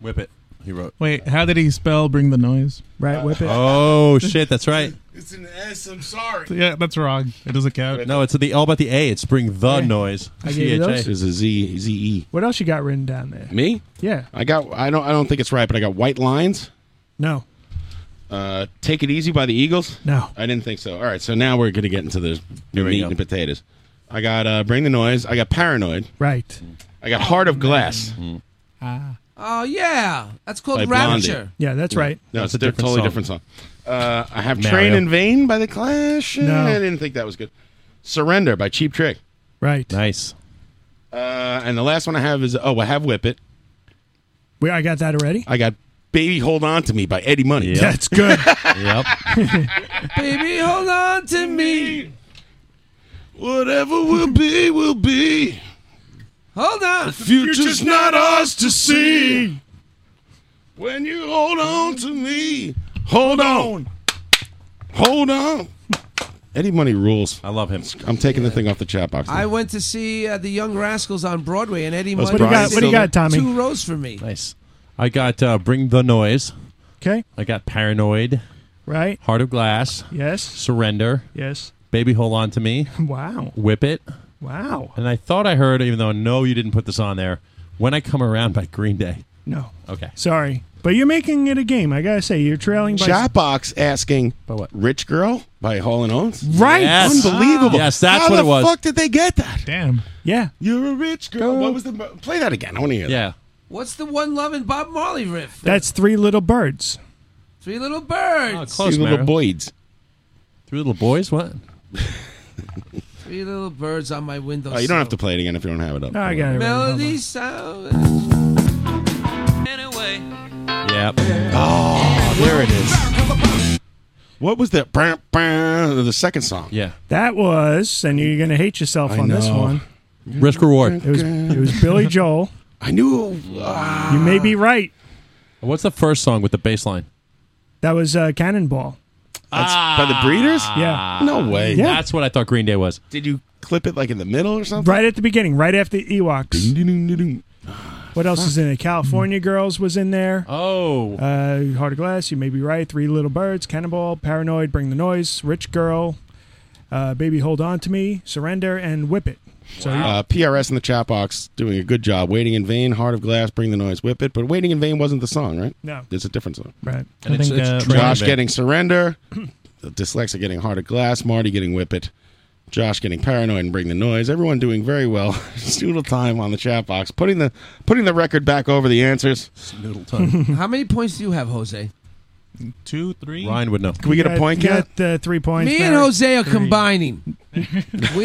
Speaker 14: Whip it. He wrote.
Speaker 9: Wait, how did he spell Bring the Noise?
Speaker 5: Right, Whip It.
Speaker 14: Oh shit, that's right.
Speaker 13: It's an S. I'm sorry.
Speaker 9: Yeah, that's wrong. It doesn't count.
Speaker 14: No, it's the all about the A. It's bring the noise.
Speaker 5: I gave you those.
Speaker 13: There's a Z Z E.
Speaker 5: What else you got written down there?
Speaker 13: Me?
Speaker 5: Yeah.
Speaker 13: I got. I don't. I don't think it's right, but I got white lines.
Speaker 5: No.
Speaker 13: Uh, Take it easy by the Eagles.
Speaker 5: No.
Speaker 13: I didn't think so. All right, so now we're gonna get into the the
Speaker 14: Here we
Speaker 13: meat
Speaker 14: go.
Speaker 13: and potatoes. I got uh, bring the noise. I got paranoid.
Speaker 5: Right.
Speaker 13: I got heart of glass.
Speaker 9: Ah.
Speaker 10: Oh, yeah. That's called
Speaker 13: By Blondie.
Speaker 10: Rapture.
Speaker 5: Yeah, that's right.
Speaker 13: No, it's
Speaker 14: That's a
Speaker 13: a
Speaker 14: different
Speaker 13: totally
Speaker 14: song.
Speaker 13: different song. Uh, I have
Speaker 14: Mario.
Speaker 13: train in vain by the Clash. Eh,
Speaker 5: No.
Speaker 13: I didn't think that was good. Surrender by Cheap Trick.
Speaker 5: Right.
Speaker 14: Nice.
Speaker 13: Uh, and the last one I have is oh, I have whip it.
Speaker 5: We, I got that already.
Speaker 13: I got baby hold on to me by Eddie Money.
Speaker 5: That's good.
Speaker 14: Yep.
Speaker 10: Baby, hold on to me.
Speaker 13: Whatever will be, will be.
Speaker 10: Hold on.
Speaker 13: Future's not ours to see. When you hold on to me, hold on, hold on. Eddie Money rules.
Speaker 14: I love him.
Speaker 13: I'm taking the thing off the chat box.
Speaker 10: I went to see uh, the Young Rascals on Broadway, and Eddie
Speaker 13: Those
Speaker 5: What
Speaker 10: Money
Speaker 5: do you got? What do you got, Tommy?
Speaker 10: two rows for me.
Speaker 14: Nice. I got uh, bring the noise.
Speaker 5: Okay.
Speaker 14: I got paranoid.
Speaker 5: Right.
Speaker 14: Heart of glass.
Speaker 5: Yes.
Speaker 14: Surrender.
Speaker 5: Yes.
Speaker 14: Baby, hold on to me.
Speaker 5: Wow.
Speaker 14: Whip it.
Speaker 5: Wow.
Speaker 14: And I thought I heard, even though I know you didn't put this on there, "When I Come Around" by Green Day.
Speaker 5: No.
Speaker 14: Okay.
Speaker 5: Sorry, but you're making it a game. I gotta say, you're trailing by.
Speaker 13: Chat box asking,
Speaker 14: what?
Speaker 13: "Rich Girl" by Hall and Oates.
Speaker 5: Right.
Speaker 14: Yes.
Speaker 13: Unbelievable.
Speaker 14: Yes, that's
Speaker 13: How
Speaker 14: what
Speaker 13: the
Speaker 14: it was.
Speaker 13: Fuck did they get that?
Speaker 9: Damn.
Speaker 5: Yeah.
Speaker 13: You're a rich girl. What was the play that again? I want to hear. that.
Speaker 14: Yeah.
Speaker 10: What's the one loving Bob Marley riff?
Speaker 5: That's three little birds.
Speaker 10: Three little
Speaker 9: Ah,
Speaker 10: birds.
Speaker 13: Three little boys.
Speaker 14: Three little boys? What?
Speaker 10: Three little birds on my window.
Speaker 13: Oh, you don't have to play it again if you don't have it up.
Speaker 5: I got it.
Speaker 10: Melody sound.
Speaker 14: Yep.
Speaker 13: Oh, there it is. What was that? Bam, bam, The second song.
Speaker 14: Yeah.
Speaker 5: That was, and you're going to hate yourself
Speaker 13: I
Speaker 5: on this
Speaker 13: know.
Speaker 5: one.
Speaker 14: Risk reward.
Speaker 5: It was, it was Billy Joel.
Speaker 13: I knew. uh, Ah.
Speaker 5: You may be right.
Speaker 14: What's the first song with the bass line?
Speaker 5: That was uh, Cannonball.
Speaker 13: That's by the Breeders?
Speaker 5: Yeah.
Speaker 13: No way.
Speaker 5: Yeah.
Speaker 14: That's what I thought Green Day was.
Speaker 13: Did you clip it like in the middle or something?
Speaker 5: Right at the beginning, right after Ewoks. What else is in it? California Girls was in there.
Speaker 14: Oh.
Speaker 5: Uh, Heart of Glass, You May Be Right, Three Little Birds, Cannonball, Paranoid, Bring the Noise, Rich Girl, uh, Baby Hold On to Me, Surrender, and Whip It. So
Speaker 13: Uh, PRS in the chat box doing a good job. Waiting in vain, heart of glass, bring the noise, whip it. But waiting in vain wasn't the song, right?
Speaker 5: No. uh,
Speaker 13: it's a different song.
Speaker 5: Right.
Speaker 14: And it's- it's Train
Speaker 13: Josh
Speaker 14: Vain.
Speaker 13: getting surrender, the dyslexic getting heart of glass, Marty getting whip it, Josh getting paranoid and bring the noise. Everyone doing very well. Stoodle time on the chat box, putting the putting the record back over the answers.
Speaker 14: Snoodle
Speaker 10: How many points do you have, Jose?
Speaker 9: Two, three.
Speaker 14: Ryan would know.
Speaker 13: Can we get a
Speaker 5: You
Speaker 13: point count?
Speaker 5: got uh, three points.
Speaker 10: Me and
Speaker 5: Barry.
Speaker 10: Jose are combining. We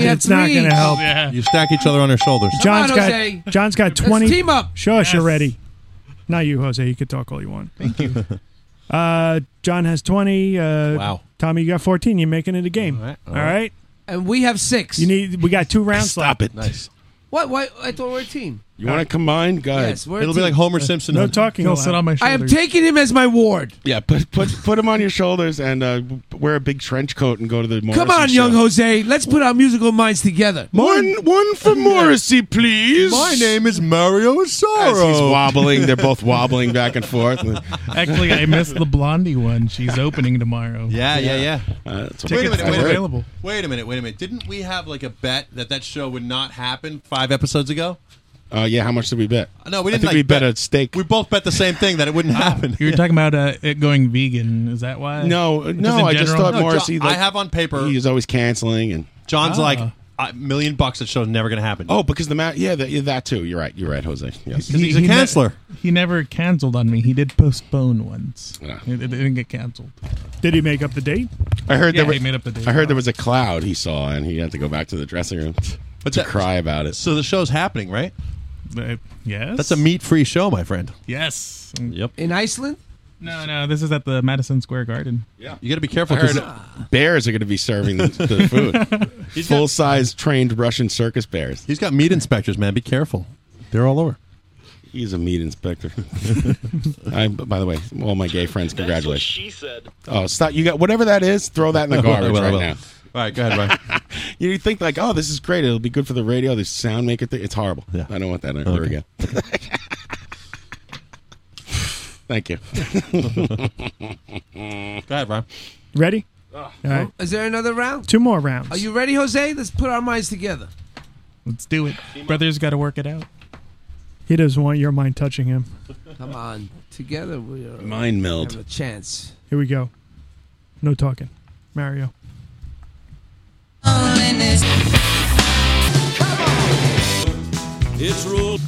Speaker 10: have
Speaker 5: It's not
Speaker 10: three.
Speaker 5: gonna help.
Speaker 14: You stack each other on our shoulders.
Speaker 5: John's
Speaker 10: on,
Speaker 5: got
Speaker 10: Jose.
Speaker 5: John's got twenty.
Speaker 10: team up.
Speaker 5: Shush already. Not you, Jose. You could talk all you want. Thank you. Uh, John has twenty. Uh,
Speaker 14: Wow.
Speaker 5: Tommy, you got fourteen. You're making it a game. All right.
Speaker 14: all right.
Speaker 10: And we have six.
Speaker 5: You need. We got two rounds.
Speaker 13: Stop it.
Speaker 14: Nice.
Speaker 10: What? Why? I thought we we're a team.
Speaker 13: You want to combine, guys?
Speaker 10: Yes, we're a
Speaker 14: It'll be
Speaker 10: team.
Speaker 14: like Homer Simpson.
Speaker 5: No talking.
Speaker 14: He'll
Speaker 5: allowed.
Speaker 14: sit on my
Speaker 10: I am taking him as my ward.
Speaker 13: Yeah, put put put him on your shoulders and uh, wear a big trench coat and go to the. Morrissey
Speaker 10: Come on, young
Speaker 13: show.
Speaker 10: Jose. Let's put our musical minds together.
Speaker 13: One one for Morrissey, please.
Speaker 14: My name is Mario Sorrow.
Speaker 13: As he's wobbling, they're both wobbling back and forth.
Speaker 9: Actually, I missed the Blondie one. She's opening tomorrow.
Speaker 14: Yeah, yeah, yeah.
Speaker 13: Uh, that's what
Speaker 14: Wait a
Speaker 13: I
Speaker 14: minute, wait a
Speaker 13: heard.
Speaker 14: minute. Wait a minute, wait a minute. Didn't we have like a bet that that show would not happen five episodes ago?
Speaker 13: Uh, yeah, how much did we bet?
Speaker 14: No, we
Speaker 13: I
Speaker 14: didn't.
Speaker 13: think
Speaker 14: like,
Speaker 13: we bet, a steak.
Speaker 14: We both bet the same thing that it wouldn't happen.
Speaker 9: You were talking about uh, it going vegan. Is that why?
Speaker 13: no, uh,
Speaker 9: Just
Speaker 13: no,
Speaker 9: in
Speaker 13: I just
Speaker 9: general?
Speaker 13: thought
Speaker 14: No, John,
Speaker 13: Morrissey.
Speaker 14: I
Speaker 13: like,
Speaker 14: have on paper-
Speaker 13: He was always canceling and.
Speaker 14: John's
Speaker 9: Ah.
Speaker 14: like a million bucks. That show's never going to happen.
Speaker 13: Oh, because the mat. Yeah, that, yeah, that too. You're right. You're right, Jose. Yes.
Speaker 14: because he's a
Speaker 9: He- he ne-
Speaker 14: canceller.
Speaker 9: He never canceled on me. He did postpone once.
Speaker 13: Yeah.
Speaker 9: It, it didn't get canceled.
Speaker 5: Did he make up the date?
Speaker 13: I heard
Speaker 9: Yeah,
Speaker 13: there.
Speaker 9: he made up the date.
Speaker 13: I heard there was a cloud he saw, and he had to go back to the dressing room
Speaker 14: But
Speaker 13: to
Speaker 14: that-
Speaker 13: cry about it.
Speaker 14: So the show's happening, right?
Speaker 9: But, yes.
Speaker 14: That's a meat-free show, my friend.
Speaker 9: Yes.
Speaker 14: Yep.
Speaker 10: In Iceland?
Speaker 9: No, no. This is at the Madison Square Garden.
Speaker 14: You got to be careful
Speaker 13: I
Speaker 14: because
Speaker 13: heard bears are going to be serving the, the food. Full size trained Russian circus bears.
Speaker 14: he's got meat inspectors, man. Be careful. They're all over.
Speaker 13: He's a meat inspector. I, by the way, all my gay friends, congratulations.
Speaker 20: She said.
Speaker 13: Oh, stop! You got whatever that is. Throw that in the garbage
Speaker 14: Well, well,
Speaker 13: right
Speaker 14: well.
Speaker 13: now.
Speaker 14: All right, go ahead, Ryan.
Speaker 13: You think like, oh, this is great. It'll be good for the radio. The sound maker thing. It's horrible.
Speaker 14: Yeah.
Speaker 13: I don't want that ever
Speaker 14: Okay.
Speaker 13: again. Thank you.
Speaker 14: go ahead, Ryan.
Speaker 5: Ready?
Speaker 9: Ah.
Speaker 5: All right.
Speaker 10: Is there another round?
Speaker 5: Two more rounds.
Speaker 10: Are you ready, Jose? Let's put our minds together.
Speaker 9: Let's do it. Brothers got to work it out.
Speaker 5: He doesn't want your mind touching him.
Speaker 10: Come on. Together we are
Speaker 13: Mind
Speaker 10: have
Speaker 13: meld.
Speaker 10: a chance.
Speaker 5: Here we go. No talking, Mario.
Speaker 20: It's ruled.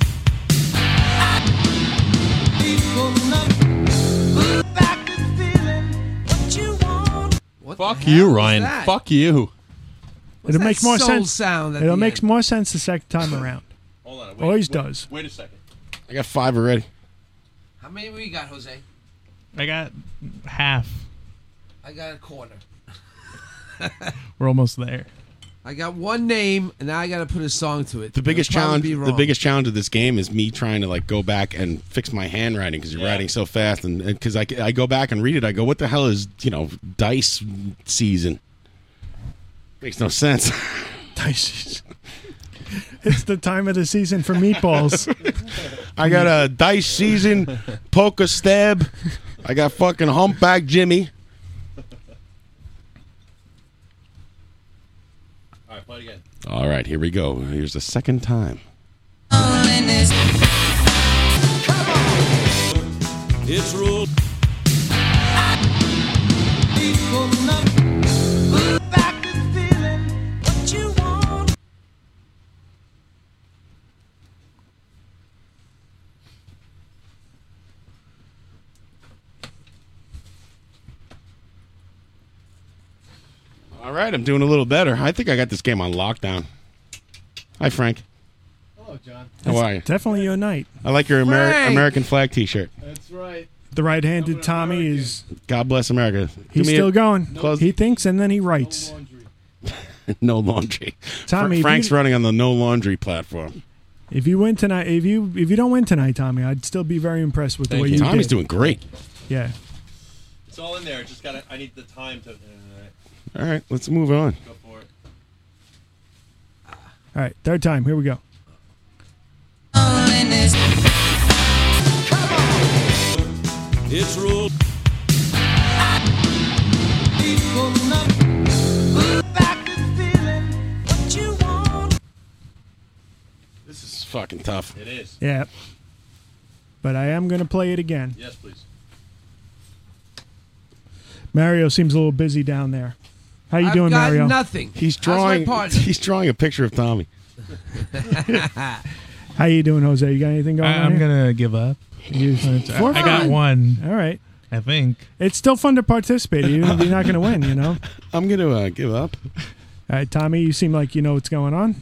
Speaker 14: Fuck you, Ryan.
Speaker 10: that?
Speaker 14: Fuck you.
Speaker 5: It'll
Speaker 10: that
Speaker 5: make more
Speaker 10: soul
Speaker 5: sense.
Speaker 10: sound at
Speaker 5: It'll
Speaker 10: the
Speaker 5: make
Speaker 10: end?
Speaker 5: more sense the second time around.
Speaker 14: Hold on.
Speaker 5: Always does.
Speaker 14: Wait a second.
Speaker 13: I got five already.
Speaker 10: How many we got, Jose?
Speaker 9: I got half.
Speaker 10: I got a quarter.
Speaker 9: We're almost there.
Speaker 10: I got one name, and now I got to put a song to it.
Speaker 13: The biggest
Speaker 10: It'll probably
Speaker 13: challenge.
Speaker 10: be
Speaker 13: The
Speaker 10: wrong.
Speaker 13: biggest challenge of this game is me trying to like go back and fix my handwriting because you're writing so fast, and because I, I go back and read it, I go, what the hell is you know dice season? Makes no sense.
Speaker 5: It's the time of the season for meatballs.
Speaker 13: I got a dice season, poker stab. I got fucking humpback Jimmy.
Speaker 14: All right, play it again.
Speaker 13: All right, here we go. Here's the second time.
Speaker 20: It's ruled.
Speaker 13: right, I'm doing a little better. I think I got this game on lockdown. Hi, Frank.
Speaker 5: Hello, John.
Speaker 13: How are you?
Speaker 5: Definitely your night.
Speaker 13: I like your Ameri-
Speaker 5: Frank!
Speaker 13: American flag T-shirt.
Speaker 5: That's right. The right-handed Tommy is
Speaker 13: God bless America. Do
Speaker 5: he's
Speaker 13: me a-
Speaker 5: still going. He thinks and then he writes.
Speaker 13: no laundry.
Speaker 5: Tommy,
Speaker 13: Fr-
Speaker 5: if
Speaker 13: Frank's
Speaker 5: you-
Speaker 13: running on the no laundry platform.
Speaker 5: If you win tonight, if you if you don't win tonight, Tommy, I'd still be very impressed with the way you.
Speaker 13: Tommy's
Speaker 5: did.
Speaker 13: doing great.
Speaker 5: Yeah.
Speaker 14: It's all in there. Just gotta. I need the time to. uh,
Speaker 13: All right, let's move on.
Speaker 5: All right, third time. Here we go.
Speaker 20: It's ruled.
Speaker 13: This is fucking tough. It is.
Speaker 5: Yeah. But I am going to play it again.
Speaker 14: Yes, please.
Speaker 5: Mario seems a little busy down there. How you doing, Mario?
Speaker 13: He's drawing. He's drawing a picture of Tommy.
Speaker 5: How you doing, Jose? You got anything going
Speaker 9: I,
Speaker 5: on?
Speaker 9: I'm
Speaker 5: here?
Speaker 9: gonna give up. I, I got
Speaker 5: Fun.
Speaker 9: one.
Speaker 5: All right.
Speaker 9: I think.
Speaker 5: It's still fun to participate. You- You're not going to win, you know.
Speaker 13: I'm going to uh, give up.
Speaker 5: All right, Tommy, you seem like you know what's going on.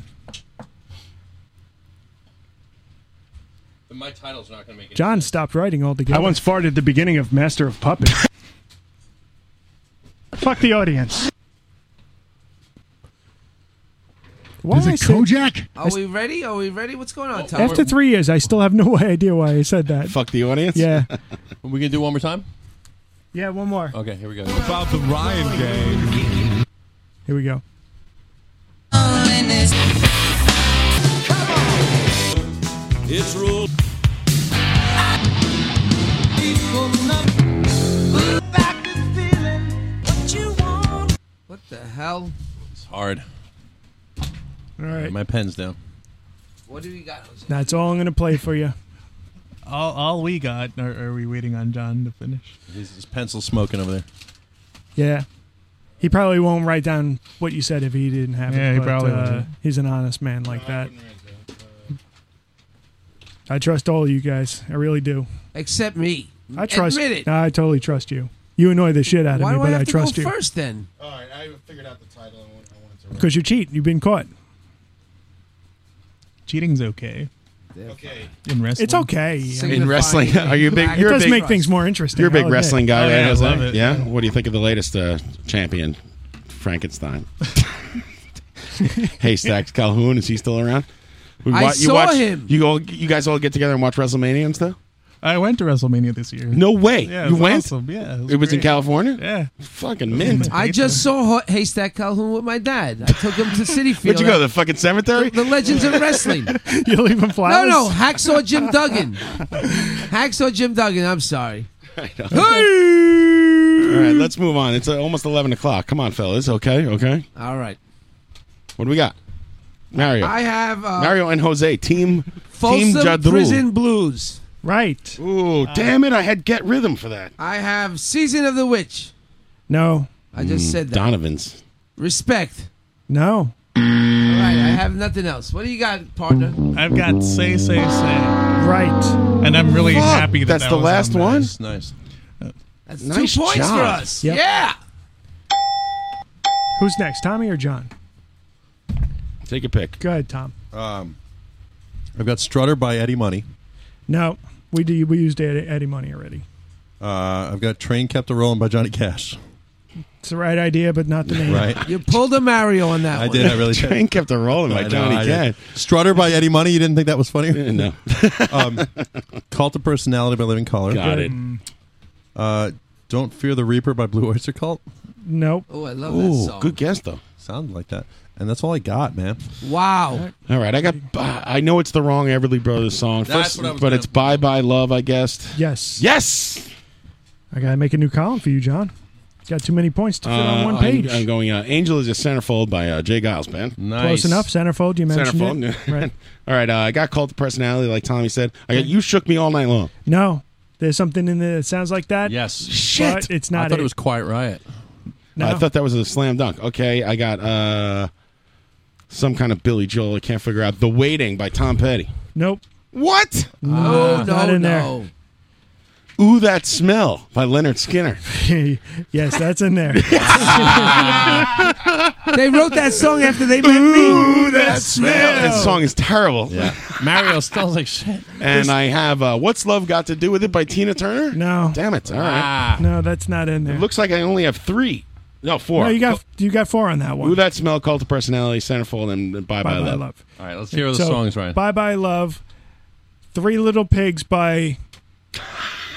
Speaker 14: My title's not gonna make it.
Speaker 5: John stopped writing altogether.
Speaker 8: I once farted at the beginning of Master of Puppets. Fuck the audience.
Speaker 5: Why
Speaker 8: Is it
Speaker 5: I said-
Speaker 8: Kojak?
Speaker 5: I
Speaker 10: Are
Speaker 5: s-
Speaker 10: we ready? Are we ready? What's going on, Oh, Tom?
Speaker 5: After three years, I still have no idea why I said that.
Speaker 13: Fuck the audience.
Speaker 5: Yeah.
Speaker 14: Are we gonna do one more time?
Speaker 5: Yeah, one more.
Speaker 14: Okay, here we go.
Speaker 21: About the Ryan gang.
Speaker 5: Here we go.
Speaker 20: It's ruled.
Speaker 10: What the hell?
Speaker 14: It's hard.
Speaker 5: All right.
Speaker 14: My pen's down.
Speaker 10: What do we got?
Speaker 5: That's all I'm going to play for you.
Speaker 9: All, all we got. Are, are we waiting on John to finish?
Speaker 14: His, his pencil smoking over there.
Speaker 5: Yeah. He probably won't write down what you said if he didn't have
Speaker 9: Yeah,
Speaker 5: it.
Speaker 9: he
Speaker 5: but,
Speaker 9: probably
Speaker 5: uh,
Speaker 9: wouldn't.
Speaker 5: He's an honest man like that. I trust all of you guys. I really do.
Speaker 10: Except me.
Speaker 5: I trust.
Speaker 10: Admit it.
Speaker 5: I totally trust you. You annoy the shit out of
Speaker 10: Why
Speaker 5: me,
Speaker 10: do I
Speaker 5: but
Speaker 10: have
Speaker 5: I
Speaker 10: to
Speaker 5: trust
Speaker 10: go
Speaker 5: you
Speaker 10: first then?
Speaker 13: All right, I figured out the title.
Speaker 5: because you cheat. You've been caught.
Speaker 9: Cheating's okay.
Speaker 13: Okay.
Speaker 9: In wrestling.
Speaker 5: It's okay.
Speaker 13: In wrestling, are you a big?
Speaker 5: it
Speaker 13: You're a
Speaker 5: does
Speaker 13: big,
Speaker 5: make things more interesting.
Speaker 13: You're a big
Speaker 5: I'll admit.
Speaker 13: wrestling guy,
Speaker 9: Oh,
Speaker 13: right?
Speaker 9: yeah, I
Speaker 13: Jose?
Speaker 9: love it.
Speaker 13: Yeah? What do you think of the latest uh, champion, Frankenstein? hey, Stacks Calhoun, is he still around?
Speaker 9: I saw him.
Speaker 13: You all, you guys all get together and watch WrestleMania and stuff.
Speaker 9: I went to WrestleMania this year.
Speaker 13: No way.
Speaker 9: Yeah, it
Speaker 13: you
Speaker 9: was
Speaker 13: went?
Speaker 9: awesome. Yeah,
Speaker 13: it
Speaker 9: it
Speaker 13: was,
Speaker 9: was
Speaker 13: in
Speaker 9: great.
Speaker 13: California.
Speaker 9: Yeah.
Speaker 13: Fucking mint.
Speaker 10: I just saw Ho- Haystack Calhoun with my dad. I took him to City Field.
Speaker 13: Where'd you go? The fucking cemetery?
Speaker 10: The Legends of Wrestling.
Speaker 5: you leave him
Speaker 10: No,
Speaker 5: flowers?
Speaker 10: no, Hacksaw Jim Duggan. Hacksaw Jim Duggan. I'm sorry.
Speaker 13: All right, let's move on. It's uh, almost eleven o'clock. Come on, fellas. Okay, okay.
Speaker 10: All right.
Speaker 13: What do we got? Mario.
Speaker 10: I have, uh,
Speaker 13: Mario and Jose team.
Speaker 10: Folsom
Speaker 13: team Jadru.
Speaker 10: Prison Blues.
Speaker 5: Right.
Speaker 13: Ooh,
Speaker 9: Uh,
Speaker 13: damn it! I had Get Rhythm for that.
Speaker 10: I have Season of the Witch.
Speaker 5: No.
Speaker 10: I just said that.
Speaker 13: Mm. Donovan's.
Speaker 10: Respect.
Speaker 5: No.
Speaker 10: All right, I have nothing else. What do you got, partner?
Speaker 9: I've got say say say.
Speaker 5: Right.
Speaker 9: And I'm really
Speaker 10: Fuck,
Speaker 9: happy that
Speaker 13: that's
Speaker 9: that
Speaker 13: the
Speaker 9: was
Speaker 13: last
Speaker 9: on there.
Speaker 13: one?
Speaker 14: It's nice.
Speaker 10: That's
Speaker 13: Nice
Speaker 10: two points
Speaker 13: job.
Speaker 10: for us.
Speaker 5: Yep.
Speaker 10: Yeah.
Speaker 5: Who's next, Tommy or John?
Speaker 13: Take a pick.
Speaker 5: Go ahead, Tom.
Speaker 14: Um, I've got Strutter by Eddie Money.
Speaker 5: No, we do. We used Eddie, Eddie money already.
Speaker 14: Uh, I've got Train Kept a Rolling by Johnny Cash.
Speaker 5: It's the right idea, but not the name.
Speaker 14: Right.
Speaker 10: You pulled a Mario on that
Speaker 14: I
Speaker 10: one.
Speaker 14: did. I really
Speaker 13: Train kept a rolling by
Speaker 14: I know,
Speaker 13: Johnny
Speaker 14: I
Speaker 13: Cash.
Speaker 14: did.
Speaker 13: Eh,
Speaker 14: Strutter by Eddie Money. You didn't think that was funny?
Speaker 13: no.
Speaker 14: um, Cult of Personality by Living Color.
Speaker 13: Got it.
Speaker 14: Uh, Don't Fear the Reaper by Blue Oyster Cult.
Speaker 5: Nope.
Speaker 10: Oh, I love that
Speaker 13: Ooh,
Speaker 10: song.
Speaker 13: good guess though.
Speaker 14: Sounded like that. And that's all I got, man.
Speaker 10: Wow.
Speaker 13: All right, I got. uh, I know it's the wrong Everly Brothers song,
Speaker 14: That's
Speaker 13: first,
Speaker 14: what I was
Speaker 13: but
Speaker 14: gonna-
Speaker 13: it's "Bye Bye Love," I guessed.
Speaker 5: Yes.
Speaker 13: Yes.
Speaker 5: I gotta make a new column for you, John. Got too many points to fit on
Speaker 13: Uh,
Speaker 5: one
Speaker 13: I'm-
Speaker 5: page.
Speaker 13: I'm, going. Uh, Angel is a centerfold by uh, Jay Giles Band.
Speaker 5: Close enough. Centerfold. You mentioned
Speaker 13: Centerfold.
Speaker 5: it. right.
Speaker 13: All right. Uh, I got cult of personality, like Tommy said. I got you shook me all night long.
Speaker 5: No, there's something in there that sounds like that.
Speaker 14: Yes.
Speaker 5: Shit. But it's not.
Speaker 14: I thought
Speaker 5: it.
Speaker 14: it was Quiet Riot.
Speaker 5: No.
Speaker 13: I thought that was a slam dunk. Okay, I got uh, some kind of Billy Joel. I can't figure out. The Waiting by Tom Petty.
Speaker 5: Nope.
Speaker 13: What?
Speaker 5: No,
Speaker 10: no,
Speaker 5: Ah, not in
Speaker 10: no.
Speaker 5: there.
Speaker 13: Ooh, That Smell by Leonard Skinner.
Speaker 5: yes, that's in there.
Speaker 10: they wrote that song after they met me.
Speaker 5: Ooh, that smell.
Speaker 13: That song is terrible.
Speaker 14: Yeah. Mario smells like shit.
Speaker 13: And I have uh, What's Love Got to Do with It by Tina Turner?
Speaker 5: No.
Speaker 13: Damn it. All
Speaker 14: Ah.
Speaker 13: right.
Speaker 5: No, that's not in there.
Speaker 13: It looks like I only have three. No, four. Oh.
Speaker 5: No, you got you got four on that one.
Speaker 13: Ooh, That Smell, Cult of Personality, Centerfold, and Bye Bye,
Speaker 5: Bye Bye
Speaker 13: Love.
Speaker 5: Love.
Speaker 14: All right, let's hear the
Speaker 5: So,
Speaker 14: songs, Ryan.
Speaker 5: Bye Bye Love, Three Little Pigs by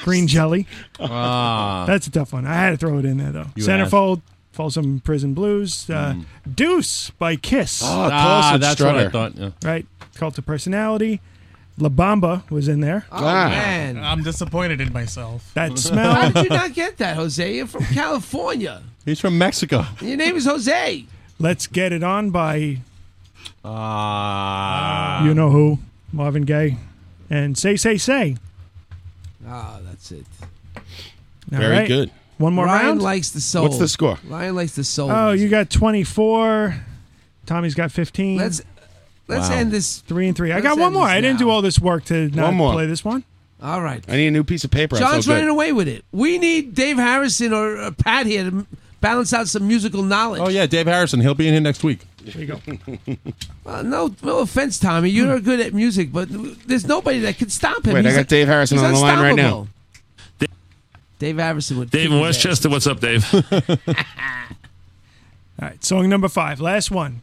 Speaker 5: Green Jelly.
Speaker 14: Ah.
Speaker 5: That's a tough one. I had to throw it in there, though.
Speaker 14: You
Speaker 5: Centerfold, Folsom Prison Blues, uh, Deuce by Kiss.
Speaker 14: Oh, close Ah, with that's Strutter. what I thought, yeah.
Speaker 5: Right. Cult of Personality. La Bamba was in there.
Speaker 14: Ah, Oh,
Speaker 10: Oh,
Speaker 13: Ah.
Speaker 10: man.
Speaker 9: I'm disappointed in myself.
Speaker 5: That smell.
Speaker 10: How did you not get that, Jose? You're from California.
Speaker 14: He's from Mexico.
Speaker 10: Your name is Jose.
Speaker 5: Let's Get It On by
Speaker 14: Ah.
Speaker 5: you know who, Marvin Gaye, and Say Say Say.
Speaker 10: Ah, that's it.
Speaker 5: All right. One more
Speaker 10: Ryan
Speaker 5: round.
Speaker 10: likes the soul. Ryan likes the soul.
Speaker 5: Oh, you got 24. Tommy's got 15. Let's
Speaker 10: let's Wow. end this-
Speaker 5: Three and three. I
Speaker 10: let's
Speaker 5: got one
Speaker 10: end
Speaker 5: more.
Speaker 10: this
Speaker 5: I didn't do all this work to not
Speaker 13: One more.
Speaker 5: play this one.
Speaker 10: All right.
Speaker 13: I need a new piece of paper. I feel
Speaker 10: John's
Speaker 13: good.
Speaker 10: running away with it. We need Dave Harrison or, or Pat here to m- balance out some musical knowledge.
Speaker 14: Oh yeah, Dave Harrison. He'll be in here next week.
Speaker 5: There you go. Hmm.
Speaker 10: Well, Uh, no, no offense, Tommy. You're good at music, but there's nobody that can stop him.
Speaker 13: Wait, I
Speaker 10: He's
Speaker 13: got
Speaker 10: like-
Speaker 13: Dave Harrison
Speaker 10: he's
Speaker 13: on the line right
Speaker 10: unstoppable.
Speaker 13: now.
Speaker 10: Dave Harrison would.
Speaker 1: Dave
Speaker 10: kick
Speaker 1: in
Speaker 10: his
Speaker 1: Westchester, what's up, Dave?
Speaker 5: All right, song number five. Last one.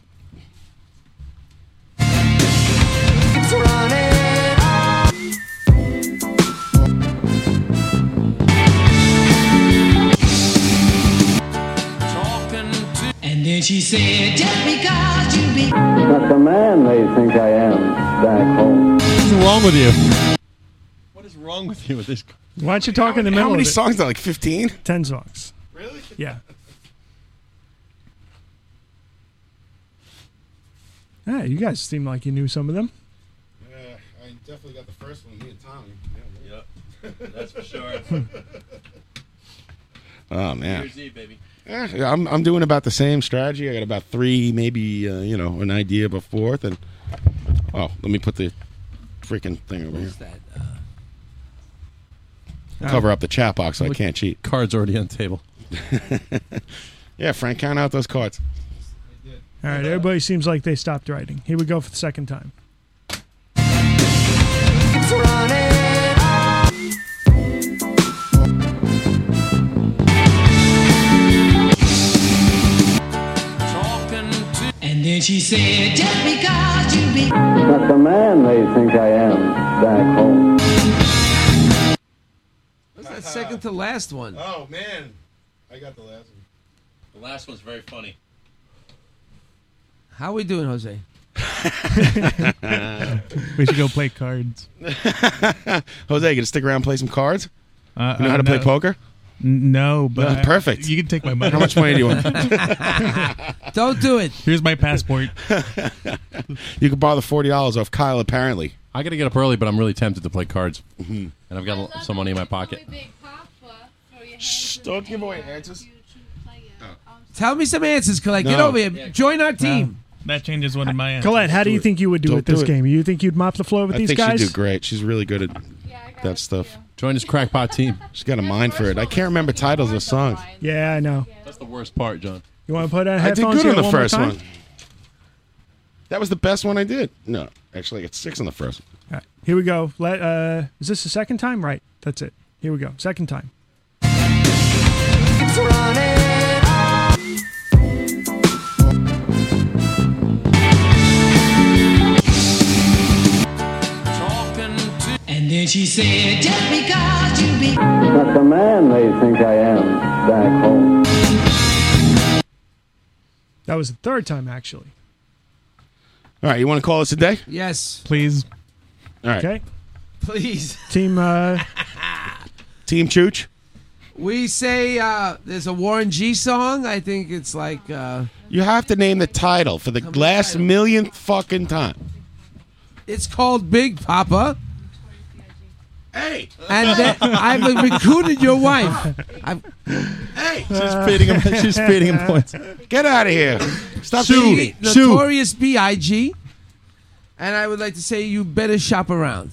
Speaker 12: And then she said, just because you be.
Speaker 7: That's the man they think I am back home.
Speaker 14: What's wrong with you? What is wrong with you with this?
Speaker 5: Why don't you talk in the
Speaker 14: How
Speaker 5: middle?
Speaker 14: many
Speaker 5: of it?
Speaker 14: songs
Speaker 13: are like 15?
Speaker 5: 10 songs. Really? Yeah. Yeah, Ah, you guys seem like you knew some of them.
Speaker 13: I definitely got the first one. Me and Tommy.
Speaker 14: Yep, that's for sure.
Speaker 13: Oh man.
Speaker 14: Year's Eve, E, baby.
Speaker 13: Eh, I'm I'm doing about the same strategy. I got about three, maybe uh, you know, an idea of a fourth, and oh, let me put the freaking thing over here. Cover up the chat box so I
Speaker 14: Look-
Speaker 13: can't cheat.
Speaker 14: Cards already on the table.
Speaker 13: yeah, Frank, count out those cards.
Speaker 5: All right, everybody seems like they stopped writing. Here we go for the second time.
Speaker 12: And then she said, just because you be.
Speaker 7: That's the man they think I am back home.
Speaker 10: What's that second to last one?
Speaker 13: Oh man, I got the last one.
Speaker 14: The last one's very funny.
Speaker 10: How we doing, Jose?
Speaker 9: we should go play cards.
Speaker 13: Jose, you gonna stick around and play some cards?
Speaker 9: Uh,
Speaker 13: you know
Speaker 9: uh,
Speaker 13: how to play
Speaker 9: no.
Speaker 13: poker?
Speaker 9: N- No, but
Speaker 13: Uh, perfect.
Speaker 9: You can take my money.
Speaker 13: How much money do you want?
Speaker 10: Don't do it.
Speaker 9: Here's my passport.
Speaker 13: you could borrow the forty dollars off Kyle. Apparently,
Speaker 14: I got to get up early, but I'm really tempted to play cards,
Speaker 13: Mm-hmm.
Speaker 14: and I've got l- some money in my pocket.
Speaker 13: Shh, don't give away answers.
Speaker 10: Tell me some answers, Collect. Get
Speaker 14: No.
Speaker 10: over here. Join our team.
Speaker 9: That changes one of my answers.
Speaker 5: Colette, how do you think you would do
Speaker 13: Don't
Speaker 5: with this
Speaker 13: do it.
Speaker 5: game? You think you'd mop the floor with
Speaker 13: I
Speaker 5: these
Speaker 13: think
Speaker 5: guys?
Speaker 13: she'd do great. She's really good at that stuff.
Speaker 14: Join this crackpot team.
Speaker 13: She's got a mind for it. I can't remember titles of songs.
Speaker 5: Yeah, I know.
Speaker 14: That's the worst part, John.
Speaker 5: You want to put on
Speaker 13: I did
Speaker 5: headphones?
Speaker 13: good
Speaker 5: here
Speaker 13: on the
Speaker 5: more
Speaker 13: first
Speaker 5: time?
Speaker 13: one. That was the best one I did. No, actually, I got six on the first one.
Speaker 5: All right, here we go. Let, uh, is this the second time? Right, that's it. Here we go. Second time.
Speaker 12: And then she said, just because you be.
Speaker 7: That's the man they think I am back home.
Speaker 5: That was the third time, actually.
Speaker 13: All right, you want to call us a day?
Speaker 10: Yes.
Speaker 9: Please.
Speaker 13: All right.
Speaker 5: Okay.
Speaker 10: Please.
Speaker 5: Team. Uh,
Speaker 13: Team Chooch.
Speaker 10: We say uh, there's a Warren G song. I think it's like uh,
Speaker 13: You have to name the title for the last millionth fucking time.
Speaker 10: it's called Big Papa.
Speaker 13: Hey.
Speaker 10: And then I've recruited your wife. I've,
Speaker 13: Hey.
Speaker 14: She's feeding him. She's feeding him points.
Speaker 13: Get out of here. Stop
Speaker 10: Sue,
Speaker 13: feeding me.
Speaker 10: Notorious B.I.G. And I would like to say you better shop around.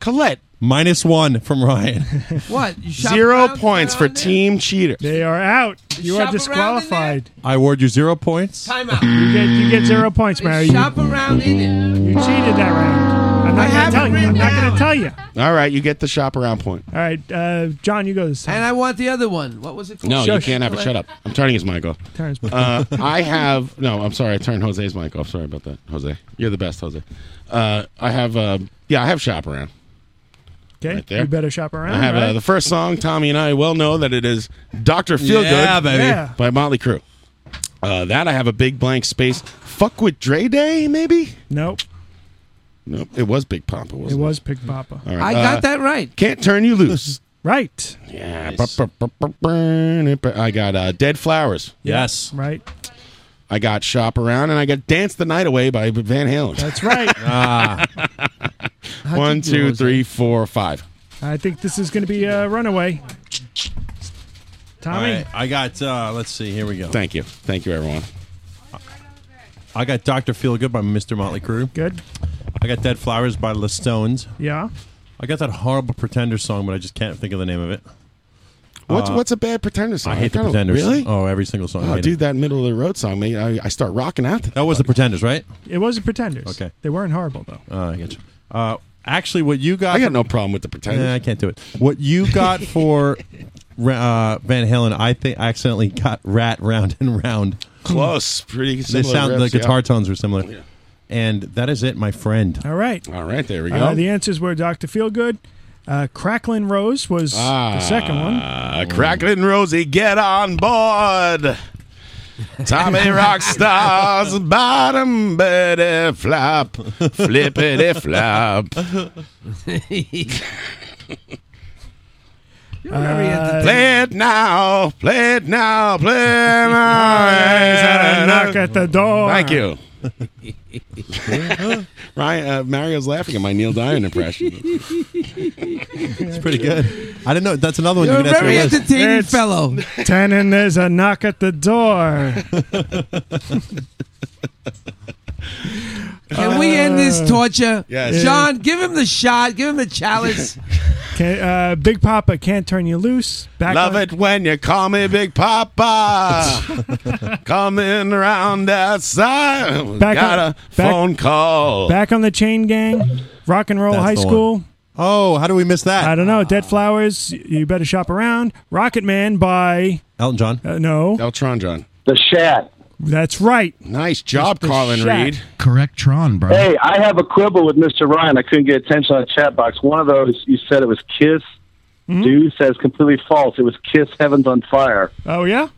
Speaker 13: Colette.
Speaker 14: Minus one from Ryan.
Speaker 10: What? You shop
Speaker 13: Zero
Speaker 10: around?
Speaker 13: points for Team Cheater.
Speaker 5: They are out. You
Speaker 10: shop around
Speaker 5: are
Speaker 10: in
Speaker 5: disqualified.
Speaker 14: I award you zero points.
Speaker 10: Time out.
Speaker 5: You get, you get zero points, Mary. You,
Speaker 10: Shop around in it.
Speaker 5: you cheated that round. I'm
Speaker 10: I
Speaker 5: not going
Speaker 10: have it
Speaker 5: to tell you. I'm
Speaker 10: written
Speaker 5: not going to tell you.
Speaker 13: All right, you get the shop around point.
Speaker 5: All right, uh, John, you go this time.
Speaker 10: And I want the other one. What was it called?
Speaker 13: No, you can't have it. Shut up. I'm turning his mic off.
Speaker 5: Turn his mic
Speaker 13: Uh,
Speaker 5: off.
Speaker 13: I have no. I'm sorry. I turned Jose's mic off. Sorry about that, Jose. You're the best, Jose. Uh, I have. Uh, yeah, I have shop around.
Speaker 5: Okay,
Speaker 13: right there.
Speaker 5: you better shop around.
Speaker 13: I have
Speaker 5: right?
Speaker 13: uh, the first song. Tommy and I well know that it is "Doctor Feelgood"
Speaker 14: Yeah, baby. Yeah.
Speaker 13: by Motley Crue. Uh, that I have a big blank space. Fuck with Dre Day, maybe?
Speaker 5: Nope.
Speaker 13: Nope. It was Big Papa, wasn't it?
Speaker 5: it was Pig Papa.
Speaker 13: All
Speaker 10: I
Speaker 13: right, uh,
Speaker 10: got that right.
Speaker 13: Can't turn you loose.
Speaker 5: Right.
Speaker 13: Yeah. bu- bu- bu- bu- burn it, bu- I got uh, Dead Flowers.
Speaker 14: Yes.
Speaker 5: Right.
Speaker 13: I got Shop Around and I got Dance the Night Away by Van Halen.
Speaker 5: That's right.
Speaker 14: Ah.
Speaker 13: One,
Speaker 5: How'd you do,
Speaker 13: two,
Speaker 5: Jose?
Speaker 13: three, four, five.
Speaker 5: I think this is going to be a runaway. Tommy,
Speaker 14: All right, I got. Uh, let's see. Here we go.
Speaker 13: Thank you. Thank you, everyone.
Speaker 14: I got Doctor Feelgood by Mr. Motley Crue.
Speaker 5: Good.
Speaker 14: I got Dead Flowers by The Stones.
Speaker 5: yeah.
Speaker 14: I got that horrible Pretender song, but I just can't think of the name of it.
Speaker 13: What's
Speaker 14: Uh,
Speaker 13: what's a bad Pretender song?
Speaker 14: I hate the
Speaker 13: kinda-
Speaker 14: Pretenders.
Speaker 13: Really?
Speaker 14: Oh, every single song. I
Speaker 13: Oh,
Speaker 14: hate
Speaker 13: dude,
Speaker 14: it.
Speaker 13: that middle of the road song. mate, I, I start rocking out. To that.
Speaker 14: that was the Pretenders, right?
Speaker 5: It was the Pretenders.
Speaker 14: Okay.
Speaker 5: They weren't horrible, though.
Speaker 14: Uh, I got you. Uh, actually, what you got?
Speaker 13: I got no problem with the Pretenders.
Speaker 14: Nah, I can't do it. What you got for uh, Van Halen? I think I accidentally got Rat round and round.
Speaker 13: Close, pretty
Speaker 14: They
Speaker 13: similar.
Speaker 14: sound the
Speaker 13: riffs, yeah.
Speaker 14: guitar tones were similar. And that is it, my friend.
Speaker 5: All right.
Speaker 13: All right, there we go.
Speaker 5: Uh, the answers were Dr. Feelgood. Uh, Cracklin' Rose was the second one.
Speaker 13: Ah, Cracklin' Rosie, get on board. Tommy Rockstar's bottom bitty flop, flippity flop.
Speaker 5: Uh,
Speaker 13: Play it now, play it now, play it now.
Speaker 5: a knock at the door.
Speaker 13: Thank you. Ryan, uh, Mario's laughing at my Neil Diamond impression.
Speaker 14: It's pretty good. I didn't know. That's another one you
Speaker 10: You're a
Speaker 14: can add to
Speaker 10: very
Speaker 14: your list.
Speaker 10: entertaining
Speaker 5: It's-
Speaker 10: fellow.
Speaker 5: Ten and there's a knock at the door.
Speaker 10: Can we end
Speaker 5: Uh,
Speaker 10: this torture?
Speaker 13: Yes.
Speaker 10: John, give him the shot. Give him the chalice.
Speaker 5: Can, uh, Big Papa can't turn you loose. Back
Speaker 13: Love
Speaker 5: on-
Speaker 13: it when you call me Big Papa. Coming around outside.
Speaker 5: Back
Speaker 13: Got
Speaker 5: on-
Speaker 13: a
Speaker 5: back-
Speaker 13: phone call.
Speaker 5: Back on the chain gang. Rock and roll
Speaker 14: That's
Speaker 5: high
Speaker 14: the one.
Speaker 5: school.
Speaker 14: Oh, how do we miss that?
Speaker 5: I don't know. Dead Flowers. You better shop around. Rocket Man by
Speaker 14: Elton John.
Speaker 5: uh, no.
Speaker 13: Eltron John.
Speaker 6: The Shat.
Speaker 5: That's right.
Speaker 13: Nice job,
Speaker 5: the
Speaker 13: Colin
Speaker 5: Shack.
Speaker 13: Reed.
Speaker 21: Correct Tron, bro.
Speaker 6: Hey, I have a quibble with Mr. Ryan. I couldn't get attention on the chat box. One of those, you said it was Kiss.
Speaker 5: Hmm?
Speaker 6: Dude says completely false. It was Kiss Heavens on Fire.
Speaker 5: Oh yeah.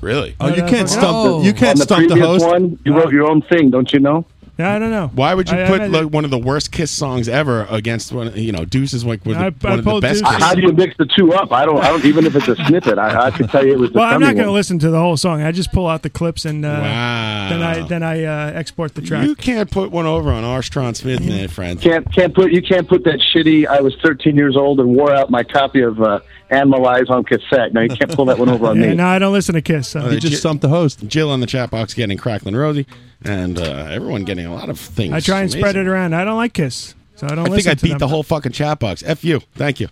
Speaker 13: Really?
Speaker 14: Oh, you
Speaker 5: No,
Speaker 14: can't
Speaker 5: that's
Speaker 14: stump.
Speaker 10: okay.
Speaker 14: You can't
Speaker 6: on the
Speaker 14: stump the
Speaker 6: previous
Speaker 14: host.
Speaker 6: one, you wrote your own thing, don't you know?
Speaker 5: Yeah, I don't know.
Speaker 13: Why would you
Speaker 5: I- I
Speaker 13: put
Speaker 5: meant
Speaker 13: like,
Speaker 5: it.
Speaker 13: one of the worst Kiss songs ever against one? You know, Deuce is like with the-
Speaker 5: I- I
Speaker 13: one of the
Speaker 5: pulled
Speaker 13: best.
Speaker 5: Deuce.
Speaker 13: Kiss.
Speaker 6: How do you mix the two up? I don't. I don't. Even if it's a snippet, I, I could tell you it was. The
Speaker 5: Well, I'm not
Speaker 6: Tommy
Speaker 5: going to
Speaker 6: one.
Speaker 5: listen to the whole song. I just pull out the clips and uh,
Speaker 13: Wow.
Speaker 5: then I then I uh, export the track.
Speaker 13: You can't put one over on Armstrong Smith, man, friend.
Speaker 6: Can't can't put you can't put that shitty. I was 13 years old and wore out my copy of uh, Animal Eyes on cassette. Now you can't pull that one over on
Speaker 5: Yeah,
Speaker 6: me.
Speaker 5: no, I don't listen to Kiss. So.
Speaker 13: Oh,
Speaker 14: You just stumped the host.
Speaker 13: Uh, Jill on the chat box getting Cracklin' Rosie, and uh, everyone getting a lot of things.
Speaker 5: I try and spread it around. I don't like Kiss, so I don't
Speaker 13: I think
Speaker 5: listen
Speaker 13: I
Speaker 5: to
Speaker 13: beat
Speaker 5: them.
Speaker 13: the whole fucking chat box. F you. Thank you.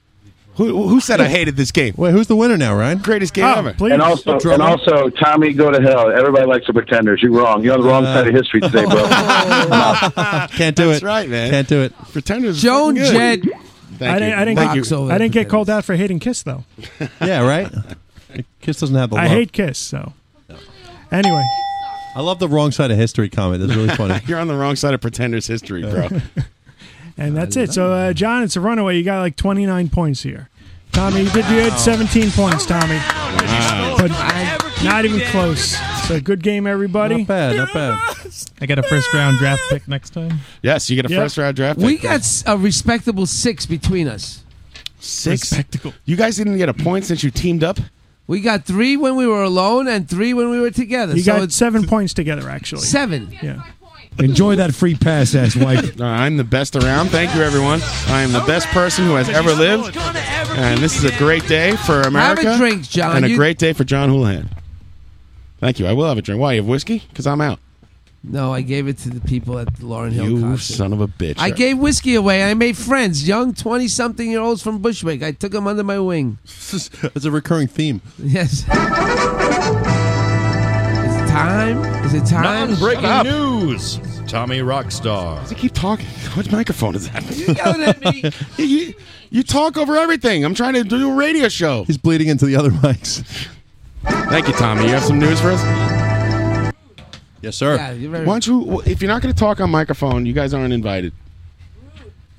Speaker 13: Who, who said I hated this game?
Speaker 14: Wait, who's the winner now, Ryan?
Speaker 13: Greatest game
Speaker 5: Oh,
Speaker 13: ever.
Speaker 5: please.
Speaker 6: And also, and also, Tommy, go to hell. Everybody likes the Pretenders. You're wrong. You're on the wrong side of history today, bro.
Speaker 14: Can't do
Speaker 13: That's
Speaker 14: it.
Speaker 13: right, man.
Speaker 14: Can't do it.
Speaker 13: Pretenders. is
Speaker 10: Joan
Speaker 13: fucking good.
Speaker 10: Jett.
Speaker 13: Thank
Speaker 5: I didn't-
Speaker 13: you.
Speaker 5: I didn't
Speaker 13: Thank
Speaker 5: get-
Speaker 13: you.
Speaker 10: Box over
Speaker 5: I didn't
Speaker 10: the
Speaker 5: get called out for hating Kiss though.
Speaker 14: Yeah, right. Kiss doesn't have the.
Speaker 5: I
Speaker 14: love.
Speaker 5: hate Kiss. So anyway,
Speaker 14: I love the wrong side of history comment. That's really funny.
Speaker 13: You're on the wrong side of Pretenders history, bro.
Speaker 5: and that's it. So uh, John, it's a runaway. You got like 29 points here. Tommy, you did you had 17 points, Tommy. But not even close. So good game, everybody.
Speaker 14: not bad. Not bad.
Speaker 9: I got a first round draft pick next time.
Speaker 13: yes, you get a
Speaker 5: Yeah.
Speaker 13: first round draft.
Speaker 10: we
Speaker 13: pick.
Speaker 10: got s- a respectable six between us.
Speaker 13: six. You guys didn't get a point since you teamed up.
Speaker 10: We got three when we were alone and three when we were together.
Speaker 5: You
Speaker 10: so
Speaker 5: got
Speaker 10: it's
Speaker 5: seven points together, actually.
Speaker 10: seven.
Speaker 5: Yeah.
Speaker 21: Enjoy that free pass, ass wife.
Speaker 13: Uh, I'm the best around. Thank you, everyone. I am the best person who has ever lived. And this is a great day for America.
Speaker 10: drink, John.
Speaker 13: And a
Speaker 10: You-
Speaker 13: great day for John Houlihan. Thank you. I will have a drink. Why? You have whiskey? Because I'm out.
Speaker 10: No, I gave it to the people at Lauren Hill.
Speaker 13: You
Speaker 10: concert.
Speaker 13: son of a bitch.
Speaker 10: I gave whiskey away. I made friends, young 20 something year olds from Bushwick. I took them under my wing.
Speaker 14: It's a recurring theme.
Speaker 10: Yes. It's time. Is it time?
Speaker 11: breaking
Speaker 10: Shut up.
Speaker 11: news. Tommy Rockstar.
Speaker 13: Does he keep talking? What microphone is that?
Speaker 10: You yelling at me.
Speaker 13: you, you talk over everything. I'm trying to do a radio show.
Speaker 14: He's bleeding into the other mics.
Speaker 13: Thank you, Tommy. You have some news for us?
Speaker 14: Yes, sir.
Speaker 13: Why don't you, if you're not going to talk on microphone, you guys aren't invited.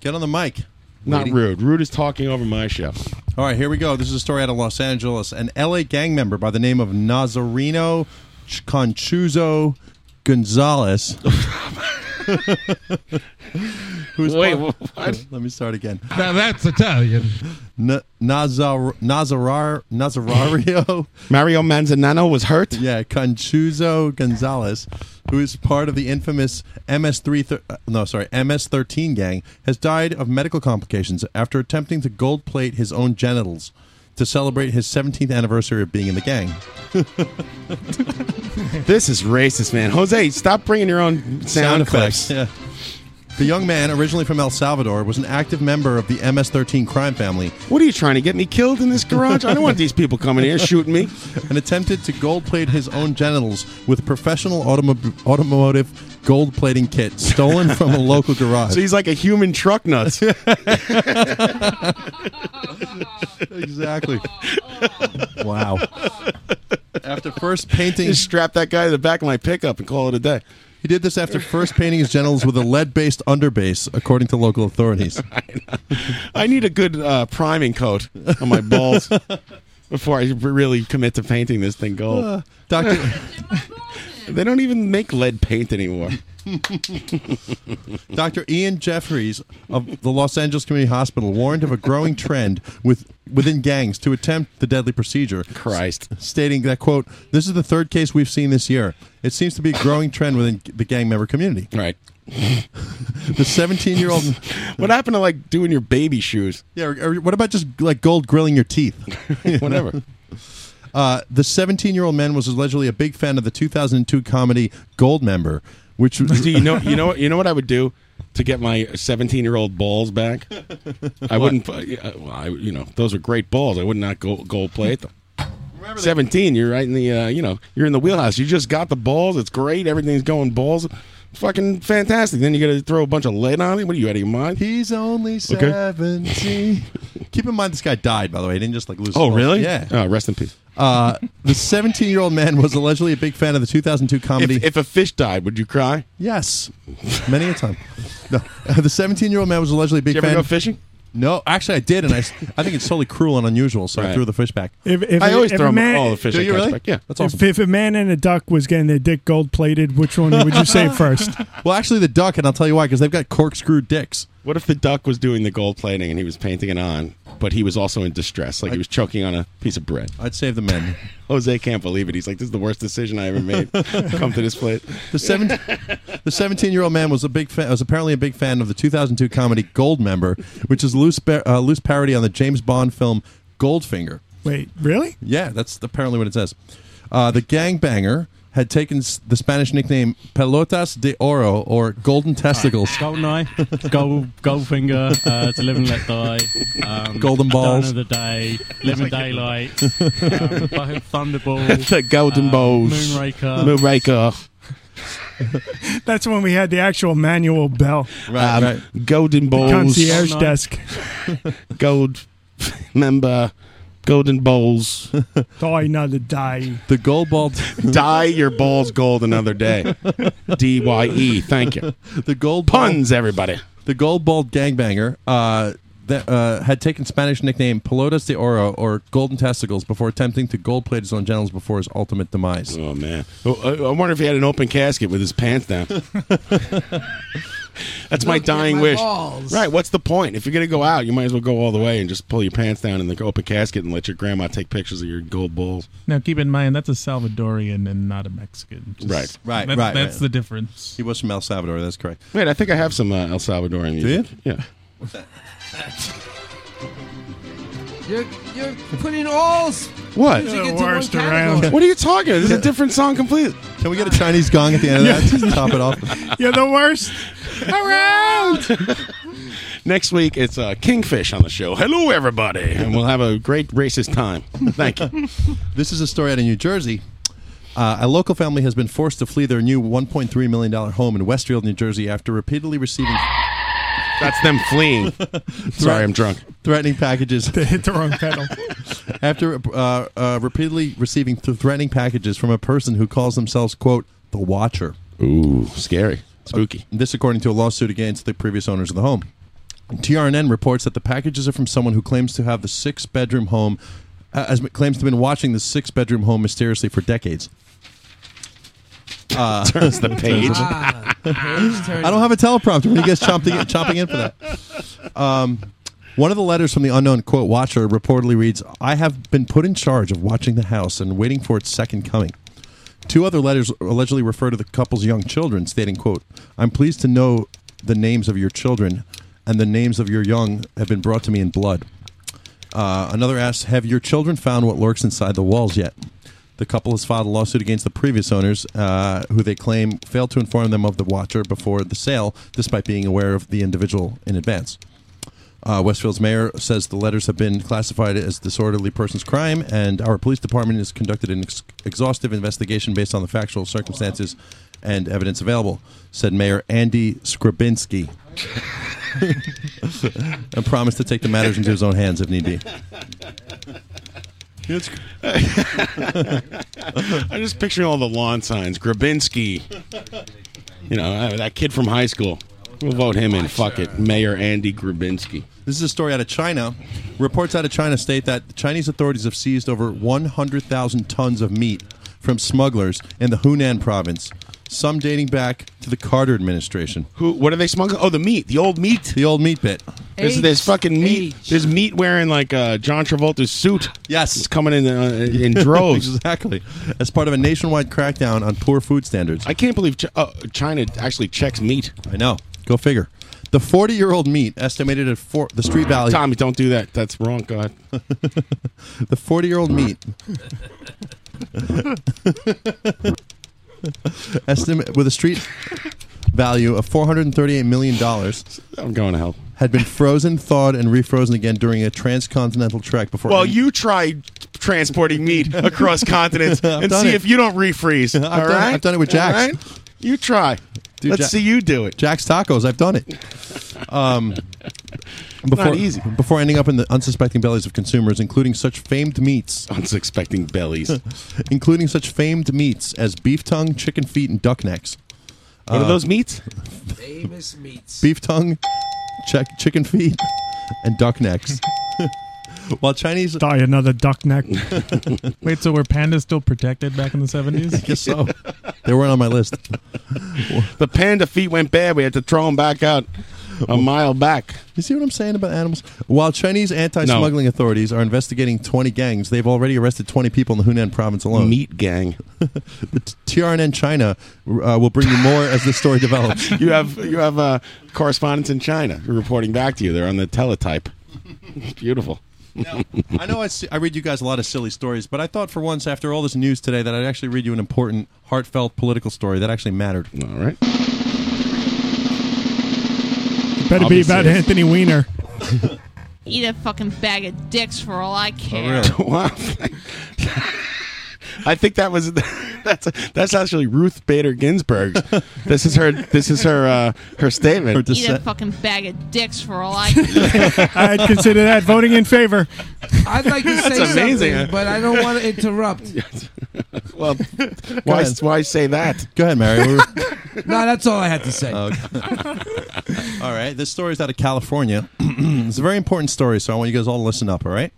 Speaker 14: Get on the mic.
Speaker 13: Not
Speaker 14: Lady.
Speaker 13: rude. Rude is talking over my show.
Speaker 14: All right, here we go. This is a story out of Los Angeles. An LA gang member by the name of Nazarino Ch- Conchuzo Gonzalez. who's
Speaker 12: Wait,
Speaker 14: part-
Speaker 12: what?
Speaker 14: Let me start again.
Speaker 12: Now that's Italian.
Speaker 14: N- Nazar- Nazarar- Nazarario.
Speaker 13: Mario Manzanano was hurt.
Speaker 14: Yeah, Conchuzo Gonzalez, who is part of the infamous MS3 thir- uh, no, sorry, MS13 gang, has died of medical complications after attempting to gold plate his own genitals to celebrate his 17th anniversary of being in the gang.
Speaker 13: This is racist, man. Jose, stop bringing your own sound, effects.
Speaker 14: Yeah. The young man, originally from El Salvador, was an active member of the MS-13 crime family.
Speaker 13: What are you trying to get me killed in this garage? I don't want these people coming here shooting me.
Speaker 14: And attempted to gold plate his own genitals with professional automob automotive gold plating kit stolen from a local garage.
Speaker 13: So he's like a human truck nuts.
Speaker 14: exactly. Wow. After first painting,
Speaker 13: Just strap that guy to the back of my pickup and call it a day.
Speaker 14: He did this after first painting his genitals with a lead-based underbase, according to local authorities.
Speaker 13: I need a good uh, priming coat on my balls before I really commit to painting this thing gold.
Speaker 14: Uh, Doctor,
Speaker 13: they don't even make lead paint anymore.
Speaker 14: Dr. Ian Jeffries of the Los Angeles Community Hospital warned of a growing trend with within gangs to attempt the deadly procedure.
Speaker 13: Christ.
Speaker 14: stating that, quote, this is the third case we've seen this year. It seems to be a growing trend within the gang member community.
Speaker 13: Right.
Speaker 14: the 17 year old.
Speaker 13: what happened to, like, doing your baby shoes?
Speaker 14: Yeah, or, or what about just, like, gold grilling your teeth? You know?
Speaker 13: Whatever.
Speaker 14: Uh, the 17 year old man was allegedly a big fan of the 2002 comedy Gold Member, which
Speaker 13: Do you know? You know? what- You know what I would do to get my 17 year old balls back? I
Speaker 14: What?
Speaker 13: wouldn't. put- yeah, Well, I, you know, those are great balls. I would not go gold plate them. 17, you're right in the. Uh, you know, you're in the wheelhouse. You just got the balls. It's great. Everything's going balls. Fucking fantastic. Then you got to throw a bunch of lead on it. What are you out of your mind?
Speaker 14: He's only
Speaker 13: Okay.
Speaker 14: 17. Keep in mind, this guy died, by the way. He didn't just like lose. his
Speaker 13: Oh,
Speaker 14: balls.
Speaker 13: really?
Speaker 14: Yeah.
Speaker 13: Oh, rest in peace.
Speaker 14: Uh, the 17 year old man was allegedly a big fan of the 2002 comedy.
Speaker 13: If, if a fish died, would you cry?
Speaker 14: yes, many a time. No. The 17 year old man was allegedly a big
Speaker 13: Did you ever
Speaker 14: fan.
Speaker 13: go fishing?
Speaker 14: No, actually, I did, and I, s- I think it's totally cruel and unusual, so I
Speaker 13: Right.
Speaker 14: threw the fish back.
Speaker 5: If, if
Speaker 13: I always
Speaker 5: if
Speaker 13: throw
Speaker 5: a
Speaker 13: 'em
Speaker 5: man,
Speaker 13: all Oh, the fish
Speaker 14: Do
Speaker 13: I
Speaker 14: you
Speaker 13: catch
Speaker 14: really?
Speaker 13: back. Yeah, that's awesome.
Speaker 5: If, if a man and a duck was getting their dick gold plated, which one would you say first?
Speaker 14: well, actually, the duck, and I'll tell you why, because they've got corkscrew dicks.
Speaker 13: What if the duck was doing the gold plating and he was painting it on, but he was also in distress, like he was choking on a piece of bread?
Speaker 14: I'd save the men.
Speaker 13: Jose can't believe it. He's like, "This is the worst decision I ever made." Come to this plate.
Speaker 14: The seven, the seventeen-year-old man was a big fan, was apparently a big fan of the 2002 comedy Goldmember, which is loose ba- uh, loose parody on the James Bond film Goldfinger.
Speaker 5: Wait, really?
Speaker 14: Yeah, that's apparently what it says. Uh, the gangbanger had taken s- the Spanish nickname Pelotas de Oro or Golden Testicles.
Speaker 15: Golden Eye, Gold Goldfinger, uh, to live and let die, um,
Speaker 14: Golden
Speaker 15: Dawn
Speaker 14: balls.
Speaker 15: of the day, living daylight, um, fucking
Speaker 14: Oh,
Speaker 15: Thunderball,
Speaker 13: That's the golden
Speaker 15: um,
Speaker 13: balls.
Speaker 15: Moonraker,
Speaker 13: Moonraker.
Speaker 5: That's when we had the actual manual bell.
Speaker 13: Um, Golden
Speaker 5: The
Speaker 13: balls.
Speaker 5: concierge desk.
Speaker 13: Gold member. Golden balls.
Speaker 5: Die another day.
Speaker 14: The gold ball.
Speaker 13: Dye your balls gold another day. D Y E. Thank you.
Speaker 14: The gold
Speaker 13: puns, everybody.
Speaker 14: The gold bald gangbanger uh, that uh, had taken Spanish nickname Pelotas de Oro or Golden Testicles before attempting to gold plate his own genitals before his ultimate demise.
Speaker 13: Oh man, Oh, I I wonder if he had an open casket with his pants down. That's my
Speaker 15: Look at
Speaker 13: dying
Speaker 15: my
Speaker 13: wish.
Speaker 15: balls.
Speaker 13: Right? What's the point? If you're gonna go out, you might as well go all the way and just pull your pants down in the open casket and let your grandma take pictures of your gold balls.
Speaker 9: Now, keep in mind that's a Salvadorian and not a Mexican. Just-
Speaker 13: Right.
Speaker 14: Right,
Speaker 9: that-
Speaker 14: right.
Speaker 9: That's
Speaker 14: right.
Speaker 9: the difference.
Speaker 14: He was from El Salvador. That's correct.
Speaker 13: Wait, I think I have some uh, El Salvadorian music. Yeah.
Speaker 14: What's that?
Speaker 10: You're you're putting all
Speaker 13: What?
Speaker 10: music into one category.
Speaker 13: What are you talking? This is a different song completely.
Speaker 14: Can we get a Chinese gong at the end of that? Just top it off.
Speaker 5: You're the worst
Speaker 13: around. Next week it's uh, Kingfish on the show. Hello, everybody, and we'll have a great racist time. Thank you.
Speaker 14: this is a story out of New Jersey. Uh, a local family has been forced to flee their new $1.3 million home in Westfield, New Jersey, after repeatedly receiving.
Speaker 13: That's them fleeing. Sorry, I'm drunk.
Speaker 14: Threatening packages.
Speaker 5: They hit the wrong pedal.
Speaker 14: after uh, uh, repeatedly receiving th- threatening packages from a person who calls themselves, quote, the Watcher. Uh,
Speaker 13: Ooh, scary. Spooky.
Speaker 14: this, according to a lawsuit against the previous owners of the home. TRNN reports that the packages are from someone who claims to have the six bedroom home, uh, as claims to have been watching the six bedroom home mysteriously for decades. Uh,
Speaker 13: Turns the page.
Speaker 14: I don't have a teleprompter when you guys chomping, chomping in for that. Um, one of the letters from the unknown quote watcher reportedly reads I have been put in charge of watching the house and waiting for its second coming. Two other letters allegedly refer to the couple's young children, stating, quote, I'm pleased to know the names of your children, and the names of your young have been brought to me in blood. Uh, another asks, have your children found what lurks inside the walls yet? The couple has filed a lawsuit against the previous owners, uh, who they claim failed to inform them of the watcher before the sale, despite being aware of the individual in advance. Uh, Westfield's mayor says the letters have been classified as disorderly person's crime, and our police department has conducted an ex- exhaustive investigation based on the factual circumstances and evidence available, said Mayor Andy Skrabinski, and promised to take the matters into his own hands if need be.
Speaker 13: I'm just picturing all the lawn signs. Grabinski. You know, uh, that kid from high school. We'll vote him in. Fuck it. Mayor Andy Grabinski.
Speaker 14: This is a story out of China. Reports out of China state that the Chinese authorities have seized over 100,000 tons of meat from smugglers in the Hunan province, some dating back to the Carter administration.
Speaker 13: Who? What are they smuggling? Oh, the meat. The old meat.
Speaker 14: The old meat bit.
Speaker 13: There's, there's fucking meat. There's meat wearing like uh, John Travolta's suit.
Speaker 14: Yes,
Speaker 13: it's coming in uh, in droves.
Speaker 14: exactly. As part of a nationwide crackdown on poor food standards.
Speaker 13: I can't believe Ch- uh, China actually checks meat.
Speaker 14: I know. Go figure. The 40 year old meat, estimated at four, the street value.
Speaker 13: Tommy, don't do that. That's wrong. God.
Speaker 14: the 40 year old meat. estimate with a street value of $438 million.
Speaker 13: I'm going to hell.
Speaker 14: Had been frozen, thawed, and refrozen again during a transcontinental trek before.
Speaker 13: Well, you try transporting meat across continents
Speaker 14: I've
Speaker 13: and
Speaker 14: done
Speaker 13: see
Speaker 14: it.
Speaker 13: if you don't refreeze. All
Speaker 14: I've done it.
Speaker 13: right?
Speaker 14: I've done it with Jax.
Speaker 13: All right? You try.
Speaker 14: Dude,
Speaker 13: Let's
Speaker 14: Ja-
Speaker 13: see you do it.
Speaker 14: Jack's Tacos. I've done it. Um, before,
Speaker 13: not easy.
Speaker 14: Before ending up in the unsuspecting bellies of consumers, including such famed meats,
Speaker 13: Unsuspecting bellies.
Speaker 14: including such famed meats as beef tongue, chicken feet, and duck necks. Uh,
Speaker 13: What
Speaker 21: Uh,
Speaker 13: are those meats?
Speaker 10: Famous meats.
Speaker 14: Beef tongue, check, chicken feet, and duck necks. While Chinese
Speaker 5: die another duck neck.
Speaker 9: Wait, so were pandas still protected back in the 70s? I
Speaker 14: guess so. Oh, They weren't on my list.
Speaker 13: the panda feet went bad. We had to throw them back out a mile back.
Speaker 14: Oh. You see what I'm saying about animals? While Chinese anti-smuggling authorities are investigating 20 gangs, they've already arrested 20 people in the Hunan province alone.
Speaker 13: Meat gang.
Speaker 14: TRNN China uh, will bring you more as this story develops.
Speaker 13: You have you have uh, correspondents in China who are reporting back to you. They're on the teletype. It's beautiful.
Speaker 14: I know I, see, I read you guys a lot of silly stories, but I thought for once, after all this news today, that I'd actually read you an important, heartfelt political story that actually mattered.
Speaker 13: All right.
Speaker 5: Better be
Speaker 14: Obviously.
Speaker 5: about Anthony Weiner.
Speaker 2: Eat a fucking bag of dicks for all I care.
Speaker 13: wow. I think that was that's that's actually Ruth Bader Ginsburg's. This is her this is her uh, her statement.
Speaker 2: Eat a fucking bag of dicks for all I care.
Speaker 5: I'd consider that voting in favor.
Speaker 10: I'd like to say
Speaker 13: That's amazing.
Speaker 10: something, but I don't want to interrupt.
Speaker 13: well, why
Speaker 14: ahead.
Speaker 13: why say that?
Speaker 14: Go ahead, Mary. We're-
Speaker 10: no, that's all I had to say.
Speaker 14: all right, this story is out of California. it's a very important story, so I want you guys all to listen up, all right?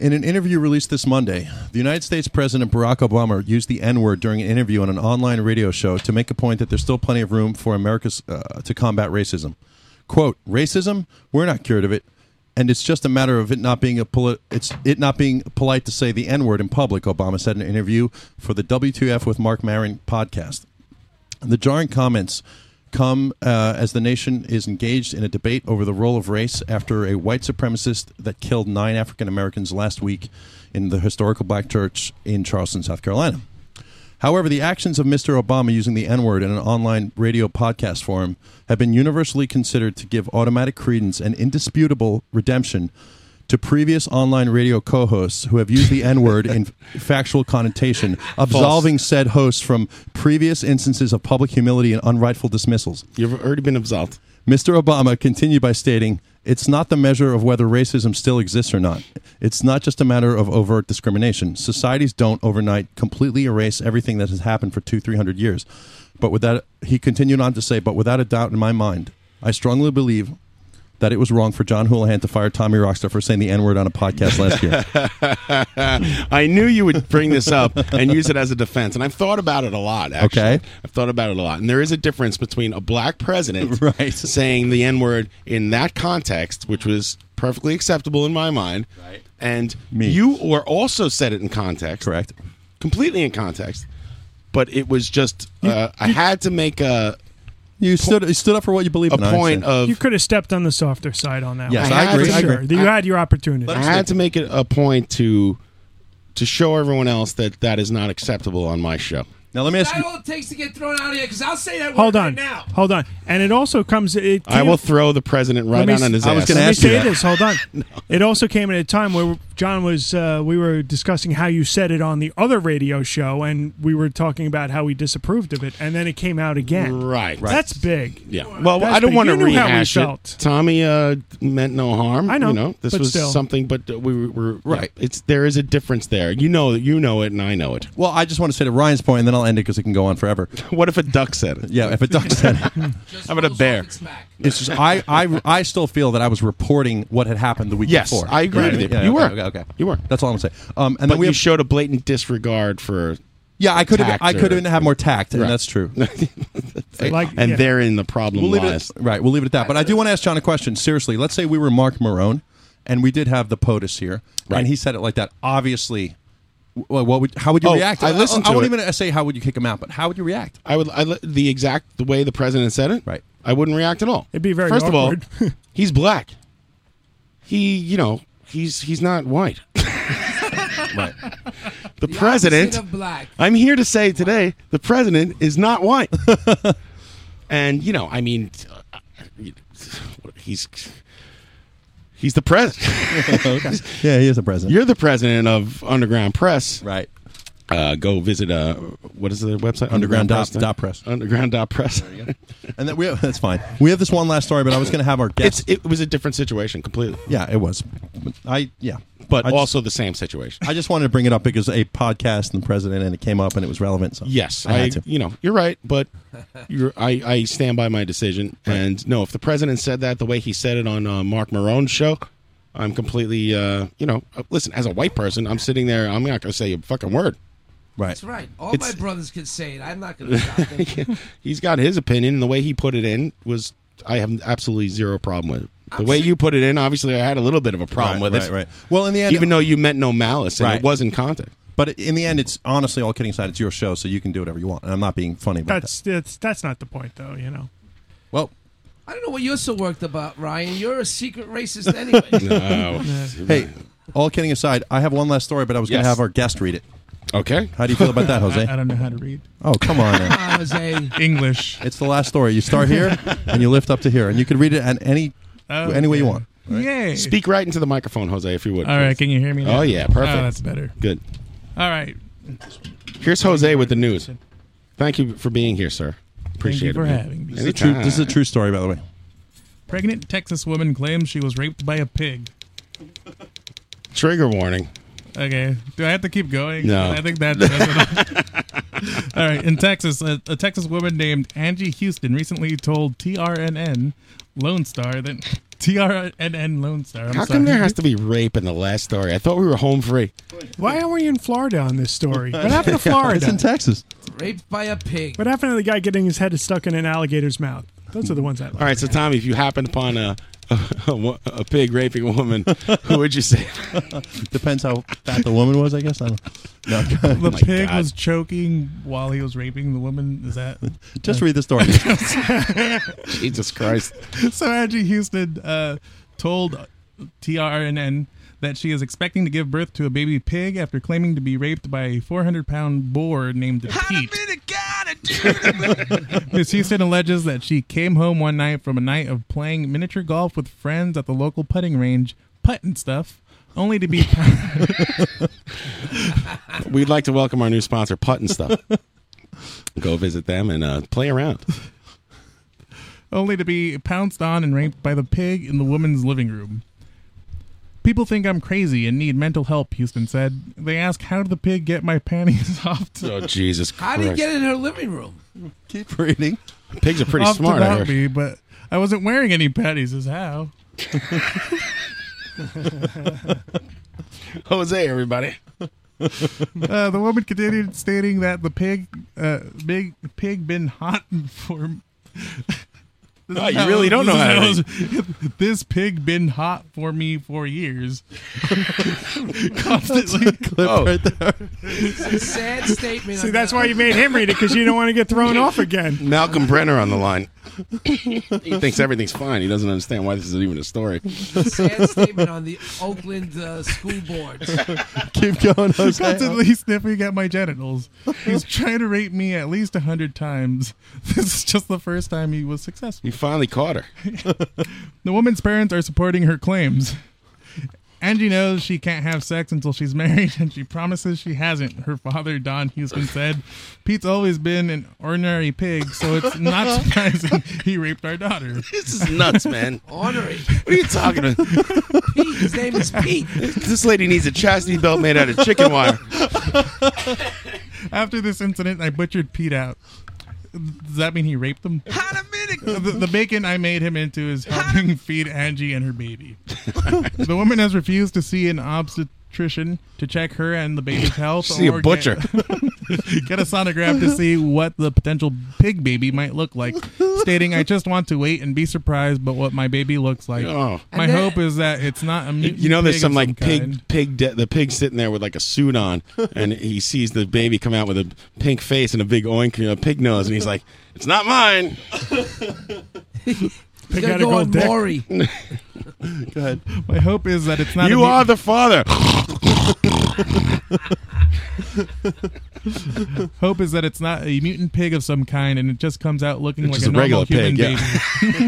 Speaker 14: In an interview released this Monday, the United States President Barack Obama used the N word during an interview on an online radio show to make a point that there's still plenty of room for America's uh, to combat racism. "Quote: Racism, we're not cured of it, and it's just a matter of it not being a poli- it's it not being polite to say the N word in public." Obama said in an interview for the WTF with Mark Maron podcast. The jarring comments come uh, as the nation is engaged in a debate over the role of race after a white supremacist that killed nine African Americans last week in the historical black church in Charleston, South Carolina. However, the actions of Mr. Obama using the N word in an online radio podcast forum have been universally considered to give automatic credence and indisputable redemption to previous online radio co hosts who have used the N word in factual connotation, absolving said hosts from previous instances of public humility and unrightful dismissals.
Speaker 13: You've already been absolved.
Speaker 14: Mr. Obama continued by stating, It's not the measure of whether racism still exists or not. It's not just a matter of overt discrimination. Societies don't overnight completely erase everything that has happened for two, three hundred years. But with that, he continued on to say, But without a doubt in my mind, I strongly believe that it was wrong for John Houlihan to fire Tommy Rockstar for saying the N word on a podcast last year.
Speaker 13: I knew you would bring this up and use it as a defense, and I've thought about it a lot. Actually,
Speaker 14: Okay.
Speaker 13: I've thought about it a lot, and there is a difference between a black president saying the N word in that context, which was perfectly acceptable in my mind, right. and you were also said it in context,
Speaker 14: correct,
Speaker 13: completely in context, but it was just uh, I had to make a.
Speaker 14: You stood you stood up for what you believe
Speaker 13: a point of
Speaker 5: you could have stepped on the softer side on that.
Speaker 13: Yes,
Speaker 5: one.
Speaker 13: I
Speaker 5: For
Speaker 13: agree, I
Speaker 5: Sure.
Speaker 13: agree.
Speaker 5: You had your opportunity.
Speaker 13: I had to make it a point to to show everyone else that that is not acceptable on my show.
Speaker 14: Now let me
Speaker 22: That's all it takes to get thrown out of here. Because I'll say that
Speaker 5: Hold
Speaker 22: word
Speaker 5: on,
Speaker 22: right now.
Speaker 5: hold on, and it also comes. It
Speaker 13: I
Speaker 5: came-
Speaker 13: will throw the president right
Speaker 5: Let me
Speaker 13: on
Speaker 5: s-
Speaker 13: in his ass.
Speaker 5: Let me say this. Hold on. It also came at a time where John was. Uh, we were discussing how you said it on the other radio show, and we were talking about how we disapproved of it, and then it came out again.
Speaker 13: Right. Right.
Speaker 5: That's big.
Speaker 13: Yeah. Well,
Speaker 5: That's
Speaker 13: I don't
Speaker 5: big.
Speaker 13: want to
Speaker 5: You knew how we
Speaker 13: rehash
Speaker 5: felt.
Speaker 13: it. Tommy uh, meant no harm.
Speaker 5: I know,
Speaker 13: You know this
Speaker 5: but
Speaker 13: was
Speaker 5: still.
Speaker 13: something, but uh, we were, were right. It's there is a difference there. You know, you know it, and I know it.
Speaker 14: Well, I just want to say to Ryan's point, and then I'll end it because it can go on forever.
Speaker 13: What if a duck said it?
Speaker 14: Yeah, if a duck said it.
Speaker 13: How about a bear?
Speaker 14: It's just, I, I, I still feel that I was reporting what had happened the week
Speaker 13: Yes,
Speaker 14: before.
Speaker 13: I agree
Speaker 14: Right?
Speaker 13: with you.
Speaker 14: Yeah,
Speaker 13: You
Speaker 14: okay,
Speaker 13: were.
Speaker 14: Okay, okay.
Speaker 13: You were.
Speaker 14: That's all I'm saying. Um, and
Speaker 13: but
Speaker 14: then we
Speaker 13: you
Speaker 14: have,
Speaker 13: showed a blatant disregard for.
Speaker 14: yeah, I could have,
Speaker 13: tact
Speaker 14: I could have
Speaker 13: or-
Speaker 14: had more tact, and
Speaker 13: Right.
Speaker 14: that's true.
Speaker 5: Like-
Speaker 13: and
Speaker 14: yeah.
Speaker 13: therein the problem
Speaker 14: We'll leave it-
Speaker 13: lies.
Speaker 14: right, we'll leave it at that. But I do want to ask John a question. Seriously, let's say we were Mark Marone, and we did have the POTUS here,
Speaker 13: Right.
Speaker 14: and he said it like that. Obviously, wh- what would, how would you
Speaker 13: Oh,
Speaker 14: react?
Speaker 13: I listened
Speaker 14: I,
Speaker 13: to
Speaker 14: won't
Speaker 13: it.
Speaker 14: even say how would you kick him out, but how would you react?
Speaker 13: I would I, li- the exact the way the president said it. Right. I wouldn't react at all. It'd be
Speaker 5: very
Speaker 13: First
Speaker 5: awkward.
Speaker 13: of all, he's black. He, you know, he's he's not white.
Speaker 14: right.
Speaker 13: The, president
Speaker 22: opposite of black.
Speaker 13: I'm here to say today the president is not white. and you know, I mean uh, he's he's the president.
Speaker 14: yeah, he is the president.
Speaker 13: You're the president of Underground Press.
Speaker 14: Right.
Speaker 13: Uh, go visit uh, what is the website?
Speaker 14: Underground dot- dot
Speaker 13: press. Underground dot press.
Speaker 14: And then we have, that's fine. We have this one last story, but I was going to have our guest.
Speaker 13: It's, it was a different situation completely.
Speaker 14: yeah, it was. But I yeah,
Speaker 13: But
Speaker 14: I just-
Speaker 13: also the same situation.
Speaker 14: I just wanted to bring it up because a podcast and the president, and it came up and it was relevant. So
Speaker 13: Yes,
Speaker 14: I
Speaker 13: I,
Speaker 14: had to.
Speaker 13: you know you're right, but you're, I I stand by my decision. And no, if the president said that the way he said it on uh, Mark Marone's show, I'm completely uh, you know uh, listen. As a white person, I'm sitting there. I'm not going to say a fucking word.
Speaker 14: Right.
Speaker 22: That's right. All
Speaker 13: It's-
Speaker 22: my brothers could say it. I'm not going to stop them.
Speaker 13: He's got his opinion, and the way he put it in was I have absolutely zero problem with. it. The way you put it in, obviously, I had a little bit of a problem
Speaker 14: Right,
Speaker 13: with it.
Speaker 14: right, right. Well, in the end-
Speaker 13: even though you meant no malice, and
Speaker 14: Right.
Speaker 13: it was in context.
Speaker 14: But in the end, it's honestly all kidding aside. It's your show, so you can do whatever you want, and I'm not being funny about
Speaker 5: That's that's that's not the point, though. You know.
Speaker 14: Well,
Speaker 22: I don't know what you're so worked about, Ryan. You're a secret racist anyway.
Speaker 14: that. hey, all kidding aside, I have one last story, but I was going
Speaker 22: Yes.
Speaker 14: to have our guest read it.
Speaker 13: Okay.
Speaker 14: How do you feel about that, Jose?
Speaker 9: I, I don't know how to read.
Speaker 14: Oh, come on. now.
Speaker 9: English.
Speaker 14: It's the last story. You start here and you lift up to here, and you can read it at any
Speaker 9: Oh,
Speaker 14: any way you
Speaker 9: yeah.
Speaker 14: want.
Speaker 9: Yay.
Speaker 13: Speak right into the microphone, Jose, if you would.
Speaker 9: All right,
Speaker 13: please.
Speaker 9: can you hear me now?
Speaker 13: Oh yeah, perfect.
Speaker 9: Oh, that's better.
Speaker 13: Good.
Speaker 9: All right.
Speaker 13: Here's Jose with the news. Thank you for being here, sir. Appreciate
Speaker 9: you
Speaker 13: it.
Speaker 9: for
Speaker 13: man.
Speaker 9: having me.
Speaker 14: This is, a true, this is a
Speaker 13: Anytime.
Speaker 14: true story, by the way.
Speaker 9: Pregnant Texas woman claims she was raped by a pig.
Speaker 13: Trigger warning.
Speaker 9: Okay. Do I have to keep going?
Speaker 13: No.
Speaker 9: I think that's. that's enough. All right. In Texas, a, a Texas woman named Angie Houston recently told TRNN Lone Star that TRNN Lone Star. I'm
Speaker 13: How
Speaker 9: sorry.
Speaker 13: come there has to be rape in the last story? I thought we were home free.
Speaker 5: Why are we in Florida on this story? What happened to Florida?
Speaker 14: Texas.
Speaker 22: Raped by a pig.
Speaker 5: What happened to the guy getting his head stuck in an alligator's mouth? Those are the ones I like.
Speaker 13: All right, so Tommy, if you happened upon a a, wo- a pig raping a woman, who would you say?
Speaker 14: Depends how fat the woman was, I guess. I don't know.
Speaker 9: The pig was choking while he was raping the woman. Is that?
Speaker 14: Just read the story.
Speaker 13: Jesus Christ.
Speaker 9: so Angie Houston uh, told TRNN that she is expecting to give birth to a baby pig after claiming to be raped by a 400-pound boar named Pete. Miss Houston alleges that she came home one night from a night of playing miniature golf with friends at the local putting range, putting stuff, only to be
Speaker 13: We'd like to welcome our new sponsor, Putt and Stuff. Go visit them and uh, play around.
Speaker 9: only to be pounced on and raped by the pig in the woman's living room. People think I'm crazy and need mental help, Houston said. They ask, How did the pig get my panties off? To-
Speaker 13: Oh, Jesus
Speaker 22: How
Speaker 13: Christ.
Speaker 22: do you get in her living room?
Speaker 14: Keep reading.
Speaker 13: Pigs are pretty
Speaker 9: off
Speaker 13: smart. I
Speaker 9: About
Speaker 13: heard.
Speaker 9: me, but I wasn't wearing any panties, is how.
Speaker 13: Jose, everybody.
Speaker 9: uh, the woman continued stating that the pig, uh, big pig, been hunting for.
Speaker 13: Oh, you really don't know how to
Speaker 9: This pig been hot for me for years. Constantly
Speaker 14: clip
Speaker 13: Oh.
Speaker 14: right there.
Speaker 22: Sad statement.
Speaker 5: See, that's why you made him read it because you don't want to get thrown off again.
Speaker 13: Malcolm Brenner on the line. he thinks everything's fine. He doesn't understand why this is even a story.
Speaker 22: Sad statement on the Oakland uh, school boards.
Speaker 14: Keep going, Jose.
Speaker 9: Constantly sniffing at my genitals. He's trying to rape me at least a hundred times. This is just the first time he was successful.
Speaker 13: He finally caught her.
Speaker 9: The woman's parents are supporting her claims. Angie knows she can't have sex until she's married, and she promises she hasn't. Her father, Don Houston, said, "Pete's always been an ordinary pig, so it's not surprising he raped our daughter."
Speaker 13: This is nuts, man.
Speaker 22: Ornery.
Speaker 13: What are you talking about?
Speaker 22: Pete, his name is Pete.
Speaker 13: This lady needs a chastity belt made out of chicken wire.
Speaker 9: After this incident, I butchered Pete out. Does that mean he raped him? The, the bacon I made him into is helping feed Angie and her baby. the woman has refused to see an obstetrician to check her and the baby's health.
Speaker 13: See a
Speaker 9: or
Speaker 13: butcher.
Speaker 9: Get, get a sonograph to see what the potential pig baby might look like, stating, I just want to wait and be surprised by what my baby looks like.
Speaker 13: Oh.
Speaker 9: My
Speaker 22: And then-
Speaker 9: hope is that it's not a mutant
Speaker 13: You know, there's
Speaker 9: pig
Speaker 13: some
Speaker 9: of
Speaker 13: like pig,
Speaker 9: kind.
Speaker 13: pig, de- the pig sitting there with like a suit on, and he sees the baby come out with a pink face and a big oink, a pig nose, and he's like, "It's not mine."
Speaker 22: He's
Speaker 5: gotta
Speaker 22: gonna go
Speaker 5: go
Speaker 22: on
Speaker 5: dick.
Speaker 22: Maury.
Speaker 13: Go ahead.
Speaker 9: My hope is that it's not.
Speaker 13: you
Speaker 9: a
Speaker 13: are the father.
Speaker 9: mutant, hope is that it's not a mutant pig of some kind, and it just comes out looking
Speaker 13: It's
Speaker 9: like
Speaker 13: just
Speaker 9: a,
Speaker 13: a regular
Speaker 9: normal human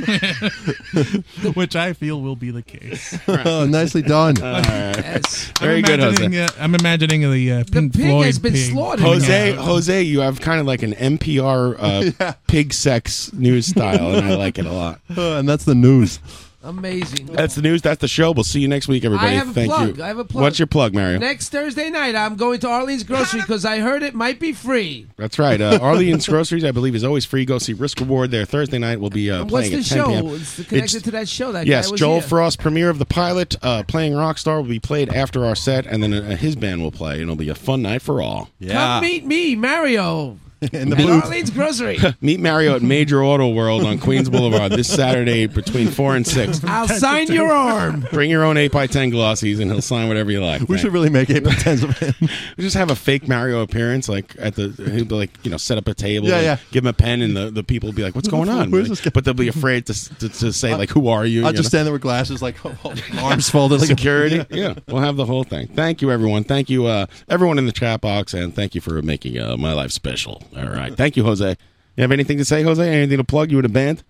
Speaker 13: pig,
Speaker 9: baby, which I feel will be the case.
Speaker 14: Oh, nicely done.
Speaker 13: All right.
Speaker 22: Yes.
Speaker 13: Very
Speaker 9: I'm
Speaker 13: good,
Speaker 9: imagining,
Speaker 13: Jose.
Speaker 9: Uh, I'm imagining the uh, Pink
Speaker 22: pig has
Speaker 9: Floyd
Speaker 22: been
Speaker 9: pig.
Speaker 22: slaughtered.
Speaker 13: Jose, Jose, you have kind of like an NPR uh, pig sex news style, and I like it a lot.
Speaker 14: Uh, and that's the news.
Speaker 22: Amazing.
Speaker 13: That's the news. That's the show. We'll see you next week, everybody.
Speaker 22: I have a
Speaker 13: Thank
Speaker 22: plug.
Speaker 13: you.
Speaker 22: I have a plug.
Speaker 13: What's your plug, Mario?
Speaker 22: Next Thursday night, I'm going to Arlene's Grocery because I heard it might be free.
Speaker 13: That's right. Uh, Arlene's Groceries, I believe, is always free. Go see Risk Reward there Thursday night. We'll be uh,
Speaker 22: And what's
Speaker 13: playing
Speaker 22: the
Speaker 13: at 10
Speaker 22: show?
Speaker 13: p.m.
Speaker 22: It's connected
Speaker 13: It's-
Speaker 22: to that show. That
Speaker 13: yes,
Speaker 22: guy was
Speaker 13: Joel
Speaker 22: here.
Speaker 13: Frost, premiere of the pilot, uh, playing Rockstar will be played after our set, and then uh, his band will play, and it'll be a fun night for all.
Speaker 22: Come meet me, Mario,
Speaker 14: In the
Speaker 22: at
Speaker 14: booth.
Speaker 22: Arlene's Grocery.
Speaker 13: Meet Mario at Major Auto World on Queens Boulevard this Saturday between four and six.
Speaker 22: I'll sign your arm.
Speaker 13: Bring your own eight x ten glossies, and he'll sign whatever you like.
Speaker 14: We
Speaker 13: Thank-
Speaker 14: should really make eight by tens of him.
Speaker 13: We just have a fake Mario appearance, like at the he'll be like you know set up a table,
Speaker 14: Yeah,
Speaker 13: and
Speaker 14: yeah.
Speaker 13: give him a pen, and the, the people will be like, "What's going on?"
Speaker 14: Where's
Speaker 13: Like,
Speaker 14: this guy?
Speaker 13: but they'll be afraid to, s- to, to say like, "Who are you?"
Speaker 14: I'll
Speaker 13: you
Speaker 14: just
Speaker 13: know?
Speaker 14: stand there with glasses, like arms folded, like a-
Speaker 13: security. yeah, we'll have the whole thing. Thank you, everyone. Thank you, uh, everyone in the chat box, and thank you for making uh, my life special. All right, thank you, Jose. You have anything to say, Jose? Anything to plug? You in a band?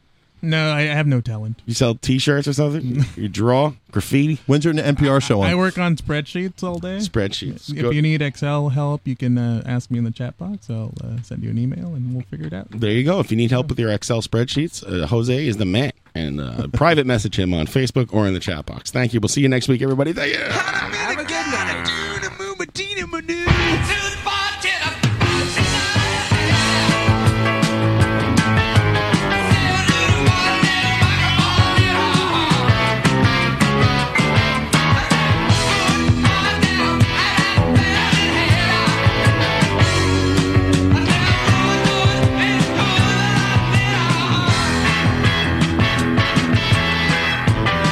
Speaker 9: No, I I have no talent.
Speaker 13: You sell T-shirts or something? You draw graffiti?
Speaker 14: When's your NPR show
Speaker 9: I
Speaker 14: on?
Speaker 9: work on spreadsheets all day.
Speaker 13: Spreadsheets.
Speaker 9: If
Speaker 13: Go-
Speaker 9: you need Excel help, you can uh, ask me in the chat box. I'll uh, send you an email, and we'll figure it out.
Speaker 13: There you go. If you need help with your Excel spreadsheets, uh, Jose is the man. And uh, private message him on Facebook or in the chat box. Thank you. We'll see you next week, everybody. Thank you.
Speaker 22: Have a good night.
Speaker 12: Thank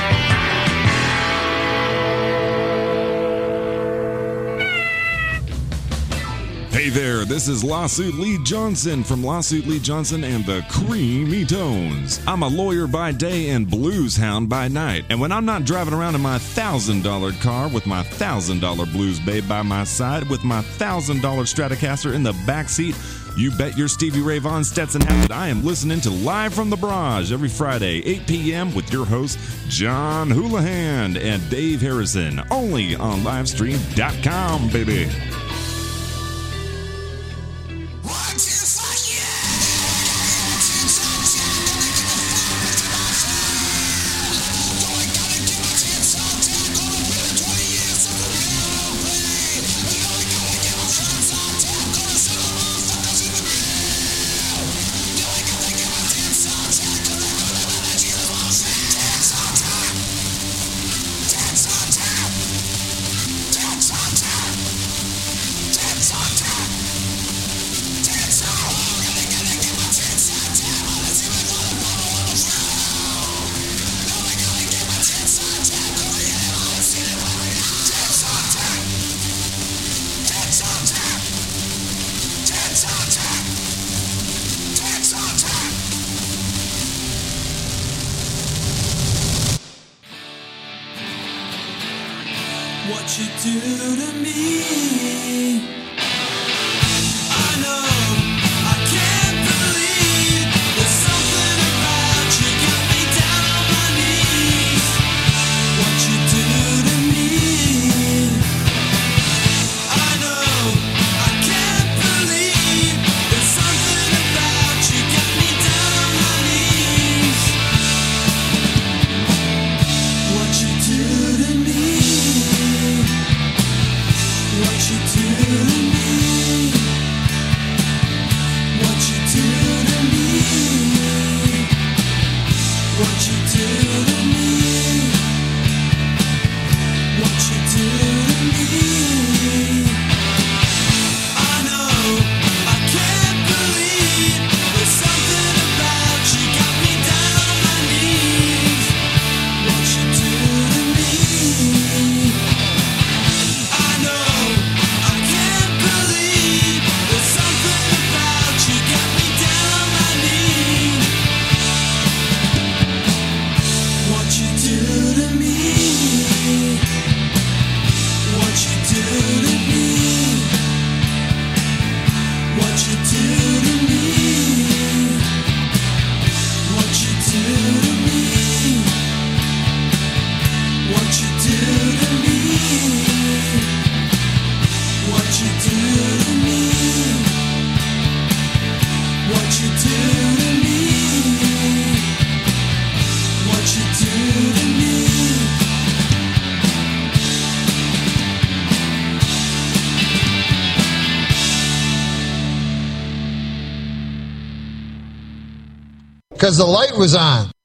Speaker 3: Hey there, this is Lawsuit Lee Johnson from Lawsuit Lee Johnson and the Creamy Tones. I'm a lawyer by day and blues hound by night. And when I'm not driving around in my $1,000 car with my $1,000 blues babe by my side with my $1,000 Stratocaster in the backseat, you bet your Stevie Ray Vaughan Stetson hat that I am listening to Live from the Barrage every Friday, 8 p.m. with your hosts, John Houlihan and Dave Harrison, only on livestream.com, baby.
Speaker 12: What you do to me. I know I can't believe there's something about you got me down on my knees. What you do to me. I know I can't believe there's something about you got me down on my knees. What you do to me. What you do to me. What you do to me. What you do to me. What you do to me. I know I can't believe there's something about you got me down on my knees. What you do to me? I know I can't believe there's something about you got me down on my knees. What you do to me? What you do to me? What you do to me? What you do to me? What you do to me? What you do to me? What you do to me? What you do to me?
Speaker 17: Because the light was on.